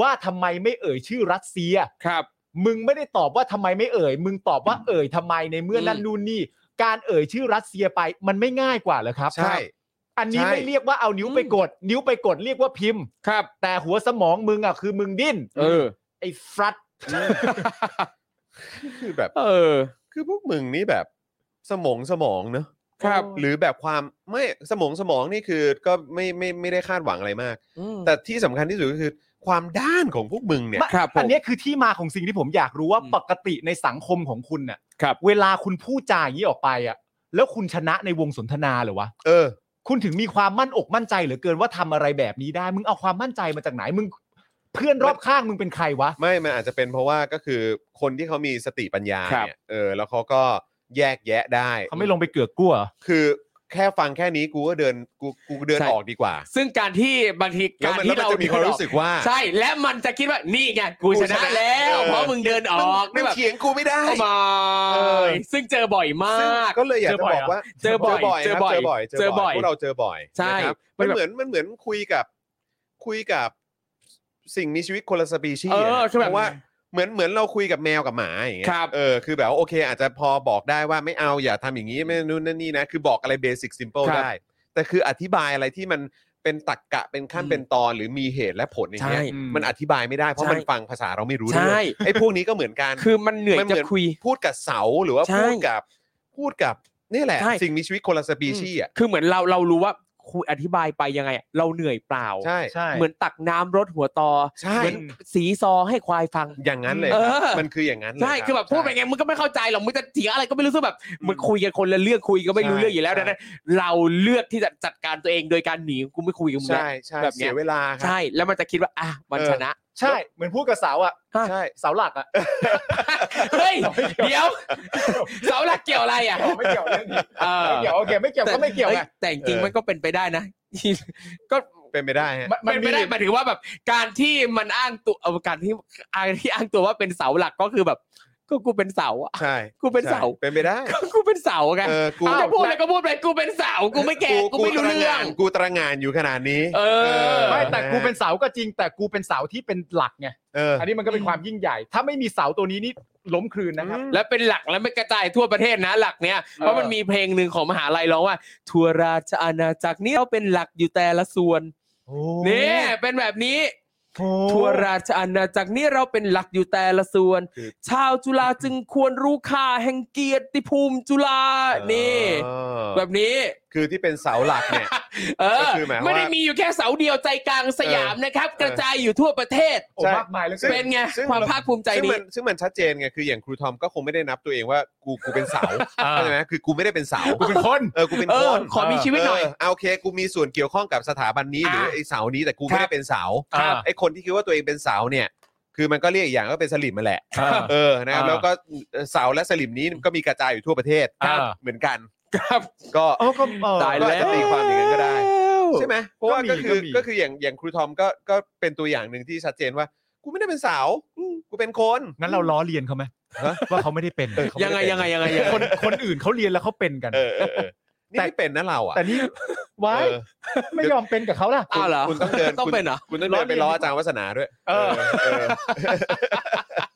[SPEAKER 2] ว่าทำไมไม่เอ่ยชื่อรัสเซีย
[SPEAKER 3] ครับ
[SPEAKER 2] มึงไม่ได้ตอบว่าทำไมไม่เอ่ย มึงตอบว่าเอ่ยทำไมในเมื่อนั่นนู่นนี่ การเอ่ยชื่อรัสเซียไปมันไม่ง่ายกว่าเหรอครับ
[SPEAKER 1] ใช่
[SPEAKER 2] อันนี้
[SPEAKER 1] ใช่
[SPEAKER 2] ไม่เรียกว่าเอานิ้วไปกด นิ้วไปกดเรียกว่าพิมพ์
[SPEAKER 3] ครับ
[SPEAKER 2] แต่หัวสมองมึงอ่ะคือมึงดิ้น
[SPEAKER 3] เออ
[SPEAKER 2] ไอ้ฟรัต
[SPEAKER 1] คือแบบ
[SPEAKER 3] เออ
[SPEAKER 1] คือพวกมึงนี่แบบสมองสมองเนอะ
[SPEAKER 3] ครับ
[SPEAKER 1] หรือแบบความไม่สมองสมองนี่คือก็ไม่ไม่ไม่ได้คาดหวังอะไรมาก
[SPEAKER 3] ม
[SPEAKER 1] แต่ที่สำคัญที่สุดก็คือความด้านของพวกมึงเนี่ย
[SPEAKER 2] ไม่
[SPEAKER 3] ครับผม
[SPEAKER 2] อันเนี้ยคือที่มาของสิ่งที่ผมอยากรู้ว่า
[SPEAKER 3] อืม
[SPEAKER 2] ปกติในสังคมของคุณน่ะ
[SPEAKER 3] ครับ
[SPEAKER 2] เวลาคุณพูดจาอย่างนี้ออกไปอ่ะ แล้วคุณชนะในวงสนทนาเหรอวะ
[SPEAKER 1] เออ
[SPEAKER 2] คุณถึงมีความมั่นอกมั่นใจเหลือเกินว่าทำอะไรแบบนี้ได้ มึงเอาความมั่นใจมาจากไหน มึงเพื่อนรอบข้างมึงเป็นใครวะ
[SPEAKER 1] ไม่ มันอาจจะเป็นเพราะว่าก็คือคนที่เขามีสติปัญญา
[SPEAKER 3] ครับ
[SPEAKER 1] เนี่ยเออ แล้วเขาก็แยกแยะได้
[SPEAKER 2] เขาไม่ลงไปเกือกกลัว
[SPEAKER 1] คือแค่ฟังแค่นี้กูก็เดินกูกูเดิน
[SPEAKER 3] ใช่
[SPEAKER 1] ออกดีกว่า
[SPEAKER 3] ซึ่งการที่บางที
[SPEAKER 1] แล้ว
[SPEAKER 3] การ
[SPEAKER 1] มัน
[SPEAKER 3] ที่
[SPEAKER 1] แล้วมัน
[SPEAKER 3] เรา
[SPEAKER 1] จะมีความรู้สึกว่า
[SPEAKER 3] ใช่ และมันจะคิดว่านี่ไงกูชนะแล้ว
[SPEAKER 1] เออ
[SPEAKER 3] เพราะมึงเดินอ
[SPEAKER 1] มัน
[SPEAKER 3] อก
[SPEAKER 1] มัน
[SPEAKER 3] แบบ
[SPEAKER 1] เถียงกูไม่ได้
[SPEAKER 3] เข้ามา
[SPEAKER 1] เออ
[SPEAKER 3] ซึ่งเจอบ่อยมา
[SPEAKER 1] ซึ่ง
[SPEAKER 3] ก
[SPEAKER 1] ก็เลยอยาก
[SPEAKER 2] เจ
[SPEAKER 1] จะ
[SPEAKER 2] อ
[SPEAKER 1] บ
[SPEAKER 2] บ่อย
[SPEAKER 1] อก
[SPEAKER 2] เหรอ
[SPEAKER 1] ว่า
[SPEAKER 3] เจอบ่อย
[SPEAKER 1] เจอบ่อยครับเจ
[SPEAKER 3] เจ
[SPEAKER 1] อ
[SPEAKER 3] อบ่
[SPEAKER 1] บ่อ
[SPEAKER 3] อย
[SPEAKER 1] พ
[SPEAKER 3] ย
[SPEAKER 1] วกเราเจอบ่อย
[SPEAKER 3] ใช่
[SPEAKER 1] นะครับ
[SPEAKER 3] มั
[SPEAKER 1] มัน
[SPEAKER 3] นแบบ
[SPEAKER 1] เหมือนมันเหมือนคุยกับคุยกับสิ่งมีชีวิตคนละสปีชี
[SPEAKER 3] เอ
[SPEAKER 1] ส์
[SPEAKER 3] อ
[SPEAKER 1] อะ
[SPEAKER 3] คือแบ
[SPEAKER 1] เพ
[SPEAKER 3] บ
[SPEAKER 1] ราะว่าเหมือนเหมือนเราคุยกับแมวกับหมาอย่างเงี้ย
[SPEAKER 3] ครับ
[SPEAKER 1] เออคือแบบว่าโอเค อาจจะพอบอกได้ว่าไม่เอาอย่าทำอย่างนี้ไม่นู่นนั่นนี่นะคือบอกอะไรเบสิกซิมเปิล
[SPEAKER 3] ครับ
[SPEAKER 1] ได้ แต่คืออธิบายอะไรที่มันเป็นตรรกะเป็นขั้น
[SPEAKER 3] อืม
[SPEAKER 1] เป็นตอน หรือมีเหตุและผลอย่างเงี้ย
[SPEAKER 3] ใช่
[SPEAKER 1] มันอธิบายไม่ได้เพราะ
[SPEAKER 3] ใช่
[SPEAKER 1] มันฟังภาษาเราไม่รู้
[SPEAKER 3] ใช่
[SPEAKER 1] ด้วยไอ้พวกนี้ก็เหมือนกัน
[SPEAKER 3] คือมันเหนื่อย
[SPEAKER 1] มันเหมือ
[SPEAKER 3] จะ
[SPEAKER 1] น
[SPEAKER 3] คุย
[SPEAKER 1] พูดกับเสาหรือว่า
[SPEAKER 3] ใช่
[SPEAKER 1] พูดกับพูดกับนี่แหละ
[SPEAKER 3] ใช่
[SPEAKER 1] สิ่งมีชีวิตคนละสปีชีส์อ่ะ
[SPEAKER 3] คือเหมือนเราเรารู้ว่าคุยอธิบายไปยังไงอะเราเหนื่อยเปล่า
[SPEAKER 1] ใช่
[SPEAKER 2] ใช่
[SPEAKER 3] เหมือนตักน้ำรดหัวตอ
[SPEAKER 1] ใช่
[SPEAKER 3] เหมือนสีซอให้ควายฟัง
[SPEAKER 1] อย่างนั้นเลย
[SPEAKER 3] เอ
[SPEAKER 1] ครับ
[SPEAKER 3] อ
[SPEAKER 1] มันคืออย่างนั้นเลย
[SPEAKER 3] ใช่
[SPEAKER 1] รับ
[SPEAKER 3] คือแบบพูดไปไงมึงก็ไม่เข้าใจหรอกมึงจะเถียงอะไรก็ไม่รู้สึกแบบมึงคุยกันคนละเรื่องคุยก็ไม่รู้
[SPEAKER 1] ใช่
[SPEAKER 3] เรื่องอยู่แล้ว
[SPEAKER 1] ใช่
[SPEAKER 3] ดังนั้นเราเลือกที่จะจัดการตัวเองโดยการหนีกูไม่คุยกับมึงแล้ว
[SPEAKER 1] ใช่ใช่
[SPEAKER 3] แบบ
[SPEAKER 1] เสี
[SPEAKER 3] เนี้ย
[SPEAKER 1] ยเวลาครับ
[SPEAKER 3] ใช่แล้วมันจะคิดว่าอ่ะมัน
[SPEAKER 1] เออ
[SPEAKER 3] ชนะ
[SPEAKER 2] ใช่ เหมือนพูดกับเสาอ่ะ
[SPEAKER 1] ใช่
[SPEAKER 2] เสาหลักอ่ะ
[SPEAKER 3] เฮ้ยเดี๋ยวเสาหลักเกี่ยวอะไรอ่ะ
[SPEAKER 2] ไม่เกี่ยวเรื่องนี้
[SPEAKER 3] เออ
[SPEAKER 2] ไม่เกี่ยวโอเคไม่เกี่ยว
[SPEAKER 3] แต่
[SPEAKER 2] ก็ไม่เกี่ยว
[SPEAKER 3] ฮ้
[SPEAKER 2] ไง
[SPEAKER 3] แต่จริง
[SPEAKER 1] เออ
[SPEAKER 3] ๆมันก็เป็นไปได้นะ ก็
[SPEAKER 1] เป็นไปได้ฮะ
[SPEAKER 2] มั
[SPEAKER 3] มัน น
[SPEAKER 2] มี
[SPEAKER 3] ไม่ได้หมายถึงว่าแบบการที่มันอ้างตัวเอ่อการที่อ้างที่อ้างตัวว่าเป็นเสาหลักก็คือแบบ ก็กูเป็นเสาอะ
[SPEAKER 1] ใช่
[SPEAKER 3] กูเป็นเสา
[SPEAKER 1] ใช่เป็นไปได้
[SPEAKER 3] ก็กูเป็นเสาไง
[SPEAKER 1] เออกู
[SPEAKER 3] จะพูดอะไรก็พูดไปกูเป็นเสากูไม่แก่กูไม่รู้
[SPEAKER 1] ตะ
[SPEAKER 3] เรื่อง
[SPEAKER 1] งานกูตระหงานอยู่ขนาดนี้
[SPEAKER 3] เออ
[SPEAKER 2] ไม่ แต่กูเป็น
[SPEAKER 1] นะฮะ
[SPEAKER 2] เสาก็จริง แต่กูเป็นเสาที่เป็นหลักไง
[SPEAKER 1] เออ
[SPEAKER 2] อันนี้มันก็เป็นความยิ่งใหญ่ ถ้าไม่มีเสาตัวนี้นี่ล้มคลืนนะครับ
[SPEAKER 3] และเป็นหลักแล้วไม่กระจายทั่วประเทศนะหลักเนี้ยเพราะมันมีเพลงหนึ่งของมหาลัยร้องว่า ทัวราชอาณาจักรนี้เราเป็นหลักอยู่แต่ละส่วนนี่เป็นแบบนี้ ทัวราชอาณาจักรนี้เราเป็นหลักอยู่แต่ละส่วน ชาวจุฬาจึงควรรู้ค่าแห่งเกียรติภูมิจุฬานี่
[SPEAKER 1] เออ
[SPEAKER 3] แบบนี้
[SPEAKER 1] คือที่เป็นเสาหลักเนี่ย
[SPEAKER 3] เอ
[SPEAKER 1] ก็
[SPEAKER 3] อ
[SPEAKER 1] คือหมายความว่า
[SPEAKER 3] ไม่ได้มีอยู่แค่เสาเดียวใจกลางสยามนะครับ กระจายอยู่ทั่วประเทศ
[SPEAKER 2] โอ้
[SPEAKER 1] ใช่
[SPEAKER 2] มากมายเหลย
[SPEAKER 3] เป็นไง
[SPEAKER 1] ซึ่ง
[SPEAKER 3] ความภาคภูมิใจ
[SPEAKER 1] ซึ่ง
[SPEAKER 3] นี้
[SPEAKER 1] มันซึ่งมันชัดเจนไงคืออย่างครูทอมก็คงไม่ได้นับตัวเองว่ากูกูเป็นเสา
[SPEAKER 2] เออ
[SPEAKER 1] เข้าใจไหมคือกูไม่ได้เป็นเสา
[SPEAKER 2] กูเป็นคน
[SPEAKER 1] เออ กูเป็น
[SPEAKER 3] เอ
[SPEAKER 1] ค
[SPEAKER 3] อน ขอมีชีวิตหน่อย
[SPEAKER 1] เอเอาโอเค กูมีส่วนเกี่ยวข้องกับสถาบันนี้หรือ
[SPEAKER 3] อ่า
[SPEAKER 1] ไอ้เสานี้แต่กูไม่
[SPEAKER 3] ครั
[SPEAKER 1] ได้
[SPEAKER 3] บ
[SPEAKER 1] เป็นเสา
[SPEAKER 3] ครับ
[SPEAKER 1] ไอ้คนที่คิดว่าตัวเองเป็นเสาเนี่ย คือมันก็เรียกอีกอย่างก็เป็นสลิมมาแหละ
[SPEAKER 2] เออ
[SPEAKER 1] เออนะครับ
[SPEAKER 2] เออ
[SPEAKER 1] แล้วก็เสาและสลิมนี้ก็มีกระจายอยู่ทั่วประเทศ
[SPEAKER 2] ครับ
[SPEAKER 1] เหมือนกัน
[SPEAKER 3] ครับ
[SPEAKER 1] ก็
[SPEAKER 2] เอ้าก็เออ
[SPEAKER 3] ตายแล้ว
[SPEAKER 1] ก็อาจจะตีความอย่างนั้นก็ได้ ใช่ไหมเพราะว่า
[SPEAKER 2] ก็
[SPEAKER 1] ก็
[SPEAKER 2] มี
[SPEAKER 1] คือ
[SPEAKER 2] ก็มี
[SPEAKER 1] ก็คืออย่างอย่างครูทอมก็ก็เป็นตัวอย่างหนึ่งที่ชัดเจนว่า กูไม่ได้เป็นสาวกูเป็นคน
[SPEAKER 2] งั้นเราล้อเลียนเขาไหมว่าเขาไม่ได้เป็น
[SPEAKER 1] เออเขาม่
[SPEAKER 3] ยังไง
[SPEAKER 1] ด้เป็น
[SPEAKER 3] ยังไงยังไงยังไง
[SPEAKER 2] คนคนอื่นเขาเรียนแล้วเขาเป็นกัน
[SPEAKER 1] เออเออเออนี่
[SPEAKER 2] แต่
[SPEAKER 1] ไม่เป็นนะเราอ่ะ
[SPEAKER 2] แต่นี่ไว้
[SPEAKER 1] เออ
[SPEAKER 2] ไม่ยอมเป็นกับเขาล่ะ
[SPEAKER 3] อ้าวเหรอ
[SPEAKER 1] คุณต้องเดิน
[SPEAKER 3] ต้องเป็นเหรอ
[SPEAKER 1] คุณต้องเดินไปล้ออาจารย์วัฒนาด้วย
[SPEAKER 2] เออ
[SPEAKER 1] เออ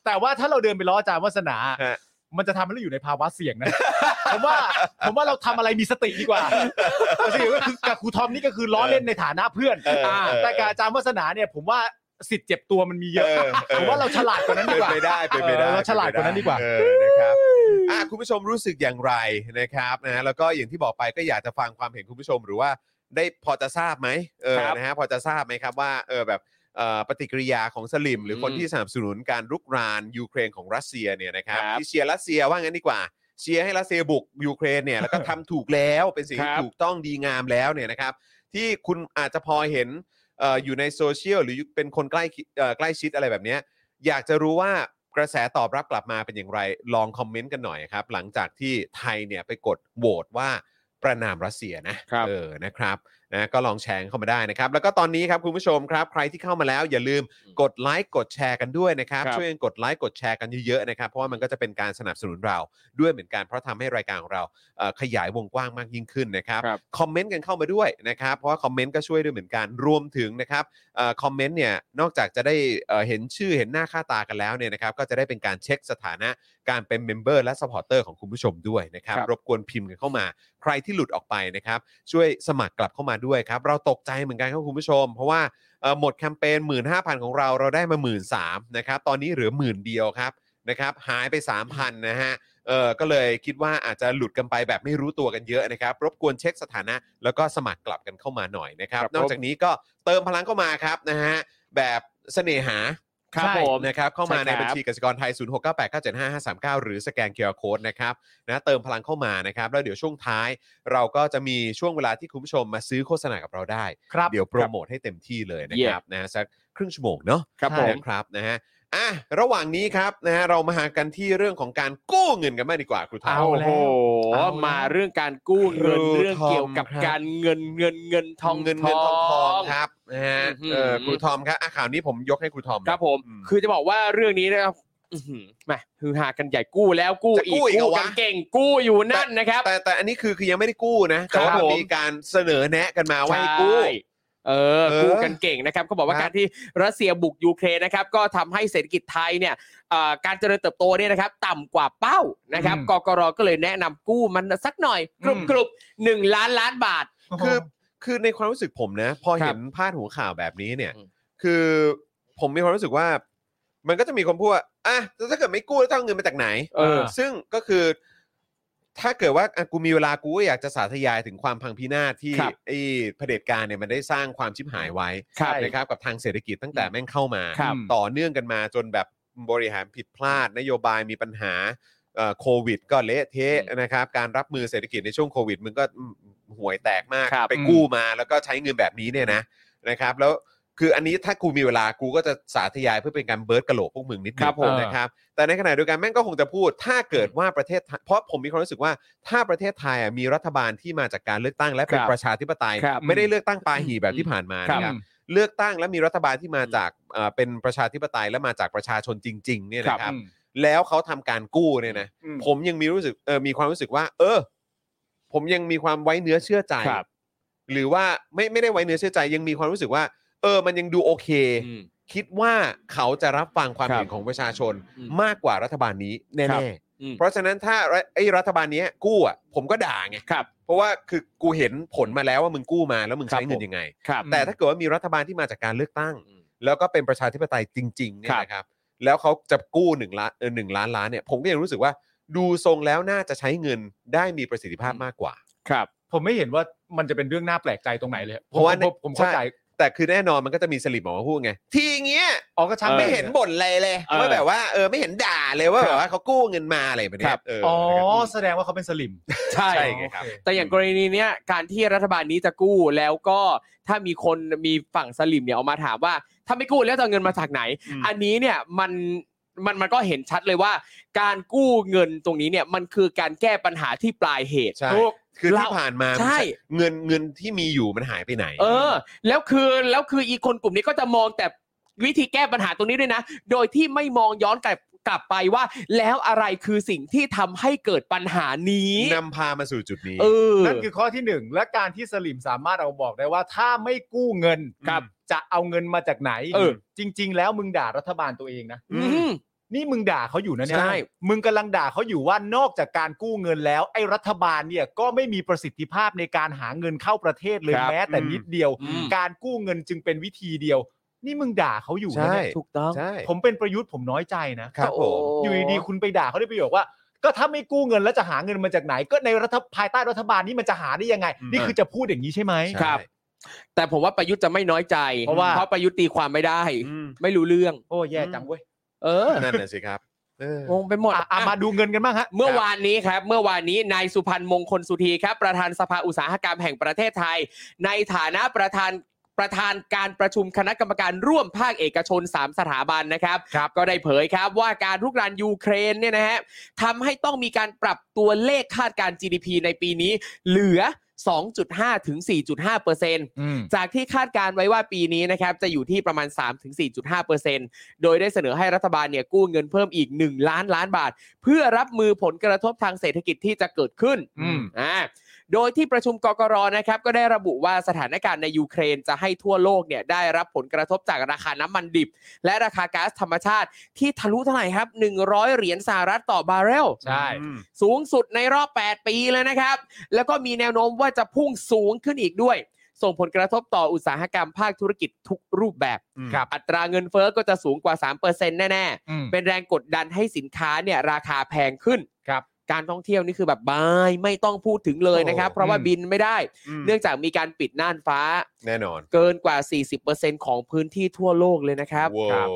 [SPEAKER 2] แต่ว่าถ้าเราเดินไปล้ออาจารย์วัฒนา
[SPEAKER 1] ฮะ
[SPEAKER 2] มันจะทำให้เราอยู่ในภาวะเสี่ยงนะ ผมว่า ผมว่าเราทำอะไรมีสติดีกว่าเอาสิกับครูทอมนี่ก็คือล้อเล่นในฐานะเพื่อน
[SPEAKER 1] เออเออ
[SPEAKER 2] แต่กับอาจารย์วัฒนาเนี่ย ผมว่าสิทธิ์เจ็บตัวมันมีเยอะ
[SPEAKER 1] เออเออ
[SPEAKER 2] ผมว่าเราฉลาดกว่านั้นดี
[SPEAKER 1] เป็น
[SPEAKER 2] กว่า
[SPEAKER 1] ไปได้เป็นไปได้
[SPEAKER 2] เออเราฉลาดกว่านั้นดีกว่า
[SPEAKER 1] เออนะครับอ่ะคุณผู้ชมรู้สึกอย่างไรนะครับนะแล้วก็อย่างที่บอกไปก็อยากจะฟังความเห็นคุณผู้ชมหรือว่าได้พอจะทราบไหมเออ
[SPEAKER 2] ครับ
[SPEAKER 1] นะฮะพอจะทราบไหมครับว่าเออแบบเอ่อปฏิกิริยาของสลิม หรือคน
[SPEAKER 3] อืม
[SPEAKER 1] ที่สนับสนุนการรุกรานยูเครนของรัสเซียเนี่ยนะครับ
[SPEAKER 3] ครับ
[SPEAKER 1] ที่เชียร์รัสเซียว่างั้นดีกว่า เชียร์ให้รัสเซียบุกยูเครนเนี่ยแล้วก็ทำถูกแล้วเป็นสิ่ง
[SPEAKER 3] ครั
[SPEAKER 1] ที่
[SPEAKER 3] บ
[SPEAKER 1] ถูกต้องดีงามแล้วเนี่ยนะครับ ที่คุณอาจจะพอเห็นเอออยู่ในโซเชียลหรือเป็นคนใกล้เอ่อใกล้ชิดอะไรแบบเนี้ย อยากจะรู้ว่ากระแสตอบรับกลับมาเป็นอย่างไร ลองคอมเมนต์กันหน่อยครับ หลังจากที่ไทยเนี่ยไปกดโหวตว่าประนามรัสเซียนะครับ เออนะครับนะก็ลองแชร์เข้ามาได้นะครับ แล้วก็ตอนนี้ครับคุณผู้ชมครับ ใครที่เข้ามาแล้วอย่าลืมกดไลค์กดแชร์กันด้วยนะครับ
[SPEAKER 3] ครับ
[SPEAKER 1] ช่วยกันกดไลค์กดแชร์กันเยอะๆนะครับเพราะว่ามันก็จะเป็นการสนับสนุนเราด้วยเหมือนกันเพราะทำให้รายการของเรา เอ่อขยายวงกว้างมากยิ่งขึ้นนะครับ
[SPEAKER 3] ครับ
[SPEAKER 1] คอมเมนต์กันเข้ามาด้วยนะครับเพราะว่าคอมเมนต์ก็ช่วยด้วยเหมือนกันรวมถึงนะครับเอ่อคอมเมนต์เนี่ยนอกจากจะได้เอ่อเห็นชื่อเห็นหน้าค่าตากันแล้วเนี่ยนะครับก็จะได้เป็นการเช็คสถานะการเป็นเมมเบอร์และสปอร์เตอร์ของคุณผู้ชมด้วยนะครับ
[SPEAKER 3] ครับ
[SPEAKER 1] รบกวนพิมพ์กันเข้ามา ใครที่หลุดออกไปนะครับช่วยสมัครกลับเข้ามาด้วยครับเราตกใจเหมือนกันครับคุณผู้ชม เพราะว่าเอ่อหมดแคมเปญ15,000 ของเราเราได้มา 1 3ื่นนะครับตอนนี้เหลือหมื่นเดียวครับนะครับหายไป3,000นะฮะ เออก็เลยคิดว่าอาจจะหลุดกันไปแบบไม่รู้ตัวกันเยอะนะครับ รบกวนเช็คสถานะ แล้วก็สมัครกลับกันเข้ามาหน่อยนะครับ
[SPEAKER 3] ครับผม
[SPEAKER 1] นอกจากนี้ก็เติมพลังเข้ามาครับนะฮะแบบเสน่หา
[SPEAKER 3] ครับ
[SPEAKER 2] ใช่
[SPEAKER 3] ผม
[SPEAKER 1] นะครับเข้ามา
[SPEAKER 3] ใช่
[SPEAKER 1] ใน
[SPEAKER 3] ครับ
[SPEAKER 1] บัญชีกสิกรไทย 0698975539 หรือสแกนเคอร์โคดนะครับนะเติมพลังเข้ามานะครับ แล้วเดี๋ยวช่วงท้าย เราก็จะมีช่วงเวลาที่คุณผู้ชมมาซื้อโฆษณากับเราได้
[SPEAKER 2] ครับ
[SPEAKER 1] เดี๋ยวโปรโมทให้เต็มที่เลยนะครับนะฮะสักครึ่งชั่วโมงเนาะ
[SPEAKER 3] ครับ
[SPEAKER 2] ใช่
[SPEAKER 3] ผม
[SPEAKER 1] นะครับนะฮะอ่ะระหว่างนี้ครับนะฮะเรามาหากันที่เรื่องของการกู้เงินกันมากดีกว่าครูทอ
[SPEAKER 2] เอา
[SPEAKER 1] ม
[SPEAKER 2] แล้
[SPEAKER 3] โอ้
[SPEAKER 2] ว
[SPEAKER 3] โห
[SPEAKER 2] เอาแล้ว
[SPEAKER 3] มาเรื่องการกู้เงิน
[SPEAKER 1] ครู
[SPEAKER 3] เรื่อง
[SPEAKER 1] ทอม
[SPEAKER 3] เกี่ยวกับ
[SPEAKER 1] ครับ
[SPEAKER 3] การเงินเงินเงินทอง
[SPEAKER 1] เงินเงินทองทอง
[SPEAKER 3] ค
[SPEAKER 1] ครับ รับนะฮะ
[SPEAKER 3] อืม
[SPEAKER 1] เออครูทอมครับอ่ะข่าวนี้ผมยกให้ครูทอม
[SPEAKER 3] ผม
[SPEAKER 1] อืม
[SPEAKER 3] คือจะบอกว่าเรื่องนี้นะครับอื้อหือแหมาฮือหากันใหญ่กู้แล้วกู้
[SPEAKER 1] จะ
[SPEAKER 3] อี
[SPEAKER 1] กู้
[SPEAKER 3] ก
[SPEAKER 1] อีกเหรอ
[SPEAKER 3] กู้
[SPEAKER 1] วะ
[SPEAKER 3] กันเก่งกู้อยู่นั่นนะครับ
[SPEAKER 1] แต่แต่อันนี้คือคือยังไม่ได้กู้นะแต่ว่า
[SPEAKER 3] ครับผม
[SPEAKER 1] มีการเสนอแนะกันมาว่าให้กู้
[SPEAKER 3] ใช่เออ
[SPEAKER 1] เออ
[SPEAKER 3] กู้กันเก่งนะครับเขาบอกว่า
[SPEAKER 1] ครับ
[SPEAKER 3] การที่รัสเซียบุกยูเครนนะครับ ก็ทำให้เศรษฐกิจไทยเนี่ยเอ่อการเจริญเติบโตเนี่ยนะครับ ต่ำกว่าเป้านะครับ
[SPEAKER 2] อืม
[SPEAKER 3] กกรก็เลยแนะนำกู้มันสักหน่อย กรุบ
[SPEAKER 2] อืม
[SPEAKER 3] กรุบหนึ่งล้านล้านบาท
[SPEAKER 1] คือ คือในความรู้สึกผมนะ พอเห็นพาดหัวข่าวแบบนี้เนี่ย
[SPEAKER 3] อืม
[SPEAKER 1] คือผมมีความรู้สึกว่า มันก็จะมีคนพูดว่าอ่ะแล้วถ้าเกิดไม่กู้แล้วจะเอาเงินมาจากไหน
[SPEAKER 3] เออ
[SPEAKER 1] ซึ่งก็คือถ้าเกิดว่าอ่ะกูมีเวลากูก็อยากจะสาธยายถึงความพังพินาศที่
[SPEAKER 3] ครับ
[SPEAKER 1] ไอ้เผด็จการเนี่ยมันได้สร้างความชิบหายไว้
[SPEAKER 3] ครับ
[SPEAKER 2] ใช่
[SPEAKER 1] นะครับกับทางเศรษฐกิจตั้งแต่แม่งเข้ามา
[SPEAKER 3] ครับ
[SPEAKER 1] ต่อเนื่องกันมาจนแบบบริหารผิดพลาด นโยบายมีปัญหาเอ่อโควิด ก็เละเทะ
[SPEAKER 3] อืม
[SPEAKER 1] นะครับ การรับมือเศรษฐกิจในช่วงโควิด มึงก็อืมห่วยแตกมาก
[SPEAKER 3] ครับ
[SPEAKER 1] ไปกู้มาแล้วก็ใช้เงินแบบนี้เนี่ยนะนะครับ แล้วคืออันนี้ถ้ากูมีเวลากูก็จะสาธยายเพื่อเป็นการเบิร์ดกระโหลกพวกมึงนิดนึ
[SPEAKER 2] ครั
[SPEAKER 1] ง
[SPEAKER 2] บผม
[SPEAKER 1] นะครับ แต่ในขณะเดียวกันแม่งก็คงจะพูด ถ้าเกิดว่าประเทศไทยเพราะผมมีความรู้สึกว่าถ้าประเทศไทยอ่ะมีรัฐบาลที่มาจากการเลือกตั้งและเป็น
[SPEAKER 3] ครับ
[SPEAKER 1] ประชาธิปไตย
[SPEAKER 3] ครับ
[SPEAKER 1] ไม่ได้เลือกตั้งปาหีแบบที่ผ่านมา
[SPEAKER 3] ครับ
[SPEAKER 1] นะครับ เลือกตั้งและมีรัฐบาลที่มาจากเอ่อเป็นประชาธิปไตยและมาจากประชาชนจริงๆเนี่ยนะค
[SPEAKER 3] ครั
[SPEAKER 1] รับ
[SPEAKER 3] บ
[SPEAKER 1] แล้วเขาทำการกู้เนี่ยนะ
[SPEAKER 2] อืม
[SPEAKER 1] ผมยังมีรู้สึกเออมีความรู้สึกว่า เออ ผมยังมีความไว้เนื้อเชื่อใจ
[SPEAKER 3] ครับ
[SPEAKER 1] หรือว่าไม่ไม่ได้ไว้เนื้อเชื่อใจ ยังมีความรู้สึกว่า เออ มันยังดูโอเค
[SPEAKER 3] อืม
[SPEAKER 1] คิดว่าเขาจะรับฟังความ
[SPEAKER 3] ครับ
[SPEAKER 1] เห็นของประชาชน
[SPEAKER 3] อืม
[SPEAKER 1] มากกว่ารัฐบาลนี้แน่
[SPEAKER 3] ครับ อืม
[SPEAKER 1] ๆเพราะฉะนั้นถ้าไอ้รัฐบาลเนี้ยกู้อ่ะผมก็ด่าไง
[SPEAKER 3] ครับ
[SPEAKER 1] เพราะว่าคือกูเห็นผลมาแล้วว่ามึงกู้มาแล้วมึง
[SPEAKER 3] ครับ
[SPEAKER 1] ใช้เงิน
[SPEAKER 3] ผม
[SPEAKER 1] ยังไง
[SPEAKER 3] ครับ
[SPEAKER 1] แต่ถ้าเกิดว่ามีรัฐบาลที่มาจากการเลือกตั้ง แล้วก็เป็นประชาธิปไตยจริงๆเนี่ย
[SPEAKER 3] ครับ
[SPEAKER 1] นะครับ แล้วเขาจะกู้หนึ่งล้านเออหนึ่งล้านล้านเนี่ย ผมก็ยังรู้สึกว่าดูทรงแล้วน่าจะใช้เงินได้มีประสิทธิภาพมากกว่า
[SPEAKER 3] ครับ
[SPEAKER 2] ผมไม่เห็นว่ามันจะเป็นเรื่องน่าแปลกใจตรงไหนเลย
[SPEAKER 1] เพราะว่า
[SPEAKER 2] ผมผมผมเข้าใจ
[SPEAKER 1] แต่ แต่คือแน่นอนมันก็จะมีสลิปออกมาพูดไง ทีเงี้ย
[SPEAKER 2] ออกก็ชัก
[SPEAKER 3] เออ
[SPEAKER 1] ไม่เห็นบ่นอะไรเลย
[SPEAKER 3] เออ
[SPEAKER 1] ว่าแบบว่าเออไม่เห็นด่าเลยว่า
[SPEAKER 3] ครับ
[SPEAKER 1] แบบว่าเขากู้เงินมาอะไรแบบเนี้
[SPEAKER 3] ครั
[SPEAKER 1] ย
[SPEAKER 3] บ
[SPEAKER 1] เออ
[SPEAKER 2] อ๋อ
[SPEAKER 1] นะครับ
[SPEAKER 2] แสดงว่าเขาเป็นสลิม
[SPEAKER 3] ใช่
[SPEAKER 1] ใช่ไงครับ
[SPEAKER 2] โอเ
[SPEAKER 3] แต่อย่างกรณีเนี้ยการที่รัฐบาลนี้จะกู้แล้วก็ถ้ามีคนมีฝั่งสลิมเนี่ยออกมาถามว่า ถ้าไม่กู้แล้วจะเอาเงินมาจากไหน
[SPEAKER 2] อืม
[SPEAKER 3] อันนี้เนี่ยมันมันมันก็เห็นชัดเลยว่า การกู้เงินตรงนี้เนี่ยมันคือการแก้ปัญหาที่ปลายเหตุ
[SPEAKER 1] ใช่คือที่ผ่านมา
[SPEAKER 3] ใช่
[SPEAKER 1] เงินเงินที่มีอยู่มันหายไปไหน
[SPEAKER 3] เออ แล้วคือแล้วคืออีกคนกลุ่มนี้ก็จะมองแต่วิธีแก้ปัญหาตรงนี้ด้วยนะ โดยที่ไม่มองย้อนกลับกลับไปว่า แล้วอะไรคือสิ่งที่ทำให้เกิดปัญหานี้
[SPEAKER 1] นำพามาสู่จุดนี้
[SPEAKER 3] เออ
[SPEAKER 2] นั่นคือข้อที่หนึ่งและการที่สลิมสามารถเอาบอกได้ว่าถ้าไม่กู้เงิน
[SPEAKER 3] ครับ
[SPEAKER 2] จะเอาเงินมาจากไหน
[SPEAKER 3] เออ
[SPEAKER 2] จริง ๆ แล้วมึงด่ารัฐบาลตัวเองนะ
[SPEAKER 3] อืม
[SPEAKER 2] นี่มึงด่าเขาอยู่นะเนี่ย
[SPEAKER 3] ใช่
[SPEAKER 2] มึงกำลังด่าเขาอยู่ว่านอกจากการกู้เงินแล้ว ไอ้รัฐบาลเนี่ยก็ไม่มีประสิทธิภาพในการหาเงินเข้าประเทศเลย
[SPEAKER 1] ครับ
[SPEAKER 2] แม้แต่นิดเดียว
[SPEAKER 3] อืม
[SPEAKER 2] การกู้เงินจึงเป็นวิธีเดียว นี่มึงด่าเขาอยู่นะ
[SPEAKER 1] ใช่
[SPEAKER 2] เนี่ย
[SPEAKER 3] ถูกต้อง
[SPEAKER 1] ใช่
[SPEAKER 2] ผมเป็นประยุทธ์ผมน้อยใจนะ
[SPEAKER 1] ครับผม
[SPEAKER 2] อยู่ดีๆคุณไปด่าเขาได้ประโยคว่า ก็ถ้าไม่กู้เงินแล้วจะหาเงินมาจากไหน ก็ในรัฐภายใต้รัฐบาลนี้มันจะหาได้ยังไง
[SPEAKER 1] อืม
[SPEAKER 2] นี่คือจะพูดอย่างนี้ใช่ไหม
[SPEAKER 3] ครับ แต่ผมว่าประยุทธ์จะไม่น้อยใจ
[SPEAKER 2] เพราะว่า
[SPEAKER 3] เพราะประยุทธ์ตีความไม่ได้
[SPEAKER 1] อืม
[SPEAKER 3] ไม่รู้เรื่อง
[SPEAKER 2] โอ้แย่จังเว้ย
[SPEAKER 3] เออ
[SPEAKER 1] นั่นน่ะสิครับเออ
[SPEAKER 3] งงไปหมด
[SPEAKER 2] อ่ะอ่ะ
[SPEAKER 3] อ่ะ
[SPEAKER 2] มาดูเงินกันบ้างฮะ
[SPEAKER 3] เมื่อวานนี้ครับ เมื่อวานนี้นายสุพันธ์มงคลสุธีครับ ประธานสภาอุตสาหกรรมแห่งประเทศไทย ในฐานะประธานประธานการประชุมคณะกรรมการร่วมภาคเอกชน 3 สถาบันนะครับ
[SPEAKER 2] ครับ
[SPEAKER 3] ก็ได้เผยครับว่าการรุกรานยูเครนเนี่ยนะฮะทำให้ต้องมีการปรับตัวเลขคาดการณ์ GDP ในปีนี้เหลือ 2.5 ถึง 4.5เปอร์เซ็นต์
[SPEAKER 2] อืม
[SPEAKER 3] จากที่คาดการณ์ไว้ว่าปีนี้นะครับจะอยู่ที่ประมาณ 3-4.5%โดยได้เสนอให้รัฐบาลเนี่ยกู้เงินเพิ่มอีก 1 ล้านล้านบาท เพื่อรับมือผลกระทบทางเศรษฐกิจที่จะเกิดขึ้น
[SPEAKER 2] อืม
[SPEAKER 3] อ่าโดยที่ประชุมกกรนะครับก็ได้ระบุว่าสถานการณ์ในยูเครนจะให้ทั่วโลกเนี่ยได้รับผลกระทบจากราคาน้ำมันดิบ และราคาก๊าซธรรมชาติที่ทะลุเท่าไหร่ครับ 100 เหรียญสหรัฐต่อบาร์เรล
[SPEAKER 2] ใช่
[SPEAKER 3] สูงสุดในรอบ 8 ปีเลยนะครับ แล้วก็มีแนวโน้มว่าจะพุ่งสูงขึ้นอีกด้วย ส่งผลกระทบต่ออุตสาหกรรมภาคธุรกิจทุกรูปแบบ
[SPEAKER 2] ครับ
[SPEAKER 3] อัตราเงินเฟ้อก็จะสูงกว่า 3%แน่
[SPEAKER 2] อืม
[SPEAKER 3] ๆ เป็นแรงกดดันให้สินค้าเนี่ยราคาแพงขึ้น
[SPEAKER 2] ครับ
[SPEAKER 3] การท่องเที่ยวนี่คือแบบบายไม่ต้องพูดถึงเลยนะครับ เพราะว่าบินไม่ได้ เนื่องจากมีการปิดน่านฟ้า
[SPEAKER 1] แน่นอน
[SPEAKER 3] เกินกว่า 40%ของพื้นที่ทั่วโลกเลยนะครับ
[SPEAKER 1] โว้
[SPEAKER 2] ครับ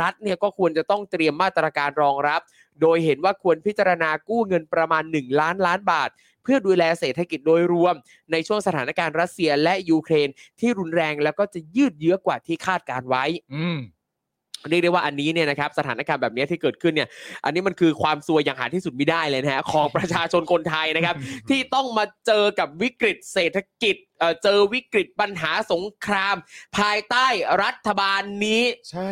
[SPEAKER 3] รัฐเนี่ยก็ควรจะต้องเตรียมมาตรการรองรับ โดยเห็นว่าควรพิจารณากู้เงินประมาณ 1 ล้านล้านบาท เพื่อดูแลเศรษฐกิจโดยรวม ในช่วงสถานการณ์รัสเซียและยูเครนที่รุนแรงแล้วก็จะยืดเยื้อกว่าที่คาดการไว้
[SPEAKER 2] อืม
[SPEAKER 3] เรียกได้ว่าอันนี้เนี่ยนะครับสถานการณ์แบบนี้ที่เกิดขึ้นเนี่ยอันนี้มันคือความซวยอย่างหาที่สุดไม่ได้เลยนะฮะของประชาชนคนไทย นะครับ ที่ต้องมาเจอกับวิกฤตเศรษฐกิจเอ่อเจอวิกฤตปัญหาสงคราม ภายใต้รัฐบาลนี้
[SPEAKER 1] ใช่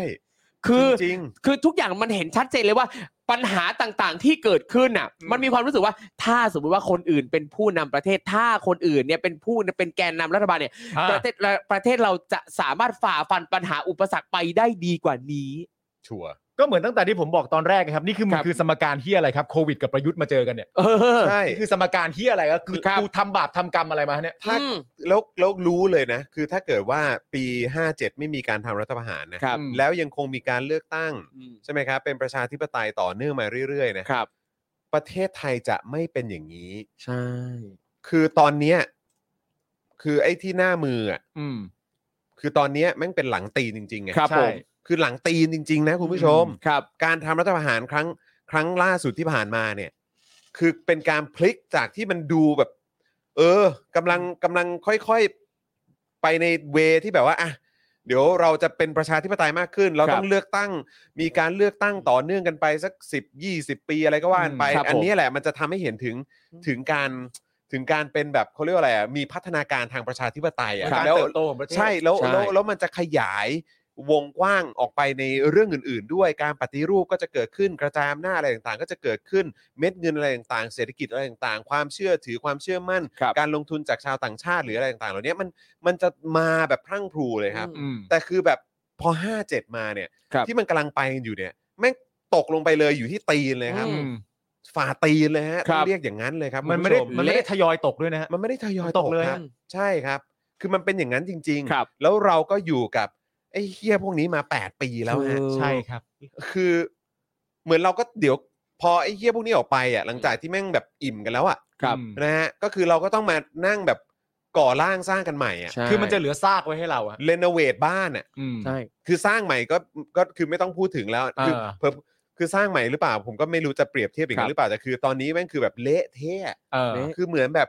[SPEAKER 3] คือ
[SPEAKER 1] จริง
[SPEAKER 3] คือทุกอย่างมันเห็นชัดเจนเลยว่าปัญหาต่างๆที่เกิดขึ้นน่ะ
[SPEAKER 2] อืม
[SPEAKER 3] มันมีความรู้สึกว่าถ้าสมมติว่าคนอื่นเป็นผู้นำประเทศถ้าคนอื่นเนี่ยเป็นผู้เป็นแกนนำรัฐบาลเนี่ย
[SPEAKER 2] อ่า
[SPEAKER 3] ประเทศประเทศเราจะสามารถฝ่าฟันปัญหาอุปสรรคไปได้ดีกว่านี้
[SPEAKER 1] ๆ ชัวร์
[SPEAKER 2] ก็เหมือนตั้งแต่ที่ผมบอกตอนแรกนะครับ นี่คือมั
[SPEAKER 3] ครั
[SPEAKER 2] น
[SPEAKER 3] บ
[SPEAKER 2] คือสมการที่อะไรครับโควิดกับประยุทธ์มาเจอกันเนี่ย
[SPEAKER 3] เออ
[SPEAKER 1] ใช่
[SPEAKER 2] นี่คือสมการที่อะไรก็คือ
[SPEAKER 3] ครับ
[SPEAKER 2] กูทำบาปทำกรรมอะไรมาเนี่ย
[SPEAKER 1] ถ้า
[SPEAKER 3] อืม
[SPEAKER 1] แล้วแล้วรู้เลยนะ คือถ้าเกิดว่าปี 57 ไม่มีการทำรัฐประหารนะครับ แล้วยังคงมีการเลือกตั้ง
[SPEAKER 3] อืม
[SPEAKER 1] ใช่ไหมครับ เป็นประชาธิปไตยต่อเนื่องมาเรื่อยๆนะครับ ประเทศไทยจะไม่เป็นอย่างนี้
[SPEAKER 3] ใช่
[SPEAKER 1] คือตอนเนี้ยคือไอ้ที่หน้ามืออะ
[SPEAKER 2] อืม
[SPEAKER 1] คือตอนเนี้ยแม่งเป็นหลังตีนจริงๆไง
[SPEAKER 3] ครับ
[SPEAKER 2] ใช่
[SPEAKER 3] ผม
[SPEAKER 1] คือหลังตีนจริง ๆ นะคุณผู้ชม
[SPEAKER 3] ครับ
[SPEAKER 1] การทำรัฐประหารครั้งครั้งล่าสุดที่ผ่านมาเนี่ย คือเป็นการพลิกจากที่มันดูแบบ เออกำลังกำลังค่อยๆ ไปในเวที่แบบว่าอ่ะเดี๋ยวเราจะเป็นประชาธิปไตยมากขึ้น เราต้องเลือกตั้ง มีการเลือกตั้งต่อเนื่องกันไปสักสิบยี่สิบปีอะไรก็ว่ากันไป
[SPEAKER 3] อืมครับผม
[SPEAKER 1] อันนี้แหละมันจะทำให้เห็นถึงถึงการถึงการเป็นแบบเขาเรียกว่าอะไรอ่ะมีพัฒนาการทางประชาธิปไตยอ่ะ
[SPEAKER 2] การ
[SPEAKER 1] แล้ว
[SPEAKER 2] เติบโตของประเทศ
[SPEAKER 1] ใช่แล้ว
[SPEAKER 3] ใช่
[SPEAKER 1] แล้วแล้วมันจะขยายวงกว้างออกไปในเรื่องอื่น ๆ ด้วยการปฏิรูปก็จะเกิดขึ้นกระจายอำนาจอะไรต่างๆ ก็จะเกิดขึ้นเม็ดเงินอะไรต่างๆ เศรษฐกิจอะไรต่างๆ ความเชื่อถือความเชื่อมั่น
[SPEAKER 3] ครับ
[SPEAKER 1] การลงทุนจากชาวต่างชาติหรืออะไรต่างๆ เหล่านี้มันมันจะมาแบบพรั่งพรูเลยครับ
[SPEAKER 3] อื
[SPEAKER 2] อืม
[SPEAKER 1] แต่คือแบบพอ 57 มาเนี่ย
[SPEAKER 3] ครับ
[SPEAKER 1] ที่มันกำลังไปกันอยู่เนี่ยแม่งตกลงไปเลยอยู่ที่ตีนเลยครับ
[SPEAKER 3] อืม
[SPEAKER 1] ฝ่าตีนเลยฮะ
[SPEAKER 3] ครับ
[SPEAKER 1] ต้องเรียกอย่างนั้นเลยครับ
[SPEAKER 2] มันไม่ได้
[SPEAKER 1] คุณผู้ช
[SPEAKER 2] มันไม่ได้ทยอยตกด้วยนะฮะ
[SPEAKER 1] มันไม่ได้ทยอย
[SPEAKER 2] มันตกเลย
[SPEAKER 1] ครับ
[SPEAKER 2] ฮะ
[SPEAKER 1] ใช่ครับ คือมันเป็นอย่างนั้นจริง ๆ
[SPEAKER 3] ครับ
[SPEAKER 1] แล้วเราก็อยู่กับไอ้เฮี้ยพวกนี้มา 8 ปีแล้วฮะ
[SPEAKER 3] เออ
[SPEAKER 2] ใช่ครับ
[SPEAKER 1] คือเหมือนเราก็เดี๋ยวพอไอ้เฮี้ยพวกนี้ออกไปอ่ะหลังจากที่แม่งแบบอิ่มกันแล้วอ่ะ
[SPEAKER 3] ครับ
[SPEAKER 1] นะฮะก็คือเราก็ต้องมานั่งแบบ ก่อร่างสร้างกันใหม่อ่ะ
[SPEAKER 3] ใช่
[SPEAKER 2] คือมันจะเหลือซากไว้ให้เราอะ
[SPEAKER 1] เรโนเวทบ้านอ่ะ
[SPEAKER 2] อืม
[SPEAKER 3] ใช่
[SPEAKER 1] คือสร้างใหม่ก็ก็คือไม่ต้องพูดถึงแล้ว
[SPEAKER 2] เอ
[SPEAKER 1] คือ
[SPEAKER 2] อ
[SPEAKER 1] เพิ่มคือสร้างใหม่หรือเปล่า ผมก็ไม่รู้จะเปรียบเทียบอย่าง
[SPEAKER 2] ครั
[SPEAKER 1] นั้
[SPEAKER 2] บ
[SPEAKER 1] นหรือเปล่าแต่คือตอนนี้แม่งคือแบบเละเทะ
[SPEAKER 2] เออ
[SPEAKER 3] เละ
[SPEAKER 1] คือเหมือนแบบ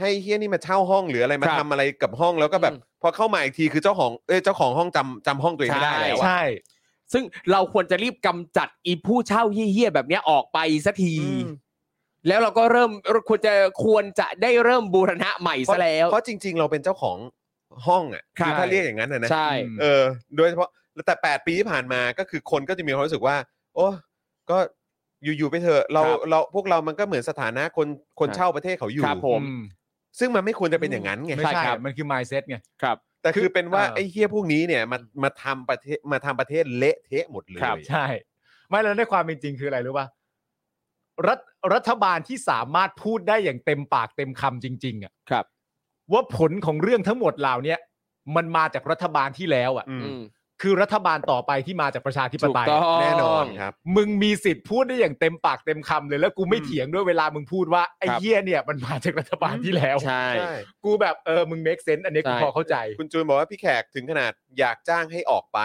[SPEAKER 1] ให้เฮี้ยนี่มาเช่าห้องหรืออะไรมา
[SPEAKER 3] ครับ
[SPEAKER 1] ทำอะไรกับห้องแล้วก็แบบ
[SPEAKER 3] อืม
[SPEAKER 1] พอเข้ามาอีกทีคือเจ้าของเอ้ยเจ้าของห้องจำจำห้องตัวเองไม่ได้แล้วอะ
[SPEAKER 2] ใช่
[SPEAKER 3] ซึ่งเราควรจะรีบกำจัดอีผู้เช่าเฮี้ยๆแบบเนี้ยออกไปสักที
[SPEAKER 1] อืม
[SPEAKER 3] แล้วเราก็เริ่มควรจะควรจะได้เริ่มบูรณะใหม่ซะแล้ว
[SPEAKER 1] เพราะจริง ๆ เราเป็นเจ้าของห้องอ่ะ
[SPEAKER 3] ครับ
[SPEAKER 1] คือถ้าเรียกอย่างนั้นนะนะ
[SPEAKER 3] ใช่
[SPEAKER 2] อืม
[SPEAKER 1] เออ โดยเฉพาะแต่ 8 ปีที่ผ่านมาก็คือคนก็จะมีความรู้สึกว่า โอ้ก็อยู่ๆไปเถอะเราเราพวกเรามันก็เหมือนสถานะคนคนเช่าประเทศเขาอยู่
[SPEAKER 3] ครับผม
[SPEAKER 2] อืม
[SPEAKER 1] ซึ่งมันไม่ควรจะเป็นอย่างนั้นไง
[SPEAKER 2] ไม่
[SPEAKER 3] ใช่
[SPEAKER 2] ใช่
[SPEAKER 3] ครับ
[SPEAKER 2] มันคือ mindset ไง
[SPEAKER 3] ครับ
[SPEAKER 1] แต่คือเป็นว่า
[SPEAKER 2] เออ
[SPEAKER 1] ไอ้เฮี้ยพวกนี้เนี่ยมามาทำประเทศมาทำประเทศเละเทะหมดเลย
[SPEAKER 3] ครับ
[SPEAKER 2] ใช่ ไม่แล้วในความเป็นจริงคืออะไรรู้ป่ะรัฐรัฐบาลที่สามารถพูดได้อย่างเต็มปากเต็มคำจริง ๆอะ
[SPEAKER 3] ครับ
[SPEAKER 2] ว่าผลของเรื่องทั้งหมดเหล่าเนี้ยมันมาจากรัฐบาลที่แล้วอะ
[SPEAKER 1] อืม
[SPEAKER 3] อืม
[SPEAKER 2] คือรัฐบาลต่อไปที่มาจากประชาธิป
[SPEAKER 3] ถูก
[SPEAKER 2] ไตย
[SPEAKER 3] ต้อง
[SPEAKER 1] แน่นอนครับ
[SPEAKER 2] มึงมีสิทธิ์พูดได้อย่างเต็มปากเต็มคำเลยแล้วกูไม่
[SPEAKER 1] อืม
[SPEAKER 2] เถียงด้วยเวลามึงพูดว่าไอ้
[SPEAKER 3] ครับ
[SPEAKER 2] เหี้ยเนี่ยมันมาจากรัฐบาลที่แล้ว
[SPEAKER 3] ใช่
[SPEAKER 1] ใช่
[SPEAKER 2] กูแบบเออมึง make sense อันเนี้ยกู
[SPEAKER 3] ใช่
[SPEAKER 2] พอเข้าใจ
[SPEAKER 1] คุณจูนบอกว่าพี่แขกถึงขนาดอยากจ้างให้ออกไป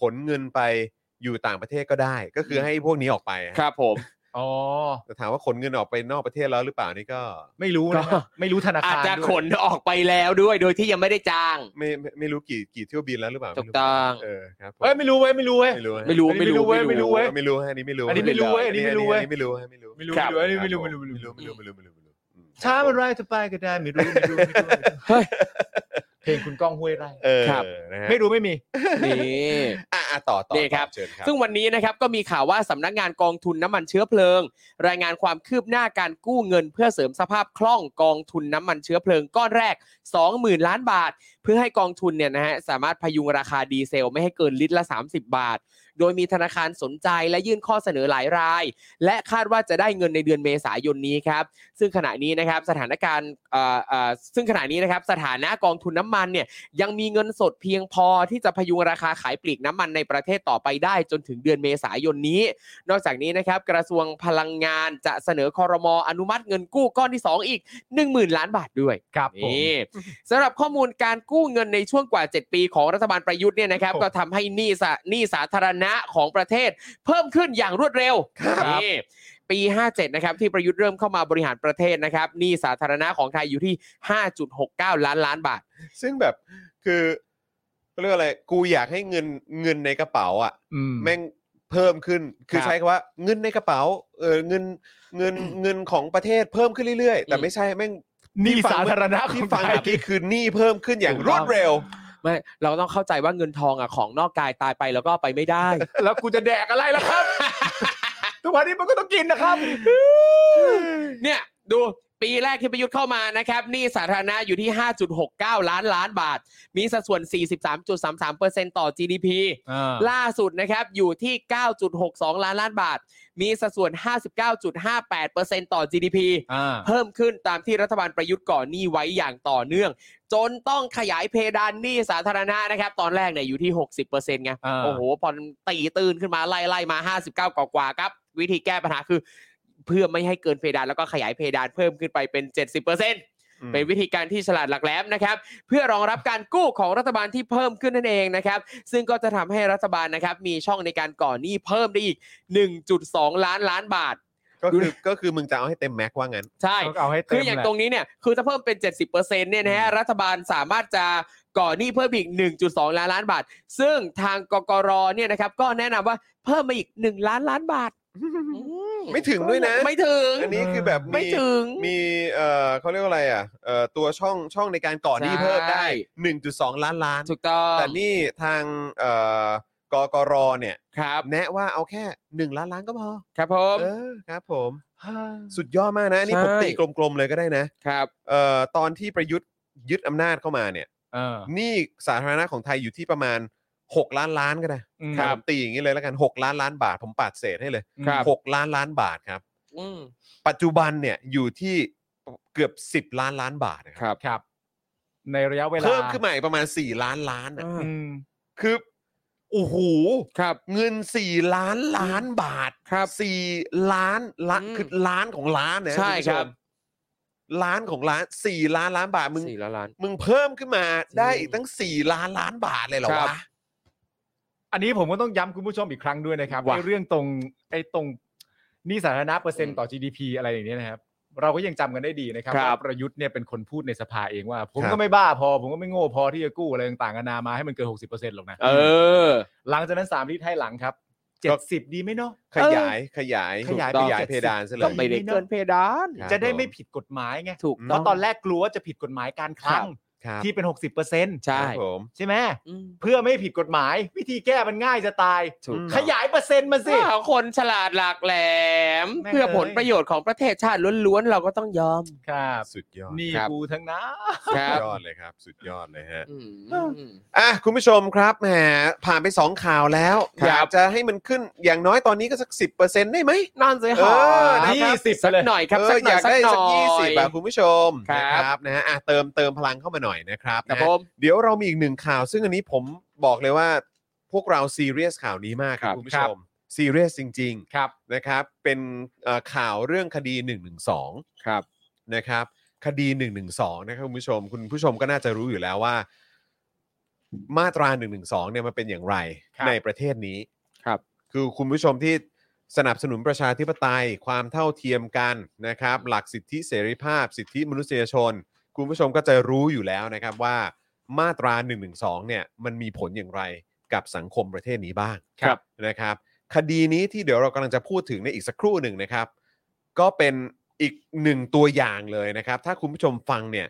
[SPEAKER 1] ขนเงินไปอยู่ต่างประเทศก็ได้ ก็คือให้พวกนี้ออกไปฮะ
[SPEAKER 3] ครับผม
[SPEAKER 2] อ๋อ
[SPEAKER 1] แต่ถามว่าขนเงินออกไปนอกประเทศแล้วหรือเปล่านี่ก็
[SPEAKER 2] ไม่รู้นะ
[SPEAKER 3] ก็
[SPEAKER 2] ฮะไม่รู้ธนา
[SPEAKER 3] อาจ
[SPEAKER 2] คาร
[SPEAKER 3] จะ
[SPEAKER 2] ด้วย
[SPEAKER 3] ขนออกไปแล้วด้วยโดยที่ยังไม่ได้จ้าง
[SPEAKER 1] ไม่ไม่ไม่รู้กี่กี่เที่ยวบินแล้วหรือเปล่า
[SPEAKER 3] ถูกต้อง
[SPEAKER 1] เออครับผม
[SPEAKER 2] เอ้ยไม่รู้เว้ยไม่รู้เว้ย
[SPEAKER 1] ไม่รู้ฮะ
[SPEAKER 3] ไม่รู้
[SPEAKER 2] ไม่
[SPEAKER 3] ไม่
[SPEAKER 2] รู้
[SPEAKER 3] รู้
[SPEAKER 2] เว้ย
[SPEAKER 1] ไม่รู้ไม่
[SPEAKER 2] รู้เว้ย
[SPEAKER 1] รู้ฮะอันนี้ไม่รู้
[SPEAKER 2] อันนี้ไม่รู้เว้ยอันนี้ไม่รู้เว้ย
[SPEAKER 1] อันนี้ไม่รู้ฮะไม่รู้
[SPEAKER 2] ไม่รู้
[SPEAKER 1] ครับ
[SPEAKER 2] ไม่รู้อันนี้ไม่
[SPEAKER 1] ค
[SPEAKER 2] รู้
[SPEAKER 1] รับ
[SPEAKER 2] ไม่รู้
[SPEAKER 1] ไม่รู้ไม่รู้ไม่รู้ไม่รู้
[SPEAKER 2] ไม่รู้
[SPEAKER 1] ไม่รู้
[SPEAKER 2] ช้ามันไรจะไปก็ได้ไม่รู้ไม่รู้ไม่รู้
[SPEAKER 3] เฮ้ย
[SPEAKER 2] เพลงคุณก้องห้วยไร่
[SPEAKER 1] เออ
[SPEAKER 3] ครับ
[SPEAKER 1] นะฮะ
[SPEAKER 2] ไม่รู้ไม่มี
[SPEAKER 3] นี่
[SPEAKER 1] อ่ะอ่ะต่อต่อ
[SPEAKER 3] นี่ครับ
[SPEAKER 1] ต่อเชิญครับ
[SPEAKER 3] ซึ่งวันนี้นะครับก็มีข่าวว่าสำนักงานกองทุนน้ำมันเชื้อเพลิง รายงานความคืบหน้าการกู้เงิน เพื่อเสริมสภาพคล่องกองทุนน้ำมันเชื้อเพลิงก้อนแรก 20,000 ล้านบาท เพื่อให้กองทุนเนี่ยนะฮะสามารถพยุงราคาดีเซลไม่ให้เกินลิตรละ 30 บาท โดยมีธนาคารสนใจและยื่นข้อเสนอหลายราย และคาดว่าจะได้เงินในเดือนเมษายนนี้ครับ ซึ่งขณะนี้นะครับสถานการณ์เอ่อเอ่อซึ่งขณะนี้นะครับสถานะกองทุนน้ำมันเนี่ย ยังมีเงินสดเพียงพอที่จะพยุงราคาขายปลีกน้ำมันในประเทศต่อไปได้จนถึงเดือนเมษายนนี้ นอกจากนี้นะครับ กระทรวงพลังงานจะเสนอคอรมออนุมัติเงินกู้ก้อนที่ 2 อีก 10,000 ล้านบาทด้วย
[SPEAKER 2] ครับผม
[SPEAKER 3] นี่สำหรับข้อมูลการกู้เงินในช่วงกว่า 7 ปีของรัฐบาลประยุทธ์เนี่ยนะครับ
[SPEAKER 2] ครับ
[SPEAKER 3] ก็ทำให้หนี้สาหนี้สาธารณะของประเทศ เพิ่มขึ้นอย่างรวดเร็วนี่ปี 57 นะครับ ที่ประยุทธ์เริ่มเข้ามาบริหารประเทศนะครับหนี้สาธารณะของไทยอยู่ที่ 5.69 ล้านล้านบาท
[SPEAKER 1] ซึ่งแบบคือเขาเรียกว่าอะไรกูอยากให้เงินเงินในกระเป๋าอ่ะ
[SPEAKER 2] อืม
[SPEAKER 1] แม่งเพิ่มขึ้น คือ
[SPEAKER 3] ครับ
[SPEAKER 1] ใช้คำว่าเงินในกระเป๋า เออเงินเงินเงินของประเทศเพิ่มขึ้นเรื่อยๆ แต่
[SPEAKER 3] อืม
[SPEAKER 1] ไม่ใช่แม่ง
[SPEAKER 2] หนี้
[SPEAKER 1] ที่ฟัง
[SPEAKER 2] สาธารณะ
[SPEAKER 1] ที่
[SPEAKER 2] ของ
[SPEAKER 1] ฟัง
[SPEAKER 2] ไทย
[SPEAKER 1] เมื่อกี้คือหนี้เพิ่มขึ้นอย่าง
[SPEAKER 3] ถูก
[SPEAKER 1] ร
[SPEAKER 3] ต้
[SPEAKER 1] ว
[SPEAKER 3] อง
[SPEAKER 1] ดเร็ว
[SPEAKER 3] ไม่เราต้องเข้าใจว่าเงินทองอ่ะของนอกกายตายไปแล้วก็เอาไปไม่ได้
[SPEAKER 2] แล้วกูจะแดกอะไรล่ะครับ ทุกวันนี้มันก็ต้องกินนะครับ
[SPEAKER 3] เนี่ยดูปีแรกที่ประยุทธ์เข้ามานะครับหนี่สาธารณะอยู่ที่ 5.69 ล้านล้านบาท มีสัดส่วน 43.33%ต่อ GDP ล่าสุดนะครับอยู่ที่ 9.62 ล้านล้านบาท มีสัดส่วน 59.58%ต่อ GDP
[SPEAKER 2] อ่า
[SPEAKER 3] เพิ่มขึ้นตามที่รัฐบาลประยุทธ์ก่อนหนี้ไว้อย่างต่อเนื่อง จนต้องขยายเพดานหนี้สาธารณะนะครับ ตอนแรกเนี่ยอยู่ที่ 60%ไง
[SPEAKER 2] อ่า
[SPEAKER 3] โอ้โห พอตีตื่นขึ้นมาไล่ไล่มา 59 กว่ากว่าๆครับ วิธีแก้ปัญหาคือ เพื่อไม่ให้เกินเพดานแล้วก็ขยายเพดานเพิ่มขึ้นไปเป็น 70%เป็นวิธีการที่ฉลาดหลักแหลมนะครับ เพื่อรองรับการกู้ของรัฐบาลที่เพิ่มขึ้นนั่นเองนะครับ ซึ่งก็จะทำให้รัฐบาลนะครับมีช่องในการก่อหนี้เพิ่มได้อีก 1.2 ล้านล้านบาท
[SPEAKER 1] ก็คือก็คือมึงจะเอาให้เต็มแม็กว่างั้น
[SPEAKER 3] ใช่
[SPEAKER 2] ต้องเอาให้เต็ม
[SPEAKER 3] คืออย่าง
[SPEAKER 2] แหละ
[SPEAKER 3] ตรงนี้เนี่ย คือถ้าเพิ่มเป็น 70%เนี่ยนะฮะ รัฐบาลสามารถจะก่อหนี้เพิ่มอีก 1.2 ล้านล้านบาท ซึ่งทางกกรเนี่ยนะครับ ก็แนะนำว่าเพิ่มมาอีก 1 ล้านล้านบาท
[SPEAKER 1] ไม่ถึงด้วยนะ
[SPEAKER 3] ไม่ถึง
[SPEAKER 1] อันนี้คือแบบ
[SPEAKER 3] ไม่
[SPEAKER 1] มี
[SPEAKER 3] ถึง
[SPEAKER 1] มีเอ่อเขาเรียกว่าอะไรอ่ะเอ่อตัวช่องช่องในการก่อนหนี้
[SPEAKER 3] ใช่
[SPEAKER 1] เพิ่มได้ 1.2 ล้านล้าน
[SPEAKER 3] ถูกต้อง
[SPEAKER 1] แต่นี่ทางเอ่อกกรเนี่ย
[SPEAKER 3] ครับ
[SPEAKER 1] แนะว่าเอาแค่ 1 ล้านล้านก็พอ
[SPEAKER 3] ครับผม
[SPEAKER 1] เออครับผม สุดยอดมากนะนี่ผม
[SPEAKER 3] ใช่
[SPEAKER 1] ตีกลมๆเลยก็ได้นะครับ เอ่อตอนที่ประยุทธ์ยึดอำนาจเข้ามาเนี่ย
[SPEAKER 2] เออ
[SPEAKER 1] หนี่สาธารณะของไทยอยู่ที่ประมาณ 6 ล้านล้านก็ได้
[SPEAKER 2] อืม
[SPEAKER 1] ผมตีอย่างนี้เลยแล้วกัน 6 ล้านล้านบาท ผมปาดเศษให้เลย
[SPEAKER 3] ครับ
[SPEAKER 1] 6 ล้านล้านบาทครับ
[SPEAKER 3] อืม
[SPEAKER 1] ปัจจุบันเนี่ยอยู่ที่เกือบ 10 ล้านล้านบาทนะค
[SPEAKER 3] ค
[SPEAKER 1] รับ
[SPEAKER 3] รับ
[SPEAKER 2] ครับ ในระยะเวลา
[SPEAKER 1] เพิ่มขึ้นมาอีกประมาณ 4 ล้านล้านน่ะ
[SPEAKER 3] อ่า
[SPEAKER 2] อืม
[SPEAKER 1] คือโอ้โห
[SPEAKER 3] ครับ
[SPEAKER 1] เงิน 4 ล้านล้านบาท
[SPEAKER 3] ครับ
[SPEAKER 1] 4ล้านล้าน
[SPEAKER 3] อืม
[SPEAKER 1] คือล้านของล้านนะ
[SPEAKER 3] ใช่
[SPEAKER 1] ณผู้
[SPEAKER 3] ค
[SPEAKER 1] ช
[SPEAKER 3] รับ
[SPEAKER 1] ม ล้านของล้าน 4 ล้านล้านบาทมึง
[SPEAKER 3] สี่ล้านล้าน
[SPEAKER 1] มึงเพิ่มขึ้นมาได้อีกตั้ง 4 ล้านล้านบาทเลยเหรอ
[SPEAKER 3] ครับ
[SPEAKER 1] วะ
[SPEAKER 2] อันนี้ผมก็ต้องย้ำคุณผู้ชมอีกครั้งด้วยนะครับ
[SPEAKER 3] ว่ะ
[SPEAKER 2] ไอ้เรื่องตรงไอ้ตรงหนี่สาธารณะเปอร์เซ็นต์ต่อ GDP อะไรอย่างเนี้ยนะครับ เราก็ยังจำกันได้ดีนะครับ
[SPEAKER 3] ครับ
[SPEAKER 2] ว่าประยุทธ์เนี่ยเป็นคนพูดในสภาเองว่า ผม
[SPEAKER 1] ครั
[SPEAKER 2] ก็
[SPEAKER 1] บ
[SPEAKER 2] ไม่บ้าพอ ผมก็ไม่โง่พอที่จะกู้อะไรต่างๆนานามาให้มันเกิน 60%หรอกนะ
[SPEAKER 3] เออ
[SPEAKER 2] หลังจากนั้น 3 ลิตรให้หลังครับ 70 ดีไหมเนาะ
[SPEAKER 1] ขยายขยาย
[SPEAKER 2] ขยาย
[SPEAKER 1] ข
[SPEAKER 2] ไป
[SPEAKER 1] ยาย
[SPEAKER 2] 70
[SPEAKER 1] เพดานซะเล
[SPEAKER 3] ก็
[SPEAKER 1] ย
[SPEAKER 3] ไม่ได้เกินเพดาน
[SPEAKER 1] ครับ
[SPEAKER 2] จะได้ไม่ผิดกฎหมายไง
[SPEAKER 3] ถูก
[SPEAKER 2] เพ
[SPEAKER 3] ต้อง
[SPEAKER 2] ราะตอนแรกกลัวว่าจะผิดกฎหมายการคลัง
[SPEAKER 1] ครับ
[SPEAKER 2] ที่เป็น 60%
[SPEAKER 1] ค
[SPEAKER 3] ใช่
[SPEAKER 1] รับผม
[SPEAKER 2] ใช่ไหม
[SPEAKER 3] อืม
[SPEAKER 2] เพื่อไม่ให้ผิดกฎหมาย วิธีแก้มันง่ายจะตาย
[SPEAKER 3] ถูก
[SPEAKER 2] ขยายเปอร์เซ็นต์มันสิ
[SPEAKER 3] ถ้าคนฉลาดหลากแหลม
[SPEAKER 2] แม่ง
[SPEAKER 3] เพื่อผลประโยชน์ของประเทศชาติล้วนๆ เราก็ต้องยอม
[SPEAKER 2] ครับ
[SPEAKER 1] สุดยอด
[SPEAKER 2] นี่
[SPEAKER 3] ครับ
[SPEAKER 2] กูทั้งนั้น
[SPEAKER 3] ครั
[SPEAKER 1] สุ
[SPEAKER 3] บ
[SPEAKER 1] ดยอดเลยครับ สุดยอดเลยฮะ
[SPEAKER 3] อืม
[SPEAKER 1] อ่ะคุณผู้ชมครับแหมผ่านไป 2 ข่าวแล้ว
[SPEAKER 3] ครับ
[SPEAKER 1] อยากจะให้มันขึ้นอย่างน้อยตอนนี้ก็สัก 10%ได้ไหม
[SPEAKER 3] นั่นสิ
[SPEAKER 1] เอ
[SPEAKER 3] ฮะ
[SPEAKER 1] อนะครับ
[SPEAKER 3] ยี่สิบสักหน่อยครับ
[SPEAKER 1] เอ
[SPEAKER 3] สั
[SPEAKER 1] อก
[SPEAKER 3] หน่อ
[SPEAKER 1] อาย
[SPEAKER 3] ย
[SPEAKER 1] ก
[SPEAKER 3] สัก
[SPEAKER 1] ได้
[SPEAKER 3] หน่
[SPEAKER 1] สัก
[SPEAKER 3] อ
[SPEAKER 1] ยี่สิ
[SPEAKER 3] ย
[SPEAKER 1] บอะคุณผู้ชม
[SPEAKER 3] ครับ
[SPEAKER 1] นะครับนะฮะอ่ะเติมเติมพลังเข้ามาหน่อยนะครับ
[SPEAKER 3] ครับ
[SPEAKER 1] นะฮะ
[SPEAKER 3] ผม
[SPEAKER 1] เดี๋ยวเรามีอีกหนึ่งข่าว ซึ่งอันนี้ผมบอกเลยว่าพวกเราซีเรียสข่าวนี้มากครั
[SPEAKER 3] ครับ บ
[SPEAKER 1] คุณผู้ชมซีเรียสจริง
[SPEAKER 2] ครับ
[SPEAKER 1] ๆนะครับ เป็นเอ่อข่าวเรื่องคดี 112
[SPEAKER 3] ครับ
[SPEAKER 1] นะครับ คดี 112 นะครับคุณผู้ชม คุณผู้ชมก็น่าจะรู้อยู่แล้วว่า มาตรา 112 เนี่ยมันเป็นอย่างไร
[SPEAKER 2] ครับ
[SPEAKER 1] ในประเทศนี้
[SPEAKER 3] ครับ
[SPEAKER 1] คือคุณผู้ชมที่สนับสนุนประชาธิปไตยความเท่าเทียมกันนะครับ หลักสิทธิเสรีภาพ สิทธิมนุษยชน คุณผู้ชมก็จะรู้อยู่แล้วนะครับว่ามาตรา1นึเนี่ยมันมีผลอย่างไรกับสังคมประเทศนี้บ้าง
[SPEAKER 3] ครับ
[SPEAKER 1] นะครับ คดีนี้ที่เดี๋ยวเรากำลังจะพูดถึงในอีกสักครู่หนึ่งนะครับ ก็เป็นอีกหนึ่งตัวอย่างเลยนะครับ ถ้าคุณผู้ชมฟังเนี่ย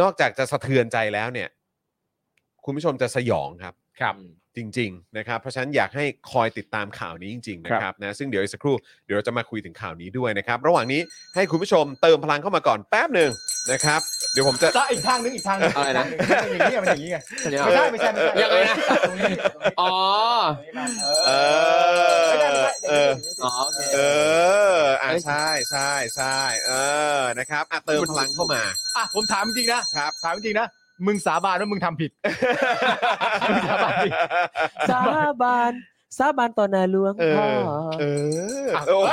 [SPEAKER 1] นอกจากจะสะเทือนใจแล้วเนี่ย คุณผู้ชมจะสยองครับ
[SPEAKER 2] ครับ
[SPEAKER 1] จริงๆนะครับเพราะฉะนั้นอยากให้คอยติดตามข่าวนี้จริงๆนะครับนะซึ่งเดี๋ยวอีกสักครู่เดี๋ยวเราจะมาคุยถึงข่าวนี้ด้วยนะครับระหว่างนี้ให้คุณผู้ชมเติมพลังเข้ามาก่อนแป๊บหนึ่งนะครับ เดี๋ยวผมจะ
[SPEAKER 2] ก็อีกทางนึงอีกทางนึง
[SPEAKER 3] อะไรนะ
[SPEAKER 2] อีกทางนึงมันอย่างนี้อะมันอย่างนี้ไง
[SPEAKER 3] เดี๋ยว
[SPEAKER 2] ไม่ใช่ไม่ใช่ไม่ใช่
[SPEAKER 3] ยังไงนะ
[SPEAKER 2] ตรงนี้ตรงนี้
[SPEAKER 3] อ๋อ
[SPEAKER 2] ตรงนี้มา
[SPEAKER 1] เอ
[SPEAKER 2] เอ
[SPEAKER 1] อ
[SPEAKER 2] อไม่ได้ไม่ได้
[SPEAKER 1] เออ
[SPEAKER 3] อ๋อโอเค
[SPEAKER 1] เอออ่ะใช่ใช่ใช่เออนะครับอ่ะเติมพลังเข้ามา
[SPEAKER 2] อ่ะผมถามจริงนะครับ ถามจริงนะมึงสาบานว่ามึงทำผิด สาบานดิ
[SPEAKER 3] สาบานสาบานต่อหนาหลวง
[SPEAKER 1] เอ
[SPEAKER 3] พ่อ
[SPEAKER 1] อเออโอ้โห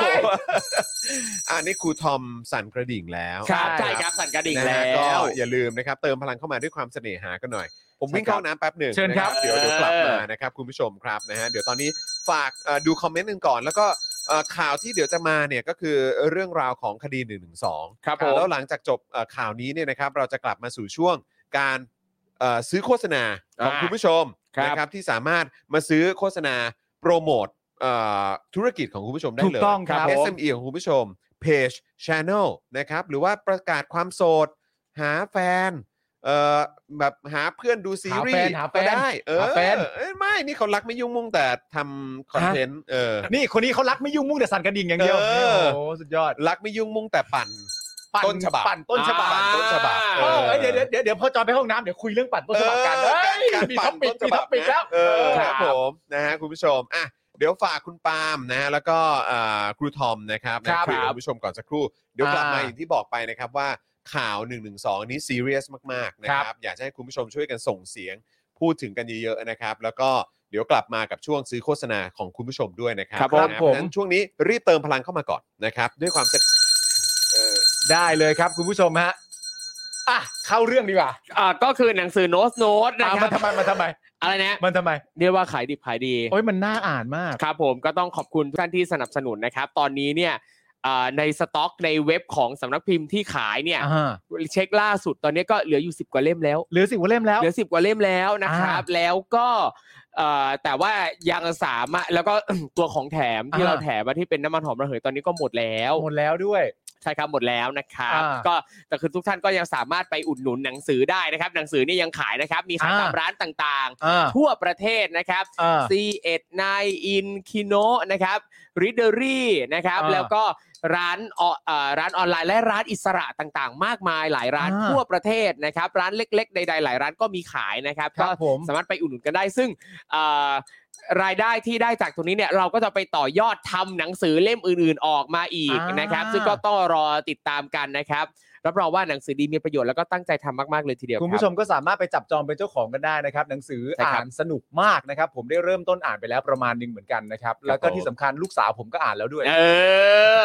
[SPEAKER 1] อันนี้ครูทอมสั่นกระดิ่งแล้ว
[SPEAKER 3] ครับใช่ครับสั่นกระดิ่ง
[SPEAKER 1] นะ
[SPEAKER 3] แล้
[SPEAKER 1] ฮะก็
[SPEAKER 3] ว
[SPEAKER 1] อย่าลืมนะครับเติมพลังเข้ามาด้วยความเสน่หากันหน่อย ผมวิ่ง
[SPEAKER 3] ใช่ครับ
[SPEAKER 1] เข้าน้ำแป๊บหนึ่ง
[SPEAKER 2] เชิญครับ
[SPEAKER 1] นะเดี๋ยว
[SPEAKER 3] เออ
[SPEAKER 1] เดี๋ยวกลับมานะครับคุณผู้ชมครับนะฮะเดี๋ยวตอนนี้ฝากเอ่อดูคอมเมนต์หนึ่งก่อน แล้วก็เอ่อข่าวที่เดี๋ยวจะมาเนี่ยก็คือเรื่องราวของคดี1นึ
[SPEAKER 3] ครับผ
[SPEAKER 1] แล้ว
[SPEAKER 3] ม
[SPEAKER 1] หลังจากจบเอ่อข่าวนี้เนี่ยนะครับเราจะกลับมาสู่ช่วงการเอ่อซื้อโฆษณาของ
[SPEAKER 3] อ่า
[SPEAKER 1] คุณผู้ชม
[SPEAKER 3] ครับ
[SPEAKER 1] นะครับที่สามารถมาซื้อโฆษณาโปรโมทเอ่อธุรกิจของคุณผู้ชมได้เลย
[SPEAKER 2] ถูกต้องครับ
[SPEAKER 1] SME ของคุณผู้ชม เพจ Channel นะครับ หรือว่าประกาศความโสด หาแฟน เอ่อแบบหาเพื่อนดูซีรีส์
[SPEAKER 2] หาแฟนหาแฟ
[SPEAKER 1] ก็
[SPEAKER 2] น
[SPEAKER 1] ได้เออ
[SPEAKER 2] หาแฟน
[SPEAKER 1] เอ้ยไม่ นี่เขารักไม่ยุ่งมุ่งแต่ทำคอนเทนต์เออ
[SPEAKER 2] นี่คนนี้เขารักไม่ยุ่งมุ่งแต่สั่นกระดิ่งอย่างเดียว
[SPEAKER 1] เอ
[SPEAKER 2] โอ้
[SPEAKER 1] อ
[SPEAKER 2] โหสุดยอด
[SPEAKER 1] รักไม่ยุ่งมุ่งแต่ปั่น
[SPEAKER 2] ปั่
[SPEAKER 1] ต้นฉบับ
[SPEAKER 2] ปั่นต้นฉบับ
[SPEAKER 3] อ่า
[SPEAKER 1] ต้นฉบับ
[SPEAKER 2] เออเดี๋ยวเดี๋ยวเดี๋ยวเดี๋ยวพอจอยไปห้องน้ำเดี๋ยวคุยเรื่องปั่นต้นฉบับกัน
[SPEAKER 1] เอ
[SPEAKER 2] เฮ้
[SPEAKER 1] อย การ
[SPEAKER 2] มี
[SPEAKER 1] ปั่
[SPEAKER 2] ท็อนปิก
[SPEAKER 1] ต้นฉ
[SPEAKER 2] มี
[SPEAKER 1] บั
[SPEAKER 2] ท็
[SPEAKER 1] บ
[SPEAKER 2] อปิกแล้ว
[SPEAKER 1] เออครับผมนะฮะคุณผู้ชมอ่ะเดี๋ยวฝากคุณปาล์มนะฮะแล้วก็เอ่อครูทอมนะครับนะครับ คุยกับคุณผู้ชมก่อนสักครู่ เดี๋ยวกลับมา
[SPEAKER 2] อ่า
[SPEAKER 1] อย่างที่บอกไปนะครับว่าข่าว 112 นี้ซีเรียสมาก ๆ นะค
[SPEAKER 2] ครั
[SPEAKER 1] รับ
[SPEAKER 2] บ
[SPEAKER 1] อยากจะให้คุณผู้ชมช่วยกันส่งเสียงพูดถึงกันเยอะๆนะครับ แล้วก็เดี๋ยวกลับมากับช่วงซื้อโฆษณาของคุณผู้ชมด้วยนะครับ
[SPEAKER 3] ครับผม
[SPEAKER 1] นะเพาะฉะนั้นช่วงนี้รีบเติมพลังเข้ามาก่อนนะครับด้วยความเสร็จเออ
[SPEAKER 2] ได้เลยครับคุณผู้ชมฮะอ่ะเข้าเรื่องดีกว่า
[SPEAKER 3] อ่าก็คือหนังสือโน้ตโน้ตนะ
[SPEAKER 2] อ่ะ
[SPEAKER 3] ค
[SPEAKER 2] มั
[SPEAKER 3] รั
[SPEAKER 2] น
[SPEAKER 3] บ
[SPEAKER 2] ทำไมมันทำไม
[SPEAKER 3] อะไรนะ
[SPEAKER 2] มันทำไม
[SPEAKER 3] เรียกว่าขายดิบขายดี
[SPEAKER 2] โอ้ยมันน่าอ่านมาก
[SPEAKER 3] ครับผมก็ต้องขอบคุณทุกท่านที่สนับสนุนนะครับ ตอนนี้เนี่ยอ่าในสต็อกในเว็บของสำนักพิมพ์ที่ขายเนี่ย
[SPEAKER 2] อ่า
[SPEAKER 3] เช็คล่าสุดตอนนี้ก็เหลืออยู่ 10 กว่าเล่มแล้ว
[SPEAKER 2] เหลือสิบกว่าเล่มแล้ว
[SPEAKER 3] เหลือ 10 กว่าเล่มแล้วนะครับ แล้วก็เอ่อแต่ว่ายังสามารถแล้วก็ ตัวของแถมที่
[SPEAKER 2] อ่า
[SPEAKER 3] เราแถมมาที่เป็นน้ำมันหอมระเหยตอนนี้ก็หมดแล้ว
[SPEAKER 2] หมดแล้วด้วย
[SPEAKER 3] ใช่ครับหมดแล้วนะครับ
[SPEAKER 2] อ่า
[SPEAKER 3] ก็แต่คือทุกท่านก็ยังสามารถไปอุดหนุนหนังสือได้นะครับ หนังสือเนี่ยยังขายนะครับ มีขาย
[SPEAKER 2] อ่า
[SPEAKER 3] ตามร้านต่าง
[SPEAKER 2] อ่า
[SPEAKER 3] ๆ ทั่วประเทศนะครับ
[SPEAKER 2] อ่า
[SPEAKER 3] C1 นายอินคิโนนะครับริเดอรี่นะครับ
[SPEAKER 2] อ่า
[SPEAKER 3] แล้วก็ร้านออนเอ่อร้านออนไลน์และร้านอิสระต่างๆ มากมายหลายร้าน
[SPEAKER 2] อ่า
[SPEAKER 3] ทั่วประเทศนะครับ ร้านเล็ก ๆ ใด ๆ หลายร้านก็มีขายนะครับ
[SPEAKER 2] ครั
[SPEAKER 3] ก็
[SPEAKER 2] บผม
[SPEAKER 3] สามารถไปอุดหนุนกันได้ซึ่งเอ่อรายได้ที่ได้จากตรงนี้เนี่ยเราก็จะไปต่อยอดทำหนังสือเล่มอื่นๆออกมาอีกนะครับ
[SPEAKER 2] อ่า
[SPEAKER 3] ซึ่งก็ต้องรอติดตามกันนะครับ รับรองว่าหนังสือดีมีประโยชน์แล้วก็ตั้งใจทำมากๆเลยทีเดียว
[SPEAKER 2] คุณผู้
[SPEAKER 3] ค
[SPEAKER 2] ช
[SPEAKER 3] รับ
[SPEAKER 2] มก็สามารถไปจับจองเป็นเจ้าของกันได้นะครับ หนังสือ
[SPEAKER 3] ใช่ครับ
[SPEAKER 2] อ่านสนุกมากนะครับ ผมได้เริ่มต้นอ่านไปแล้วประมาณหนึงเหมือนกันนะครับ แล้วก็
[SPEAKER 3] ผม
[SPEAKER 2] ที่สำคัญลูกสาวผมก็อ่านแล้วด้วย
[SPEAKER 3] เอ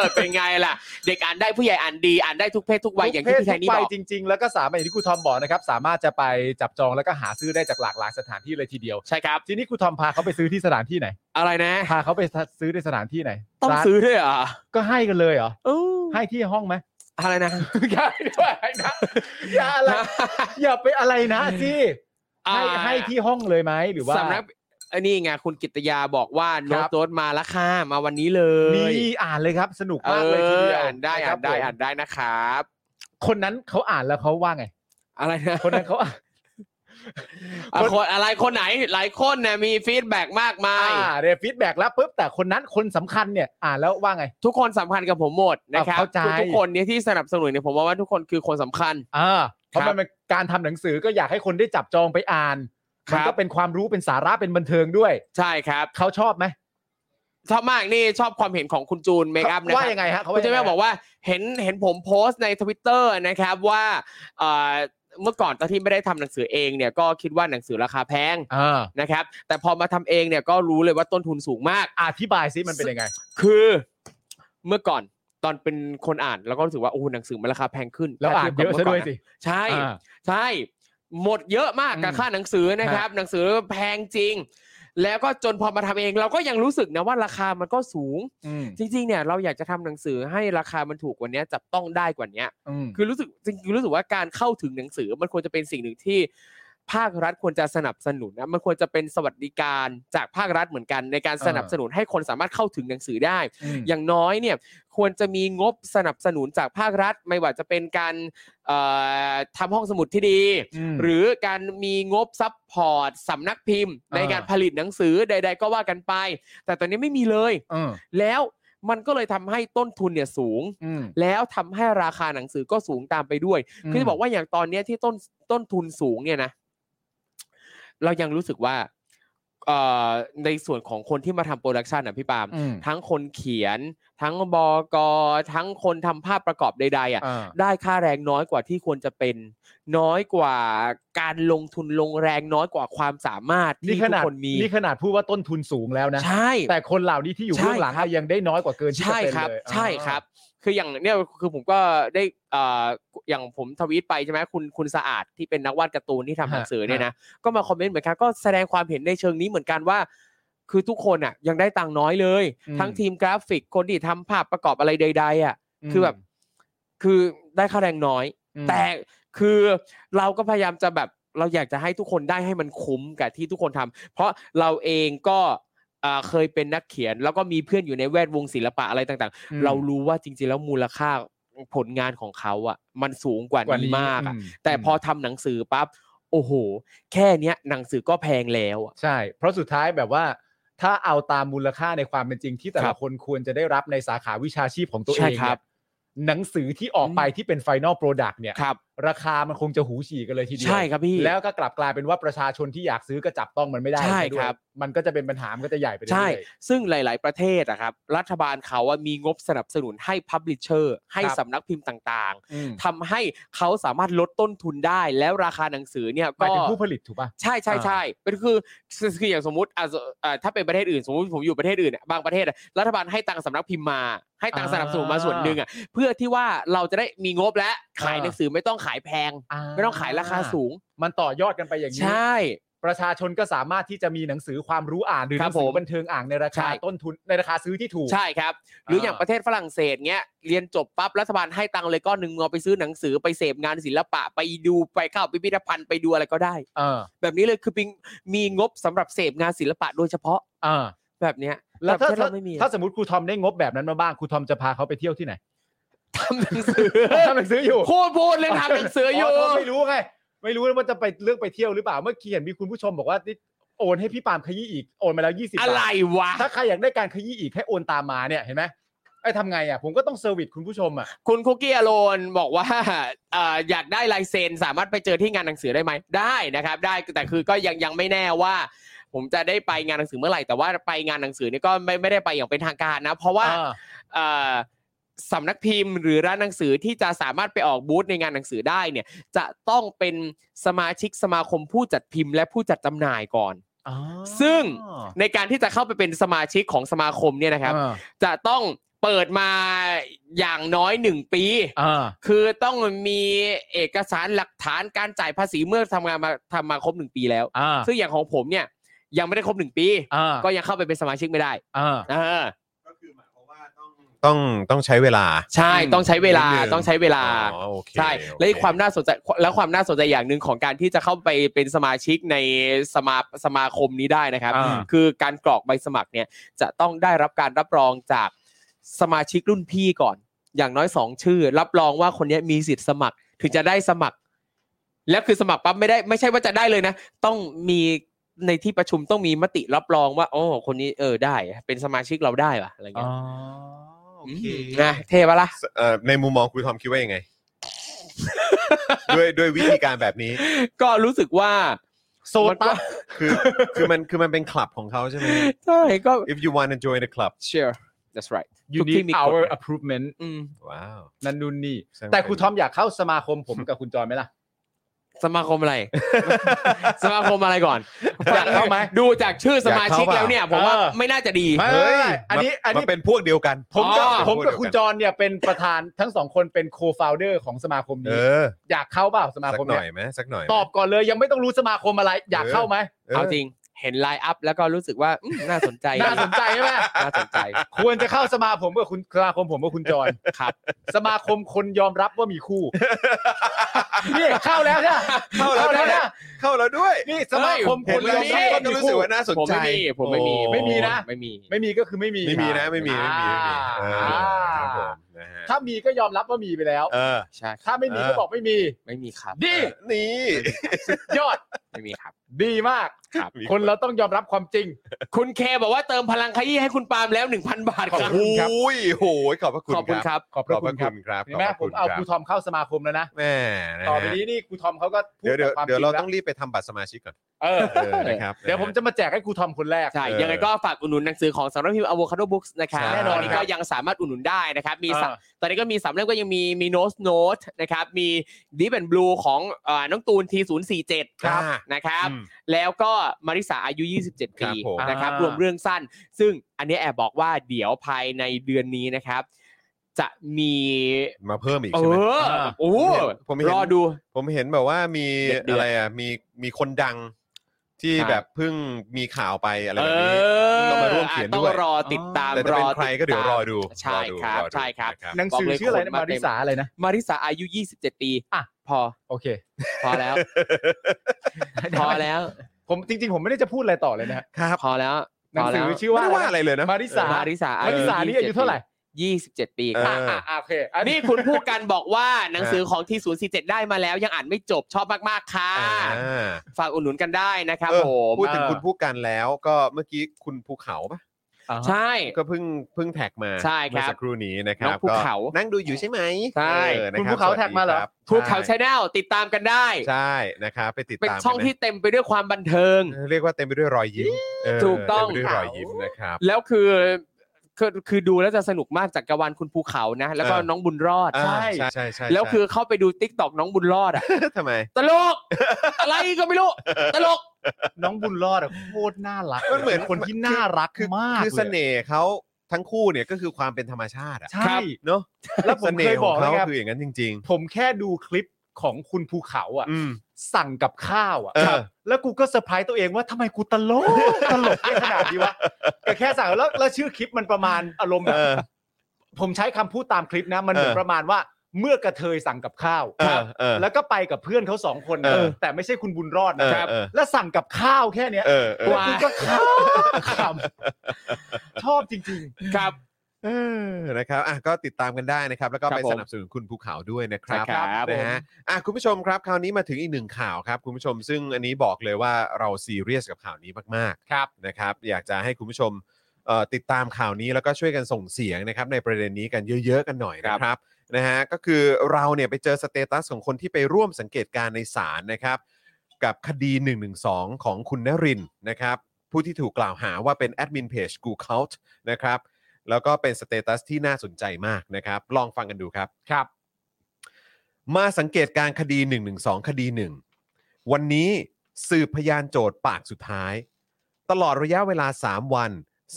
[SPEAKER 3] อ เป็นไงล่ะ เด็กอ่านได้ผู้ใหญ่อ่านดีอ่านได้ทุกเพศทุกวัยอย่างที่
[SPEAKER 2] ทุ
[SPEAKER 3] พี่
[SPEAKER 2] เพศ
[SPEAKER 3] ไทยนี่
[SPEAKER 2] ทุ
[SPEAKER 3] บ
[SPEAKER 2] วั
[SPEAKER 3] อย ก
[SPEAKER 2] จริง ๆ แล้วก็สามารถอย่างที่ครูทอมบอกนะครับ สามารถจะไปจับจองแล้วก็หาซื้อได้จากหลากหลายสถานที่เลยทีเดียว
[SPEAKER 3] ใช่ครับ
[SPEAKER 2] ทีนี้ครูทอมพาเขาไปซื้อที่สถานที่ไหน
[SPEAKER 3] อะไรนะ
[SPEAKER 2] พาเขาไปซื้อในสถานที่ไหน
[SPEAKER 3] ต้อง
[SPEAKER 2] ร้าน
[SPEAKER 3] ซื้อด้วยเหรอ
[SPEAKER 2] ก็ให้กันเลยเหรอ
[SPEAKER 3] เออ
[SPEAKER 2] ให้ที่ห้องไหม
[SPEAKER 3] อะไรนะ
[SPEAKER 2] อย่าด้วยนะอย่าอะไรอย่าไปอะไรนะสิ
[SPEAKER 3] อ่า
[SPEAKER 2] ให้ให้ที่ห้องเลยไหมหรือว่า
[SPEAKER 3] สำนักไอ้นี่ไงคุณกิตยาบอกว่าโน้
[SPEAKER 2] ค
[SPEAKER 3] ต
[SPEAKER 2] รับ
[SPEAKER 3] โน้ตมาละค่ะมาวันนี้เลย
[SPEAKER 2] นี่อ่านเลยครับ สนุก
[SPEAKER 3] เอ
[SPEAKER 2] มาก
[SPEAKER 3] อ
[SPEAKER 2] เลยทีเดียว
[SPEAKER 3] อ่านได้
[SPEAKER 2] ะค
[SPEAKER 3] อ่า
[SPEAKER 2] รับ
[SPEAKER 3] นได้
[SPEAKER 2] ผม
[SPEAKER 3] อ่านได้นะครับ
[SPEAKER 2] คนนั้นเขาอ่านแล้วเขาว่าไง
[SPEAKER 3] อะไรนะ
[SPEAKER 2] คนนั้นเขาอ่าน
[SPEAKER 3] อ่ะ
[SPEAKER 2] คน
[SPEAKER 3] คนอะไรคนไหนหลายคนนะมีฟีดแบ็กมากมาย
[SPEAKER 2] อ่าเรียฟีดแบ็กแล้วปุ๊บแต่คนนั้นคนสำคัญเนี่ย อ่านแล้วว่าไง
[SPEAKER 3] ทุกคนสำคัญกับผมหมดนะครับ
[SPEAKER 2] เข้าใจ
[SPEAKER 3] ทุกทุกคนเนี่ยที่สนับสนุนเนี่ยผมว่าทุกคนคือคนสำคัญ
[SPEAKER 2] อ่าเพราะ
[SPEAKER 3] ครั
[SPEAKER 2] มั
[SPEAKER 3] บ
[SPEAKER 2] นเป็นการทำหนังสือก็อยากให้คนได้จับจองไปอ่าน
[SPEAKER 3] ครับ
[SPEAKER 2] มันก็เป็นความรู้เป็นสาระเป็นบันเทิงด้วย
[SPEAKER 3] ใช่ครับ
[SPEAKER 2] เขาชอบไหม
[SPEAKER 3] ชอบมากนี่ชอบความเห็นของคุณจูนเมคอัพนะ
[SPEAKER 2] ว่า
[SPEAKER 3] ครับ
[SPEAKER 2] ยังไงฮะเขา
[SPEAKER 3] คุณ
[SPEAKER 2] ว่า
[SPEAKER 3] เจ
[SPEAKER 2] ยัง
[SPEAKER 3] แม่
[SPEAKER 2] ไง
[SPEAKER 3] บอกว่าเห็นเห็นผมโพสต์ในทวิตเตอร์นะครับว่าเอ่อเมื่อก่อนตอนที่ไม่ได้ทำหนังสือเองเนี่ยก็คิดว่าหนังสือราคาแพง
[SPEAKER 2] อ่า
[SPEAKER 3] นะครับ แต่พอมาทำเองเนี่ยก็รู้เลยว่าต้นทุนสูงมาก
[SPEAKER 2] อธิบายซิมันเป็นยังไง
[SPEAKER 3] คือเมื่อก่อนตอนเป็นคนอ่านแล้วก็รู้สึกว่าโอ้โหหนังสือมันราคาแพงขึ้น
[SPEAKER 2] แล้วอ่านเยอะซะด้วยสิ
[SPEAKER 3] ใช่
[SPEAKER 2] อ่า
[SPEAKER 3] ใช่หมดเยอะมากกับ
[SPEAKER 2] อืม
[SPEAKER 3] ค่าหนังสือนะครับ หนังสือแพงจริง แล้วก็จนพอมาทำเอง เราก็ยังรู้สึกนะว่าราคามันก็สูง
[SPEAKER 2] อืม
[SPEAKER 3] จริงๆ เนี่ยเราอยากจะทำหนังสือให้ราคามันถูกกว่านี้จับต้องได้กว่านี้
[SPEAKER 2] อืม
[SPEAKER 3] คือรู้สึกจริงๆรู้สึกว่าการเข้าถึงหนังสือมันควรจะเป็นสิ่งหนึ่งที่ ภาครัฐควรจะสนับสนุนนะมันควรจะเป็นสวัสดิการจากภาครัฐเหมือนกัน ในการ
[SPEAKER 2] เออ
[SPEAKER 3] สนับสนุนให้คนสามารถเข้าถึงหนังสือได้
[SPEAKER 2] อืม
[SPEAKER 3] อย่างน้อยเนี่ยควรจะมีงบสนับสนุนจากภาครัฐ ไม่ว่าจะเป็นการเอ่อทำห้องสมุดที่ดี
[SPEAKER 2] ม
[SPEAKER 3] หรือการมีงบซัพพอร์ตสำนักพิมพ์ ใน
[SPEAKER 2] เออ
[SPEAKER 3] การผลิตหนังสือใด ๆ ก็ว่ากันไป แต่ตอนนี้ไม่มีเลย
[SPEAKER 2] เออ
[SPEAKER 3] แล้วมันก็เลยทำให้ต้นทุนเนี่ยสูง
[SPEAKER 2] อืม
[SPEAKER 3] แล้วทำให้ราคาหนังสือก็สูงตามไปด้วย
[SPEAKER 2] อืม
[SPEAKER 3] คือจะบอกว่าอย่างตอนเนี้ยที่ต้นต้นทุนสูงเนี่ยนะ เรายังรู้สึกว่าเอ่อในส่วนของคนที่มาทำโปรดักชันนะพี่ปาล์ม
[SPEAKER 2] อืม
[SPEAKER 3] ทั้งคนเขียน ทั้งบอกอทั้งคนทำภาพประกอบใดๆอ่ะ
[SPEAKER 2] อ่า
[SPEAKER 3] ได้ค่าแรงน้อยกว่าที่ควรจะเป็น น้อยกว่าการลงทุนลงแรงน้อยกว่าความสามารถที่
[SPEAKER 2] นี่ข
[SPEAKER 3] ทุก
[SPEAKER 2] นาด
[SPEAKER 3] คนมี
[SPEAKER 2] นี่ขนาดพูดว่าต้นทุนสูงแล้วนะ
[SPEAKER 3] ใช่
[SPEAKER 2] แต่คนเหล่านี้ที่อยู่เบื้องหลัง
[SPEAKER 3] ใช่ครับ
[SPEAKER 2] ยังได้น้อยกว่าเกินที่จะ
[SPEAKER 3] ใช่
[SPEAKER 2] เป็น
[SPEAKER 3] ครับ
[SPEAKER 2] เลย
[SPEAKER 3] ใช่ครับ คืออย่างเนี่ยคือผมก็ได้เอ่ออย่างผมทวีตไปใช่ไหมคุณคุณสะอาดที่เป็นนักวาดการ์ตูนที่ทำหนังสือเนี่ยนะก็มาคอมเมนต์เหมือนกันก็แสดงความเห็นในเชิงนี้เหมือนกันว่า คือทุกคนอ่ะยังได้ตังค์น้อยเลย ทั้งทีมกราฟิกคนที่ทำภาพประกอบอะไรใด ๆอ่ะ
[SPEAKER 2] ม
[SPEAKER 3] คือแบบคือได้ค่าแรงน้อย
[SPEAKER 2] อืม
[SPEAKER 3] แต่คือเราก็พยายามจะแบบเราอยากจะให้ทุกคนได้ให้มันคุ้มกับที่ทุกคนทำเพราะเราเองก็เอ่อเคยเป็นนักเขียน แล้วก็มีเพื่อนอยู่ในแวดวงศิลปะอะไรต่าง
[SPEAKER 2] อืม
[SPEAKER 3] ๆ เรารู้ว่าจริงๆแล้วมูลค่าผลงานของเขาอ่ะ มันสูงกว่านี้มากอ่ะ
[SPEAKER 2] อื
[SPEAKER 3] แต่พอทำหนังสือปั๊บโอ้โห แค่เนี้ยหนังสือก็แพงแล้วอะ
[SPEAKER 2] ใช่ เพราะสุดท้ายแบบว่า ถ้าเอาตามมูลค่าในความเป็นจริงที่แต่
[SPEAKER 3] ครั
[SPEAKER 2] ละ
[SPEAKER 3] บ
[SPEAKER 2] คนควรจะได้รับในสาขาวิชาชีพของตัวเอง
[SPEAKER 3] ใช่
[SPEAKER 2] เนี่ย
[SPEAKER 3] ครับ
[SPEAKER 2] หนังสือที่ออกไป
[SPEAKER 3] อืม
[SPEAKER 2] ที่เป็นไฟน a ลโปรดักต์เนี่ย
[SPEAKER 3] ครับ
[SPEAKER 2] ราคามันคงจะหูฉี่กันเลยทีเดีว
[SPEAKER 3] ใช่ครับพี่
[SPEAKER 2] แล้วก็กลับกลายเป็นว่าประชาชนที่อยากซื้อก็จับต้องมันไม่ได้
[SPEAKER 3] ใช่
[SPEAKER 2] ซะด้วย
[SPEAKER 3] ครับ
[SPEAKER 2] มันก็จะเป็นปัญหามันก็จะใหญ่ไปเรื่
[SPEAKER 3] ใช่
[SPEAKER 2] อย
[SPEAKER 3] ซึ่งหลาย ๆ ประเทศอะครับ รัฐบาลเขาอะมีงบสนับสนุนให้พับลิเชอร์ให้
[SPEAKER 2] ครับ
[SPEAKER 3] สำนักพิมพ์ต่าง ๆ
[SPEAKER 2] อืม
[SPEAKER 3] ทำให้เขาสามารถลดต้นทุนได้ แล้วราคาหนังสือเนี่ย
[SPEAKER 2] ห
[SPEAKER 3] ก็
[SPEAKER 2] มายถึงผู้ผลิตถูกป่ะ
[SPEAKER 3] ใช่ใช่ใช่เป็นคือคือคืออย่างสมมติอ่ะสอ่ะถ้าเป็นประเทศอื่น สมมติผมอยู่ประเทศอื่นอ่ะบางประเทศอ่ะรัฐบาลให้ตังค์สำนักพิมพ์มา ให้ตังค์สนับสนุนมาส่วนหนึ่งอ่ะเพื่อที่ว่าเราจะได้มีงบและขาย
[SPEAKER 2] อ่า
[SPEAKER 3] หนังสือไม่ต้องขายแพง ไม่ต้องขายราคาสูง
[SPEAKER 2] มันต่อยอดกันไปอย่างนี้
[SPEAKER 3] ใช่
[SPEAKER 2] ประชาชนก็สามารถที่จะมีหนังสือความรู้อ่านหรือ
[SPEAKER 3] ค
[SPEAKER 2] ห
[SPEAKER 3] รั
[SPEAKER 2] นั
[SPEAKER 3] บ
[SPEAKER 2] งสือ
[SPEAKER 3] ผม
[SPEAKER 2] บันเทิงอ่านในรา
[SPEAKER 3] ใช่
[SPEAKER 2] คาต้นทุนในราคาซื้อที่ถูก
[SPEAKER 3] ใช่ครับ หรืออา อย่างประเทศฝรั่งเศสเงี้ยเรียนจบปั๊บรัฐบาลให้ตังค์เลยก้อนหนึ่งเอาไปซื้อหนังสือไปเสพงานศิลปะไปดูไปเข้าพิพิธภัณฑ์ไปดูอะไรก็ได้
[SPEAKER 2] เออ
[SPEAKER 3] แบบนี้เลยคือปิงมีงบสำหรับเสพงานศิลปะโดยเฉพาะ
[SPEAKER 2] เออ
[SPEAKER 3] แบบเนี้ย
[SPEAKER 2] แล้ว
[SPEAKER 3] บบ
[SPEAKER 2] ถ้า
[SPEAKER 3] ที่
[SPEAKER 2] ถ้า
[SPEAKER 3] เราไม่มี
[SPEAKER 2] ถ้าสมมติครูทอมได้งบแบบนั้นมาบ้างครูทอมจะพาเขาไปเที่ยว ที่ไหน
[SPEAKER 3] ทำหนังสือ
[SPEAKER 2] ทำหนังสืออยู่
[SPEAKER 3] โคตรพูดเลยทำหนังสืออยู่
[SPEAKER 2] โทษไม่รู้ไงไม่รู้ว่าจะไปเลือกไปเที่ยวหรือเปล่าเมื่อกี้เห็นมีคุณผู้ชมบอกว่านี่โอนให้พี่ปาล์มขยี้อีกโอนมาแล้ว20บาท
[SPEAKER 3] อะไรวะ
[SPEAKER 2] ถ้าใครอยากได้การขยี้อีกให้โอนตามมาเนี่ยเห็นไหมไอ้ทำไงอ่ะผมก็ต้องเซอร์วิสคุณผู้ชมอ่ะ
[SPEAKER 3] คุณคุกกี้อโลนบอกว่า เอ่ออยากได้ลายเซ็นสามารถไปเจอที่งานหนังสือได้ไหมได้นะครับ ได้แต่คือก็ยังยังไม่แน่ว่า ผมจะได้ไปงานหนังสือเมื่อไหร่แต่ว่าไปงานหนังสือเนี่ยก็ไม่ไม่ได้ไปอย่างเป็นทางการนะ เพราะว่า เอ่อ สำนักพิมพ์ หรือร้านหนังสือที่จะสามารถไปออกบูธในงานหนังสือได้เนี่ย จะต้องเป็นสมาชิกสมาคมผู้จัดพิมพ์และผู้จัดจำหน่ายก่อน
[SPEAKER 2] อ๋อ
[SPEAKER 3] ซึ่ง ในการที่จะเข้าไปเป็นสมาชิกของสมาคมเนี่ยนะครับ
[SPEAKER 2] อ่า
[SPEAKER 3] จะต้องเปิดมาอย่างน้อยหนึ่งปี
[SPEAKER 2] อ่า
[SPEAKER 3] คือต้องมีเอกสารหลักฐานการจ่ายภาษีเมื่อทำงานมาทำมาครบหนึ่งปีแล้ว
[SPEAKER 2] อ่า
[SPEAKER 3] ซึ่งอย่างของผมเนี่ยยังไม่ได้ครบหนึ่งปี
[SPEAKER 2] อ่า
[SPEAKER 3] ก็ยังเข้าไปเป็นสมาชิกไม่ได้
[SPEAKER 2] อ่า
[SPEAKER 3] เออ
[SPEAKER 1] ก็คือหมายความว่าต้องต้องต้องใช้เวลา
[SPEAKER 3] ใช่
[SPEAKER 2] อืม
[SPEAKER 3] ต้องใช้เวลา
[SPEAKER 1] นิดนึง
[SPEAKER 3] ต้องใช้เวลา
[SPEAKER 1] อ๋อโอเค
[SPEAKER 3] ใช่
[SPEAKER 1] โอ
[SPEAKER 3] และ
[SPEAKER 1] เ
[SPEAKER 3] ความน่าสนใจแล้วความน่าสนใจอย่างหนึ่งของการที่จะเข้าไปเป็นสมาชิกในสมาสมาคมนี้ได้นะครับ
[SPEAKER 2] อ่า
[SPEAKER 3] คือการกรอกใบสมัครเนี่ยจะต้องได้รับการรับรองจากสมาชิกรุ่นพี่ก่อน อย่างน้อยสองชื่อ รับรองว่าคนเนี้ยมีสิทธิ์สมัครถึงจะได้สมัคร แล้วคือสมัครปั๊บไม่ได้ไม่ใช่ว่าจะได้เลยนะ ต้องมีในที่ประชุมต้องมีมติรับรองว่าโอ้คนนี้เออได้ เป็นสมาชิกเราได้ป่ะอะไร
[SPEAKER 2] อ๋
[SPEAKER 3] เงี้
[SPEAKER 2] อย โอเค
[SPEAKER 3] นะเท่ปะล่ะ
[SPEAKER 1] เอ่อในมุมมองครูทอมคิดว่ายังไง ด้วยด้วยวิธีการแบบนี้
[SPEAKER 3] ก็รู้สึกว่า
[SPEAKER 2] โซตัส
[SPEAKER 1] คือคือมันคือมันเป็นคลับของเขาใช่ไหม
[SPEAKER 3] ใช่ก็
[SPEAKER 1] if you wanna join the club
[SPEAKER 3] Sure that's right
[SPEAKER 2] you
[SPEAKER 3] ทุกที่
[SPEAKER 2] need
[SPEAKER 3] มีกฎ
[SPEAKER 2] our
[SPEAKER 3] หมาย
[SPEAKER 2] approval
[SPEAKER 3] อืม
[SPEAKER 1] ว้าว
[SPEAKER 2] นั่นนู่นนี่
[SPEAKER 1] แสดงว่า
[SPEAKER 2] แต่ครูทอมอยากเข้าสมาคมผมกับคุณจอยไหมล่ะ
[SPEAKER 3] สมาคม อะไร สมาคมอะไร ก่อน
[SPEAKER 2] อยากเข้าไหม
[SPEAKER 3] ดูจากชื่อสมาชิกแล้วเนี่ย ผมว่าไม่น่าจะดี
[SPEAKER 2] ไม่
[SPEAKER 1] เฮ้ย
[SPEAKER 2] อันนี้อันนี้
[SPEAKER 1] มันเป็นพวกเดียวกัน
[SPEAKER 2] ผมกับ
[SPEAKER 3] อ๋อ
[SPEAKER 2] ผมกับคุณจรเนี่ยเป็นประธานทั้งสองคนเป็น co-founder ของสมาคม
[SPEAKER 1] เอ
[SPEAKER 2] นี้
[SPEAKER 1] อ
[SPEAKER 2] อยากเข้าเปล่าสมา
[SPEAKER 1] สั
[SPEAKER 2] คม
[SPEAKER 1] กหน่อ
[SPEAKER 2] เนี่
[SPEAKER 1] ย
[SPEAKER 2] ย
[SPEAKER 1] ไหมสักหน่อยไหม
[SPEAKER 2] ตอบก่อนเลยยังไม่ต้องรู้สมาคมอะไร อยากเข้าไหม
[SPEAKER 3] เอาจริงเห็นไลน์อัพแล้วก็รู้สึกว่าอืมน่าสนใจ
[SPEAKER 2] น่าสนใจใช่ไหม
[SPEAKER 3] น่าสนใจ
[SPEAKER 2] ควรจะเข้าสมาผมกับคุณสมาคมผมกับคุณจรครับ สมาคมคนยอมรับว่ามี คู่นี่เข้าแล้วนะ
[SPEAKER 1] เข้าแล้ว
[SPEAKER 2] เข้าแล้
[SPEAKER 1] ด้ว
[SPEAKER 2] ว
[SPEAKER 1] ย
[SPEAKER 2] นะ
[SPEAKER 1] เข้าแล้วด้วย
[SPEAKER 2] นี่สมาคมค
[SPEAKER 1] เห็น
[SPEAKER 2] นย
[SPEAKER 1] แล้ว
[SPEAKER 2] อมรับว่า
[SPEAKER 1] ก็
[SPEAKER 2] มี
[SPEAKER 1] รู้สึก
[SPEAKER 2] คู่
[SPEAKER 1] ว่าน่าสน
[SPEAKER 3] ผม
[SPEAKER 1] ใจ
[SPEAKER 3] ไม่มีผมไม่มี
[SPEAKER 1] โอ้
[SPEAKER 2] ไม่มีนะ
[SPEAKER 3] ไม่มี
[SPEAKER 2] ไม่มีก็คือไม่มี
[SPEAKER 1] ไม่มีนะไม่มีไม่มีไม่มีเออ
[SPEAKER 2] อ่
[SPEAKER 1] ค
[SPEAKER 2] า
[SPEAKER 1] รับผมนะฮะ
[SPEAKER 2] ถ้ามีก็ยอมรับว่ามีไปแล้ว
[SPEAKER 1] เออ
[SPEAKER 3] ใช่ครับ
[SPEAKER 2] ถ้าไม่มีก็บอกไม่มี
[SPEAKER 3] ไม่มีครับ
[SPEAKER 2] ดี
[SPEAKER 1] นี่
[SPEAKER 2] ยอด
[SPEAKER 3] ไม่มีครับ
[SPEAKER 2] ดีมาก
[SPEAKER 3] ครับ
[SPEAKER 2] คนเราต้องยอมรับความจริง
[SPEAKER 3] คุณเคบอกว่าเติมพลังขยี้ให้คุณปาล์มแล้ว 1,000 บาทครั
[SPEAKER 2] ขอ
[SPEAKER 3] บ
[SPEAKER 2] บคุณครับ
[SPEAKER 1] โอ้ยโหยขอบพระคุณ
[SPEAKER 3] ขอบคุณครับ
[SPEAKER 2] ขอบพ
[SPEAKER 1] ข
[SPEAKER 2] ระ
[SPEAKER 1] อบพ
[SPEAKER 2] คุ
[SPEAKER 1] ระ
[SPEAKER 2] ณ
[SPEAKER 1] คุ
[SPEAKER 2] ครับ
[SPEAKER 1] ณครับ
[SPEAKER 2] เห็นไหม
[SPEAKER 1] ขบ
[SPEAKER 2] ผ
[SPEAKER 1] พะ
[SPEAKER 2] มเอาค
[SPEAKER 1] คุ
[SPEAKER 2] รู
[SPEAKER 1] ณ
[SPEAKER 2] ทอมเข้าสมาคมแล้วนะ
[SPEAKER 1] แม่นะฮะ
[SPEAKER 2] ต่อไปนี้นี่ครูทอมเขาก็พู
[SPEAKER 1] เดี๋ยวเดี๋
[SPEAKER 2] ด
[SPEAKER 1] ยว
[SPEAKER 2] ความ
[SPEAKER 1] เดี๋ยว
[SPEAKER 2] จริง
[SPEAKER 1] เรา
[SPEAKER 2] แล้
[SPEAKER 1] ต้อ
[SPEAKER 2] ว
[SPEAKER 1] งรีบไปทำบัตรสมาชิกก่อน
[SPEAKER 2] เออ
[SPEAKER 1] เออนะครับ
[SPEAKER 2] เดี๋ยวผมจะมาแจกให้ครูทอมคนแรก
[SPEAKER 3] ใช่
[SPEAKER 1] เออ
[SPEAKER 3] ยังไงก็ฝากอุดหนุนหนังสือของสำนักพิมพ์ Avocado Books นะครับ
[SPEAKER 1] ใช่
[SPEAKER 3] ตอนนี้ก็ยังสามารถอุดหนุนได้นะครับมีสั
[SPEAKER 2] อ่า
[SPEAKER 3] ตอนนี้ก็มีสามเล่มก็ยังมีมีโน้ตโน้ตนะครับมีดิฟแอนบลูของเอ่อน้องตูนทีศูนย์สี่เจ็ด
[SPEAKER 1] ครับ
[SPEAKER 3] นะครับ
[SPEAKER 1] อืม
[SPEAKER 3] แล้วก็มาริสาอายุ 27
[SPEAKER 1] ครั
[SPEAKER 3] ปี
[SPEAKER 1] บผม
[SPEAKER 3] นะครับ
[SPEAKER 2] อ่าร ร
[SPEAKER 3] วมเรื่องสั้น ซึ่งอันนี้แอบบอกว่าเดี๋ยวภายในเดือนนี้นะครับ จะมี
[SPEAKER 1] มาเพิ่มอีก
[SPEAKER 3] เอ
[SPEAKER 1] ใช่ไหม
[SPEAKER 3] อโอ้
[SPEAKER 1] ผมเห็น
[SPEAKER 3] รอดู
[SPEAKER 1] ผมเห็นแบบว่ามี
[SPEAKER 3] เด็ดเดือด
[SPEAKER 1] อะไรอ่ะมีมีคนดังที่
[SPEAKER 3] ครับ
[SPEAKER 1] แบบเพิ่งมีข่าวไปอะไร
[SPEAKER 3] เอ
[SPEAKER 1] แบบนี้
[SPEAKER 3] อ
[SPEAKER 1] ต้องมาร่วมเขียนด้วย
[SPEAKER 3] ต้องรอติดตาม
[SPEAKER 1] แต่จะ
[SPEAKER 3] รอ
[SPEAKER 1] เป็น
[SPEAKER 3] ติด
[SPEAKER 1] ใครก็เดี๋ยวรอ
[SPEAKER 3] ตาม
[SPEAKER 1] ดู
[SPEAKER 3] ใช่ครับ
[SPEAKER 1] อดูอดู
[SPEAKER 3] ใช่ครับ
[SPEAKER 1] นะ
[SPEAKER 2] หนังสือชื่ออะไรนะมาริสาอะไรนะ
[SPEAKER 3] มาริสาอายุ 27 ปี
[SPEAKER 2] อ่ะ
[SPEAKER 3] พอ
[SPEAKER 2] โอเค
[SPEAKER 3] พอ แล้ว พอแล้ว
[SPEAKER 2] ผมจริง ๆ ผมไม่ได้จะพูดอะไรต่อเลยนะฮะ
[SPEAKER 1] ครับ
[SPEAKER 3] พอแล้ว
[SPEAKER 2] หนัง
[SPEAKER 3] พ
[SPEAKER 2] สื
[SPEAKER 3] แล้ว
[SPEAKER 2] อชื่อ
[SPEAKER 1] ไม่
[SPEAKER 2] ว่า
[SPEAKER 1] ได้ว่าอะไรเลยนะ
[SPEAKER 2] มาริสา
[SPEAKER 3] มาริสา
[SPEAKER 2] มาริสานี่อายุเท่าไหร่
[SPEAKER 3] ยี่สิบเจ็ดปีครับ
[SPEAKER 1] เอออ่
[SPEAKER 2] อ่ะอ่ะโอเคอันนี้
[SPEAKER 3] นี่ คุณผู้กันบอกว่าหนังสือของทีศูนย์สี่เจ็ดได้มาแล้ว ยังอ่านไม่จบชอบมากๆค่ะ
[SPEAKER 1] อ่า
[SPEAKER 3] ฝากอุดหนุนกันได้นะครับ
[SPEAKER 1] เออ
[SPEAKER 3] ผม
[SPEAKER 1] พูดถึงคุณผู้กันแล้วก็เมื่อกี้คุณภูเขาปะ
[SPEAKER 3] ใช่
[SPEAKER 1] ก็เพิ่งเพิ่งแท็กมา
[SPEAKER 3] ใช่ครับ
[SPEAKER 1] เมื่อสักครู่นี้นะครับ
[SPEAKER 3] น้องภูเขา
[SPEAKER 1] ก็นั่งดูอยู่ใช่ไหม
[SPEAKER 3] ใช่
[SPEAKER 1] เออนะ
[SPEAKER 2] คุณ
[SPEAKER 1] รับ
[SPEAKER 2] ภูเขา
[SPEAKER 1] สวัสดี
[SPEAKER 2] แท็กมาเหรอ
[SPEAKER 1] ครับ
[SPEAKER 3] ภูเขาชแนลติดตามกันได้
[SPEAKER 1] ใช่นะครับไปติด
[SPEAKER 3] เป็น
[SPEAKER 1] ตาม
[SPEAKER 3] ช่อง
[SPEAKER 1] กันนะ
[SPEAKER 3] ที่เต็มไปด้วยความบันเทิง
[SPEAKER 1] เรียกว่าเต็มไปด้วยรอยยิ้มเ
[SPEAKER 3] ถูกต้อง
[SPEAKER 1] เต็มไปด้วยรอยยิ้มนะครับ
[SPEAKER 3] แล้วคือคือคือดูแล้วจะสนุกมากจากกรวันคุณภูเขานะ แล้วก็
[SPEAKER 1] เออ
[SPEAKER 3] น้องบุญรอด
[SPEAKER 1] อ่าใช่ใช่ใช่
[SPEAKER 3] แล้วคือเข้าไปดูติ๊กต็อกน้องบุญรอดอะ
[SPEAKER 1] ทำไม
[SPEAKER 3] ตลก อะไรก็ไม่รู้ ตลก
[SPEAKER 2] น้องบุญรอดอะโคตรน่ารัก
[SPEAKER 1] มันเหมือน
[SPEAKER 2] ป็คนที่น่ารัก
[SPEAKER 1] คือ
[SPEAKER 2] มาก
[SPEAKER 1] คือ
[SPEAKER 2] ลย
[SPEAKER 1] เสน่ห์เขาทั้งคู่เนี่ยก็คือความเป็นธรรมชาติอะ
[SPEAKER 2] ใช่
[SPEAKER 1] เนอะ
[SPEAKER 2] แล้วผม
[SPEAKER 1] เสน่
[SPEAKER 2] เคย
[SPEAKER 1] ห์ข
[SPEAKER 2] บ
[SPEAKER 1] อ
[SPEAKER 2] อง ก
[SPEAKER 1] เขา
[SPEAKER 2] นะครับ
[SPEAKER 1] คืออย่างนั้นจริง
[SPEAKER 2] ผมแค่ดูคลิปของคุณภูเขาอ่ะ
[SPEAKER 1] ๆ อืม
[SPEAKER 2] สั่งกับข้าว
[SPEAKER 1] เออ
[SPEAKER 2] อะ่ะ แล้วกูก็เซอร์ไพรส์ตัวเองว่าทำไมกูตลก ตลกได้ขนาดนี้วะแต่แค่สั่งแล้วแล้วชื่อคลิปมันประมาณอารมณ์แบ
[SPEAKER 1] เอบ อ
[SPEAKER 2] ผมใช้คำพูดตามคลิปนะ มันเหมือน
[SPEAKER 1] เออ
[SPEAKER 2] ประมาณว่าเมื่อกระเทยสั่งกับข้าว
[SPEAKER 1] เออเออ
[SPEAKER 2] แล้วก็ไปกับเพื่อนเขาสองคนนะ
[SPEAKER 1] เออ
[SPEAKER 2] แต่ไม่ใช่คุณบุญรอดนะ
[SPEAKER 1] เออ
[SPEAKER 2] ครับ
[SPEAKER 1] เออ
[SPEAKER 2] แล้วสั่งกับข้าวแค่เนี้ย
[SPEAKER 1] เออเออ
[SPEAKER 2] แล้ว
[SPEAKER 3] ว้า
[SPEAKER 2] กูก็ขำขำชอบจริง
[SPEAKER 3] ครับ
[SPEAKER 1] เออนะครับอ่ะก็ติดตามกันได้นะครับ แล้วก็
[SPEAKER 3] ครับ
[SPEAKER 1] ไป
[SPEAKER 3] ผม
[SPEAKER 1] สนับสนุนคุณภูเขาด้วยนะครับ
[SPEAKER 3] ใช่ครับ
[SPEAKER 1] นะฮะอ่ะคุณผู้ชมครับ คราวนี้มาถึงอีกหนึ่งข่าวครับ คุณผู้ชมซึ่งอันนี้บอกเลยว่าเราซีเรียสกับข่าวนี้มากๆ
[SPEAKER 2] ครับ
[SPEAKER 1] นะครับ อยากจะให้คุณผู้ชมเอ่อติดตามข่าวนี้แล้วก็ช่วยกันส่งเสียงนะครับ ในประเด็นนี้กันเยอะ ๆ กันหน่อย
[SPEAKER 3] ครับ
[SPEAKER 1] นะครับนะฮะก็คือเราเนี่ยไปเจอสเตตัสของคนที่ไปร่วมสังเกตการณ์ในศาลนะครับ กับคดี 112 ของคุณนรินทร์นะครับ ผู้ที่ถูกกล่าวหาว่าเป็นแอดมินเพจ Google นะครับ แล้วก็เป็นสเตตัสที่น่าสนใจมากนะครับ ลองฟังกันดูครับ
[SPEAKER 2] ครับ
[SPEAKER 1] มาสังเกตการณ์คดี 112 คดี 1 วันนี้สืบพยานโจทย์ปากสุดท้าย ตลอดระยะเวลา 3 วัน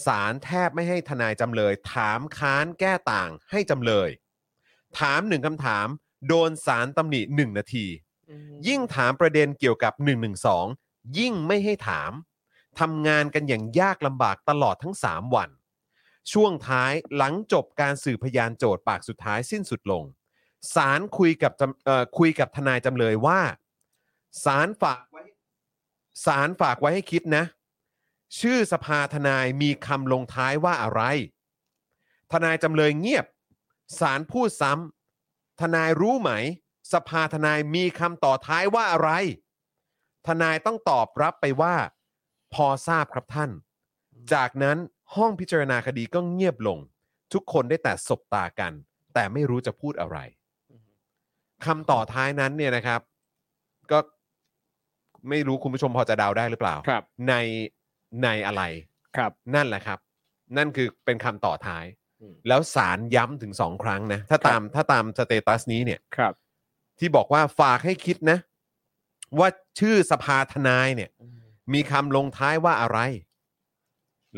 [SPEAKER 1] ศาลแทบไม่ให้ทนายจำเลย ถามค้านแก้ต่างให้จำเลย ถามหนึ่งคำถาม โดนสารตำหนิ 1 นาที ยิ่งถามประเด็นเกี่ยวกับ 112 ยิ่งไม่ให้ถามทำงานกันอย่างยากลำบากตลอดทั้ง 3 วัน ช่วงท้ายหลังจบการสืบพยานโจทย์ปากสุดท้ายสิ้นสุดลง สารคุยกับจำเอ่อคุยกับทนายจำเลยว่าสารฝากไว้สารฝากไว้ให้คิดนะ ชื่อสภาทนายมีคำลงท้ายว่าอะไร ทนายจำเลยเงียบสารพูดซ้ำทนายรู้ไหม สภาทนายมีคำต่อท้ายว่าอะไร ทนายต้องตอบรับไปว่า พอทราบครับท่าน จากนั้นห้องพิจารณาคดีก็เงียบลง ทุกคนได้แต่สบตากัน แต่ไม่รู้จะพูดอะไรคำต่อท้ายนั้นเนี่ยนะครับ ก็ไม่รู้คุณผู้ชมพอจะเดาได้หรือเปล่า
[SPEAKER 3] ครับ
[SPEAKER 1] ในในอะไร
[SPEAKER 3] ครับ
[SPEAKER 1] นั่นแหละครับ นั่นคือเป็นคำต่อท้าย
[SPEAKER 3] อืม
[SPEAKER 1] แล้วสารย้ำถึงสองครั้งนะ ถ้า
[SPEAKER 3] ครับ
[SPEAKER 1] ตามถ้าตามสเตตัสนี้เนี่ย
[SPEAKER 3] ครับ
[SPEAKER 1] ที่บอกว่าฝากให้คิดนะ ว่าชื่อสภาทนายเนี่ย มีคำลงท้ายว่าอะไร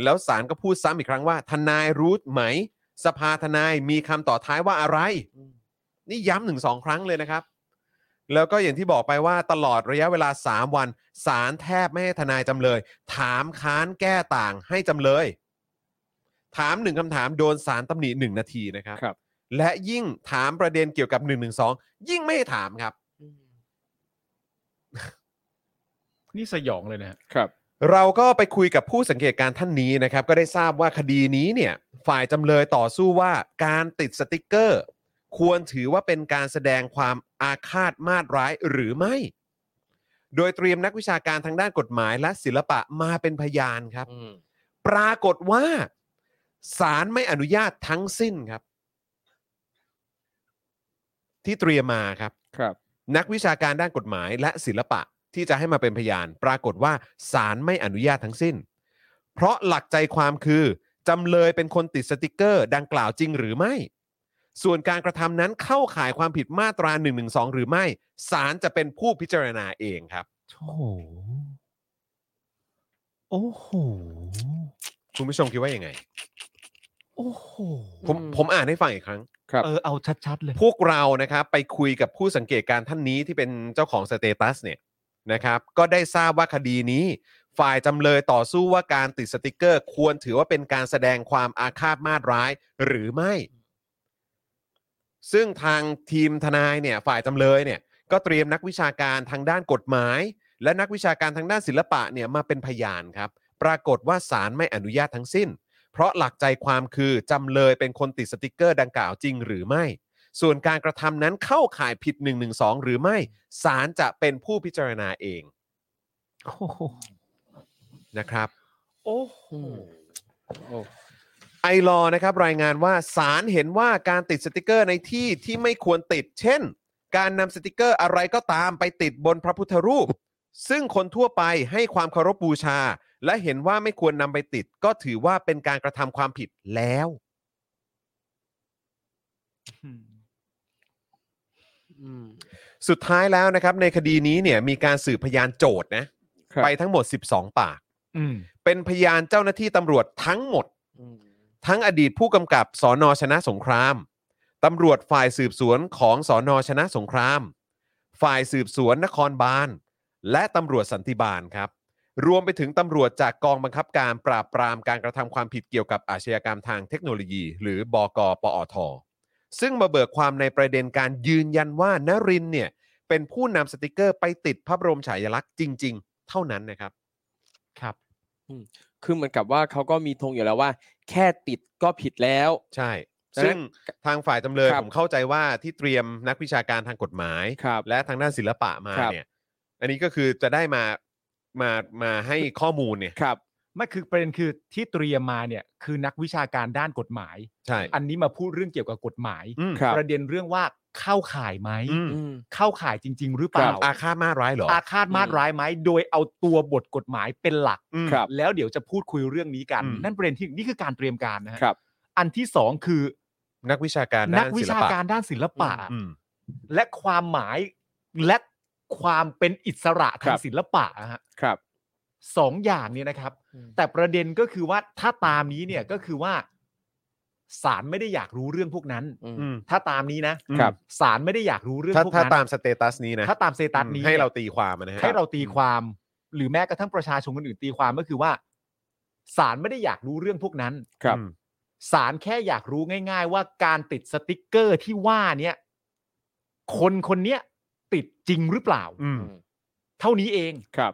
[SPEAKER 1] แล้วสารก็พูดซ้ำอีกครั้งว่า ทนายรู้ไหม สภาทนายมีคำต่อท้ายว่าอะไร นี่ย้ำถึงสองครั้งเลยนะครับ แล้วก็อย่างที่บอกไปว่าตลอดระยะเวลา 3 วันสารแทบไม่ให้ทนายจำเลย ถามค้านแก้ต่างให้จำเลย ถามหนึ่งคำถามโดนสารตำหนิหนึ่งนาทีนะครับ
[SPEAKER 3] ครับ
[SPEAKER 1] และยิ่งถามประเด็นเกี่ยวกับ 112 ยิ่งไม่ให้ถามครับ
[SPEAKER 2] นี่สยองเลยนะฮะ
[SPEAKER 3] ครับ
[SPEAKER 1] เราก็ไปคุยกับผู้สังเกตการณ์ท่านนี้นะครับ ก็ได้ทราบว่าคดีนี้เนี่ย ฝ่ายจำเลยต่อสู้ว่าการติดสติกเกอร์ ควรถือว่าเป็นการแสดงความอาฆาตมาตร้ายหรือไม่ โดยเตรียมนักวิชาการทางด้านกฎหมายและศิลปะมาเป็นพยานครับ ปรากฏว่าศาลไม่อนุญาตทั้งสิ้นครับ ที่เตรียมมาครับ
[SPEAKER 3] ครับ
[SPEAKER 1] นักวิชาการด้านกฎหมายและศิลปะที่จะให้มาเป็นพยาน ปรากฏว่าศาลไม่อนุญาตทั้งสิ้น เพราะหลักใจความคือ จำเลยเป็นคนติดสติกเกอร์ ดังกล่าวจริงหรือไม่ ส่วนการกระทำนั้นเข้าข่ายความผิดมาตรา1นึหรือไม่ศาลจะเป็นผู้พิจารณาเองครับ
[SPEAKER 2] โอ้โหโอ้โห
[SPEAKER 1] คุณผู้ชมคิดว่ายังไง
[SPEAKER 2] โอ้โห
[SPEAKER 1] ผม
[SPEAKER 3] อืม
[SPEAKER 1] ผมอ่านให้ฟังอีกครั้ง
[SPEAKER 3] ครับ
[SPEAKER 2] เออเอาชัดๆเลย
[SPEAKER 1] พวกเรานะครับไปคุยกับผู้สังเกตการณ์ท่านนี้ที่เป็นเจ้าของสเตตัสเนี่ยนะครับ ก็ได้ทราบว่าคดีนี้ ฝ่ายจำเลยต่อสู้ว่าการติดสติกเกอร์ ควรถือว่าเป็นการแสดงความอาฆาตมาตร้ายหรือไม่ ซึ่งทางทีมทนายเนี่ยฝ่ายจำเลยเนี่ยก็เตรียมนักวิชาการทางด้านกฎหมาย และนักวิชาการทางด้านศิลปะเนี่ยมาเป็นพยานครับ ปรากฏว่าศาลไม่อนุญาตทั้งสิ้น เพราะหลักใจความคือจำเลยเป็นคนติดสติกเกอร์ดังกล่าวจริงหรือไม่ ส่วนการกระทำนั้นเข้าข่ายผิด 1 1 2 หรือไม่ศาลจะเป็นผู้พิจารณาเอง
[SPEAKER 2] โอ้โห
[SPEAKER 1] นะครับ
[SPEAKER 2] โอ้โห
[SPEAKER 1] ไอลอนะครับรายงานว่าศาลเห็นว่าการติดสติกเกอร์ในที่ที่ไม่ควรติด เช่น การนำสติกเกอร์อะไรก็ตามไปติดบนพระพุทธรูป ซึ่งคนทั่วไปให้ความเคารพบูชา และเห็นว่าไม่ควรนำไปติด ก็ถือว่าเป็นการกระทำความผิดแล้ว สุดท้ายแล้วนะครับในคดีนี้เนี่ยมีการสืบพยานโจทย์นะไปทั้งหมด 12 ปาก
[SPEAKER 2] อืม
[SPEAKER 1] เป็นพยานเจ้าหน้าที่ตำรวจทั้งหมด ทั้งอดีตผู้กำกับสอนอชนะสงคราม ตำรวจฝ่ายสืบสวนของสอนอชนะสงคราม ฝ่ายสืบสวนนครบาล และตำรวจสันติบาลครับ รวมไปถึงตำรวจจากกองบังคับการปราบปรามการกระทำความผิดเกี่ยวกับอาชญากรรมทางเทคโนโลยี หรือบอกปอท ซึ่งมาเบิกความในประเด็นการยืนยันว่านรินทร์เนี่ยเป็นผู้นำสติกเกอร์ไปติดพระบรมฉายาลักษณ์จริง ๆ เท่านั้นนะครับ
[SPEAKER 2] ครับ
[SPEAKER 3] คือเหมือนกับว่าเขาก็มีธงอยู่แล้วว่า แค่ติดก็ผิดแล้ว
[SPEAKER 1] ใช่
[SPEAKER 3] ดังนั้น
[SPEAKER 1] ซึ่งทางฝ่ายจำเลย
[SPEAKER 3] ครับ
[SPEAKER 1] ผมเข้าใจว่าที่เตรียมนักวิชาการทางกฎหมาย
[SPEAKER 3] ครับ
[SPEAKER 1] และทางด้านศิลปะมา
[SPEAKER 3] ครับ
[SPEAKER 1] เนี่ย อันนี้ก็คือจะได้มามามาให้ข้อมูลเนี่ย
[SPEAKER 3] ครับ
[SPEAKER 2] ไม่คือประเด็นคือที่เตรียมมาเนี่ยคือนักวิชาการด้านกฎหมาย
[SPEAKER 1] ใช่
[SPEAKER 2] อันนี้มาพูดเรื่องเกี่ยวกับกฎหมาย
[SPEAKER 1] อืม
[SPEAKER 3] ครับ
[SPEAKER 2] ประเด็นเรื่องว่าเข้าข่ายไหม
[SPEAKER 1] อืม
[SPEAKER 3] อืม
[SPEAKER 2] เข้าข่ายจริง ๆ หรือเป
[SPEAKER 3] ค
[SPEAKER 2] ล่า
[SPEAKER 3] รับ
[SPEAKER 1] อาฆาตมาตร้ายเหรอ
[SPEAKER 2] อาฆาตมาตร้ายไหมโดยเอาตัวบทกฎหมายเป็นหลัก
[SPEAKER 1] อืม
[SPEAKER 3] ครับ
[SPEAKER 2] แล้วเดี๋ยวจะพูดคุยเรื่องนี้กัน
[SPEAKER 1] อืม
[SPEAKER 2] นั่นประเด็นที่นี่คือการเตรียมการนะฮะ
[SPEAKER 3] ครับ
[SPEAKER 2] อันที่สองคือ
[SPEAKER 1] นักวิชาการด้
[SPEAKER 2] นัก
[SPEAKER 1] น
[SPEAKER 2] วิ
[SPEAKER 1] ศิล
[SPEAKER 2] ชา
[SPEAKER 1] ปะ
[SPEAKER 2] การด้านศิลปะ
[SPEAKER 1] อืม
[SPEAKER 2] และความหมายและความเป็นอิสระทา
[SPEAKER 3] ค
[SPEAKER 2] ง
[SPEAKER 3] รับ
[SPEAKER 2] ศิลปะอะฮะ
[SPEAKER 3] ครับ
[SPEAKER 2] สองอย่างเนี่ยนะครับ
[SPEAKER 3] อืม
[SPEAKER 2] แต่ประเด็นก็คือว่าถ้าตามนี้เนี่ยก็คือว่าศาลไม่ได้อยากรู้เรื่องพวกนั้น
[SPEAKER 3] อืม
[SPEAKER 2] ถ้าตามนี้นะครับ ศาลไม่ได้อยากรู้เรื่อง
[SPEAKER 1] ถ้า
[SPEAKER 2] พวก
[SPEAKER 1] ถ้า
[SPEAKER 2] นั้น
[SPEAKER 1] ตามสเตตัสนี้นะ
[SPEAKER 2] ถ้าตามสเซตัสนี้
[SPEAKER 1] ให้เรา
[SPEAKER 2] นี่ย
[SPEAKER 1] ตีความอะนะฮะ
[SPEAKER 2] ให้เราตีความ หรือแม้กระทั่งประชาชนคนอื่นตีความก็คือว่าศาลไม่ได้อยากรู้เรื่องพวกนั้น
[SPEAKER 3] ครับ
[SPEAKER 1] อืม
[SPEAKER 2] สารแค่อยากรู้ง่าย ๆ ว่าการติดสติกเกอร์ที่ว่าเนี่ยคนคนเนี้ยติดจริงหรือเปล่า
[SPEAKER 1] อืม
[SPEAKER 2] เท่านี้เอง
[SPEAKER 3] ครับ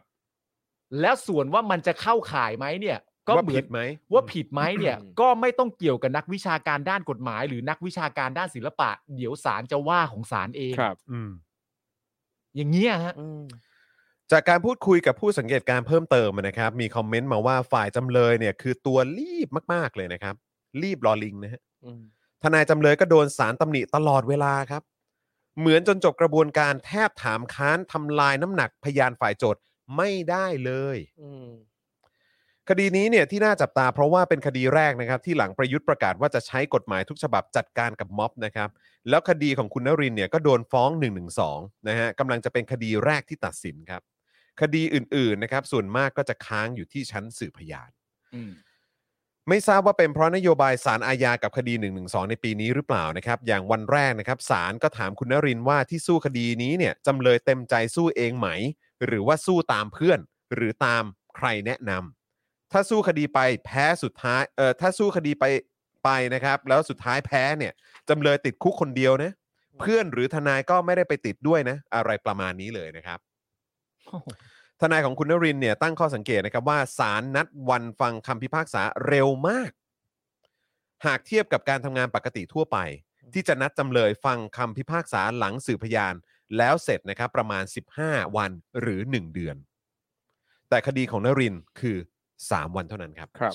[SPEAKER 2] แล้วส่วนว่ามันจะเข้าข่ายไหมเนี่ย ก็
[SPEAKER 1] ว่า
[SPEAKER 2] เหมื
[SPEAKER 1] ผิ
[SPEAKER 2] อน
[SPEAKER 1] ดไหม
[SPEAKER 2] ว่าผิดไหมเนี่ย
[SPEAKER 3] อืม
[SPEAKER 2] ก็ไม่ต้องเกี่ยวกับนักวิชาการด้านกฎหมาย หรือนักวิชาการด้านศิลปะ เดี๋ยวศาลจะว่าของศาลเอง
[SPEAKER 3] ครับ
[SPEAKER 1] อืม
[SPEAKER 2] อย่างเงี้ยฮะ
[SPEAKER 3] อืม
[SPEAKER 1] จากการพูดคุยกับผู้สังเกตการณ์เพิ่มเติมนะครับ มีคอมเมนต์มาว่าฝ่ายจำเลยเนี่ยคือตัวรีบมาก ๆ เลยนะครับ รีบรอลิงนะฮะ ทนายจำเลยก็โดนสารตำหนิตลอดเวลาครับ เหมือนจนจบกระบวนการแทบถามค้านทำลายน้ำหนักพยานฝ่ายโจทย์ไม่ได้เลย คดีนี้เนี่ยที่น่าจับตาเพราะว่าเป็นคดีแรกนะครับ ที่หลังประยุทธ์ประกาศว่าจะใช้กฎหมายทุกฉบับจัดการกับม็อบนะครับ แล้วคดีของคุณนรินทร์เนี่ยก็โดนฟ้อง 1 1 2นะฮะกำลังจะเป็นคดีแรกที่ตัดสินครับ คดีอื่นๆนะครับส่วนมากก็จะค้างอยู่ที่ชั้นสืบพยาน ไม่ทราบว่าเป็นเพราะนโยบายสารอาญากับคดี1นึในปีนี้หรือเปล่านะครับ อย่างวันแรกนะครับสารก็ถามคุณนรินทร์ว่าที่สู้คดีนี้เนี่ยจำเลยเต็มใจสู้เองไหม หรือว่าสู้ตามเพื่อน หรือตามใครแนะนำถ้าสู้คดีไปแพ้สุดท้ายเออถ้าสู้คดีไปไปนะครับ แล้วสุดท้ายแพ้เนี่ยจำเลยติดคุกคนเดียวนะเพื่อนหรือทนายก็ไม่ได้ไปติดด้วยนะ อะไรประมาณนี้เลยนะครับ
[SPEAKER 2] โอ้โห
[SPEAKER 1] ทนายของคุณนรินทร์เนี่ยตั้งข้อสังเกตนะครับว่าสารนัดวันฟังคำพิพากษาเร็วมาก หากเทียบกับการทำงานปกติทั่วไป ที่จะนัดจำเลยฟังคำพิพากษาหลังสืบพยาน แล้วเสร็จนะครับประมาณ 15 วันหรือ 1 เดือน แต่คดีของนรินทร์คือ 3 วันเท่านั้นครับ
[SPEAKER 3] ครับ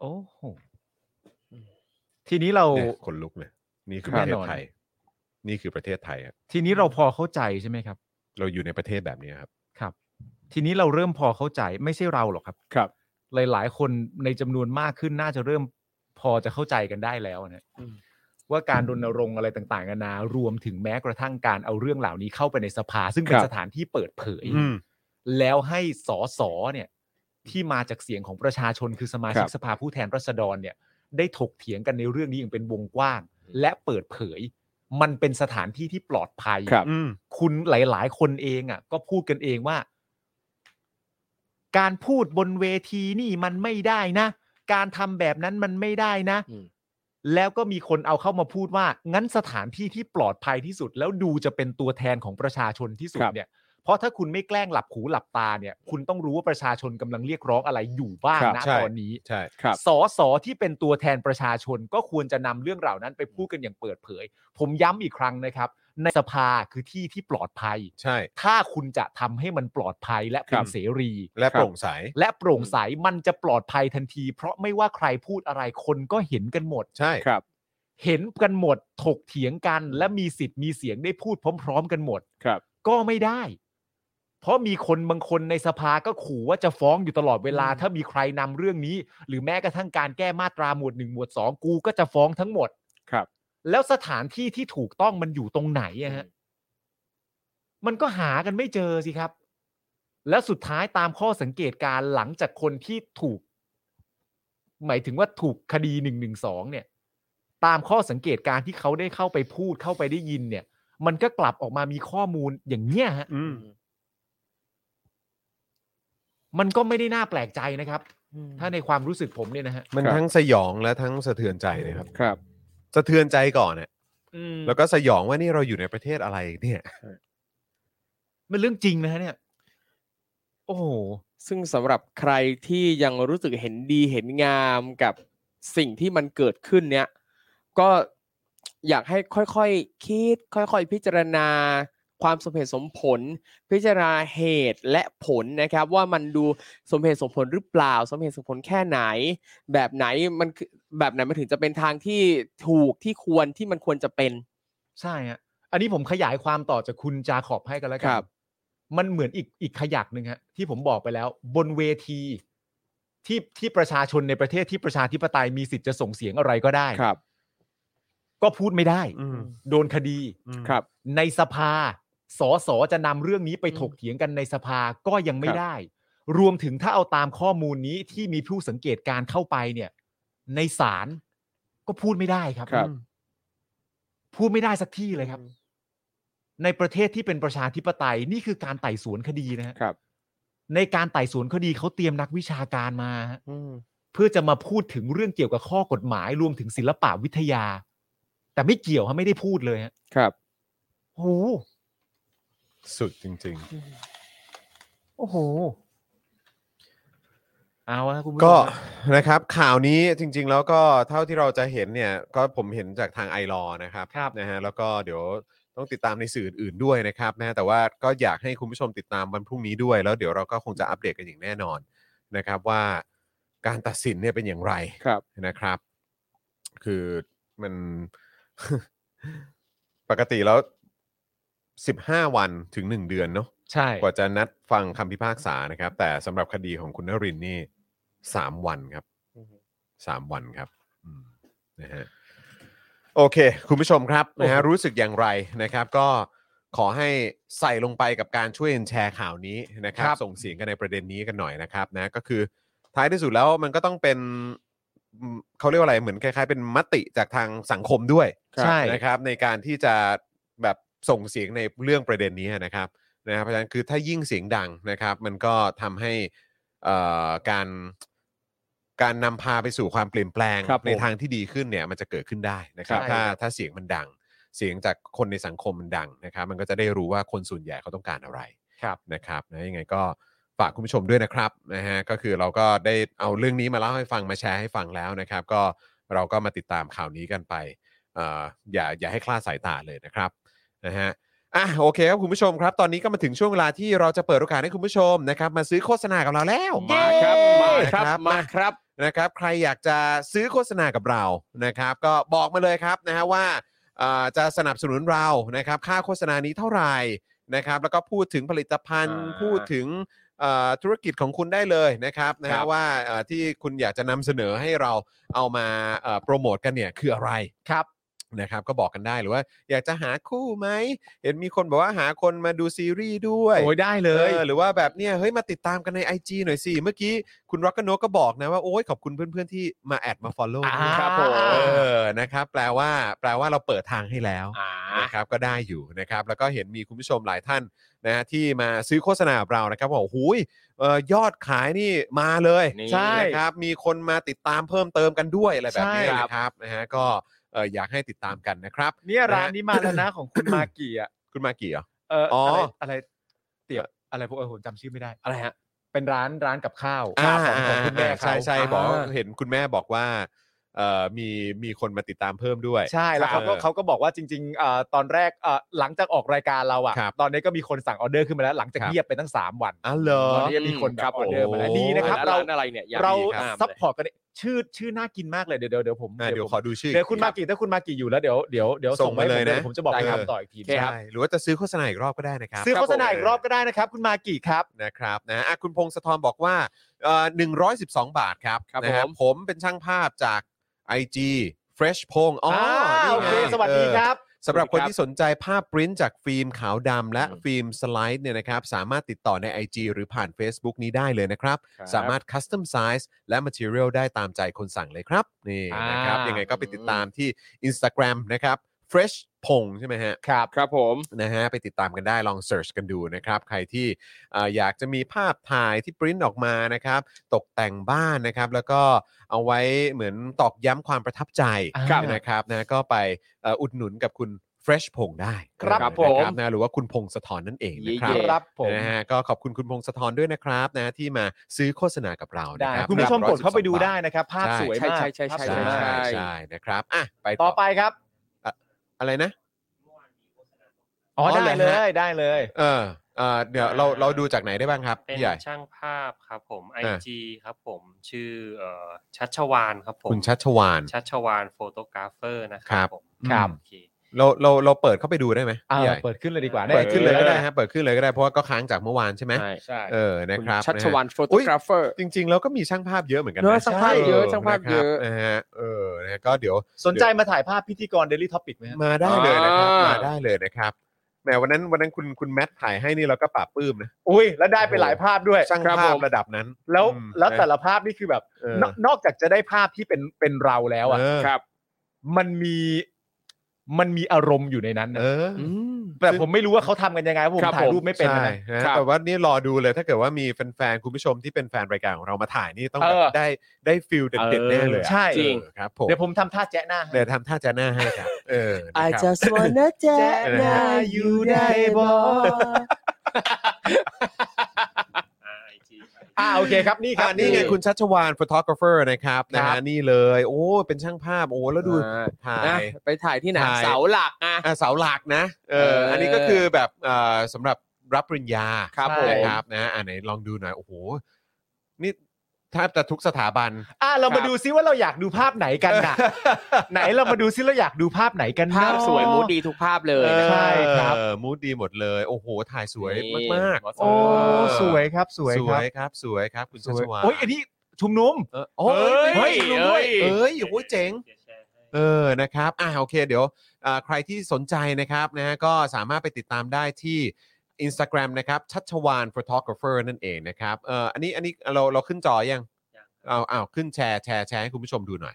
[SPEAKER 2] โอ้โหทีนี้เรา
[SPEAKER 1] เนี่ยคนลุกเลยนี่คือ
[SPEAKER 3] ค
[SPEAKER 1] ป
[SPEAKER 3] รับ
[SPEAKER 1] ระเทศไทย นี่คือประเทศไทยอะ
[SPEAKER 2] ทีนี้เราพอเข้าใจใช่ไหมครับ
[SPEAKER 1] เราอยู่ในประเทศแบบนี้ครับ
[SPEAKER 2] ครับ ทีนี้เราเริ่มพอเข้าใจไม่ใช่เราหรอกครับ
[SPEAKER 3] ครับ
[SPEAKER 2] หลาย ๆ คนในจำนวนมากขึ้นน่าจะเริ่มพอจะเข้าใจกันได้แล้วนะ
[SPEAKER 3] อืม
[SPEAKER 2] ว่าการรณรงค์อะไรต่างๆนานารวมถึงแม้กระทั่งการเอาเรื่องเหล่านี้เข้าไปในสภา ซึ่งเป็น
[SPEAKER 3] ครับ
[SPEAKER 2] สถานที่เปิดเผย
[SPEAKER 1] อืม
[SPEAKER 2] แล้วให้สอสอเนี่ย ที่มาจากเสียงของประชาชนคือสมาชิกสภาผู้แทนราษฎรเนี่ย ได้ถกเถียงกันในเรื่องนี้อย่างเป็นวงกว้าง และเปิดเผย มันเป็นสถานที่ที่ปลอดภัย
[SPEAKER 3] ครับ
[SPEAKER 1] อืม
[SPEAKER 2] คุณหลาย ๆ คนเองอ่ะ ก็พูดกันเองว่า การพูดบนเวทีนี่มันไม่ได้นะ การทำแบบนั้นมันไม่ได้นะ
[SPEAKER 3] อืม
[SPEAKER 2] แล้วก็มีคนเอาเข้ามาพูดว่า งั้นสถานที่ที่ปลอดภัยที่สุด แล้วดูจะเป็นตัวแทนของประชาชนที่สุดเนี่ย เพราะถ้าคุณไม่แกล้งหลับหูหลับตาเนี่ย คุณต้องรู้ว่าประชาชนกำลังเรียกร้องอะไรอยู่บ้าง
[SPEAKER 3] ครับ
[SPEAKER 2] นะ
[SPEAKER 1] ใช่
[SPEAKER 2] ตอนนี้
[SPEAKER 1] ใช่
[SPEAKER 3] ครับ
[SPEAKER 2] สอสอที่เป็นตัวแทนประชาชนก็ควรจะนำเรื่องเหล่านั้นไปพูดกันอย่างเปิดเผย ผมย้ำอีกครั้งนะครับ ในสภาคือที่ที่ปลอดภัย
[SPEAKER 1] ใช่
[SPEAKER 2] ถ้าคุณจะทำให้มันปลอดภัยและเป็
[SPEAKER 3] ครั
[SPEAKER 2] น
[SPEAKER 3] บ
[SPEAKER 2] เสรี
[SPEAKER 1] และโปร่งใส
[SPEAKER 2] และโปร่งใสมันจะปลอดภัยทันที เพราะไม่ว่าใครพูดอะไรคนก็เห็นกันหมด
[SPEAKER 1] ใช่
[SPEAKER 3] ครับ
[SPEAKER 2] เห็นกันหมด ถกเถียงกัน และมีสิทธิ์มีเสียงได้พูดพร้อม ๆ กันหมด
[SPEAKER 3] ครับ
[SPEAKER 2] ก็ไม่ได้ เพราะมีคนบางคนในสภาก็ขู่ว่าจะฟ้องอยู่ตลอดเวลา
[SPEAKER 3] อืม
[SPEAKER 2] ถ้ามีใครนำเรื่องนี้ หรือแม้กระทั่งการแก้มาตราหมวดหนึ่งหมวดสองกูก็จะฟ้องทั้งหมด
[SPEAKER 3] ครับ
[SPEAKER 2] แล้วสถานที่ที่ถูกต้องมันอยู่ตรงไหนอะฮะ มันก็หากันไม่เจอสิครับ แล้วสุดท้ายตามข้อสังเกตการณ์หลังจากคนที่ถูก หมายถึงว่าถูกคดีหนึ่งหนึ่งสองเนี่ย ตามข้อสังเกตการณ์ที่เขาได้เข้าไปพูดเข้าไปได้ยินเนี่ย มันก็กลับออกมามีข้อมูลอย่างเนี้ยฮะ
[SPEAKER 1] อืม
[SPEAKER 2] มันก็ไม่ได้น่าแปลกใจนะครับ ถ้าในความรู้สึกผมเนี่ยนะฮะ
[SPEAKER 1] มัน
[SPEAKER 3] ครับ
[SPEAKER 1] ทั้งสยองและทั้งสะเทือนใจนะครับ
[SPEAKER 3] ครับ
[SPEAKER 1] สะเทือนใจก่อนเนี่ย
[SPEAKER 2] แล้
[SPEAKER 1] แล้ว วก็สยองว่านี่เราอยู่ในประเทศอะไรเนี่ย
[SPEAKER 2] มันเรื่องจริงนะฮะเนี่ย โอ้โห
[SPEAKER 3] ซึ่งสำหรับใครที่ยังรู้สึกเห็นดีเห็นงามกับสิ่งที่มันเกิดขึ้นเนี้ยก็อยากให้ค่อยๆคิด ค่อยๆ พิจารณา ความสมเหตุสมผล พิจารณาเหตุและผลนะครับ ว่ามันดูสมเหตุสมผลหรือเปล่า สมเหตุสมผลแค่ไหน แบบไหนมันคือแบบไหนมันถึงจะเป็นทางที่ถูกที่ควรที่มันควรจะเป็น
[SPEAKER 2] ใช่ฮะ อันนี้ผมขยายความต่อจากคุณจาขอบให้กันแล้วกั
[SPEAKER 3] ครับ
[SPEAKER 2] มันเหมือนอีกอีกขยักหนึ่งฮะที่ผมบอกไปแล้ว บนเวที ที่ที่ประชาชนในประเทศที่ประชาธิปไตยมีสิทธิ์จะส่งเสียงอะไรก็ได้
[SPEAKER 3] ครับ
[SPEAKER 2] ก็พูดไม่ได้
[SPEAKER 1] อืม
[SPEAKER 2] โดนคดี
[SPEAKER 1] อืม
[SPEAKER 3] ครับ
[SPEAKER 2] ในสภา สสจะนำเรื่องนี้ไปถกเถียงกันในสภาก็ยังไม่
[SPEAKER 3] ครับ
[SPEAKER 2] ได้ รวมถึงถ้าเอาตามข้อมูลนี้ที่มีผู้สังเกตการเข้าไปเนี่ย ในศาลก็พูดไม่ได้ครับ
[SPEAKER 3] ครับ
[SPEAKER 2] พูดไม่ได้สักที่เลยครับ ในประเทศที่เป็นประชาธิปไตยนี่คือการไต่สวนคดีนะฮะ
[SPEAKER 3] ครับ
[SPEAKER 2] ในการไต่สวนคดีเขาเตรียมนักวิชาการมาฮะเพื่อจะมาพูดถึงเรื่องเกี่ยวกับข้อกฎหมาย รวมถึงศิลปะวิทยา แต่ไม่เกี่ยวฮะไม่ได้พูดเลยฮะ
[SPEAKER 3] ครับ
[SPEAKER 2] โอ้โห
[SPEAKER 1] สุดจริง
[SPEAKER 2] โอ้โห เอาละคุณผู้ช
[SPEAKER 1] ๆ ก็
[SPEAKER 2] มครับ
[SPEAKER 1] นะครับข่าวนี้จริง ๆ แล้วก็เท่าที่เราจะเห็นเนี่ยก็ผมเห็นจากทางไอรอนะครับ
[SPEAKER 2] ครับ
[SPEAKER 1] นะฮะแล้วก็เดี๋ยวต้องติดตามในสื่ออื่นๆด้วยนะครับนะแต่ว่าก็อยากให้คุณผู้ชมติดตามวันพรุ่งนี้ด้วย แล้วเดี๋ยวเราก็คงจะอัปเดตกันอย่างแน่นอนนะครับว่าการตัดสินเนี่ยเป็นอย่างไร
[SPEAKER 3] ครับ
[SPEAKER 1] นะครับ คือมัน ปกติแล้ว 15 วันถึง 1 เดือนเนาะ
[SPEAKER 2] ใช่
[SPEAKER 1] กว่าจะนัดฟังคำพิพากษานะครับ แต่สำหรับคดีของคุณนรินทร์นี่ 3 วันครับ 3 วันครับอืมนะฮะโอเค คุณผู้ชมครับนะฮะรู้สึกอย่างไรนะครับ ก็ขอให้ใส่ลงไปกับการช่วยกันแชร์ข่าวนี้นะครับ ส่งเสียงกันในประเด็นนี้กันหน่อยนะครับนะก็คือ ท้ายที่สุดแล้วมันก็ต้องเป็นอืมเขาเรียกว่าอะไรเหมือนคล้ายๆ เป็นมติจากทางสังคมด้วย
[SPEAKER 2] ใช่
[SPEAKER 1] นะครับ ในการที่จะแบบส่งเสียงในเรื่องประเด็นนี้นะครับนะครับเพราะฉะนั้นคือถ้ายิ่งเสียงดังนะครับ มันก็ทำให้เอ่อการการนำพาไปสู่ความเปลี่ยนแปลง
[SPEAKER 3] ครับผม
[SPEAKER 1] ในทางที่ดีขึ้นเนี่ยมันจะเกิดขึ้นได้นะครับ
[SPEAKER 3] ใช่
[SPEAKER 1] ถ้าถ้าเสียงมันดัง เสียงจากคนในสังคมมันดังนะครับ มันก็จะได้รู้ว่าคนส่วนใหญ่เขาต้องการอะไร
[SPEAKER 2] ครับ
[SPEAKER 1] นะครับนะยังไงก็ฝากคุณผู้ชมด้วยนะครับนะฮะก็คือเราก็ได้เอาเรื่องนี้มาเล่าให้ฟังมาแชร์ให้ฟังแล้วนะครับ ก็เราก็มาติดตามข่าวนี้กันไปเอ่ออย่าอย่าให้คลาดสายตาเลยนะครับนะฮะอ่ะโอเคครับคุณผู้ชมครับ ตอนนี้ก็มาถึงช่วงเวลาที่เราจะเปิดโอกาสให้คุณผู้ชมนะครับ มาซื้อโฆษณากับเราแล้ว
[SPEAKER 3] มาครับ มาครับ มาครับ
[SPEAKER 1] นะครับ ใครอยากจะซื้อโฆษณากับเรานะครับ ก็บอกมาเลยครับนะฮะว่าเอ่อจะสนับสนุนเรานะครับค่าโฆษณานี้เท่าไหร่ นะครับแล้วก็พูดถึงผลิตภัณฑ์
[SPEAKER 3] อ่า
[SPEAKER 1] พูดถึงเอ่อธุรกิจของคุณได้เลยนะครับนะ
[SPEAKER 3] ค
[SPEAKER 1] ฮะ
[SPEAKER 3] รับ
[SPEAKER 1] ว่าเอ่อที่คุณอยากจะนำเสนอให้เราเอามาเอ่อโปรโมทกันเนี่ยคืออะไรครับนะครับก็บอกกันได้หรือว่า อยากจะหาคู่ไหมเห็นมีคนบอกว่าหาคนมาดูซีรีส์ด้วย
[SPEAKER 2] โอ้ยได้เลย
[SPEAKER 1] ออหรือว่าแบบเนี่ยเฮ้ยมาติดตามกันใน IG หน่อยสิเมื่อกี้คุณร็อกกโนก็บอกนะว่าโอ้ยขอบคุณเพื่อนๆที่มาแอดมา follow
[SPEAKER 2] อ่า
[SPEAKER 1] ด้วย
[SPEAKER 3] ครับผม
[SPEAKER 1] เออนะครับแปลว่าแปลว่าเราเปิดทางให้แล้ว
[SPEAKER 3] อ่า
[SPEAKER 1] นะครับก็ได้อยู่นะครับแล้วก็เห็นมีคุณผู้ชมหลายท่านนะฮะที่มาซื้อโฆษณากับเรานะครับบอกหูยเอ่อยอดขายนี่มาเลย
[SPEAKER 3] นี่
[SPEAKER 2] ใช่
[SPEAKER 1] นะครับมีคนมาติดตามเพิ่มเติมกันด้วยอะไรแบบนี้
[SPEAKER 2] ใช่
[SPEAKER 1] นะครับนะฮะก็เอ่ออยากให้ติดตามกันนะครับ
[SPEAKER 2] เนี่ยร้าน
[SPEAKER 1] นะ
[SPEAKER 2] นี้มาแล้วนะของคุณมากี่อ่ะ
[SPEAKER 1] คุณมากี่เหรอ
[SPEAKER 2] เออ
[SPEAKER 1] ออ
[SPEAKER 2] อะไร
[SPEAKER 1] อ
[SPEAKER 2] อะไรเตี๋ยบอะไรพวกเออผมจำชื่อไม่ได้
[SPEAKER 3] อะไรฮะ
[SPEAKER 2] เป็นร้านร้านกับข้าว
[SPEAKER 1] อ่า
[SPEAKER 2] ของของคุณแม่เขา
[SPEAKER 1] ใช่ใช่บอกว่า
[SPEAKER 3] อ่า
[SPEAKER 1] เห็นคุณแม่บอกว่าเอ่อมีมีคนมาติดตามเพิ่มด้วย
[SPEAKER 2] ใช่แล้วเขาก็เขาก็บอกว่าจริงๆเอ่อตอนแรกเอ่อหลังจากออกรายการเราอ่ะ
[SPEAKER 1] ครับ
[SPEAKER 2] ตอนนี้ก็มีคนสั่งออเดอร์ขึ้นมาแล้วหลังจาก
[SPEAKER 1] ครับ
[SPEAKER 2] เงียบไปตั้งสามวัน
[SPEAKER 1] อ๋อเหรอ
[SPEAKER 2] ตอนนี้ก็มีคนแบบออเดอร์มาแล้ว
[SPEAKER 1] โอ้
[SPEAKER 2] ดีนะครับ
[SPEAKER 3] เรา
[SPEAKER 2] เรา
[SPEAKER 3] อะไรเนี่ยอยก
[SPEAKER 2] เรา
[SPEAKER 3] ติดตมลย
[SPEAKER 2] ซัพพอร์ตกันเนี่ยชื่อชื่อน่ากินมากเลยเดี๋ยวเดี๋ยวเดี๋ยวผม
[SPEAKER 1] อ่ะเดี๋ยวขอดูชื่อ
[SPEAKER 2] เดี๋ยวคุณ
[SPEAKER 1] รั
[SPEAKER 2] มา
[SPEAKER 1] บ
[SPEAKER 2] กี่ถ้าคุณมากี่อยู่แล้วเดี๋ยวเดี๋ยวเดี๋ยว
[SPEAKER 1] ส่ง
[SPEAKER 2] ส่งมา
[SPEAKER 1] มาเล
[SPEAKER 2] เลย ย
[SPEAKER 1] นะ
[SPEAKER 2] นะผมจะบอก
[SPEAKER 1] ได้
[SPEAKER 2] ไป
[SPEAKER 1] ครับ
[SPEAKER 2] ทำต่ออีกที
[SPEAKER 3] โอเคครับ
[SPEAKER 1] ใช่หรือว่าจะซื้อโฆษณาอีกรอบก็ได้นะครับ
[SPEAKER 2] ซื้อโฆษณาอีกรอบก็ได้นะครับ คุณมากี่ครับ
[SPEAKER 1] ครับนะครับนะอ่ะคุณพงศธรบอกว่าเอ่อ112 บาทครับ
[SPEAKER 3] ครับ
[SPEAKER 1] นะฮะ
[SPEAKER 3] ผม
[SPEAKER 1] ผมเป็นช่างภาพจาก IG Fresh พงอ๋อ
[SPEAKER 2] อ่า
[SPEAKER 1] นี่
[SPEAKER 2] โอเค
[SPEAKER 1] ไง
[SPEAKER 2] สวัสดี
[SPEAKER 1] เออ
[SPEAKER 2] ครับ
[SPEAKER 1] สำหรับคนที่สนใจภาพปริ้นจากฟิล์มขาวดำและฟิล์มสไลด์เนี่ยนะครับ สามารถติดต่อใน IG หรือผ่าน Facebook นี้ได้เลยนะครับ
[SPEAKER 3] ครับ
[SPEAKER 1] สามารถคัสตอมไซส์และ Material ได้ตามใจคนสั่งเลยครับ นี่นะครับ
[SPEAKER 2] อ่ายั
[SPEAKER 1] ยังไงก็ไปติดตามที่ Instagram นะครับ Fresh พงใช่ไหมฮะ
[SPEAKER 2] ครับ
[SPEAKER 3] ครับผม
[SPEAKER 1] นะฮะไปติดตามกันได้ลองเสิร์ชกันดูนะครับ ใครที่เอ่ออยากจะมีภาพถ่ายที่ปริ้นออกมานะครับ ตกแต่งบ้านนะครับ แล้วก็เอาไว้เหมือนตอกย้ำความประทับใจ
[SPEAKER 3] ครับ
[SPEAKER 1] นะครับนะก็ไปเอ่ออุดหนุนกับคุณ Fresh พงษ์ได้
[SPEAKER 3] ครับ
[SPEAKER 1] นะ
[SPEAKER 3] ผม
[SPEAKER 1] นะหรือว่าคุณพงศธรนั่นเองนะครับ
[SPEAKER 3] เย่
[SPEAKER 2] ครับผม
[SPEAKER 1] นะฮะก็ขอบคุณคุณพงศธรด้วยนะครับนะที่มาซื้อโฆษณากับเรา
[SPEAKER 2] ได้
[SPEAKER 1] นะครับ
[SPEAKER 2] คุณผู้ชมกดเข้าไปดู
[SPEAKER 1] 112
[SPEAKER 2] ได้นะครับ ภาพสวยมาก
[SPEAKER 3] ใช่ใช่ใช่
[SPEAKER 2] ภาพส
[SPEAKER 1] ใช่
[SPEAKER 2] วยมาก
[SPEAKER 1] ใช่ใช่นะครับอ่ะไป
[SPEAKER 2] ต่อไปครับ
[SPEAKER 1] อะไรนะ
[SPEAKER 2] อ๋อ
[SPEAKER 1] อ๋อ
[SPEAKER 2] ได้
[SPEAKER 1] เหร
[SPEAKER 2] เล
[SPEAKER 1] อฮะ
[SPEAKER 2] ยได้เลย
[SPEAKER 1] เออเอ่อเดี๋ยวเราเราดูจากไหนได้บ้างครับ
[SPEAKER 4] เป็น
[SPEAKER 1] พี่ใหญ่
[SPEAKER 4] ช่างภาพครับผม
[SPEAKER 1] อ่า
[SPEAKER 4] IG ครับผมชื่อเอ่อชัชวานครับผม
[SPEAKER 1] คุณชัชวาน
[SPEAKER 4] ชัชวานโฟโตกราฟเฟอร์นะค
[SPEAKER 1] ครั
[SPEAKER 4] รับ ผม
[SPEAKER 2] ครับ
[SPEAKER 4] โอเค
[SPEAKER 1] เราเราเราเปิดเข้าไปดูได้ไหม
[SPEAKER 2] อ่า
[SPEAKER 1] พี่ใหญ่
[SPEAKER 2] เปิดขึ้นเลยดีกว่า
[SPEAKER 1] เปิดขึ้นเลยก็ได้
[SPEAKER 2] ออ
[SPEAKER 1] ฮะเปิดขึ้นเลยก็ได้เพราะว่าก็ค้างจากเมื่อวานใช่ไหม
[SPEAKER 3] ใช่
[SPEAKER 5] ใช่
[SPEAKER 1] เออนะครั
[SPEAKER 3] ชั
[SPEAKER 1] บะ
[SPEAKER 3] ช
[SPEAKER 1] ฮะ
[SPEAKER 3] วานโฟโตกราฟเฟอร์
[SPEAKER 1] จริงๆแล้วก็มีช่างภาพเยอะเหมือนกัน
[SPEAKER 3] เนอะช่างภาพเยอะช่างภาพเยอะ
[SPEAKER 1] นะครับนะฮะเออนะก็เดี๋ยว
[SPEAKER 2] สนใจมาถ่ายภาพพิธีกร Daily Topic ไหมฮะ
[SPEAKER 1] มาได้เลยนะครับ
[SPEAKER 3] อ่าม
[SPEAKER 1] มาได้เลยนะครับแหมวันนั้นวันนั้นคุณคุณแมทถ่ายให้นี่เราก็ปราบปลื้มนะ
[SPEAKER 2] อุ้ยแล้วได้ไปหลายภาพด้วย
[SPEAKER 1] ช่าง
[SPEAKER 2] ครับ
[SPEAKER 1] ภา
[SPEAKER 2] ผ
[SPEAKER 1] พ
[SPEAKER 2] ม
[SPEAKER 1] ระดับนั้น
[SPEAKER 2] แล้ว
[SPEAKER 1] อืม
[SPEAKER 2] แล้วแต่
[SPEAKER 1] นะ
[SPEAKER 2] ละภาพนี่คือแบบ
[SPEAKER 1] เออน
[SPEAKER 2] อกนอกจากจะได้ภาพที่เป็นเป็นเราแล้วอ่ะ
[SPEAKER 1] เออ
[SPEAKER 3] ครับ
[SPEAKER 2] มันมีมันมีอารมณ์อยู่ในนั้นนะ
[SPEAKER 1] เออ
[SPEAKER 3] อืม
[SPEAKER 2] แต่ผมไม่รู้ว่าเขาทำกันยังไงเพราะผม
[SPEAKER 3] ครับ
[SPEAKER 2] ถ่ายรู
[SPEAKER 3] ผ
[SPEAKER 2] ป
[SPEAKER 3] ม
[SPEAKER 2] ไม่เป็นนะ
[SPEAKER 1] ใช่นะครับแต่ว่านี่รอดูเลยถ้าเกิดว่ามีแฟนๆคุณผู้ชมที่เป็นแฟนรายการของเรามาถ่ายนี่ต้องแบบ
[SPEAKER 3] เออ
[SPEAKER 1] ได้ได้ฟิลเด็ดๆแน่เลยอะ
[SPEAKER 2] ใช่
[SPEAKER 3] จริง
[SPEAKER 1] เออครับผม
[SPEAKER 2] เดี๋ยวผมทำท่าแจ๊ะหน้าให้
[SPEAKER 1] เดี๋ยวทำท่าจะหน้าให้ครับเออนะครับ
[SPEAKER 3] I just wanna แจ๊ะหน้าอยู่ได้บ่
[SPEAKER 4] อ่าอีกทีครับ
[SPEAKER 2] อ่าโอเคครับนี่ครับ
[SPEAKER 1] อ่ะนี่ไงคุณชัชวานฟ h o ท o กราฟเฟอร์นะครับนะ
[SPEAKER 2] ครั
[SPEAKER 1] ฮะ
[SPEAKER 2] บ
[SPEAKER 1] นี่เลย โอ้เป็นช่างภาพ โอ้แล้วดู
[SPEAKER 3] อ่า
[SPEAKER 1] ถ่า
[SPEAKER 3] นะ
[SPEAKER 1] ย
[SPEAKER 3] ไปถ่ายที่ไหน
[SPEAKER 1] ถ่าย
[SPEAKER 3] เสาหลักอ่ะ
[SPEAKER 1] อ่ะเสาหลักนะเอ
[SPEAKER 3] เอ
[SPEAKER 1] อ
[SPEAKER 3] ออั
[SPEAKER 1] อันนี้ก็คือแบบเอ่อสำหรับรับปริญญา
[SPEAKER 3] ครับผม
[SPEAKER 1] นะครับนะอ่าไหนลองดูหน่อย โอ้โห นี่แทบจะทุกสถาบัน
[SPEAKER 2] อ่าเรามาดูซิว่าเราอยากดูภาพไหนกันนะ ไหนเรามาดูซิเราอยากดูภาพไหนกันนะ
[SPEAKER 3] ภาพสวยมูดดีทุกภาพเลยนะ
[SPEAKER 2] ใช่ครับ
[SPEAKER 1] เออมูดดีหมดเลย โอ้โห ถ่ายสวย
[SPEAKER 3] นี่
[SPEAKER 1] มากๆ
[SPEAKER 2] โอ้สวยครับสวย
[SPEAKER 1] ส
[SPEAKER 2] ค
[SPEAKER 1] วย
[SPEAKER 2] รับ
[SPEAKER 1] ครับ สวยครับ คุณชัชวาน
[SPEAKER 2] โอ้ยอันนี้ชุมนุม
[SPEAKER 1] เออโอ้ย
[SPEAKER 2] เฮ้
[SPEAKER 1] เฮ้
[SPEAKER 2] ย
[SPEAKER 1] ย
[SPEAKER 3] เฮ้ย
[SPEAKER 1] เอ้ยโอ้ยเจ๋ง เออ นะครับ อ่าโอเค เดี๋ยวอ่าใครที่สนใจนะครับนะฮะก็สามารถไปติดตามได้ที่ Instagram นะครับ ชัชวาน photographer นั่นเองนะครับ เอ่อ อันนี้ อันนี้ เรา เราขึ้นจอยังเอาเอาขึ้นแชร์ แชร์ แชร์ให้คุณผู้ชมดูหน่อย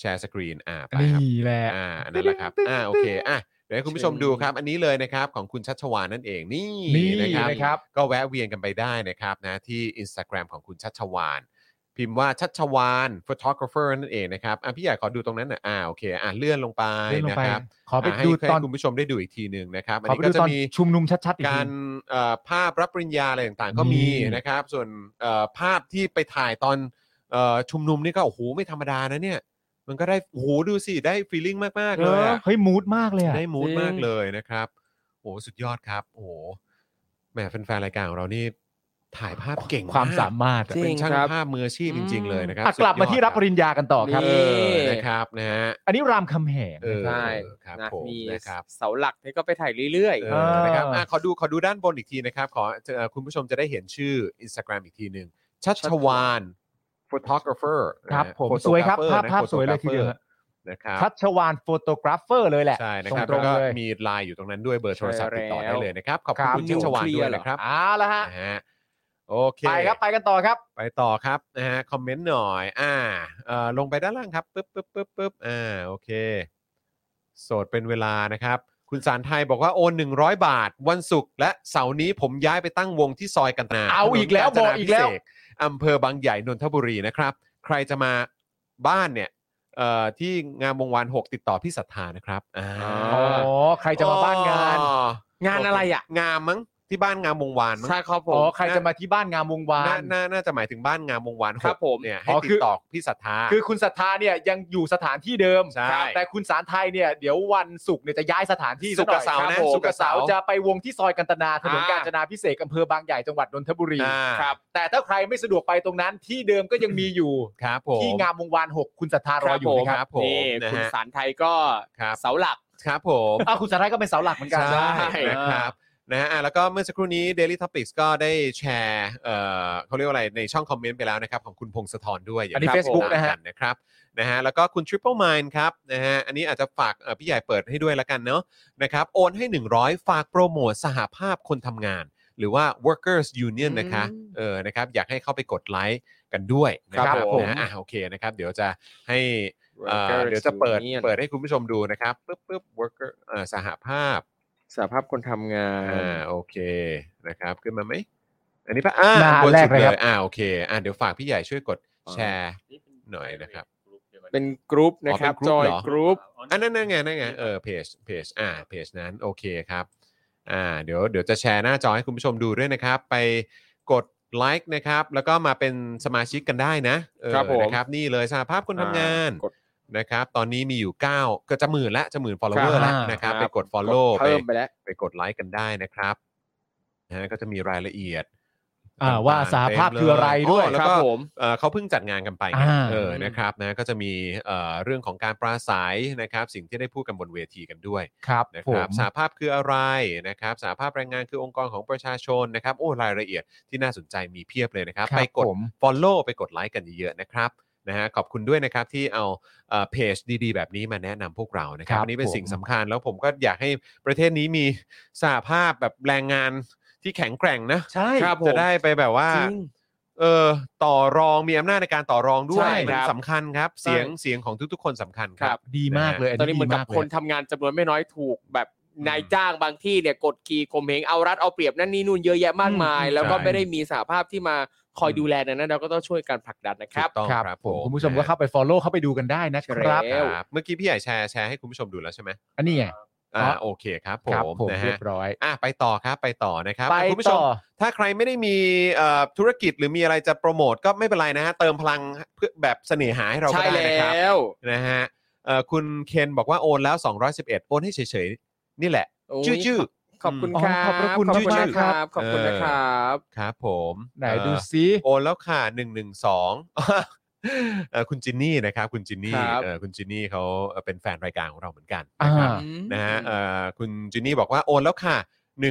[SPEAKER 1] แชร์สกรีน อ่า ไปครับ
[SPEAKER 2] นี่แหละ
[SPEAKER 1] อ่า นั่นแหละครับ อ่า โอเค อ่ะ เดี๋ยวให้คุณผู้ชมดูครับ อันนี้เลยนะครับ ของคุณชัชวานนั่นเอง นี่
[SPEAKER 2] นี่
[SPEAKER 1] นะครับ
[SPEAKER 2] นะครับ
[SPEAKER 1] ก็แวะเวียนกันไปได้นะครับนะที่ Instagram ของคุณชัชวาน พิมพ์ว่าชัชวาน photographer นั่นเองนะครับ อ่ะพี่ใหญ่ขอดูตรงนั้นหน่อยอ่า โอเค อ่ะเลื่อนลงไป
[SPEAKER 2] เลื่อนล
[SPEAKER 1] นะ
[SPEAKER 2] งไป
[SPEAKER 1] ครับ
[SPEAKER 2] ขอไป
[SPEAKER 1] ะให้
[SPEAKER 2] ดูตอน
[SPEAKER 1] ให้คุณผู้ชมได้ดูอีกทีหนึ่งนะครับ อัน
[SPEAKER 2] ขอไป
[SPEAKER 1] นี้ก็
[SPEAKER 2] ดู
[SPEAKER 1] จะ
[SPEAKER 2] ตอน
[SPEAKER 1] มี
[SPEAKER 2] ชุมนุมชัดๆอีกที
[SPEAKER 1] การเอ่อภาพรับปริญญาอะไรต่างๆ ก็มี
[SPEAKER 2] นี่
[SPEAKER 1] นะครับ ส่วนเอ่อภาพที่ไปถ่ายตอนเอ่อชุมนุมนี่ก็โอ้โหไม่ธรรมดานะเนี่ย มันก็ได้โอ้โหดูสิได้ feeling มากๆเลยอะ
[SPEAKER 2] เฮ้ยมูดมากเลยอะ
[SPEAKER 1] ได้มูด
[SPEAKER 3] จริง
[SPEAKER 1] มากเลยนะครับ โอ้สุดยอดครับ โอ้แหมแฟนๆรายการของเรานี่ถ่ายภาพเก่ง
[SPEAKER 2] ความสามารถอะ
[SPEAKER 3] จริง
[SPEAKER 1] เป็นช่าง
[SPEAKER 3] ครับ
[SPEAKER 1] ภาพมืออาชีพจริง ๆ เลยนะครับ
[SPEAKER 2] อ่ะกลับมาที่รับปริญญากันต่อครับ
[SPEAKER 1] เออนะครับนะฮะ
[SPEAKER 2] อันนี้รามคำแหง
[SPEAKER 1] เออ
[SPEAKER 3] ใช่
[SPEAKER 1] ครับ
[SPEAKER 3] นะ
[SPEAKER 1] ผม
[SPEAKER 3] มี
[SPEAKER 1] นะครับ
[SPEAKER 3] เสาหลักนี่ก็ไปถ่ายเรื่อย
[SPEAKER 1] เอ
[SPEAKER 2] เอ
[SPEAKER 1] อ
[SPEAKER 2] อ
[SPEAKER 1] นะครับอ่ะขอดูขอดูด้านบนอีกทีนะครับ ขอเอ่อคุณผู้ชมจะได้เห็นชื่อ Instagram อีกทีหนึ่งชัชวาน photographer
[SPEAKER 2] ครับผม
[SPEAKER 1] นะฮะ
[SPEAKER 2] สวยครับ ภาพ
[SPEAKER 1] photographer นะ
[SPEAKER 2] ภาพสวยเลยทีเดียวฮะ
[SPEAKER 1] photographer นะครับ
[SPEAKER 2] ชัชวานโฟโตกราฟเฟอร์เลยแหละ
[SPEAKER 1] ใช่นะ
[SPEAKER 2] ตร
[SPEAKER 1] ครับ
[SPEAKER 2] งตร
[SPEAKER 1] แล้ว
[SPEAKER 2] ง
[SPEAKER 1] ก็
[SPEAKER 2] เลย
[SPEAKER 1] มีไลน์อยู่ตรงนั้นด้วยเบอร์โทรศัพท์ติดต่อ
[SPEAKER 3] ใช่แล้
[SPEAKER 1] ได้
[SPEAKER 3] ว
[SPEAKER 1] เลยนะครับ ขอบคุณ
[SPEAKER 2] ครับ
[SPEAKER 1] คุณชัชวานด้วยนะครับ
[SPEAKER 2] เอาละฮะ
[SPEAKER 1] นะฮะโอเค
[SPEAKER 2] ไปครับไปกันต่อครับ
[SPEAKER 1] ไปต่อครับนะฮะคอมเมนต์หน่อย อ่าเอ่อลงไปด้านล่างครับปึ๊บปึ๊บปึ๊บปึ๊บอ่าโอเค โสดเป็นเวลานะครับ คุณสารไทยบอกว่าโอน100 บาท วันศุกร์และเสาร์นี้ผมย้ายไปตั้งวงที่ซอยกันนา
[SPEAKER 2] เอาอีกแล้ว
[SPEAKER 1] ถนน
[SPEAKER 2] บอกอีกแล้ว
[SPEAKER 1] าญจนาพิเศษอำเภอบางใหญ่นนทบุรีนะครับ ใครจะมาบ้านเนี่ยเอ่อที่งามวงวาน6ติดต่อพี่ศรัทธานะครับอ่า
[SPEAKER 3] อ๋
[SPEAKER 2] อ๋อใครจะมาบ้านงาน
[SPEAKER 1] อ๋อง
[SPEAKER 3] านอะไรอ่ะ
[SPEAKER 1] งามมั้งที่บ้านงามวงวานมั้ง
[SPEAKER 3] ใช่ครับผ
[SPEAKER 2] อ๋อ
[SPEAKER 3] ม
[SPEAKER 2] ใครจะมาที่บ้านงามวงวาน
[SPEAKER 1] น่าน่าจะหมายถึงบ้านงามวงวานหก
[SPEAKER 3] ครับผม
[SPEAKER 1] เนี่ย
[SPEAKER 2] อ๋
[SPEAKER 1] ให้
[SPEAKER 2] อ
[SPEAKER 1] ติ
[SPEAKER 2] คื
[SPEAKER 1] ด
[SPEAKER 2] อ
[SPEAKER 1] ต่อพี่ศรัทธา
[SPEAKER 2] คือคุณศรัทธาเนี่ยยังอยู่สถานที่เดิม
[SPEAKER 1] ใช่
[SPEAKER 2] แต่คุณสารไทยเนี่ยเดี๋ยววันศุกร์เนี่ยจะย้ายสถานที่
[SPEAKER 1] ศุกร์กับเสาร์
[SPEAKER 2] ซหน่
[SPEAKER 1] นะ
[SPEAKER 2] อย
[SPEAKER 1] ครับ
[SPEAKER 2] ผม
[SPEAKER 1] ศุ
[SPEAKER 2] ศุ
[SPEAKER 1] ก
[SPEAKER 2] ก
[SPEAKER 1] ร์
[SPEAKER 2] ร์
[SPEAKER 1] กับ
[SPEAKER 2] กั
[SPEAKER 1] บ เสา
[SPEAKER 2] เสา
[SPEAKER 1] ร์
[SPEAKER 2] ร์จะไปวงที่ซอยกันตนาถนน
[SPEAKER 3] อ่า
[SPEAKER 2] กาญจนาพิเศษกอำเภอบางใหญ่จังหวัดนนทบุรี
[SPEAKER 1] อ่า
[SPEAKER 3] ครับ
[SPEAKER 2] แต่ถ้าใครไม่สะดวกไปตรงนั้นที่เดิมก็ยังมีอยู่
[SPEAKER 1] ครับผม
[SPEAKER 2] ที่งามวงวาน 6 คุณศรัทธารออยู่นะ
[SPEAKER 1] ค
[SPEAKER 2] ค
[SPEAKER 1] รั
[SPEAKER 2] รั
[SPEAKER 1] บบ ผม
[SPEAKER 3] นี่
[SPEAKER 1] นะ
[SPEAKER 3] คุณ
[SPEAKER 1] ฮะ
[SPEAKER 3] สารไทยก็
[SPEAKER 1] ครับ
[SPEAKER 3] เสาหลัก
[SPEAKER 1] ครับผม
[SPEAKER 2] อ้าวคุณสารไทยก็เป็นเสาหลักเหมือนกัน
[SPEAKER 1] นะครับนะฮะอ่ะแล้วก็เมื่อสักครู่นี้ Daily Topics ก็ได้แชร์เอ่อเขาเรียกว่าอะไรในช่องคอมเมนต์ไปแล้วนะครับของคุณพงศธรด้วยย่า
[SPEAKER 2] อันนี้
[SPEAKER 1] ลืม
[SPEAKER 2] Facebook
[SPEAKER 1] ติดตามกันะครับนะฮะแล้วก็คุณ Triple Mind ครับนะฮะอันนี้อาจจะฝากเอ่อพี่ใหญ่เปิดให้ด้วยละกันเนาะนะครับโอนให้ 100 ฝากโปรโมทสหภาพคนทำงาน หรือว่า workers union นะคะ
[SPEAKER 3] อืม
[SPEAKER 1] เออนะครับอยากให้เข้าไปกดไลค์กันด้วยนะครั
[SPEAKER 3] ครับ บผม
[SPEAKER 1] นะอ่ะโอเคนะครับเดี๋ยวจะให้ เอ่อเดี๋ยวจะเปิด เปิดให้คุณผู้ชมดูนะครับปึ๊บปึ๊บ worker เอ่อสหภาพ
[SPEAKER 3] สหภาพคนทำงาน
[SPEAKER 1] อ่าโอเคนะครับขึ้นมาไหมอันนี้ปะอ่า
[SPEAKER 2] หน้า
[SPEAKER 1] บน
[SPEAKER 2] แรก
[SPEAKER 1] สุด
[SPEAKER 2] เลยครับ
[SPEAKER 1] อ่าโอเคอ่าเดี๋ยวฝากพี่ใหญ่ช่วยกด
[SPEAKER 3] อ่า
[SPEAKER 1] แชร์ หน่อยนะครับ
[SPEAKER 3] เป็นกรุ๊ปนะครับ
[SPEAKER 1] อ๋อเป็นกรุ๊ป
[SPEAKER 3] จอย
[SPEAKER 1] เหรอ
[SPEAKER 3] กรุ๊ป
[SPEAKER 1] อันนั้นนั่นไงนั่นไงเออเพจเพจอ่าเพจนั้นโอเคครับอ่าเดี๋ยวเดี๋ยวจะแชร์หน้าจอให้คุณผู้ชมดูด้วยนะครับ ไปกดไลค์นะครับ แล้วก็มาเป็นสมาชิกกันได้นะเออ
[SPEAKER 3] ครับผม
[SPEAKER 1] นะครับนี่เลยสหภาพคนทำงาน
[SPEAKER 3] กด
[SPEAKER 1] นะครับ ตอนนี้มีอยู่ 9 ก็จะหมื่นละจะหมื่น follower
[SPEAKER 2] ครับ
[SPEAKER 1] แล้วนะครับ
[SPEAKER 3] ครับ
[SPEAKER 1] ไปกด follow
[SPEAKER 3] กด
[SPEAKER 1] ไป
[SPEAKER 3] เพิ่มไปแล้ว
[SPEAKER 1] ไปกดไลค์กันได้นะครับนะฮะก็จะมีรายละเอียด
[SPEAKER 2] อ่าว่าสหภาพคืออะไรด้วย
[SPEAKER 1] แล้ว
[SPEAKER 3] ค
[SPEAKER 1] ก็
[SPEAKER 3] รับผม
[SPEAKER 1] เอ่อเขาเพิ่งจัดงานกันไปไง
[SPEAKER 2] อ่า
[SPEAKER 1] เออนะครับนะก็จะมีเอ่อเรื่องของการปราศัยนะครับ สิ่งที่ได้พูดกันบนเวทีกันด้วย
[SPEAKER 2] ครับ
[SPEAKER 1] นะ
[SPEAKER 2] ผ
[SPEAKER 1] ครับ
[SPEAKER 2] ม
[SPEAKER 1] สหภาพคืออะไรนะครับสหภาพแรงงานคือองค์กรของประชาชนนะครับโอ้รายละเอียดที่น่าสนใจมีเพียบเลยนะครับ
[SPEAKER 2] ครับ
[SPEAKER 1] ไปกด
[SPEAKER 2] ผม
[SPEAKER 1] Follow ไปกดไลค์กันเยอะๆนะครับนะฮะขอบคุณด้วยนะครับที่เอาเอ่อเพจดีๆ แบบนี้มาแนะนำพวกเรานะครับ
[SPEAKER 2] ครับ
[SPEAKER 1] อันนี้เป็น
[SPEAKER 2] ผม
[SPEAKER 1] สิ่งสำคัญแล้วผมก็อยากให้ประเทศนี้มีสหภาพแบบแรงงานที่แข็งแกร่งนะ
[SPEAKER 2] ใช่
[SPEAKER 3] ครับผม
[SPEAKER 1] จะได้ไปแบบว่า
[SPEAKER 3] จริง
[SPEAKER 1] เออต่อรองมีอำนาจในการต่อรองด้ว
[SPEAKER 3] ใช่
[SPEAKER 1] ย
[SPEAKER 3] ครับ
[SPEAKER 1] มันสำคัญครับ
[SPEAKER 3] ใช่
[SPEAKER 1] เสียงเสียงของทุกๆ คนสำคัญค
[SPEAKER 3] ครั
[SPEAKER 1] รับ
[SPEAKER 3] บ
[SPEAKER 2] ดีมากเลยอัน
[SPEAKER 3] ตอนนี้
[SPEAKER 2] นี้
[SPEAKER 3] เหมือนกับ
[SPEAKER 2] ดีาก
[SPEAKER 3] คน
[SPEAKER 2] ลย
[SPEAKER 3] ทำงานจำนวนไม่น้อยถูกแบบนายจ้างบางที่เนี่ยกดขี่ข่มเหงเอารัดเอาเปรียบนั่นนี่นู่นเยอะแยะมากมาย
[SPEAKER 2] อืม
[SPEAKER 3] แล้วก็
[SPEAKER 1] ใช่
[SPEAKER 3] ไม่ได้มีสหภาพที่มาคอยดูแลดังนั้นเราก็ต้องช่วยกันผลักดันนะค
[SPEAKER 1] ถู
[SPEAKER 3] รั
[SPEAKER 1] ก
[SPEAKER 3] บ
[SPEAKER 1] ต้อง
[SPEAKER 2] ครับ
[SPEAKER 1] ครับ
[SPEAKER 2] ผ
[SPEAKER 1] ผมม
[SPEAKER 2] คุณผู้ชมก็เข้าไป Follow เข้าไปดูกันได้นะค
[SPEAKER 3] ใช่
[SPEAKER 2] รับ
[SPEAKER 3] แล้ว
[SPEAKER 1] ครับเมื่อกี้พี่ใหญ่แชร์แชร์ให้คุณผู้ชมดูแล้วใช่ไหม
[SPEAKER 2] อันนี้ไง
[SPEAKER 1] อ่า
[SPEAKER 2] ครับ
[SPEAKER 1] โอเคครับผ
[SPEAKER 2] ครับ
[SPEAKER 1] ม
[SPEAKER 2] ผม
[SPEAKER 1] นะ
[SPEAKER 2] เรี
[SPEAKER 1] ฮะ
[SPEAKER 2] ยบร้อย
[SPEAKER 1] อ่ะไปต่อครับไปต่อนะครับ
[SPEAKER 2] ไป
[SPEAKER 1] อ่ะคุณผู้ชม
[SPEAKER 2] ต่อ
[SPEAKER 1] ถ้าใครไม่ได้มีเอ่อธุรกิจหรือมีอะไรจะโปรโมทก็ไม่เป็นไรนะฮะเติมพลังเพื่อแบบเสน่หาให้เราก็
[SPEAKER 3] ใช่
[SPEAKER 1] ได้
[SPEAKER 3] แล
[SPEAKER 1] นะครับ
[SPEAKER 3] ้ว
[SPEAKER 1] นะฮะเอ่อคุณเคนบอกว่าโอนแล้ว 211 โอนให้เฉยๆ นี่แหละ
[SPEAKER 3] โอ้ย
[SPEAKER 1] จื้อ
[SPEAKER 3] ขอบคุณ
[SPEAKER 2] อ๋อ
[SPEAKER 3] ครับ
[SPEAKER 2] ขอบพระคุณ
[SPEAKER 3] ขอบคุณ
[SPEAKER 2] มาก
[SPEAKER 3] นะครับขอบคุณ
[SPEAKER 1] เออ
[SPEAKER 3] นะครับ
[SPEAKER 1] ๆครับผม
[SPEAKER 2] ไหน
[SPEAKER 1] เอ่อ
[SPEAKER 2] ดูซิ
[SPEAKER 1] โอนแล้วค่ะ1 1 2เอ่อคุณจินนี่นะครับ คุณจินนี่
[SPEAKER 3] ครับ
[SPEAKER 1] เอ่อคุณจินนี่เขาเอ่อเป็นแฟนรายการของเราเหมือนกัน
[SPEAKER 2] อ่า
[SPEAKER 1] นะครับ
[SPEAKER 3] อืม
[SPEAKER 1] นะฮะเอ่อคุณจินนี่บอกว่าโอนแล้วค่ะ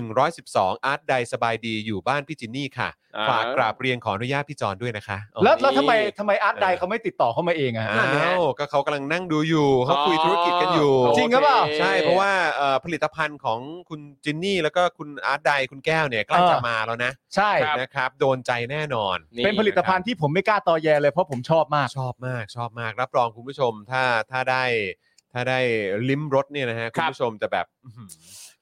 [SPEAKER 1] 112 อาร์ตใดสบายดีอยู่บ้านพี่จินนี่ค่ะ
[SPEAKER 3] อ่า
[SPEAKER 1] ฝากกราบเรียนขออนุญาตพี่จอนด้วยนะคะอ๋อ
[SPEAKER 2] แล้วแล้วทำไม
[SPEAKER 3] นี่
[SPEAKER 2] ทำไมอาร์ตไดเขาไม่ติดต่อเข้ามาเองอะ
[SPEAKER 1] อ้าวก็เขากำลังนั่งดูอยู่เขาคุยธุรกิจกันอยู่
[SPEAKER 2] จริงหรือเปล่า
[SPEAKER 1] ใช่เพราะว่าเอ่อผลิตภัณฑ์ของคุณจินนี่ แล้วก็คุณอาร์ตใดคุณแก้วเนี่ยใกล้จะมาแล้วนะ
[SPEAKER 2] ใช่
[SPEAKER 3] ครับ
[SPEAKER 1] นะครับโดนใจแน่นอน
[SPEAKER 2] เป็นผลิตภัณฑ์ที่ผมไม่กล้าตอแยเลยเพราะผมชอบมาก
[SPEAKER 1] ชอบมากชอบมากรับรองคุณผู้ชมถ้าถ้าได้ถ้าได้ลิ้มรสเนี่ยนะฮะ
[SPEAKER 3] ค
[SPEAKER 1] คุ
[SPEAKER 3] รั
[SPEAKER 1] ณ
[SPEAKER 3] บ
[SPEAKER 1] ผู้ชมจะแบบอื้อหือ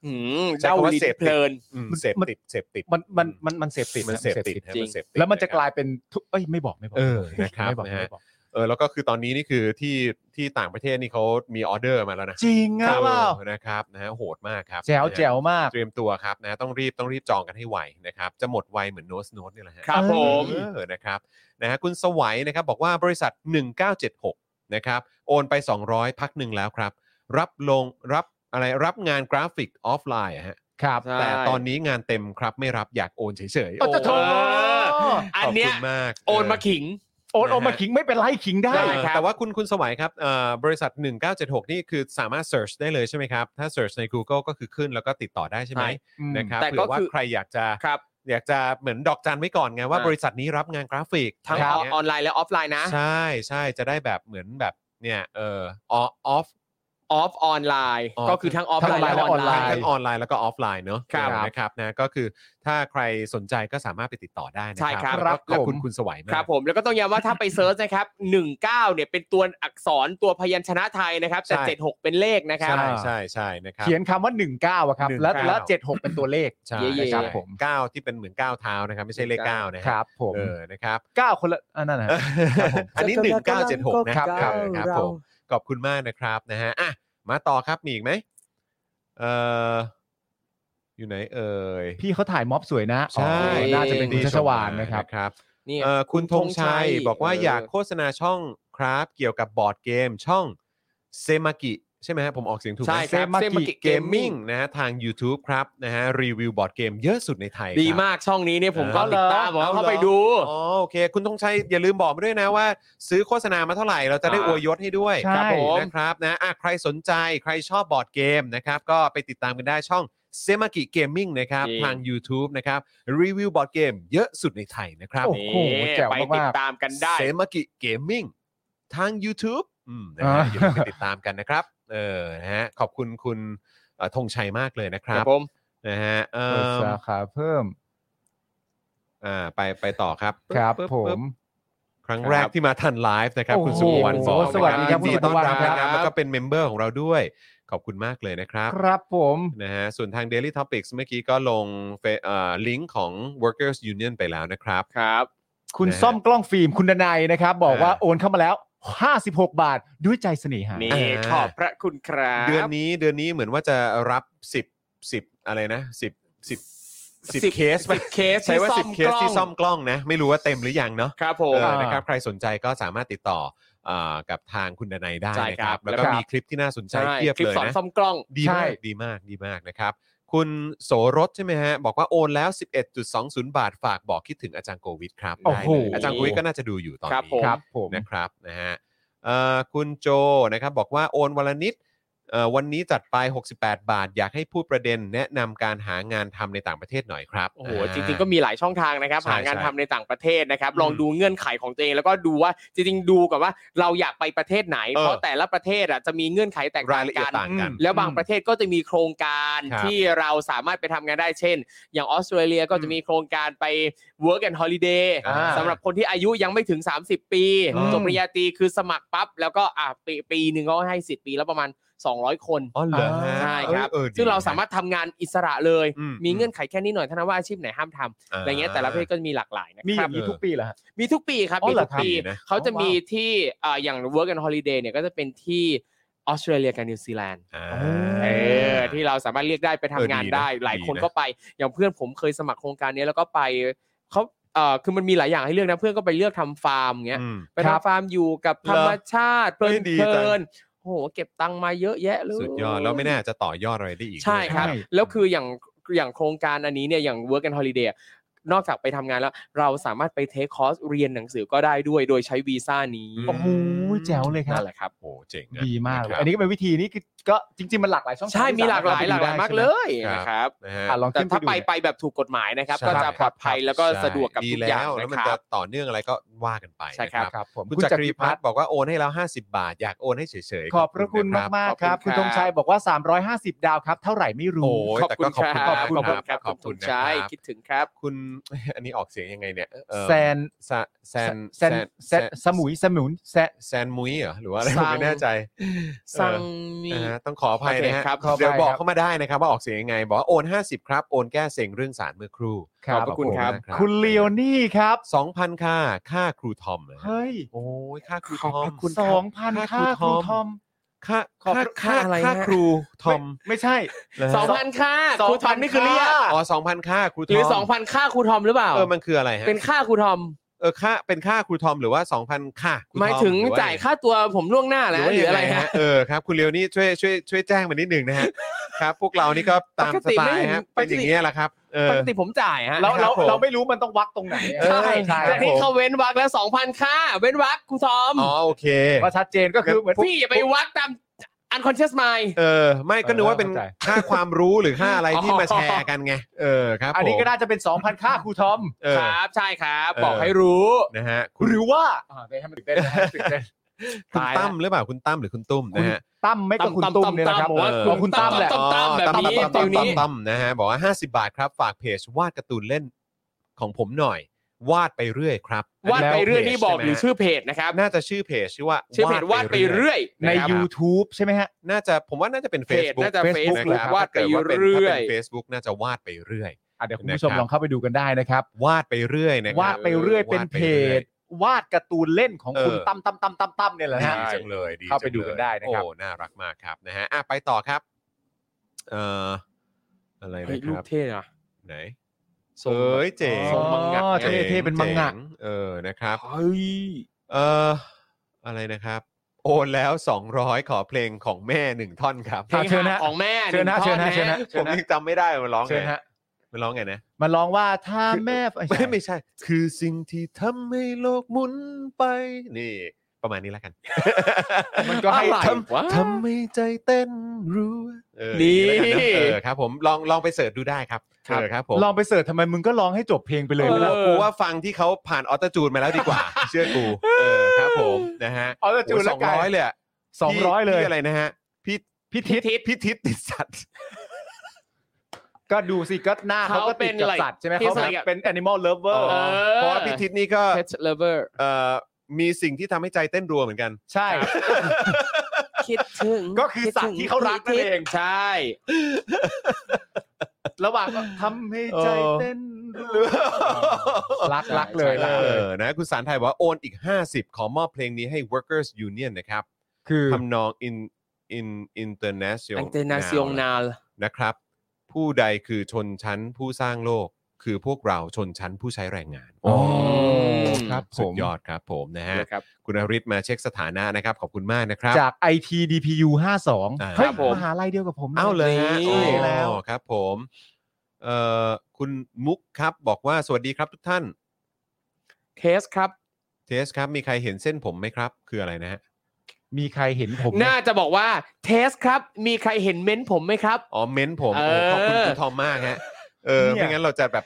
[SPEAKER 3] อืม
[SPEAKER 1] ใช้
[SPEAKER 3] เดา
[SPEAKER 1] คำว่า
[SPEAKER 3] ลิ้น
[SPEAKER 1] เสพติด
[SPEAKER 3] เพลิน
[SPEAKER 1] อืม
[SPEAKER 2] มัน
[SPEAKER 1] เสพติดเสพติด
[SPEAKER 2] มันมันมันมันเสพติด
[SPEAKER 1] มัน
[SPEAKER 2] นะ
[SPEAKER 1] เสพติดฮะ
[SPEAKER 3] จริง
[SPEAKER 1] มันเสพติด
[SPEAKER 2] แล้วมันจะ
[SPEAKER 1] ครับ
[SPEAKER 2] กลายเป็นทุกเอ้ยไม่บอกไม่บอก
[SPEAKER 1] เออนะครับ
[SPEAKER 2] ไม่บอก
[SPEAKER 1] นะฮะ
[SPEAKER 2] ไม่บอก
[SPEAKER 1] เออแล้วก็คือตอนนี้นี่คือที่ที่ต่างประเทศนี่เขามีออเดอร์มาแล้วนะ
[SPEAKER 2] จริง
[SPEAKER 1] ค
[SPEAKER 2] อะ
[SPEAKER 1] รับ
[SPEAKER 2] เปล่า
[SPEAKER 1] นะครับนะฮะโหดมากครับ
[SPEAKER 2] แจ๋ว
[SPEAKER 1] นะฮะ
[SPEAKER 2] แจ๋วมาก
[SPEAKER 1] เตรียมตัวครับนะต้องรีบต้องรีบจองกันให้ไวนะครับจะหมดไวเหมือนโนสโนสนี่แหละฮะ
[SPEAKER 3] ครับ
[SPEAKER 2] เออ
[SPEAKER 3] ผม
[SPEAKER 1] เออนะครับนะฮะคุณสวัยนะครับบอกว่าบริษัท 1976นะครับโอนไป 200 พักหนึ่งแล้วครับ รับลงรับอะไรรับงานกราฟิกออฟไลน์อะฮะ
[SPEAKER 2] ครับ
[SPEAKER 3] ใช่
[SPEAKER 1] แต่ตอนนี้งานเต็มครับไม่รับอยากโอนเฉยๆ
[SPEAKER 2] โอ้โถ
[SPEAKER 3] อันเนี้
[SPEAKER 1] ข
[SPEAKER 3] ย
[SPEAKER 1] บคุณมาก
[SPEAKER 3] โอนมา
[SPEAKER 1] เ
[SPEAKER 3] ขิง
[SPEAKER 2] โอนโอนมาขิงไม่เป็นไรขิงได้
[SPEAKER 1] ได้
[SPEAKER 3] ได้ครับ
[SPEAKER 1] แต่ว่าคุณคุณสวัยครับเอ่อบริษัท 1976 นี่คือสามารถ search ได้เลยใช่ไหมครับ ถ้า search ใน Google ก็คือขึ้นแล้วก็ติดต่อได้ใช่ไหมนะครับ
[SPEAKER 3] แต่
[SPEAKER 1] เผื่
[SPEAKER 3] ก็
[SPEAKER 1] อว่า
[SPEAKER 3] คือ
[SPEAKER 1] ใครอยากจะ
[SPEAKER 3] ครับ
[SPEAKER 1] อยากจะเหมือนดอกจันไว้ก่อนไงว่า
[SPEAKER 3] อ่า
[SPEAKER 1] บริษัทนี้รับงานกราฟิก
[SPEAKER 3] ทั้ง
[SPEAKER 1] ะไร
[SPEAKER 3] อ
[SPEAKER 1] เย
[SPEAKER 3] อนไลน์และออฟไลน์นะ
[SPEAKER 1] ใช่ใช่จะได้แบบเหมือนแบบเนี่ยเออออฟ
[SPEAKER 3] ออฟออนไลน์
[SPEAKER 1] ออฟ
[SPEAKER 3] ก็คือทั้งออฟไลน์และ
[SPEAKER 2] ทั้งอ
[SPEAKER 3] ออ
[SPEAKER 2] อน
[SPEAKER 3] น
[SPEAKER 2] ไล
[SPEAKER 3] ไล
[SPEAKER 2] น์
[SPEAKER 3] น์
[SPEAKER 1] ทั้งออนไลน์แล้วก็ออฟไลน์เนอะ
[SPEAKER 3] ครับ
[SPEAKER 1] นะครับนะก็คือถ้าใครสนใจก็สามารถไปติดต่อได้นะ
[SPEAKER 3] ใช่
[SPEAKER 1] ค
[SPEAKER 3] ครั
[SPEAKER 1] รับ แล้วก็ขอบคุณ
[SPEAKER 2] ครับผม
[SPEAKER 1] คุณสวัยมาก
[SPEAKER 3] ครับผมแล้วก็ต้องย้ำว่าถ้าไปเซิร์ชนะครับ 19 เนี่ยเป็นตัวอักษรตัวพยัญชนะไทยนะครับ แต่ 76 เป็นเลขนะครับ
[SPEAKER 1] ใช่ใช่ใช่นะครับ
[SPEAKER 2] เขียนคำว่า 19อะครับ แล้ว
[SPEAKER 1] 19
[SPEAKER 2] แล้ว76 เป็นตัวเลข
[SPEAKER 1] ใช่
[SPEAKER 3] เย่ๆ
[SPEAKER 1] นะครับ
[SPEAKER 2] ผม
[SPEAKER 1] เก้าที่เป็นเหมือนเก้าเท้านะครับ ไม่ใช่เลขเก้านะ
[SPEAKER 2] ค
[SPEAKER 1] ครับ
[SPEAKER 2] รับผม
[SPEAKER 1] เออนะครับ
[SPEAKER 2] เก้าคนละอันนั้นนะ
[SPEAKER 1] อันนี้หนึ่งเก้าเจ็ดหกนะค
[SPEAKER 2] ครั
[SPEAKER 1] รับบ เออครับผมขอบคุณมากนะครับนะฮะอ่ะมาต่อครับมีอีกไหมเอออยู่ไหนเอ่ย
[SPEAKER 2] พี่เขาถ่ายม็อบสวยนะอ๋อ
[SPEAKER 1] ใช่
[SPEAKER 2] น่าจะเป็นคุณ
[SPEAKER 1] ดี
[SPEAKER 2] ชัชวานนะครับ
[SPEAKER 1] นะครับ
[SPEAKER 3] เนี่ย
[SPEAKER 1] เอ่อคุณธงชัย
[SPEAKER 3] ธงชัย
[SPEAKER 1] บอกว่า
[SPEAKER 3] เออ
[SPEAKER 1] อ
[SPEAKER 3] อ
[SPEAKER 1] ยากโฆษณาช่องครับ เกี่ยวกับบอร์ดเกมช่องเซมากิใช่ไหมฮะผมออกเสียงถูกไหม
[SPEAKER 3] ใช่ครับ
[SPEAKER 2] เซมากิ
[SPEAKER 1] เกมมิ่งนะฮะทาง YouTube ครับนะฮะรีวิวบอร์ดเกมเยอะสุดในไทย
[SPEAKER 3] ดี
[SPEAKER 1] ครับ
[SPEAKER 3] มากช่องนี้เนี่ยผมก็
[SPEAKER 1] เอาเหรอ
[SPEAKER 3] ติดตามผม
[SPEAKER 1] เอาเหรอ
[SPEAKER 3] เข้าไปดู
[SPEAKER 1] อ๋อโอเค คุณธงชัยอย่าลืมบอกมาด้วยนะว่า ซื้อโฆษณามาเท่าไหร่เราจะได้
[SPEAKER 3] อ่า
[SPEAKER 1] อวยยศให้ด้วย
[SPEAKER 2] ใช่
[SPEAKER 3] ผม
[SPEAKER 1] นะครับนะอ่ะใครสนใจใครชอบบอร์ดเกมนะครับก็ไปติดตามกันได้ช่องเซมากิเกมมิ่งนะครับ
[SPEAKER 3] จริง
[SPEAKER 1] ทาง YouTube นะครับรีวิวบอร์ดเกมเยอะสุดในไทยนะครับ
[SPEAKER 2] โอ้โห
[SPEAKER 3] นี่
[SPEAKER 2] แจ๋ว
[SPEAKER 3] ไป
[SPEAKER 2] มากๆ
[SPEAKER 3] ติดตามกันได้
[SPEAKER 1] เซมากิเกมมิ่งทาง YouTube อืมนะฮะ
[SPEAKER 2] อ่า
[SPEAKER 1] อย่าลืมไปติดตามกันนะครับ เออนะฮะขอบคุณคุณเอ่อธงชัยมากเลยนะค
[SPEAKER 3] ค
[SPEAKER 1] รั
[SPEAKER 3] รั
[SPEAKER 1] บบ
[SPEAKER 3] ผม
[SPEAKER 1] นะฮะเอิ่
[SPEAKER 2] เปิด
[SPEAKER 1] ม
[SPEAKER 2] สาขาเพิ่ม
[SPEAKER 1] อ่าไปไปต่อครับ
[SPEAKER 2] ครับ
[SPEAKER 1] ปึ๊บ
[SPEAKER 2] ผ
[SPEAKER 1] ปึ๊
[SPEAKER 2] ม
[SPEAKER 1] บครั้งแรกที่มาทันไลฟ์นะครับ
[SPEAKER 2] โอ้โห
[SPEAKER 1] คุณสุวรรณบอกนะ
[SPEAKER 2] สวัสดีครับ
[SPEAKER 1] ยิน
[SPEAKER 2] คุณสุ
[SPEAKER 1] ต้อน
[SPEAKER 2] วรรณ
[SPEAKER 1] รับ
[SPEAKER 2] ครั
[SPEAKER 1] นะ
[SPEAKER 2] บ
[SPEAKER 1] ครับแล้วก็เป็นเมมเบอร์ของเราด้วย ขอบคุณมากเลยนะครับ
[SPEAKER 2] ครับผม
[SPEAKER 1] นะฮะส่วนทาง Daily Topics เมื่อกี้ก็ลงเฟเอ่อลิงก์ของ Workers Union ไปแล้วนะครับ
[SPEAKER 3] ครับ
[SPEAKER 2] คุณ
[SPEAKER 1] นะฮะ
[SPEAKER 2] ซ่อมกล้องฟิล์มคุณดนัยนะครับ บอกว่า
[SPEAKER 1] อ่า
[SPEAKER 2] โอนเข้ามาแล้ว 56 บาทด้วยใจเสน่หาน
[SPEAKER 3] นี่ขอบพระคุณครับ
[SPEAKER 1] เดือนนี้เดือนนี้เหมือนว่าจะรับ 10 10 อะไรนะ 10 10 10
[SPEAKER 3] 10
[SPEAKER 1] เคสไหม
[SPEAKER 3] 10เคสที่
[SPEAKER 1] ใช้ว่า
[SPEAKER 3] ซ่อม
[SPEAKER 1] 10 เคสที่
[SPEAKER 3] กล้อง
[SPEAKER 1] ซ่อมกล้องนะ ไม่รู้ว่าเต็มหรือยังเนาะ
[SPEAKER 3] ครับผ
[SPEAKER 1] เอ
[SPEAKER 3] ม
[SPEAKER 1] อนะครับใครสนใจก็สามารถติดต่ออ่ากับทางคุณดนัยได้
[SPEAKER 3] ใช่
[SPEAKER 1] นะค
[SPEAKER 3] ครั
[SPEAKER 1] รับ
[SPEAKER 3] บ
[SPEAKER 1] แล้วก็
[SPEAKER 3] แล้วก็
[SPEAKER 1] มีคลิปที่น่าสนใจ
[SPEAKER 3] ใช่
[SPEAKER 1] เพียบ
[SPEAKER 3] คลิป
[SPEAKER 1] เลย
[SPEAKER 3] สอน
[SPEAKER 1] นะ
[SPEAKER 3] ซ่อมกล้อง
[SPEAKER 1] ดีมากดีมากดีมากนะครับ คุณโสรสใช่ไหมฮะ บอกว่าโอนแล้ว 11.20 บาทฝากบอกคิดถึงอาจารย์โกวิทครับ
[SPEAKER 2] โอ้
[SPEAKER 1] ได้
[SPEAKER 2] โห
[SPEAKER 1] เลยอาจารย์โกวิทก็น่าจะดูอยู่ตอน
[SPEAKER 3] ครับ
[SPEAKER 1] นี้
[SPEAKER 3] ผม
[SPEAKER 2] ครับผม
[SPEAKER 1] นะครับนะฮะเอ่อคุณโจนะครับบอกว่าโอนวันละนิดเอ่อวันนี้จัดไป 68 บาท อยากให้พูดประเด็นแนะนำการหางานทำในต่างประเทศหน่อยครับ
[SPEAKER 3] โอ้โหจริงๆก็มีหลายช่องทางนะครับ
[SPEAKER 1] ใช่
[SPEAKER 3] หางาน
[SPEAKER 1] ใช่
[SPEAKER 3] ทำในต่างประเทศนะครับ
[SPEAKER 1] อืม
[SPEAKER 3] ลองดูเงื่อนไขของตัวเองแล้วก็ดูว่าจริงๆดูกับว่าเราอยากไปประเทศไหน
[SPEAKER 1] เออ
[SPEAKER 3] เพราะแต่ละประเทศอ่ะจะมีเงื่อนไขแตก
[SPEAKER 1] ราย
[SPEAKER 3] ต่าง
[SPEAKER 1] ละเอียด
[SPEAKER 3] กัน
[SPEAKER 1] ต่างกัน
[SPEAKER 3] แล้วบางประเทศก็จะมีโครงการ
[SPEAKER 1] ครับ
[SPEAKER 3] ที่เราสามารถไปทำงานได้เช่น อย่างออสเตรเลียก็จะมีโครงการไป work and holiday
[SPEAKER 1] อ่า
[SPEAKER 3] สำหรับคนที่อายุยังไม่ถึง 30 ปี
[SPEAKER 1] อืม
[SPEAKER 3] จบปริญญาตรีคือสมัครปั๊บ แล้วก็อ่ะปีปีหนึ่งก็ให้สิทธิ์ปีแล้วประมาณ 200 คน
[SPEAKER 1] อ๋อเหรอฮะ
[SPEAKER 3] ใช่ครับ
[SPEAKER 1] ออออดี
[SPEAKER 3] ซึ่งเรา
[SPEAKER 1] นะ
[SPEAKER 3] สามารถทำงานอิสระเลย
[SPEAKER 1] อืม
[SPEAKER 3] มีเงื่อนไขแค่นี้หน่อยเท่านั้นว่าอาชีพไหนห้ามทำอะไรเงี้ยแต่ละประเภทก็มีหลากหลายนะ
[SPEAKER 2] มีอ
[SPEAKER 3] ครับ
[SPEAKER 2] ย่างนี้ทุกปีเหรอฮะ
[SPEAKER 3] มีทุกปีครับ
[SPEAKER 2] อ๋อ
[SPEAKER 3] มี
[SPEAKER 2] เหร
[SPEAKER 3] ทุ
[SPEAKER 2] อก ครับ
[SPEAKER 3] ปี
[SPEAKER 1] ดีนะ
[SPEAKER 3] เขาจะ
[SPEAKER 2] อ๋อว้าว
[SPEAKER 3] มีที่อ่าอย่าง work and holiday เนี่ยก็จะเป็นที่ออสเตรเลียกับนิวซีแลนด์
[SPEAKER 1] อ่า
[SPEAKER 3] เออที่เราสามารถเรียกได้ไปทำ
[SPEAKER 1] เออดีนะ
[SPEAKER 3] งานได้ หลายคน
[SPEAKER 1] ดีนะ
[SPEAKER 3] ก็ไป อย่างเพื่อนผมเคยสมัครโครงการนี้แล้วก็ไปเขาเอ่อคือมันมีหลายอย่างให้เลือกนะเพื่อนก็ไปเลือกทำฟาร์มเงี้ย
[SPEAKER 1] อืม
[SPEAKER 3] ไปทำฟาร์มอยู่กับ
[SPEAKER 1] เหรอ
[SPEAKER 3] ธรรมชาติเพลิ
[SPEAKER 1] เฮ้
[SPEAKER 3] น
[SPEAKER 1] ยดี
[SPEAKER 3] เพ
[SPEAKER 1] จัง
[SPEAKER 3] ลินโอ้โหเก็บตังค์มาเยอะแยะเลย
[SPEAKER 1] สุดยอด แล้วไม่แน่อาจจะต่อยอดอะไรได้อีก
[SPEAKER 3] ใช่
[SPEAKER 1] ด้วย
[SPEAKER 3] ครับ
[SPEAKER 1] นะ
[SPEAKER 3] แล้วคืออย่างอย่างโครงการอันนี้เนี่ยอย่าง work and holiday อะนอกจากไปทำงานแล้ว เราสามารถไปเทคคอร์สเรียนหนังสือก็ได้ด้วย โดยใช้วีซ่านี้
[SPEAKER 1] อืม
[SPEAKER 2] โอ้โหแจ๋วเลยครั
[SPEAKER 3] นั่
[SPEAKER 2] บ
[SPEAKER 3] นแหละครับ
[SPEAKER 1] โอ้เจ๋งอะ
[SPEAKER 2] ดีมากเลย
[SPEAKER 1] นะครับ
[SPEAKER 2] อันนี้ก็เป็นวิธีนี้คือก็จริง ๆ มันหลากหลายช่องทาง
[SPEAKER 3] ใช่มี
[SPEAKER 2] ที่
[SPEAKER 3] หลากหลายห
[SPEAKER 2] ส
[SPEAKER 3] ลาก
[SPEAKER 2] รถ
[SPEAKER 3] หลายมาก
[SPEAKER 2] ไปดู
[SPEAKER 3] เล
[SPEAKER 2] ได้ใช่ไห
[SPEAKER 3] ย
[SPEAKER 1] ครับ
[SPEAKER 3] นะ
[SPEAKER 1] นะ
[SPEAKER 3] ครับ
[SPEAKER 1] ฮะ
[SPEAKER 2] อ่ะลอง
[SPEAKER 3] แต่
[SPEAKER 2] ขึ้นไป
[SPEAKER 3] ถ้า
[SPEAKER 2] ดูห
[SPEAKER 3] ไป
[SPEAKER 2] น่อย
[SPEAKER 3] ไปแบบถูกกฎหมายนะครับ
[SPEAKER 1] ใช่
[SPEAKER 3] ก็จะปลอดภัยแล้วก็
[SPEAKER 1] ใช่
[SPEAKER 3] สะดวกกับทุกอย่าง
[SPEAKER 1] ดีแล้วแล้วมัน
[SPEAKER 3] นะค
[SPEAKER 1] จะ
[SPEAKER 3] รับ
[SPEAKER 1] ต่อเนื่องอะไรก็ว่ากันไป
[SPEAKER 3] ใช่
[SPEAKER 1] นะครับ
[SPEAKER 2] ครับผม
[SPEAKER 1] คุณ
[SPEAKER 2] คุณจั
[SPEAKER 1] จัก
[SPEAKER 2] กรี
[SPEAKER 1] รี
[SPEAKER 2] พั
[SPEAKER 1] พัฒ
[SPEAKER 2] ฒน์
[SPEAKER 1] น์บอกว่าโอนให้แล้ว 50 บาท อยากโอนให้เฉย
[SPEAKER 2] ขอบพระคุณ
[SPEAKER 1] นรั
[SPEAKER 2] มากๆครับ
[SPEAKER 3] ขอบคุณ
[SPEAKER 2] คุณธ
[SPEAKER 3] ครับ
[SPEAKER 2] งชัยบอกว่า 350 ดาวครับ เท่าไหร่ไม่
[SPEAKER 1] โอ้
[SPEAKER 2] รู้
[SPEAKER 1] ยแต่ก็ขอบคุณ
[SPEAKER 3] ขอบคุณ
[SPEAKER 1] ครับ
[SPEAKER 3] ครับ
[SPEAKER 1] ขอบคุณ
[SPEAKER 3] ณ
[SPEAKER 1] นะค
[SPEAKER 3] ชัย
[SPEAKER 1] รับ
[SPEAKER 3] คิดถึงครับ
[SPEAKER 1] คุณ อันนี้ออกเสียงยังไงเนี่ยเอ่อ
[SPEAKER 2] แซน
[SPEAKER 1] ซะแซน
[SPEAKER 2] แซนแซนสมุยสมุนแซน
[SPEAKER 1] แซนมุ้ยเหรอหรือว่าอะไรผ
[SPEAKER 3] ซั
[SPEAKER 1] ม
[SPEAKER 3] ง
[SPEAKER 1] ไม่แน่ใจ
[SPEAKER 3] สั่ง
[SPEAKER 1] เออ
[SPEAKER 3] มี
[SPEAKER 1] นะฮะต้องขออภัยนะฮะ
[SPEAKER 3] โอเคครับ
[SPEAKER 1] เดี๋ยว
[SPEAKER 2] ขออภัย
[SPEAKER 1] บอก
[SPEAKER 2] ครับ
[SPEAKER 1] เข้ามาได้นะครับ ว่าออกเสียงยังไง บอกว่าโอน 50 ครับ โอนแก้เซ็งเรื่องสารเมื่อครู่
[SPEAKER 3] ขอบพระคุณครับ
[SPEAKER 1] ขอ
[SPEAKER 2] คุณเลโอนี่ครับ
[SPEAKER 1] 2,000 ค่า ค่าครูทอมนะฮะ
[SPEAKER 2] เฮ้ย
[SPEAKER 1] โอ้ยค่าครูท
[SPEAKER 3] ขอ
[SPEAKER 1] อบ
[SPEAKER 3] พ
[SPEAKER 1] ม
[SPEAKER 3] ระคุณ
[SPEAKER 2] ส
[SPEAKER 3] ครั
[SPEAKER 2] อบ งพันค่าครูทอม
[SPEAKER 1] ค่า
[SPEAKER 2] ขอบ
[SPEAKER 1] ค่า
[SPEAKER 2] พระ
[SPEAKER 1] ค่า
[SPEAKER 3] ค่าอะไร
[SPEAKER 1] ค่า
[SPEAKER 3] ฮะ
[SPEAKER 1] ครูทอม
[SPEAKER 2] ไม่ไม่ใช่
[SPEAKER 1] นะฮะ
[SPEAKER 3] สองพันค่า
[SPEAKER 2] สอ
[SPEAKER 3] ค
[SPEAKER 2] ง
[SPEAKER 3] รูทอมนี่คือเรียก
[SPEAKER 1] อ๋อ2,000 ค่าครูทอม
[SPEAKER 3] หรือสองพันค่าครูทอมหรือเปล่า
[SPEAKER 1] เออมันคืออะไรฮะ
[SPEAKER 3] เป็นค่าครูทอม
[SPEAKER 1] เออค่าเป็นค่าครูทอมหรือว่า 2,000 ค่าครูทอม
[SPEAKER 3] หมายถึง
[SPEAKER 1] หรือว่
[SPEAKER 3] จ่ายค่าตัวผมล่วงหน้าแล้วห
[SPEAKER 1] ห
[SPEAKER 3] รื
[SPEAKER 1] รือ ออะ
[SPEAKER 3] อะ
[SPEAKER 1] ไร ไร
[SPEAKER 3] ฮะ
[SPEAKER 1] ฮะเออครับคุณเลวนี่ช่วยช่วยช่วยแจ้งมานิดหนึ่ง นะฮะครับ พวกเรานี่ก็ตาม
[SPEAKER 3] ปก
[SPEAKER 1] ส
[SPEAKER 3] ติ
[SPEAKER 1] ไต
[SPEAKER 3] ไม่
[SPEAKER 1] ล์ฮะเป็นอย่าง
[SPEAKER 3] ปกติ
[SPEAKER 1] เงี้ยแหละครับเออ
[SPEAKER 3] ปกติผมจ่ายฮะ
[SPEAKER 2] แล้วเรา
[SPEAKER 1] ครับผม
[SPEAKER 2] เราไม่รู้มันต้องวักตรงไหน
[SPEAKER 1] เออ
[SPEAKER 3] ใช่
[SPEAKER 1] ใช่ครับ
[SPEAKER 3] แต่นี่เขาเว้นวักแล้วสองพันค่า เว้นวักครูทอม
[SPEAKER 1] อ๋อโอเค
[SPEAKER 2] ก็ชัดเจนก็คือเหมือน
[SPEAKER 3] พี่อย่าไปวักตามอันคอนเชียสไมล์
[SPEAKER 1] เออไม่ก็นึกว่าเป็น
[SPEAKER 2] เข้าใจ
[SPEAKER 1] ค่าความรู้หรือค่าอะไรที่
[SPEAKER 3] อ๋อ
[SPEAKER 1] มาแชร์กันไงเออครับ
[SPEAKER 2] อันนี้
[SPEAKER 1] ผม
[SPEAKER 2] ก็น่าจะเป็น 2,000 ค่าครูทอม
[SPEAKER 1] เออ
[SPEAKER 3] ครับ ใช่ครับ
[SPEAKER 1] เออ
[SPEAKER 3] บอกให้รู้
[SPEAKER 1] นะฮะคุณ
[SPEAKER 2] หรือว่าอ่าให้มันตื่นเต้นนะให้มันตื่นเต้น
[SPEAKER 1] คุณ
[SPEAKER 3] ตายละ
[SPEAKER 1] ตั้มหรือเปล่าคุณตั้มหรือคุณตุ้มนะฮะ
[SPEAKER 2] ตั้มไม่ก็คุณตุ้มเนี่ยนะครับ
[SPEAKER 3] ต
[SPEAKER 2] ขอ
[SPEAKER 3] ั้มตั้มตั้ม
[SPEAKER 2] คุณตั้มแหละ
[SPEAKER 3] ตั้ม แบบนี้
[SPEAKER 1] ตั้มตั้ม
[SPEAKER 3] ฟิลนี้
[SPEAKER 1] ตั้มตั้มนะฮะบอกว่า 50 บาทครับฝากเพจวาดการ์ตูนเล่นของผมหน่อย วาดไปเรื่อยครับ
[SPEAKER 3] วาดไปเรื่อย
[SPEAKER 1] แล้วพจ
[SPEAKER 3] นี่บอก
[SPEAKER 1] ใช่
[SPEAKER 3] ห
[SPEAKER 1] ไม
[SPEAKER 3] รือชื่อเพจนะครับ
[SPEAKER 1] ฮะน่าจะชื่อเพจชื่อว่า
[SPEAKER 3] ชื่อเพจวาดไปเรื่อย
[SPEAKER 2] ใน
[SPEAKER 3] ะครับ
[SPEAKER 2] YouTube ใช่ไหมฮะ
[SPEAKER 1] น่าจะผมว่าน่าจะเป็น
[SPEAKER 3] เพจ
[SPEAKER 1] Facebook
[SPEAKER 3] น่าจะ
[SPEAKER 1] Facebook
[SPEAKER 3] Facebook
[SPEAKER 1] นะครับ
[SPEAKER 3] วาดไป
[SPEAKER 1] ถ้กิ
[SPEAKER 3] เรื่
[SPEAKER 1] ว่า
[SPEAKER 3] อย
[SPEAKER 1] เป็นถ้าเป็น Facebook น่าจะวาดไปเรื่อย
[SPEAKER 2] อ่ะเดี๋ยวคุณผู้ชม
[SPEAKER 1] นะครับ
[SPEAKER 2] ลองเข้าไปดูกันได้นะครับ
[SPEAKER 1] วาดไปเรื่อยนะครับ
[SPEAKER 2] วาดไปเรื่อยเป็น
[SPEAKER 1] วาด
[SPEAKER 2] เพ
[SPEAKER 1] ไรื่อย
[SPEAKER 2] จ วาดการ์ตูนเล่นของคุณ
[SPEAKER 1] เออ
[SPEAKER 2] ตั้มตั้มตั้มตั้มตั้มเนี่ยแหละ
[SPEAKER 1] ดี
[SPEAKER 2] ฮะ
[SPEAKER 1] จังเลยดี
[SPEAKER 2] เข้าไป
[SPEAKER 1] จังลย
[SPEAKER 2] ดูกันได้นะครับ
[SPEAKER 1] โอ้น่ารักมากครับนะฮะอ่ะไปต่อครับเอ่ออะไร
[SPEAKER 3] เฮ้
[SPEAKER 1] นะ
[SPEAKER 3] ย
[SPEAKER 1] ค
[SPEAKER 3] ลูก
[SPEAKER 1] รับ
[SPEAKER 3] เท่นะ
[SPEAKER 1] ไหน
[SPEAKER 3] ทรง
[SPEAKER 1] เอ้ยเจ๋ง
[SPEAKER 2] ทรงมังงะ
[SPEAKER 1] เจ๋ง
[SPEAKER 2] เท่ๆเป็นมังงะ
[SPEAKER 1] เจ๋เออนะครับ
[SPEAKER 3] เฮ้ย
[SPEAKER 1] เอ่ออะไรนะครับ โอนแล้ว 200 ขอเพลงของแม่หนึ่งท่อนครับ
[SPEAKER 3] เพลง
[SPEAKER 2] เชิญฮะ
[SPEAKER 3] หาของแม่
[SPEAKER 2] เชิญนะ
[SPEAKER 3] หง
[SPEAKER 2] เชิญ
[SPEAKER 3] ท่อ
[SPEAKER 2] นะเชิญนะ
[SPEAKER 1] ผมยังจำไม่ได้ว่ามันร้อง
[SPEAKER 2] เชิ
[SPEAKER 1] ไง
[SPEAKER 2] ญฮะ
[SPEAKER 1] มันร้องไงนะ
[SPEAKER 2] มาลองว่าถ้าแม่เอ้ย
[SPEAKER 1] ไม่ไม่ใช่ คือสิ่งที่ทำให้โลกหมุนไป นี่ ประมาณนี้แล้วกัน
[SPEAKER 2] มันก็ให้
[SPEAKER 3] อะไรวะ
[SPEAKER 1] ทำให้ใจเต้นรู้เออ
[SPEAKER 3] นี่
[SPEAKER 1] อย่างแล้วกัะเออครับ ผมลองลองไปเสิร์ชดูได้ครับ
[SPEAKER 2] ครับ
[SPEAKER 1] เออครับผม
[SPEAKER 2] ลองไปเสิร์ชทำไมมึงก็ร้องให้จบเพลงไปเลย
[SPEAKER 3] ออ
[SPEAKER 1] กู
[SPEAKER 2] ไม่ล่ะ
[SPEAKER 1] กูว่าฟังที่เขาผ่านออโตจูนมาแล้วดีกว่า เชื่อกูเออครับผมนะฮะ
[SPEAKER 2] เอาละจูน
[SPEAKER 1] ส
[SPEAKER 2] แล้
[SPEAKER 1] อ
[SPEAKER 2] ว
[SPEAKER 1] ง
[SPEAKER 2] กัน
[SPEAKER 1] ร้อยเลยะ
[SPEAKER 2] สองร้อย
[SPEAKER 1] พี่
[SPEAKER 2] เลย
[SPEAKER 1] พี่อะไรนะฮะพี่
[SPEAKER 2] พี่ทิศ
[SPEAKER 1] พี่ทิศติดสัตว์
[SPEAKER 2] ก็ดูสิก็หน้าเขาก็
[SPEAKER 3] เขาเป็
[SPEAKER 2] ติด
[SPEAKER 3] น
[SPEAKER 2] กับ
[SPEAKER 3] อะไร
[SPEAKER 2] สัตว์ใช่ไหม
[SPEAKER 3] ที่
[SPEAKER 2] เขา
[SPEAKER 3] ใส่
[SPEAKER 2] แบบ
[SPEAKER 3] กับ
[SPEAKER 2] เป็น animal lover
[SPEAKER 3] เออ
[SPEAKER 1] เพราะว่าพี่ทิศนี่ก็
[SPEAKER 3] pet lover
[SPEAKER 1] เอ่อมีสิ่งที่ทำให้ใจเต้นรัวเหมือนกัน
[SPEAKER 2] ใช่
[SPEAKER 3] คิดถึง
[SPEAKER 2] ก็คือสัตว์ที่เขารักนั่นเอง
[SPEAKER 3] ใช่
[SPEAKER 2] ระหว่างก็ทำให้ใจเต้น
[SPEAKER 1] หรือ
[SPEAKER 2] รักรักเลย
[SPEAKER 1] เอ
[SPEAKER 2] รักเลย
[SPEAKER 1] อนะคุณสารไทยบอกว่าโอนอีก 50 ขอมอบเพลงนี้ให้ workers union นะครับ
[SPEAKER 2] คือ
[SPEAKER 1] ทำนอง in in international
[SPEAKER 3] international
[SPEAKER 1] นะครับ ผู้ใดคือชนชั้นผู้สร้างโลก ค คือพวกเราชนชั้นผู้ใช้แรงงาน
[SPEAKER 3] อ๋อ
[SPEAKER 2] ครับผ
[SPEAKER 1] สุด
[SPEAKER 2] ม
[SPEAKER 1] ยอดครับผมนะฮะ
[SPEAKER 3] นะครับ
[SPEAKER 1] คุณอริศมาเช็คสถานะนะครับ ขอบคุณมากนะครับ
[SPEAKER 2] จาก ITDPU
[SPEAKER 1] อ่า
[SPEAKER 2] 52
[SPEAKER 1] ค
[SPEAKER 2] เฮ้ย
[SPEAKER 1] รับผม
[SPEAKER 2] มหาลัยเดียวกับผม
[SPEAKER 1] เอ้าเลยฮะ
[SPEAKER 3] นี่
[SPEAKER 1] โอ้
[SPEAKER 2] แล้ว
[SPEAKER 1] ครับผมเอ่อคุณมุกครับบอกว่าสวัสดีครับทุกท่าน
[SPEAKER 3] เคสครับ
[SPEAKER 1] เทสครับ มีใครเห็นเส้นผมไหมครับ คืออะไรนะฮะ
[SPEAKER 2] มีใครเห็นผม
[SPEAKER 3] น่าจะบอกว่าเทสครับ มีใครเห็นเม้นต์ผมไหมครับ
[SPEAKER 1] อ๋อเม้นผม
[SPEAKER 3] เอ
[SPEAKER 1] โอ้
[SPEAKER 3] อ
[SPEAKER 1] ขอบคุณคุณทอมมากฮะเออไม่งั้นเราจะแบบ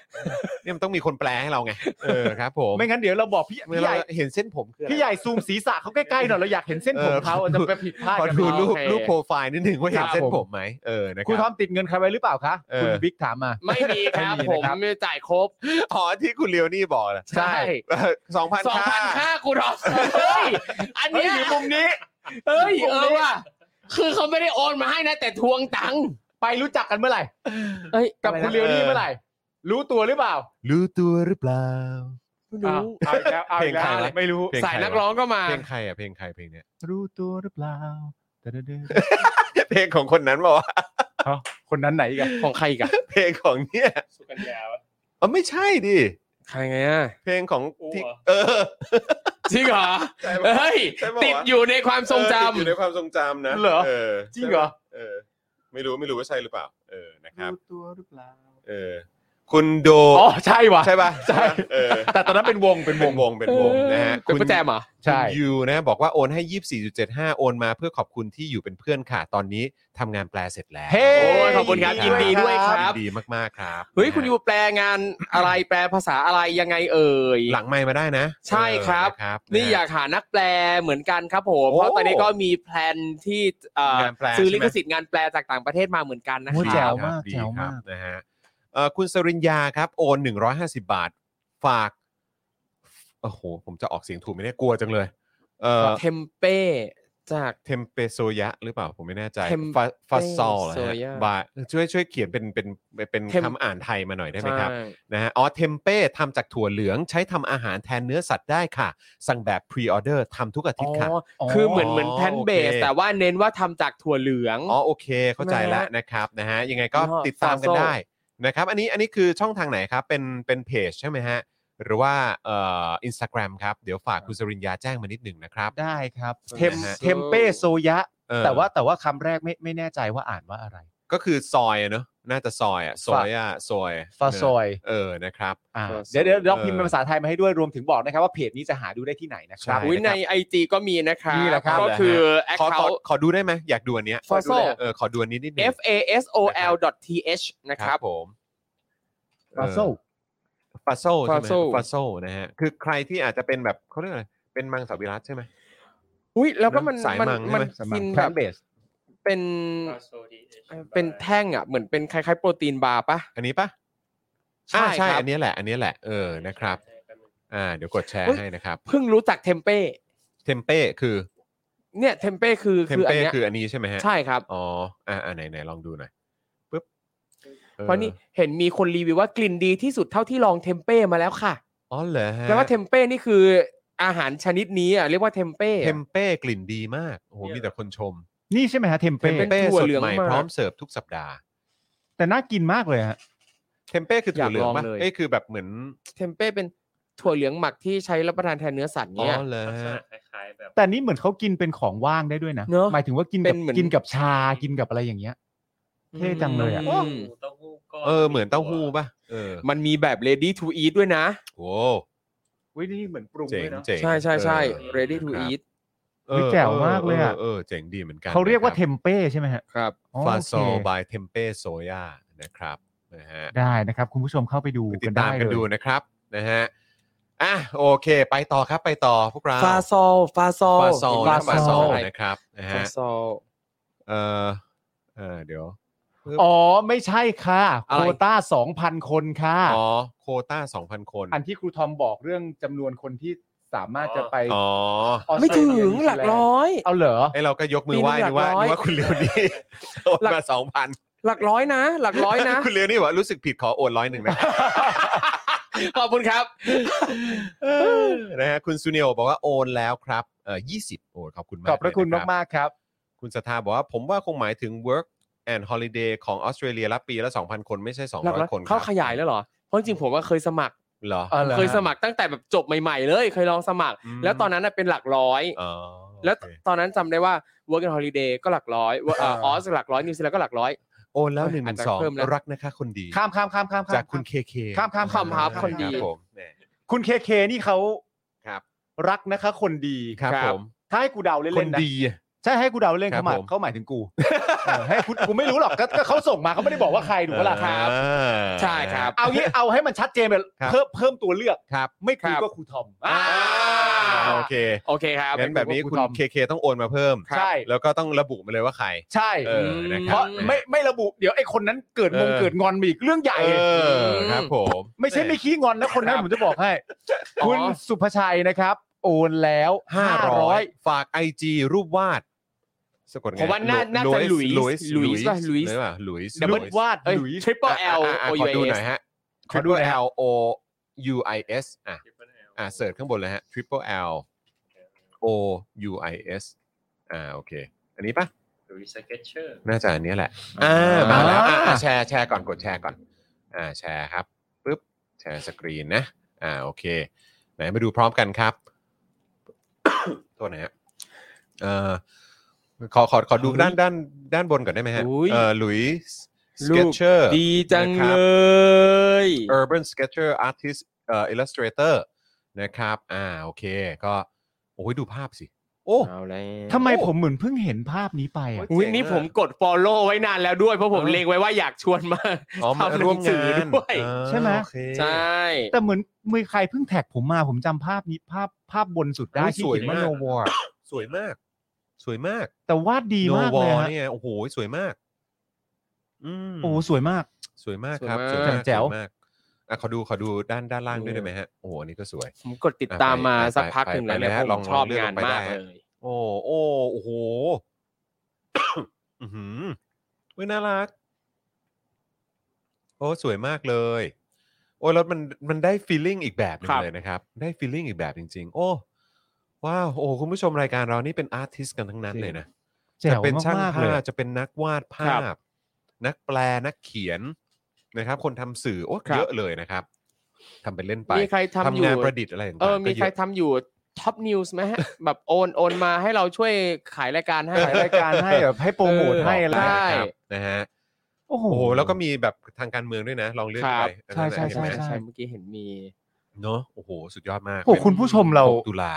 [SPEAKER 1] เนี่ยมันต้องมีคนแปลให้เราไงเออครับผม
[SPEAKER 2] ไม่งั้นเดี๋ยวเราบอกพี่
[SPEAKER 1] เมื่อ
[SPEAKER 2] พี่ให
[SPEAKER 1] เรา
[SPEAKER 2] ญ่
[SPEAKER 1] เห็นเส้นผมคืออะไร
[SPEAKER 2] พี่ใหญ่ซูมศีรษะเขาใกล้ๆหน่อยเราอยากเห็นเส้นผ
[SPEAKER 1] เอ
[SPEAKER 2] ม
[SPEAKER 1] อ
[SPEAKER 2] เขาจะไปผิดพลาด
[SPEAKER 1] ขอ
[SPEAKER 2] กัน
[SPEAKER 1] ดู
[SPEAKER 2] เนอะ
[SPEAKER 1] รูปรูป
[SPEAKER 3] โอเค
[SPEAKER 1] โปรไฟล์นิดหนึ่งว่าเห็
[SPEAKER 2] คน รับ
[SPEAKER 1] เส้นผมไหมเออนะค
[SPEAKER 2] คุณท
[SPEAKER 1] รั
[SPEAKER 2] อบ มติดเงินใครไว้หรือเปล่าคะ
[SPEAKER 1] เออ
[SPEAKER 2] คุณบิ๊กถามมา
[SPEAKER 3] ไม่มีครับ
[SPEAKER 2] ไม่มี
[SPEAKER 3] ผม
[SPEAKER 2] นะครับ
[SPEAKER 3] จ่ายครบ
[SPEAKER 1] อ๋อที่คุณเลียวนี่บอกนะ
[SPEAKER 2] ใช่
[SPEAKER 1] สองพัน
[SPEAKER 3] สองพัน
[SPEAKER 1] ค่า
[SPEAKER 3] ค่ากูรอเฮ้ยอัน
[SPEAKER 2] เฮ้ยอ
[SPEAKER 3] เนี้ย
[SPEAKER 2] ยู่มุมนี้
[SPEAKER 3] เฮ้ย
[SPEAKER 2] อยู่
[SPEAKER 3] เอ
[SPEAKER 2] มุมนี้
[SPEAKER 3] อว่ะคือเขาไม่ได้โอนมาให้นะแต่ทวงตังค์
[SPEAKER 2] ไปรู้จักกันเมื่อไหร่
[SPEAKER 3] เอ้ย
[SPEAKER 2] กับคุณเรียวนี่เมื่อไหร่ รู้ตัวหรือเปล่า
[SPEAKER 1] รู้ตัวหรือเปล่า
[SPEAKER 3] อ้าว
[SPEAKER 2] เอาอีกแล้วเอาอีกแล้ว
[SPEAKER 1] เพลงใครวะ
[SPEAKER 2] ไม่รู้
[SPEAKER 1] เพลงใครวะ
[SPEAKER 3] สายนักร้องก็มา
[SPEAKER 1] เพลงใครอ่ะเพลงใครเพลงเนี้ย
[SPEAKER 2] รู้ตัวหรือเปล่าแต่เดิน
[SPEAKER 1] เพลงของคนนั้นบอกว่าวะ
[SPEAKER 2] ๆคนนั้นไหนอีกัน
[SPEAKER 3] ของใครอีกัน
[SPEAKER 1] เพลงของเนี่ย
[SPEAKER 4] สุกัญญา
[SPEAKER 1] อ๋อไม่ใช่ดิ
[SPEAKER 3] ใครไงอ่ะ
[SPEAKER 1] เพลงของ
[SPEAKER 4] อู๋
[SPEAKER 1] ที่
[SPEAKER 4] เหรอ
[SPEAKER 1] เออ
[SPEAKER 3] จริงเหรอ
[SPEAKER 1] ใช่ปะ
[SPEAKER 3] เฮ้ย
[SPEAKER 1] ใช่ปะวะ
[SPEAKER 3] ติดอยู่ในความทรงจ
[SPEAKER 1] เออติดอยู่ในความทรงจำนะ
[SPEAKER 2] เหรอ
[SPEAKER 1] อ
[SPEAKER 2] จริงเหรอ
[SPEAKER 1] เออ ไม่รู้ไม่รู้ว่าใช่หรือเปล่า เออนะครับ
[SPEAKER 2] รู้ตัวหรือเปล่า
[SPEAKER 1] เออ คุณโด
[SPEAKER 2] อ๋อใช่ว่ะ
[SPEAKER 1] ใช่ป่ะ
[SPEAKER 2] ใช่
[SPEAKER 1] เออ
[SPEAKER 2] แต่ตอนนั้นเป็นวงเป็นว
[SPEAKER 1] เป็น
[SPEAKER 2] ง
[SPEAKER 1] วงเป็น
[SPEAKER 3] ำ
[SPEAKER 1] วงนะฮะ
[SPEAKER 3] เป็นประแจมเหรอ
[SPEAKER 2] ใช่
[SPEAKER 1] คุณยูนะบอกว่าโอนให้ 24.75 โอนมาเพื่อขอบคุณที่อยู่เป็นเพื่อนค่ะ ตอนนี้ทำงานแปลเสร็จแล้ว
[SPEAKER 2] เฮ้
[SPEAKER 3] โอ้ยขอบคุณครับยินดีด้วยครับ
[SPEAKER 1] ยินดีมากๆครับ
[SPEAKER 3] เฮ้ยคุณ
[SPEAKER 1] นะฮะ
[SPEAKER 3] ยูแปลงานอะไรแปลภาษาอะไรยังไงเอ่ย
[SPEAKER 1] หลังไมค์มาได้นะ
[SPEAKER 3] ใช่ครับ
[SPEAKER 1] เออนะครับ
[SPEAKER 3] นี่
[SPEAKER 1] ะฮะ
[SPEAKER 3] อยากหานักแปลเหมือนกันครับผม
[SPEAKER 1] โอ้
[SPEAKER 3] เพราะตอนนี้ก็มีแพลนที่เอ่อง
[SPEAKER 1] านแปล
[SPEAKER 3] ซื้อ
[SPEAKER 1] ใช่ไหม
[SPEAKER 3] ลิขสิทธิ์งานแปลจากต่างประเทศมาเหมือนกันนะ
[SPEAKER 2] โอ้
[SPEAKER 3] ค
[SPEAKER 2] ย
[SPEAKER 3] รับ
[SPEAKER 2] แจ๋ว
[SPEAKER 1] ดีครับ
[SPEAKER 2] มาก
[SPEAKER 1] ดี
[SPEAKER 2] แจ๋ว
[SPEAKER 1] ครับ
[SPEAKER 2] มาก
[SPEAKER 1] นะฮะเอ่อคุณสริญญาครับ โอน 150 บาท ฝากโอ้โห ผมจะออกเสียงถูกไหมเนี่ยกลัวจังเลยเอ่อ
[SPEAKER 3] เทมเป้จาก
[SPEAKER 1] เทมเปโซยะหรือเปล่าผมไม่แน่ใจ
[SPEAKER 3] Tempe
[SPEAKER 1] ฟาฟาซอลนะฮะ
[SPEAKER 3] Soya
[SPEAKER 1] บาช่วยช่วยเขียนเป็นเป็นเป็น
[SPEAKER 3] เทม
[SPEAKER 1] คำอ่านไทยมาหน่อยได้ไหมครับ
[SPEAKER 3] ใช่
[SPEAKER 1] นะฮะอ๋อเทมเป้ทำจากถั่วเหลืองใช้ทำอาหารแทนเนื้อสัตว์ได้ค่ะ สั่งแบบพรีออเดอร์ทำทุกอาทิต
[SPEAKER 3] อ๋อ
[SPEAKER 1] ย์ค่ะ
[SPEAKER 3] คือเหมือนเหมือน
[SPEAKER 1] อ๋อ
[SPEAKER 3] แพนเบส
[SPEAKER 1] โอเค
[SPEAKER 3] แต่ว่าเน้นว่าทำจากถั่วเหลือง
[SPEAKER 1] อ๋อโอเค เข้าใจ
[SPEAKER 3] ใช่ไหม
[SPEAKER 1] แล้ว
[SPEAKER 3] ฮะ
[SPEAKER 1] นะครับนะฮะยังไงก็
[SPEAKER 3] ยี่ห้อ
[SPEAKER 1] ติดตามกัน
[SPEAKER 3] Fazol
[SPEAKER 1] ได้นะครับ อันนี้อันนี้คือช่องทางไหนครับ เป็นเป็นเพจใช่ไหมฮะ หรือว่าเอ่ออินสตาแกรมครับ เดี๋ยวฝากคุณสริญญาแจ้งมานิดหนึ่งนะครับ
[SPEAKER 2] ได้ครับเทม
[SPEAKER 1] นะฮะ
[SPEAKER 2] เทมเป้โซยะ
[SPEAKER 1] เออ
[SPEAKER 2] แต่ว่าแต่ว่าคำแรกไม่ไม่แน่ใจว่าอ่านว่าอะไร
[SPEAKER 1] ก็คือซอยอะเนอะน่าจะซอยอะซอยอะซอย
[SPEAKER 2] ฟาซอย
[SPEAKER 1] เออนะครับ
[SPEAKER 2] อ่า
[SPEAKER 3] Fasoy
[SPEAKER 2] เดี๋ยวเดี๋ยวเรา
[SPEAKER 1] เออ
[SPEAKER 2] พิมพ์เป็นภาษาไทยมาให้ด้วยรวมถึงบอกนะครับว่าเพจนี้จะหาดูได้ที่ไหนนะครับ
[SPEAKER 1] ใช่
[SPEAKER 3] อุ๊ยในไอจีก็มีนะครับ
[SPEAKER 2] นี่แหละครับ
[SPEAKER 3] ก็คือแอค
[SPEAKER 1] ขอข
[SPEAKER 3] เคา
[SPEAKER 1] อ
[SPEAKER 3] ท์
[SPEAKER 1] ขอดูได้ไหมอยากดูอันเนี้ย
[SPEAKER 3] Fazol
[SPEAKER 1] เออขอดูอันนี้นิดหนึง
[SPEAKER 3] f a s o l dot t h นะครับ
[SPEAKER 1] ผม
[SPEAKER 2] ฟาโซ
[SPEAKER 1] ฟาโซใช่ไหม
[SPEAKER 3] Fazol
[SPEAKER 1] ฟาโซนะฮะคือใครที่อาจจะเป็นแบบเขาเรียกอะไรเป็นมังสวิรัตใช่ไหม
[SPEAKER 3] อุ้ยแล้วก็มัน
[SPEAKER 1] สาย
[SPEAKER 3] มัน
[SPEAKER 1] มังใช่ไหม
[SPEAKER 3] มันกินแบบ
[SPEAKER 2] เบส
[SPEAKER 3] เป็นเป็นแท่งอ่ะเหมือนเป็นคล้ายๆโปรตีนบาร์ปะ
[SPEAKER 1] อันนี้ปะ
[SPEAKER 3] ใช่
[SPEAKER 1] อ่าใช่
[SPEAKER 3] ครับ
[SPEAKER 1] อันนี้แหละ อันนี้แหละเออนะครับ อ่าเดี๋ยวกดแชร์ให้นะครับ
[SPEAKER 3] เพิ่งรู้จักเทมเป้
[SPEAKER 1] เทมเป้คือ
[SPEAKER 3] เนี่ยเทมเป้คือ
[SPEAKER 1] เทม
[SPEAKER 3] คืออัน
[SPEAKER 1] เป้
[SPEAKER 3] เนี้ย
[SPEAKER 1] คืออันนี้ใช่ไหมฮะ
[SPEAKER 3] ใช่ครับ
[SPEAKER 1] อ๋ออ่าอ่าไหนไหนลองดูหน่อยปึ๊บออ
[SPEAKER 3] เพราะนี่เห็นมีคนรีวิวว่ากลิ่นดีที่สุดเท่าที่ลองเทมเป้มาแล้วค่ะ
[SPEAKER 1] อ๋อเหรอฮะ
[SPEAKER 3] แปลว่าเทมเป้นี่คืออาหารชนิดนี้อ่ะเรียกว่าเทมเป้
[SPEAKER 1] เทมเป้กลิ่นดีมากโอ้โหมีแต่คนชม
[SPEAKER 2] นี่ใช่ไหมฮะเทม
[SPEAKER 1] เท
[SPEAKER 2] เป้
[SPEAKER 1] ม
[SPEAKER 3] ป็น
[SPEAKER 1] เป้
[SPEAKER 3] ถั่ว
[SPEAKER 1] สด
[SPEAKER 3] เหลือง
[SPEAKER 1] ใหม่
[SPEAKER 3] มาก
[SPEAKER 1] พร้อมเสิร์ฟทุกสัปดาห์
[SPEAKER 2] แต่น่ากินมากเลยฮะ
[SPEAKER 1] เทมเป้คือถั่วเหลือง
[SPEAKER 3] อยากล
[SPEAKER 1] ปะ
[SPEAKER 3] องเลย
[SPEAKER 1] เอ้ยคือแบบเหมือน
[SPEAKER 3] เทมเป้เป็นถั่วเหลืองหมักที่ใช้รับประทานแทนเนื้อสัตว์
[SPEAKER 1] อ๋อ
[SPEAKER 3] เนี่ย
[SPEAKER 1] เหรอ
[SPEAKER 4] ลักษ
[SPEAKER 1] ฮะ
[SPEAKER 4] ณะคล้ายๆแบบ
[SPEAKER 2] แต่นี่เหมือนเขากินเป็นของว่างได้ด้วยนะ
[SPEAKER 3] เนอะ
[SPEAKER 2] หมายถึงว่ากินกับ
[SPEAKER 3] เป็นเหมือน
[SPEAKER 2] กินกับชากินกับอะไรอย่างเงี้ย เท่จังเลยอะ
[SPEAKER 4] เต้า
[SPEAKER 3] อื
[SPEAKER 4] หู้
[SPEAKER 3] ม
[SPEAKER 4] เต้าหู้ก้อน
[SPEAKER 1] เออเหมือนเต้าหู้ปะเออ
[SPEAKER 3] มันมีแบบ ready to eat ด้วยนะ
[SPEAKER 1] โอ้
[SPEAKER 2] วิธีเหมือนปรุง
[SPEAKER 1] เจ๋ง
[SPEAKER 2] ด้วยนะ
[SPEAKER 1] เจ๋ง
[SPEAKER 3] ใช่ใช่ใช่
[SPEAKER 1] เออ
[SPEAKER 3] ready to
[SPEAKER 1] ครับ
[SPEAKER 3] eat
[SPEAKER 1] เออ
[SPEAKER 2] เฮ้ยแจ๋วมากเลยอะ
[SPEAKER 1] เออเเจ๋งดีเหมือนกัน
[SPEAKER 2] เขาเรียกว่า
[SPEAKER 1] นะคบ
[SPEAKER 2] เทมเป้ใช่ไหมฮะ
[SPEAKER 3] ครับ
[SPEAKER 2] อ๋อ
[SPEAKER 1] ฟาซอล
[SPEAKER 2] โอเค
[SPEAKER 1] บายเทมเป้โซยานะครับนะฮะ
[SPEAKER 2] ได้นะครับ คุณผู้ชมเข้าไปดู
[SPEAKER 1] ไปติ
[SPEAKER 2] กั
[SPEAKER 1] ด
[SPEAKER 2] น
[SPEAKER 1] ตา
[SPEAKER 2] ได้
[SPEAKER 1] ม
[SPEAKER 2] เล
[SPEAKER 1] กันดู
[SPEAKER 2] ย
[SPEAKER 1] นะครับนะฮะอ่ะโอเค ไปต่อครับไปต่อพวกเรา
[SPEAKER 3] ฟาซอลฟาซอล
[SPEAKER 1] ฟาซอลนะฟาซอล
[SPEAKER 3] อะไร
[SPEAKER 1] นะครับนะ
[SPEAKER 3] ฟา
[SPEAKER 1] ฮะ
[SPEAKER 3] ซอล
[SPEAKER 1] เออเออเดี๋ยว
[SPEAKER 2] อ๋อไม่ใช่ค่ะ
[SPEAKER 3] อะไร
[SPEAKER 2] โควต้า2,000 คนค่ะ
[SPEAKER 1] อ๋อโควต้า 2,000 คน
[SPEAKER 2] อันที่ครูทอมบอกเรื่องจำนวนคนที่สามารถจะไป
[SPEAKER 1] อ๋อ
[SPEAKER 2] ออสเตร
[SPEAKER 3] ไม่ถึง
[SPEAKER 2] เยนิวซีแนด์
[SPEAKER 3] หลักร้อย
[SPEAKER 2] เอาเหรอ
[SPEAKER 1] ไอเราก็ยกมือไหว้
[SPEAKER 3] ปีห
[SPEAKER 1] นึ
[SPEAKER 3] นึ่
[SPEAKER 1] ก
[SPEAKER 3] ง
[SPEAKER 1] ว่า
[SPEAKER 3] หลักร้อ
[SPEAKER 1] นึก
[SPEAKER 3] ย
[SPEAKER 1] ว่าคุณเลียวนี่ โอนมาสองพัน
[SPEAKER 3] หลักร้อยนะ หลักร้อยนะ
[SPEAKER 1] คุณเลียวนี่บอกว่ารู้สึกผิดขอโอนร้อยหนึ่ง นะ
[SPEAKER 3] ขอบคุณครับ
[SPEAKER 1] เออนะฮะคุณซูเนียวบอกว่าโอนแล้วครับเออยี่สิบโอนขอบคุณมาก
[SPEAKER 2] ขอบพระคุณ
[SPEAKER 1] เลยน
[SPEAKER 2] มากๆครับ
[SPEAKER 1] คุณสทธาบอกว่าผมว่าคงหมายถึง work and holiday ของออสเตรเลียรับปีละ 2,000 คนไม่ใช่
[SPEAKER 3] หลักร้อย
[SPEAKER 1] 200 คน
[SPEAKER 3] เขา
[SPEAKER 1] ครับ
[SPEAKER 3] ขยายแล้วเหรอ เพราะจริงๆผมว่าเคยสมัคร
[SPEAKER 1] เหรอ
[SPEAKER 2] อ๋อหรอ
[SPEAKER 3] เคยสมัครตั้งแต่แบบจบใหม่ๆ เลย เคยลองสมัคร
[SPEAKER 1] อืม
[SPEAKER 3] แล้วตอนนั้นน่ะเป็นหลักร้อย
[SPEAKER 1] อ๋อ
[SPEAKER 3] แล้ว
[SPEAKER 1] โอเค
[SPEAKER 3] ตอนนั้นจำได้ว่า work and holiday ก็หลักร้อยเอ่อ
[SPEAKER 2] เออ
[SPEAKER 3] ออสหลักร้อยนิวซีแลนด์ก็หลักร้อย
[SPEAKER 1] โอนแล้วหนึ่ง
[SPEAKER 3] อาจจะ
[SPEAKER 1] สอง
[SPEAKER 3] เพิ่มนะ
[SPEAKER 1] รักนะคะ คนดี
[SPEAKER 2] ข้ามข้ามข้ามข้าม
[SPEAKER 1] จากคุณ
[SPEAKER 2] ข้
[SPEAKER 1] เค
[SPEAKER 2] ม
[SPEAKER 1] เค
[SPEAKER 2] ข้ามข้ามข้าม
[SPEAKER 3] ครับคนดี
[SPEAKER 1] ผมแหม
[SPEAKER 2] คุณเคเคนี่เขา
[SPEAKER 1] ครับ
[SPEAKER 2] รักนะคะคนดี
[SPEAKER 1] ครับผม
[SPEAKER 2] ถ้าให้กูเดา
[SPEAKER 1] ค
[SPEAKER 2] เล่
[SPEAKER 1] น
[SPEAKER 2] นๆนะ
[SPEAKER 1] ดี
[SPEAKER 2] ใช่ให้กูเดาเล่น
[SPEAKER 1] ครับ
[SPEAKER 2] เขาหมาย
[SPEAKER 1] ผม
[SPEAKER 2] เขาหมายถึงกู เออให้คุณกูไม่รู้หรอกก็ก็เขาส่งมาเขาไม่ได้บอกว่าใครถูกปะล่ะ
[SPEAKER 3] ครับ
[SPEAKER 1] อ่า
[SPEAKER 3] ใช่ครับ
[SPEAKER 2] เอางี้เอาให้มันชัดเจนไป
[SPEAKER 1] ครับ
[SPEAKER 2] เพิ่มเพิ่มตัวเลือก
[SPEAKER 1] ครับ
[SPEAKER 2] ไม่กู
[SPEAKER 3] ครับ
[SPEAKER 2] ก็ครูทอม
[SPEAKER 1] อ่า
[SPEAKER 2] อ่า
[SPEAKER 1] โอเค
[SPEAKER 3] โอเคครับ
[SPEAKER 1] งั้นแบบนี้
[SPEAKER 2] ผม
[SPEAKER 1] คุณ
[SPEAKER 2] ทอม
[SPEAKER 1] เคเคต้องโอนมาเพิ่ม
[SPEAKER 2] ครับใช่
[SPEAKER 1] แล้วก็ต้องระบุมาเลยว่าใคร
[SPEAKER 2] ใช่
[SPEAKER 1] เออนะค
[SPEAKER 2] เพ
[SPEAKER 1] รั
[SPEAKER 2] ราะ
[SPEAKER 1] บ
[SPEAKER 2] ไม่ไม่ระบุเดี๋ยวไอ้คนนั้นเกิดงง
[SPEAKER 1] เออ
[SPEAKER 2] เกิดงอนมาอีกเรื่องใหญ่
[SPEAKER 1] เออครับผม
[SPEAKER 2] ไม่ใช่ไม่ขี้งอนนะคนนั้น
[SPEAKER 3] ครับ
[SPEAKER 2] ผมจะบอกให้
[SPEAKER 3] อ๋อ
[SPEAKER 2] คุณสุภชัยนะครับ โอนแล้ว 500
[SPEAKER 1] ฝาก IG รูปวาดสะกดไง
[SPEAKER 3] ผมว่าน่าน่าจะ
[SPEAKER 1] หลุยส์หลุยส์
[SPEAKER 3] หลุยส์ป่ะ
[SPEAKER 1] ห
[SPEAKER 3] หลุ
[SPEAKER 1] ลุย
[SPEAKER 3] ยส์
[SPEAKER 1] ส์หรือเปล่าหลุยส์
[SPEAKER 2] ดับเบิลวาด
[SPEAKER 3] เอ้ย
[SPEAKER 2] หลุย
[SPEAKER 3] triple L
[SPEAKER 1] อ่ะอ่ะ
[SPEAKER 3] O
[SPEAKER 1] อ่ะข
[SPEAKER 3] U
[SPEAKER 1] อดู
[SPEAKER 3] S
[SPEAKER 1] หน่อยฮะ
[SPEAKER 2] ขอดู
[SPEAKER 1] triple
[SPEAKER 2] หน่อยฮะ
[SPEAKER 1] L O U I S อ่ะอ่ะเสิร์ชข้างบนเลยฮะ triple L O U I S อ่าโอเค อันนี้ปะ
[SPEAKER 4] หรือสเก็ตเชอร์
[SPEAKER 1] น่าจะอันนี้แหละ อ่ามาแล้วอ่ะอ่ะแชร์แชร์ก่อนกดแชร์ก่อน อ่าแชร์ครับปึ๊บแชร์สกรีนนะ อ่าโอเค ไหนมาดูพร้อมกันครับ โทษนะฮะเอ่อขอขอขอดูด้านด้านด้านบนก่อนได้ไหมฮะ
[SPEAKER 3] อุ๊ย
[SPEAKER 1] เอ่อหลุยส์ส
[SPEAKER 3] รู
[SPEAKER 1] เก็ต
[SPEAKER 3] ป
[SPEAKER 1] เชอร์
[SPEAKER 3] ดีจัง
[SPEAKER 1] นะครับ
[SPEAKER 3] เลย
[SPEAKER 1] Urban Sketcher Artist เอ่อ Illustrator นะครับ อ่าโอเค ก็โอ้ยดูภาพสิ โอ้
[SPEAKER 3] เอาแล้ว
[SPEAKER 2] ทำไมผมเหมือนเพิ่งเห็นภาพนี้ไปอะ
[SPEAKER 1] โอ้ย
[SPEAKER 3] วิ
[SPEAKER 1] เจ๋ง
[SPEAKER 3] นี่
[SPEAKER 1] อะ
[SPEAKER 3] ผมกด follow ไว้นานแล้วด้วย เพราะผม
[SPEAKER 1] เออ
[SPEAKER 3] เล็งไว้ว่าอยากชวนมา
[SPEAKER 1] อ๋อมา
[SPEAKER 3] ทำห
[SPEAKER 1] ร่
[SPEAKER 3] นั
[SPEAKER 1] วม
[SPEAKER 3] ง
[SPEAKER 1] งา
[SPEAKER 3] สือนด้วย
[SPEAKER 1] อ่า
[SPEAKER 2] ใช่ไหม
[SPEAKER 1] โอเค
[SPEAKER 3] ใช่
[SPEAKER 2] แต่เหมือนมือใครเพิ่งแท็กผมมาผมจำภาพนี้ภาพภาพบนสุดได้
[SPEAKER 1] โอ้ย
[SPEAKER 2] ที่
[SPEAKER 1] สวย
[SPEAKER 2] เขียนว่า
[SPEAKER 1] มา
[SPEAKER 2] โน
[SPEAKER 1] ก
[SPEAKER 2] วอร์
[SPEAKER 1] สวยมาก สวยมาก
[SPEAKER 2] แต่วาดดีมากเลย
[SPEAKER 1] โนว
[SPEAKER 2] ฮะ
[SPEAKER 1] เนี่ยโอ้โหสวยมาก อืม
[SPEAKER 2] โอ้สวยมาก
[SPEAKER 1] สวยมากครับ
[SPEAKER 2] สวยมากแจ๋ว
[SPEAKER 1] สยมากอ่ะขอดูขอดูด้านด้านล่างด้วยได้ไหมฮะโอ้โหอันนี้ก็สวย
[SPEAKER 3] ผมกดติดตามมา
[SPEAKER 1] ไปไป
[SPEAKER 3] สักพักหนึ่งแล้วเนี่ย
[SPEAKER 1] ไปไป
[SPEAKER 3] ผ
[SPEAKER 1] ลอง
[SPEAKER 3] มชอบ
[SPEAKER 1] เลือก
[SPEAKER 3] งาน
[SPEAKER 1] ไป
[SPEAKER 3] มา
[SPEAKER 1] ได้
[SPEAKER 3] กเลย
[SPEAKER 1] โอ้โอ้โอ้โห อือหือเว้ยน่ารัก โอ้สวยมากเลย โอ้แล้วมันมันได้ feeling อีกแบบหนึงเลยนะครับ ได้ feeling อีกแบบจริง ๆ โอ้ว้าวโอ้คุณผู้ชมรายการเรานี่เป็น artist กันทั้งนั้นเลยนะ
[SPEAKER 2] แจ๋
[SPEAKER 1] จะ
[SPEAKER 2] ว
[SPEAKER 1] เป็นช่าง
[SPEAKER 2] มากๆ
[SPEAKER 1] ภา
[SPEAKER 2] เล
[SPEAKER 1] พ
[SPEAKER 2] ย
[SPEAKER 1] จะเป็นนักวาดภาพ นักแปลนักเขียนนะครับ คนทำสื่อโอ้เยอะเลยนะครับทำเป็นเล่นไป
[SPEAKER 3] มีใครทำอ
[SPEAKER 1] ทำ
[SPEAKER 3] ยู่
[SPEAKER 1] งานประดิษฐ์อะไรต่างๆ
[SPEAKER 3] เออ
[SPEAKER 1] ก็
[SPEAKER 3] มี
[SPEAKER 1] เย
[SPEAKER 3] ใคร
[SPEAKER 1] อะ
[SPEAKER 3] ทำอยู่ท็อปนิวส์ไหมฮะ แบบโอนโอนมาให้เราช่วยขายราย การให้
[SPEAKER 2] ขายรายการให้แบบให้โปรโมทให้อะไร
[SPEAKER 1] ได้ค
[SPEAKER 3] ใช่
[SPEAKER 1] รับนะฮะ
[SPEAKER 2] โอ้โห
[SPEAKER 1] โอ้โหแล้วก็มีแบบทางการเมืองด้วยนะ ลองเลื่อน
[SPEAKER 3] ครั
[SPEAKER 1] ไป
[SPEAKER 3] บ
[SPEAKER 1] อันนั้นน่ะ
[SPEAKER 2] ใช่
[SPEAKER 1] เห็นไหม
[SPEAKER 2] ใช่ใช่
[SPEAKER 3] เมื่อกี้เห็นมี
[SPEAKER 1] เนาะโอ้โห สุดยอดมาก
[SPEAKER 2] โอ้โห
[SPEAKER 1] เป็น
[SPEAKER 2] คุณผู้ชมเรา
[SPEAKER 1] หกตุลา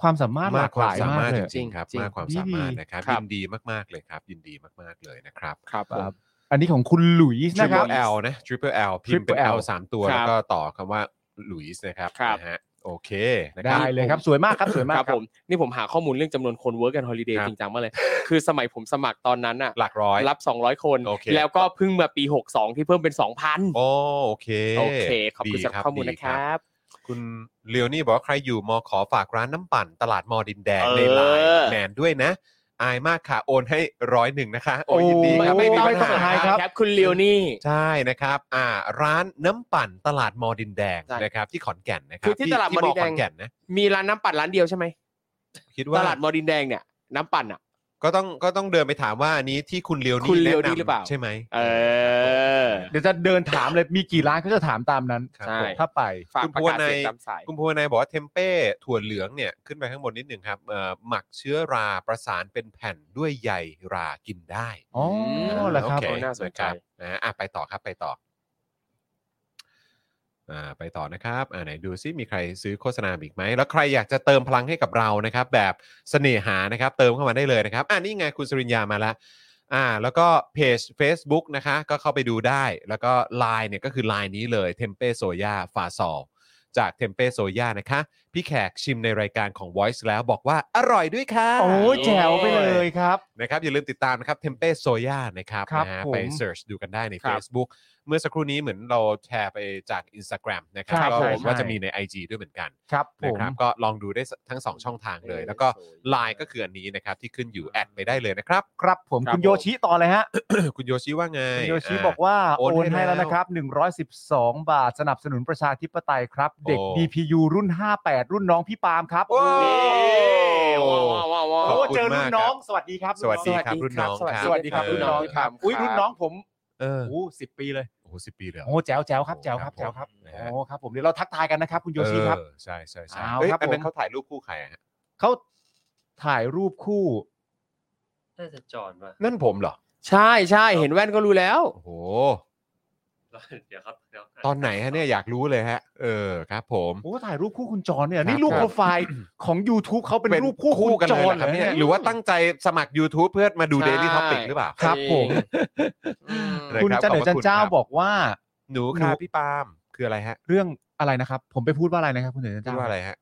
[SPEAKER 2] ความสามารถหลาก
[SPEAKER 1] ค
[SPEAKER 2] ห
[SPEAKER 1] วาม
[SPEAKER 2] ลา
[SPEAKER 1] สา
[SPEAKER 2] ยาม
[SPEAKER 1] มารถ
[SPEAKER 2] กเล
[SPEAKER 1] จ
[SPEAKER 2] ย
[SPEAKER 3] จริ
[SPEAKER 1] ริ
[SPEAKER 3] ง
[SPEAKER 1] งๆครับ
[SPEAKER 3] จริง
[SPEAKER 1] มากความ
[SPEAKER 2] ดี
[SPEAKER 1] สามารถ
[SPEAKER 2] ดี
[SPEAKER 1] นะครับ
[SPEAKER 3] ครั
[SPEAKER 1] ยิ
[SPEAKER 3] บ
[SPEAKER 1] นดีมากๆเลยครับ ยินดีมากๆเลยนะครับ
[SPEAKER 3] ครับผม
[SPEAKER 2] อันนี้ของคุณหลุยส์นะครั
[SPEAKER 1] นะั
[SPEAKER 2] บ
[SPEAKER 1] บ L นะ Triple L พิมพ์เป็น
[SPEAKER 2] Triple
[SPEAKER 1] L
[SPEAKER 2] L
[SPEAKER 1] สามตัว
[SPEAKER 3] ครั
[SPEAKER 1] แล้
[SPEAKER 3] บ
[SPEAKER 1] วก็ต่อคำว่าหลุยส์นะครับ
[SPEAKER 3] ครับ
[SPEAKER 1] นะฮะโอเคนะครั
[SPEAKER 2] ได้
[SPEAKER 1] บ
[SPEAKER 2] เลยครับ สวยมากครับสวยมาก
[SPEAKER 3] ครับ
[SPEAKER 2] ครับ
[SPEAKER 3] ผมนี่ผมหาข้อมูลเรื่องจำนวนคน work and holiday
[SPEAKER 1] ครับ
[SPEAKER 3] จริงจังมากเลย คือสมัยผมสมัครตอนนั้นอะ
[SPEAKER 1] หลักร้อย
[SPEAKER 3] รับ 200 คน
[SPEAKER 1] โอเค
[SPEAKER 3] แล้วก็เพิ่งมาปี 62 ที่เพิ่มเป็น 2,000
[SPEAKER 1] โอ้โอเค
[SPEAKER 3] โอเค ขอบคุณ
[SPEAKER 1] ดี
[SPEAKER 3] สำหรับข้อมูล
[SPEAKER 1] ดี
[SPEAKER 3] นะครับ
[SPEAKER 1] คุณเลียวนี่บอกว่าใครอยู่มอขอฝากร้านน้ำปั่น ตลาดมอดินแดง
[SPEAKER 3] เออ
[SPEAKER 1] ในไลน์แมนด้วยนะ อายมากค่ะ โอนให้ร้อยหนึ่งนะคะ โอ้
[SPEAKER 2] โอ้
[SPEAKER 1] ยินดีครับ ไม่มีปัญ
[SPEAKER 2] โอ้ยขอบคุณ
[SPEAKER 1] หา
[SPEAKER 2] ค
[SPEAKER 1] ครับ
[SPEAKER 3] ครับ คุณเลียวนี่
[SPEAKER 1] ใช่นะครับ อ่า ร้านน้ำปั่นตลาดมอดินแดง
[SPEAKER 3] ใช่
[SPEAKER 1] นะครับ ที่ขอนแก่นนะครับ
[SPEAKER 3] คือที่ตลาดมอดินแดง
[SPEAKER 1] ขอนแก่นนะ
[SPEAKER 3] มีร้านน้ำปั่นร้านเดียวใช่ไหม
[SPEAKER 1] คิดว่า
[SPEAKER 3] ตลาดมอดินแดงเนี่ยน้ำปั่นอ่ะ
[SPEAKER 1] ก็ต้องก็ต้องเดินไปถามว่าอันนี้ที่คุณเลียวนี่
[SPEAKER 3] คุณเลียวนี่
[SPEAKER 1] แะำ
[SPEAKER 3] หรือเปล่า
[SPEAKER 1] ใช่ไหม
[SPEAKER 3] เออ
[SPEAKER 2] เดี๋ยวจะเดินถามเลยมีกี่ร้านเขาจะถามตามนั้น
[SPEAKER 1] ครับ
[SPEAKER 3] ใช่
[SPEAKER 1] ผม
[SPEAKER 2] ถ้าไป
[SPEAKER 3] ฝาก
[SPEAKER 1] คุณ
[SPEAKER 3] ประ
[SPEAKER 1] พัว
[SPEAKER 3] กาศ
[SPEAKER 1] นาย
[SPEAKER 3] เสียงตามสาย
[SPEAKER 1] คุณพัวนายบอกว่าเทมเป้ถั่วเหลืองเนี่ยขึ้นไปข้างบนนิดหนึ่งครับเอ่อหมักเชื้อราประสานเป็นแผ่นด้วยใยรากินได้
[SPEAKER 2] อ๋อ
[SPEAKER 3] ม
[SPEAKER 2] เหรอครับ
[SPEAKER 1] โอ
[SPEAKER 3] น่าสน
[SPEAKER 1] ะ
[SPEAKER 3] ใจ
[SPEAKER 1] ครับนะฮะอ่ะไปต่อครับไปต่ออ่าไปต่อนะครับอ่าไหนดูซิมีใครซื้อโฆษณาอีกไหมแล้วใครอยากจะเติมพลังให้กับเรานะครับ แบบเสน่หานะครับ เติมเข้ามาได้เลยนะครับอ่านี่ไงคุณสริญญามาแล้ว อ่าแล้วก็เพจ Facebook นะคะ ก็เข้าไปดูได้ แล้วก็ Line เนี่ยก็คือ Line นี้เลยเทมเป้โซยาฟาซอลจากเทมเป้โซยานะคะ พี่แขกชิมในรายการของ Voice แล้วบอกว่าอร่อยด้วยค่ะ
[SPEAKER 2] โอ้ยแจ๋วไปเลยครับ
[SPEAKER 1] นะครับอย่าลืมติดตามนะครับเทมเป้โซย่านะครับ
[SPEAKER 2] ครับ
[SPEAKER 1] นะฮะ
[SPEAKER 2] ผม
[SPEAKER 1] ไปเสิร์ชดูกันได้ใน
[SPEAKER 3] ครับ
[SPEAKER 1] Facebook เมื่อสักครู่นี้เหมือนเราแชร์ไปจาก Instagram นะครับ
[SPEAKER 2] ใช่
[SPEAKER 1] ก็
[SPEAKER 2] ใช่
[SPEAKER 1] เห็นว่า
[SPEAKER 2] ใช่
[SPEAKER 1] จะมีใน IG ด้วยเหมือนกัน
[SPEAKER 2] ครับผ
[SPEAKER 1] นะ
[SPEAKER 2] ม
[SPEAKER 1] ครับก็ลองดูได้ทั้ง 2 ช่องทางเลย แล้วก็ Line ก็คืออันนี้นะครับที่ขึ้นอยู่แอดไปได้เลยนะครับ
[SPEAKER 2] ครับผม
[SPEAKER 3] ครับ
[SPEAKER 2] คุณโยชิต่อเลยฮะ
[SPEAKER 1] คุณโยชิว่าไง
[SPEAKER 2] คุณโยชิ
[SPEAKER 1] ะ
[SPEAKER 2] บอกว่า
[SPEAKER 1] โอ
[SPEAKER 2] โอน น
[SPEAKER 1] ให้
[SPEAKER 2] ให้แล้ว
[SPEAKER 1] แล้ว
[SPEAKER 2] นะครับ 112 บาทสนับสนุนประชาธิปไตยครับ เด็ก
[SPEAKER 1] โอ้
[SPEAKER 2] DPU รุ่น 58 รุ่นน้องพี่ปาล์มครับ
[SPEAKER 1] โอ้
[SPEAKER 3] นี่ว้าวว้าวว้าวว้าว
[SPEAKER 1] ขอบคุณ
[SPEAKER 2] เจอรุ่นน้อง
[SPEAKER 1] มากครับ
[SPEAKER 2] สวัสดีครับ
[SPEAKER 1] สวัสดีครับ
[SPEAKER 2] น
[SPEAKER 1] รุ่นน้อง
[SPEAKER 2] ้อง
[SPEAKER 1] ครับ
[SPEAKER 2] สวัสดีครับ
[SPEAKER 1] เออ
[SPEAKER 2] รุ่นน้องครับอุ้ยรุ่นน้องผม
[SPEAKER 1] เออ
[SPEAKER 2] โอ้สิปีเลย
[SPEAKER 1] โอ้โห หสิปีเลยเหรอ
[SPEAKER 2] โอ้แจ๋วแจ๋วครับแจ๋วครับแจ๋วครับ
[SPEAKER 1] นะ
[SPEAKER 2] โอ้
[SPEAKER 1] ฮะ
[SPEAKER 2] ครับผมเดี๋ยวเราทักทายกันนะครับคุณโยชิครับ
[SPEAKER 1] เออใช่ใช่ใช่
[SPEAKER 2] เอา
[SPEAKER 1] เอ้ย
[SPEAKER 2] ครับ
[SPEAKER 1] อันนั้น
[SPEAKER 2] ผม
[SPEAKER 1] เขาถ่ายรูปคู่ใครอะฮะ
[SPEAKER 2] เขาถ่ายรูปคู่
[SPEAKER 4] น่าจะจอดว่ะ
[SPEAKER 1] นั่นผมเหรอ
[SPEAKER 3] ใช่ใช่เห็นแว่นก็รู้แล้ว
[SPEAKER 1] โอ้โห
[SPEAKER 4] เดี๋ยวครับเดี๋ยว
[SPEAKER 1] ตอนไหนฮะเนี่ยอยากรู้เลยฮะ เออครับผม
[SPEAKER 2] โอ้ถ่ายรูปคู่คุณจรเนี่ยนี่
[SPEAKER 1] ครับ
[SPEAKER 2] รูป
[SPEAKER 1] ครับ
[SPEAKER 2] โปรไฟล์ของ YouTube เขาเป็นรูปคู่คุณ
[SPEAKER 1] กัน
[SPEAKER 2] จ
[SPEAKER 1] เลย
[SPEAKER 2] ร
[SPEAKER 1] เหรอครับ
[SPEAKER 2] เนี่
[SPEAKER 1] เนี่ย ยหรือว่าตั้งใจสมัคร YouTube เพื่อมาดู
[SPEAKER 3] ใช่
[SPEAKER 1] Daily Topic หรือเปล่า
[SPEAKER 2] ครับผม
[SPEAKER 3] อืม
[SPEAKER 1] เลย
[SPEAKER 2] คุณจันเหนือจันเจ้า
[SPEAKER 1] ขอบพระคุณครับ
[SPEAKER 2] บอกว่า
[SPEAKER 1] หนูครับพี่ปาล์มคืออะไรฮะ
[SPEAKER 2] เรื่องอะไรนะครับ ผมไปพูดว่าอะไรนะครับ คุณเหนือจัน
[SPEAKER 1] พูด
[SPEAKER 2] เจ้า
[SPEAKER 1] ว่าอะไรฮะ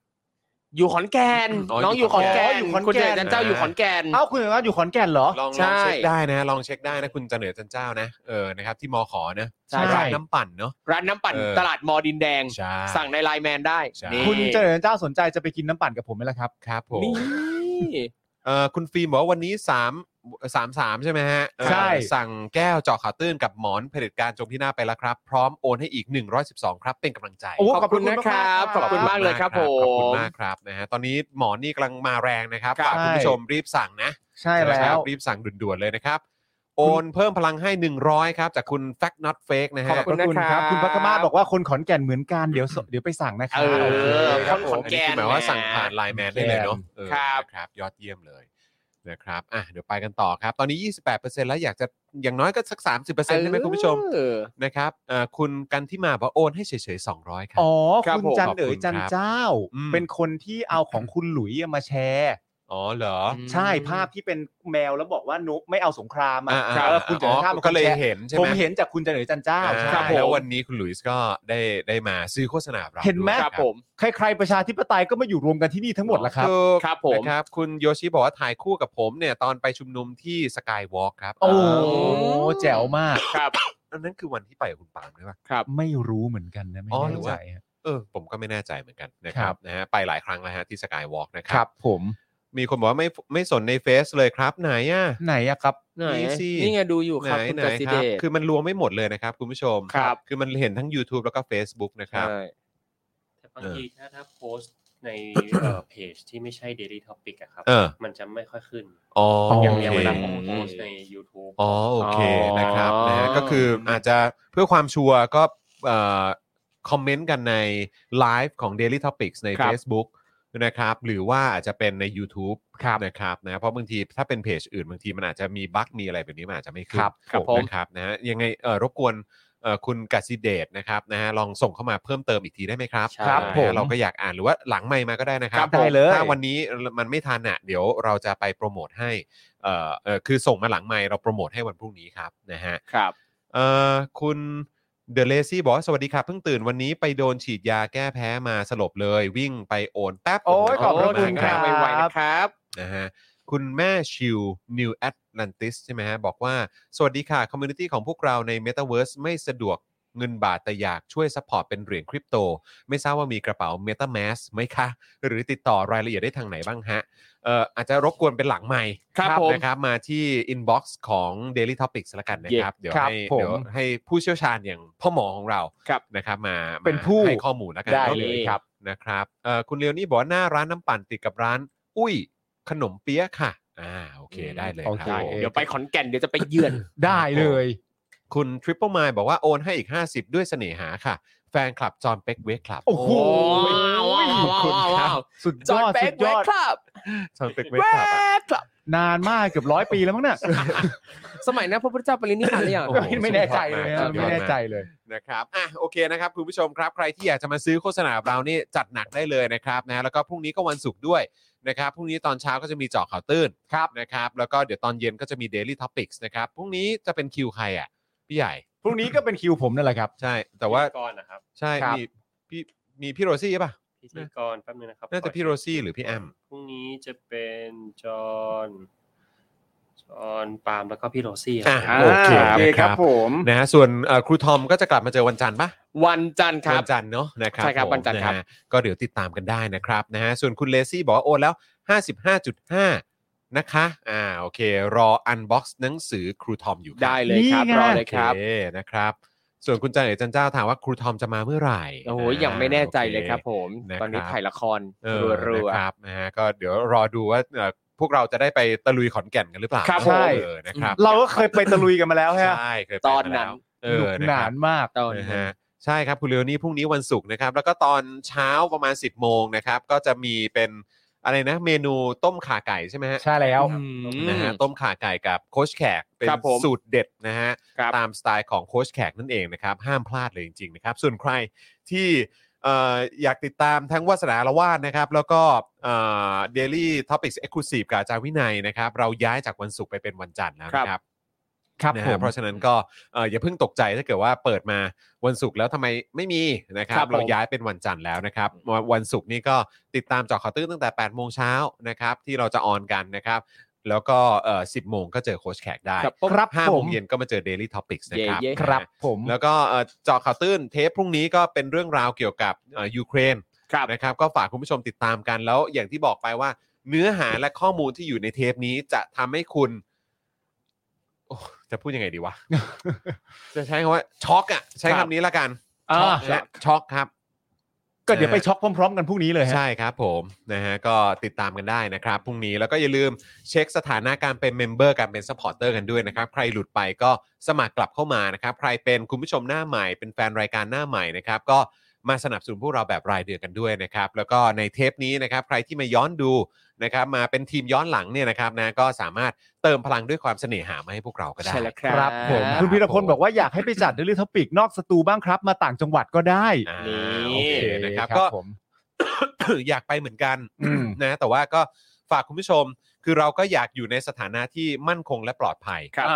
[SPEAKER 3] อยู่ขอนแก่น
[SPEAKER 1] อ๋อ
[SPEAKER 3] น้องอยู่ขอนแก่น
[SPEAKER 2] อยู่ขอนแก่น
[SPEAKER 3] คุณเจนจันเจ้าอยู่ขอนแก่น
[SPEAKER 2] เอ้าคุณเหนือจันเจ้าอยู่ขอนแก่นเหรอ
[SPEAKER 1] ลองล
[SPEAKER 3] ใช่
[SPEAKER 1] องเช็คได้นะ ลองเช็คได้นะ คุณจันเหนือจันเจ้านะเออนะครับที่มอขอนะ
[SPEAKER 3] ใช่
[SPEAKER 1] ร้านน้ำปั่นเนาะ
[SPEAKER 3] ร้านน้ำปั่น
[SPEAKER 1] เออ
[SPEAKER 3] ตลาดมอดินแดง
[SPEAKER 1] ใช่
[SPEAKER 3] สั่งในไลน์แมนได้
[SPEAKER 1] ใช่
[SPEAKER 3] นี่
[SPEAKER 2] คุณจันเหนือจันเจ้าสนใจจะไปกินน้ำปั่นกับผมไหมล่ะครับ
[SPEAKER 1] ครับผม
[SPEAKER 3] นี่
[SPEAKER 1] เออคุณฟิล์มบอกว่าวันนี้สามสามสามใช่ไหมฮะเออ
[SPEAKER 2] ใช่
[SPEAKER 1] สั่งแก้วเจาะข่าวตื้นกับหมอนเผด็จการจงพินาศไปแล้วครับ พร้อมโอนให้อีก 112 ครับ เป็นกำลังใจ
[SPEAKER 2] โอ้
[SPEAKER 3] ขอบคุณนะครับข
[SPEAKER 2] ข
[SPEAKER 3] อ
[SPEAKER 2] อ
[SPEAKER 3] บบ
[SPEAKER 2] คุ
[SPEAKER 3] คุณมาม
[SPEAKER 2] ณาก ก
[SPEAKER 3] เลยครับผ
[SPEAKER 1] ขอบคุณ
[SPEAKER 3] ม
[SPEAKER 1] มากครับนะฮะตอนนี้หมอนี่กำลังมาแรงนะครับ
[SPEAKER 3] ครั
[SPEAKER 1] ฝา
[SPEAKER 3] บ
[SPEAKER 1] กคุณผู้ชมรีบสั่งนะ
[SPEAKER 2] ใช่แล้
[SPEAKER 1] นะครับ
[SPEAKER 2] ว
[SPEAKER 1] รีบสั่งด่วนๆเลยนะครับ โอนเพิ่มพลังให้ 100 ครับ จากคุณ Fact Not Fake นะฮะ
[SPEAKER 3] ขอบคุณนะ
[SPEAKER 2] ข
[SPEAKER 3] ครับ
[SPEAKER 2] คุณพัฒมาศบอกว่าคนขอนแก่นเหมือนกันเดี๋ยวสเดี๋ยวไปสั่งนะค
[SPEAKER 3] เอ
[SPEAKER 2] รับโอเคค
[SPEAKER 3] อครับ
[SPEAKER 1] อันนี้คือห
[SPEAKER 2] ผม
[SPEAKER 3] นขอนแก่น
[SPEAKER 1] มายว่าสั่งผ่าน
[SPEAKER 3] แหม
[SPEAKER 1] ไลน์แมนได้เลยเนาะเออ
[SPEAKER 3] ครับ
[SPEAKER 1] นะครับ ยอดเยี่ยมเลยนะครับอ่ะเดี๋ยวไปกันต่อครับ ตอนนี้ 28%แล้วอยากจะอย่างน้อยก็สัก 30%ได้ไหมคุณผู้ชม
[SPEAKER 3] เออ
[SPEAKER 1] นะครับเอ่อคุณกันที่มาบอกโอนให้เฉยๆ 200 ครับ
[SPEAKER 2] อ๋อ
[SPEAKER 3] ครับ
[SPEAKER 2] คุณ
[SPEAKER 3] ผม
[SPEAKER 2] จันเอ๋ยจันเจ้า
[SPEAKER 1] อืม
[SPEAKER 2] เป็นคนที่เอาของคุณหลุยมาแชร์
[SPEAKER 1] อ๋อเหรอ
[SPEAKER 2] ใช่ภาพที่เป็นแมวแล้วบอกว่านุกไม่เอาสงครามอ่ะ
[SPEAKER 1] อ่า
[SPEAKER 2] เออคุณจันเอ๋ยจันเจ้าเป็น
[SPEAKER 1] ก็
[SPEAKER 2] คน
[SPEAKER 1] เลย
[SPEAKER 2] แชร์
[SPEAKER 1] เห็นใช่ไหม
[SPEAKER 2] ผมเห็นจากคุณจันเอ๋ยจันเจ้า
[SPEAKER 1] อ่า
[SPEAKER 2] ใช่
[SPEAKER 3] ครับผม
[SPEAKER 1] แล้ววันนี้คุณหลุยส์ก็ได้ได้มาซื้อโฆษณาเรา
[SPEAKER 2] เห็นไหม
[SPEAKER 1] ด้วย
[SPEAKER 3] ครับผม
[SPEAKER 2] ใครๆประชาธิปไตยก็มาอยู่รวมกันที่นี่ทั้งหมดละครับ
[SPEAKER 1] ถูก
[SPEAKER 3] ครับผม
[SPEAKER 1] นะครับคุณโยชิบอกว่าถ่ายคู่กับผมเนี่ย ตอนไปชุมนุมที่สกายวอล์กครับ
[SPEAKER 2] โอ้โหแจ๋วมาก
[SPEAKER 3] ครับ
[SPEAKER 1] อันนั้นคือวันที่ไปกับคุณปาล์มใช่ปะ
[SPEAKER 3] ครับ
[SPEAKER 2] ไม่รู้เหมือนกันนะไม่
[SPEAKER 1] อ๋อหรื
[SPEAKER 2] แน่
[SPEAKER 1] อ
[SPEAKER 2] ใจ
[SPEAKER 1] ว่า
[SPEAKER 2] ฮะ
[SPEAKER 1] เออ ผมก็ไม่แน่ใจเหมือนกันนะค
[SPEAKER 2] ค
[SPEAKER 1] รั
[SPEAKER 2] รั
[SPEAKER 1] บบ นะฮะไปหลายครั้งแล้วฮะที่สกายวอล์กนะค
[SPEAKER 2] ค
[SPEAKER 1] รั
[SPEAKER 2] รับผม
[SPEAKER 1] มีคนบอกว่าไม่ไม่สนในเฟซเลยครับ ไหนอ่ะ
[SPEAKER 2] ไหนอะครับ
[SPEAKER 3] ไหน
[SPEAKER 1] นี่สิ
[SPEAKER 3] นี่ไงดูอยู่
[SPEAKER 1] ไห
[SPEAKER 3] คนรับคุณ
[SPEAKER 1] ไหน
[SPEAKER 3] จัสซิ
[SPEAKER 1] ค
[SPEAKER 3] เด
[SPEAKER 1] รับ
[SPEAKER 3] ช
[SPEAKER 1] คือมันรวมไม่หมดเลยนะครับ คุณผู้ชม
[SPEAKER 3] ครับ
[SPEAKER 1] คือมันเห็นทั้ง YouTube แล้วก็ Facebook นะครับ
[SPEAKER 3] ใช่
[SPEAKER 4] แต่บางทีถ้าถ้าโพสต์ใน เอ่อเพจที่ไม่ใช่ Daily Topic อะครับ
[SPEAKER 1] เออ
[SPEAKER 4] มันจะไม่ค่อยขึ้น
[SPEAKER 1] อ๋อ
[SPEAKER 2] โ
[SPEAKER 4] อย่าง
[SPEAKER 1] โอ
[SPEAKER 4] อย่าง
[SPEAKER 1] เค
[SPEAKER 4] เวลาผมโพสต์ใน YouTube
[SPEAKER 1] อ๋อโอเค
[SPEAKER 3] อ๋อ
[SPEAKER 1] นะครับนะฮะก็คืออาจจะเพื่อความชัวร์ก็เอ่อคอมเมนต์กันในไลฟ์ของ Daily Topics ใน
[SPEAKER 3] ครับ
[SPEAKER 1] Facebook นะครับหรือว่าอาจจะเป็นใน YouTube นะครับนะเพราะบางทีถ้าเป็นเพจอื่นบางทีมันอาจจะมีบั๊กมีอะไรแบบนี้มันอาจจะไม่ขึ้น
[SPEAKER 2] ครับ
[SPEAKER 3] ครับผม
[SPEAKER 1] นะครับนะฮะยังไงเอ่อรบกวนเอ่อคุณกสิเดชนะครับนะฮะลองส่งเข้ามาเพิ่มเติมอีกทีได้ไหมครับ
[SPEAKER 2] ครับ
[SPEAKER 1] นะฮะ
[SPEAKER 2] ผม
[SPEAKER 1] เราก็อยากอ่านหรือว่าหลังไมค์มาก็ได้นะครั
[SPEAKER 2] ครับ บได้เลย
[SPEAKER 1] ถ้าวันนี้มันไม่ทันอ่ะเดี๋ยวเราจะไปโปรโมทให้ เอ่อเอ่อคือส่งมาหลังไมค์เราโปรโมทให้วันพรุ่งนี้ครับนะฮะ
[SPEAKER 3] ครับ
[SPEAKER 1] เอ่อคุณเดลเลซี่บอกว่าสวัสดีครับเพิ่งตื่นวันนี้ไปโดนฉีดยาแก้แพ้มาสลบเลย วิ่งไปโอนแป๊บ
[SPEAKER 2] โอ้ยขอบพระคุณ
[SPEAKER 1] โน
[SPEAKER 2] ค
[SPEAKER 1] มา
[SPEAKER 2] รับ
[SPEAKER 1] ให้
[SPEAKER 3] ไวๆนะครับ
[SPEAKER 1] นะฮะคุณแม่ชิวนิวแอตแลนติสใช่ไหมฮะ บอกว่า สวัสดีค่ะคอมมูนิตี้ของพวกเราใน Metaverse ไม่สะดวกเงินบาทแต่อยากช่วยซัพพอร์ตเป็นเหรียญคริปโต ไม่ทราบว่ามีกระเป๋า MetaMask ไหมคะ หรือติดต่อรายละเอียดได้ทางไหนบ้างฮะเอ่ออาจจะรบกวนเป็นหลังใหม่
[SPEAKER 3] ครับผม
[SPEAKER 1] นะครับมาที่ inbox ของ daily topics ละกันนะครับ เดี๋ยว
[SPEAKER 2] ครับ
[SPEAKER 1] ให้
[SPEAKER 2] ผม
[SPEAKER 1] เดี๋ยวให้ผู้เชี่ยวชาญอย่างพ่อหมอของเรา
[SPEAKER 3] ครับ
[SPEAKER 1] นะครับมามา
[SPEAKER 2] เป็นผู้
[SPEAKER 1] ให้ข้อมูลละกัน
[SPEAKER 2] ได้
[SPEAKER 1] นอะ
[SPEAKER 2] เลยครับ
[SPEAKER 1] นะครับเอ่อคุณเลียวนี่บอกว่าหน้าร้านน้ำปั่นติดกับร้าน อุ้ยขนมเปี๊ยะค่ะอ่าโอเค
[SPEAKER 3] อืม
[SPEAKER 1] ได้เลย
[SPEAKER 2] โอ
[SPEAKER 1] ครั
[SPEAKER 2] เค
[SPEAKER 1] บ
[SPEAKER 3] เดี๋ยวไปขอนแก่นเดี๋ยวจะไปเยือน
[SPEAKER 2] ได้เลย
[SPEAKER 1] คุณ Triple Mile บอกว่าโอนให้อีก 50 ด้วยเสน่หาค่ะ แฟนคลับจอห์นเป็กเวกคลับ
[SPEAKER 2] โอ้โห
[SPEAKER 3] ว้าว
[SPEAKER 2] ขอบคุณครั
[SPEAKER 3] ว้าว
[SPEAKER 2] บสุด
[SPEAKER 3] จ
[SPEAKER 2] ย
[SPEAKER 3] อ
[SPEAKER 2] อ
[SPEAKER 3] ห์น
[SPEAKER 2] ด
[SPEAKER 3] แบ
[SPEAKER 2] สุด
[SPEAKER 3] งค์แวย ก
[SPEAKER 2] อด
[SPEAKER 3] ครับ
[SPEAKER 1] จอห์นเป็กเว
[SPEAKER 3] แว
[SPEAKER 1] กคลับอะ
[SPEAKER 3] กครับ
[SPEAKER 2] นานมากเกือบร้อยปีแล้วมั้งเนี่ย
[SPEAKER 3] สมัยนั้นพระพุทธเจ้าปรินิพพานหรือยัง
[SPEAKER 1] โอ้โห
[SPEAKER 2] ไม่แน่ใจเลยนะไม่แน่ใจเลย
[SPEAKER 1] นะครับ อ่ะ โอเคนะครับ คุณผู้ชมครับ ใครที่อยากจะมาซื้อโฆษณาเรานี่จัดหนักได้เลยนะครับนะ แล้วก็พรุ่งนี้ก็วันศุกร์ด้วยนะครับ พรุ่งนี้ตอนเช้าก็จะมีเจาะข่าวตื้นครับนะครับ แล้วก็เดี๋ยวตอนเย็นก็จะมี Daily Topics นะครับ พรุ่งนี้จะเป็นคิวใครอ่ะ พี่ใหญ่
[SPEAKER 2] พรุ่งนี้ก็เป็นคิวผมนั่นแหละครับ
[SPEAKER 1] ใช่ แต่ว่า
[SPEAKER 4] ก่อนนะครับ
[SPEAKER 1] ใช่
[SPEAKER 2] ครับ
[SPEAKER 1] มีพี่มีพี่โรซี่ป่ะ
[SPEAKER 4] พิธีกรแป๊บนึงนะครับ
[SPEAKER 1] น่าจะพี่โรซี่หรือพี่แอม
[SPEAKER 4] พรุ่งนี้จะเป็นจอห์นจอห์นปาล์มแล้วก็พี่โรซี่ครับ
[SPEAKER 1] อ่ะ โเค
[SPEAKER 3] อ่า
[SPEAKER 1] นะครับ
[SPEAKER 3] โอเคครับผม
[SPEAKER 1] นะฮะ ส่วนเอ่อครูทอมก็จะกลับมาเจอวันจันทร์ป่ะ
[SPEAKER 3] วันจันทร์ครั
[SPEAKER 1] วั
[SPEAKER 3] บ
[SPEAKER 1] นจันทร์เนาะนะครับ
[SPEAKER 3] ใช่ครับ
[SPEAKER 1] ผม
[SPEAKER 3] วันจันทร์ครับ
[SPEAKER 1] ะฮะก็เดี๋ยวติดตามกันได้นะครับนะฮะส่วนคุณเลซี่บอกว่าโอนแล้ว 55.5 นะคะอ่าโอเค รออันบ็อกซ์หนังสือครูทอมอยู่ครับ
[SPEAKER 3] ได้เลยครับ
[SPEAKER 2] นี่ไง
[SPEAKER 3] รอ
[SPEAKER 1] โอ
[SPEAKER 3] เลย
[SPEAKER 1] เค
[SPEAKER 3] ครับ
[SPEAKER 1] นะครับ ส่วนคุณจันเอกจันเจ้าถามว่าครูทอมจะมาเมื่อไหร่
[SPEAKER 3] โอ้โหยังไม่แน่ใจเลยครับผม
[SPEAKER 1] ะครับ
[SPEAKER 3] ตอนนี้ถ่ายละคร
[SPEAKER 1] เออ
[SPEAKER 3] รัว
[SPEAKER 1] นะครับนะฮะก็เดี๋ยวรอดูว่าเอ่อพวกเราจะได้ไปตะลุยขอนแก่นกันหรือเปล่า
[SPEAKER 3] ครับ
[SPEAKER 2] ผม
[SPEAKER 1] เออนะครับ
[SPEAKER 2] เราก็เคยไปตะลุยกันมาแล้วฮะ
[SPEAKER 1] ใช่เคยไป
[SPEAKER 3] ๆ ตอน
[SPEAKER 1] มา
[SPEAKER 3] นั้น
[SPEAKER 1] แล้ว เอ
[SPEAKER 2] หนุ
[SPEAKER 1] อก นะ
[SPEAKER 2] ห
[SPEAKER 1] ครับ
[SPEAKER 2] นานมาก
[SPEAKER 3] ตอน
[SPEAKER 1] นะฮะใช่ครับ คุณเรวนี่พรุ่งนี้วันศุกร์นะครับ แล้วก็ตอนเช้าประมาณ 10 โมงนะครับ ก็จะมีเป็นอะไรนะเมนูต้มข่าไก่ใช่ไหมฮะ
[SPEAKER 2] ใช่แล้ว
[SPEAKER 3] อืม
[SPEAKER 1] นะฮะต้มข่าไก่กับโคชแขกเป็น
[SPEAKER 3] ครับผม
[SPEAKER 1] สูตรเด็ดนะฮะ
[SPEAKER 3] ครับ
[SPEAKER 1] ตามสไตล์ของโค้ชแขกนั่นเองนะครับ ห้ามพลาดเลยจริงๆนะครับ ส่วนใครที่เอ่ออยากติดตามทั้งวาสนาละวาดนะครับ แล้วก็เดลี่ท็อปิกส์เอ็กซ์คลูซีฟกับอาจารย์วินัยนะครับ เราย้ายจากวันศุกร์ไปเป็นวันจันทร์แล้วนะครับ
[SPEAKER 2] ครับ
[SPEAKER 1] นะ
[SPEAKER 2] ผ
[SPEAKER 1] ฮะ
[SPEAKER 2] ม
[SPEAKER 1] เพราะฉะนั้นก็เอ่ออย่าเพิ่งตกใจถ้าเกิดว่าเปิดมาวันศุกร์แล้วทำไมไม่มีนะครับ
[SPEAKER 3] ครับผม
[SPEAKER 1] เราย้ายเป็นวันจันทร์แล้วนะครับ วันศุกร์นี้ก็ติดตามเจอข่าวตื้นตั้งแต่8ปดโมงเช้านะครับ ที่เราจะออนกันนะครับ แล้วก็เอ่อสิบโมงก็เจอโค้ชแขกได้
[SPEAKER 3] ครับผม
[SPEAKER 2] ครับ
[SPEAKER 1] ห้า
[SPEAKER 2] ผ
[SPEAKER 1] โม
[SPEAKER 2] ม
[SPEAKER 1] งเย็นก็มาเจอ Daily Topics นะ
[SPEAKER 3] เย่
[SPEAKER 1] ครับ
[SPEAKER 3] เย่
[SPEAKER 1] นะฮะ
[SPEAKER 2] ครับผม
[SPEAKER 1] แล้วก็เอ่อเจอข่าวตื้นเทปพรุ่งนี้ก็เป็นเรื่องราวเกี่ยวกับเอ่อยูเครน
[SPEAKER 3] ครับ
[SPEAKER 1] นะครับก็ฝากคุณผู้ชมติดตามกันแล้วอย่างที่บอกไปว่า เนื้อหาและข้อมูลที่อยู่ในเทปนี้จะทำให้คุณโอ้จะพูดยังไงดี วะ จะใช้คำว่าช็อกอ่ะใช้
[SPEAKER 3] ครับ
[SPEAKER 1] คำนี้ละกัน
[SPEAKER 2] อ่า
[SPEAKER 1] ช็อกและช็อกครับ
[SPEAKER 2] ก็เดี๋ยวไปช็อกพร้อมๆกันพรุ่งนี้เลยฮะ
[SPEAKER 1] ใช่ครับผมนะฮะก็ติดตามกันได้นะครับพรุ่งนี้แล้วก็อย่าลืมเช็คสถานะการเป็นเมมเบอร์การเป็นสปอร์เตอร์กันด้วยนะครับ ใครหลุดไปก็สมัครกลับเข้ามานะครับ ใครเป็นคุณผู้ชมหน้าใหม่เป็นแฟนรายการหน้าใหม่นะครับ ก็มาสนับสนุนพวกเราแบบรายเดือนกันด้วยนะครับ แล้วก็ในเทปนี้นะครับ ใครที่มาย้อนดูนะครับ มาเป็นทีมย้อนหลังเนี่ยนะครับนะก็สามารถเติมพลังด้วยความเสน่หามาให้พวกเราก็ได้
[SPEAKER 3] ใช่แล้วค
[SPEAKER 2] ค
[SPEAKER 3] รั
[SPEAKER 2] รั
[SPEAKER 3] บบ
[SPEAKER 2] ผมคุณพีรพลบอกว่าอยากให้ไปจัดเรื่องท็อปิกนอกสตูบ้างครับ มาต่างจังหวัดก็ได้
[SPEAKER 1] อ่า
[SPEAKER 3] นี่
[SPEAKER 1] โอเคนะครับก็
[SPEAKER 2] ผม
[SPEAKER 1] อยากไปเหมือนกัน
[SPEAKER 2] อืม
[SPEAKER 1] นะแต่ว่าก็ฝากคุณผู้ชม คือเราก็อยากอยู่ในสถานะที่มั่นคงและปลอดภัย
[SPEAKER 3] ครับ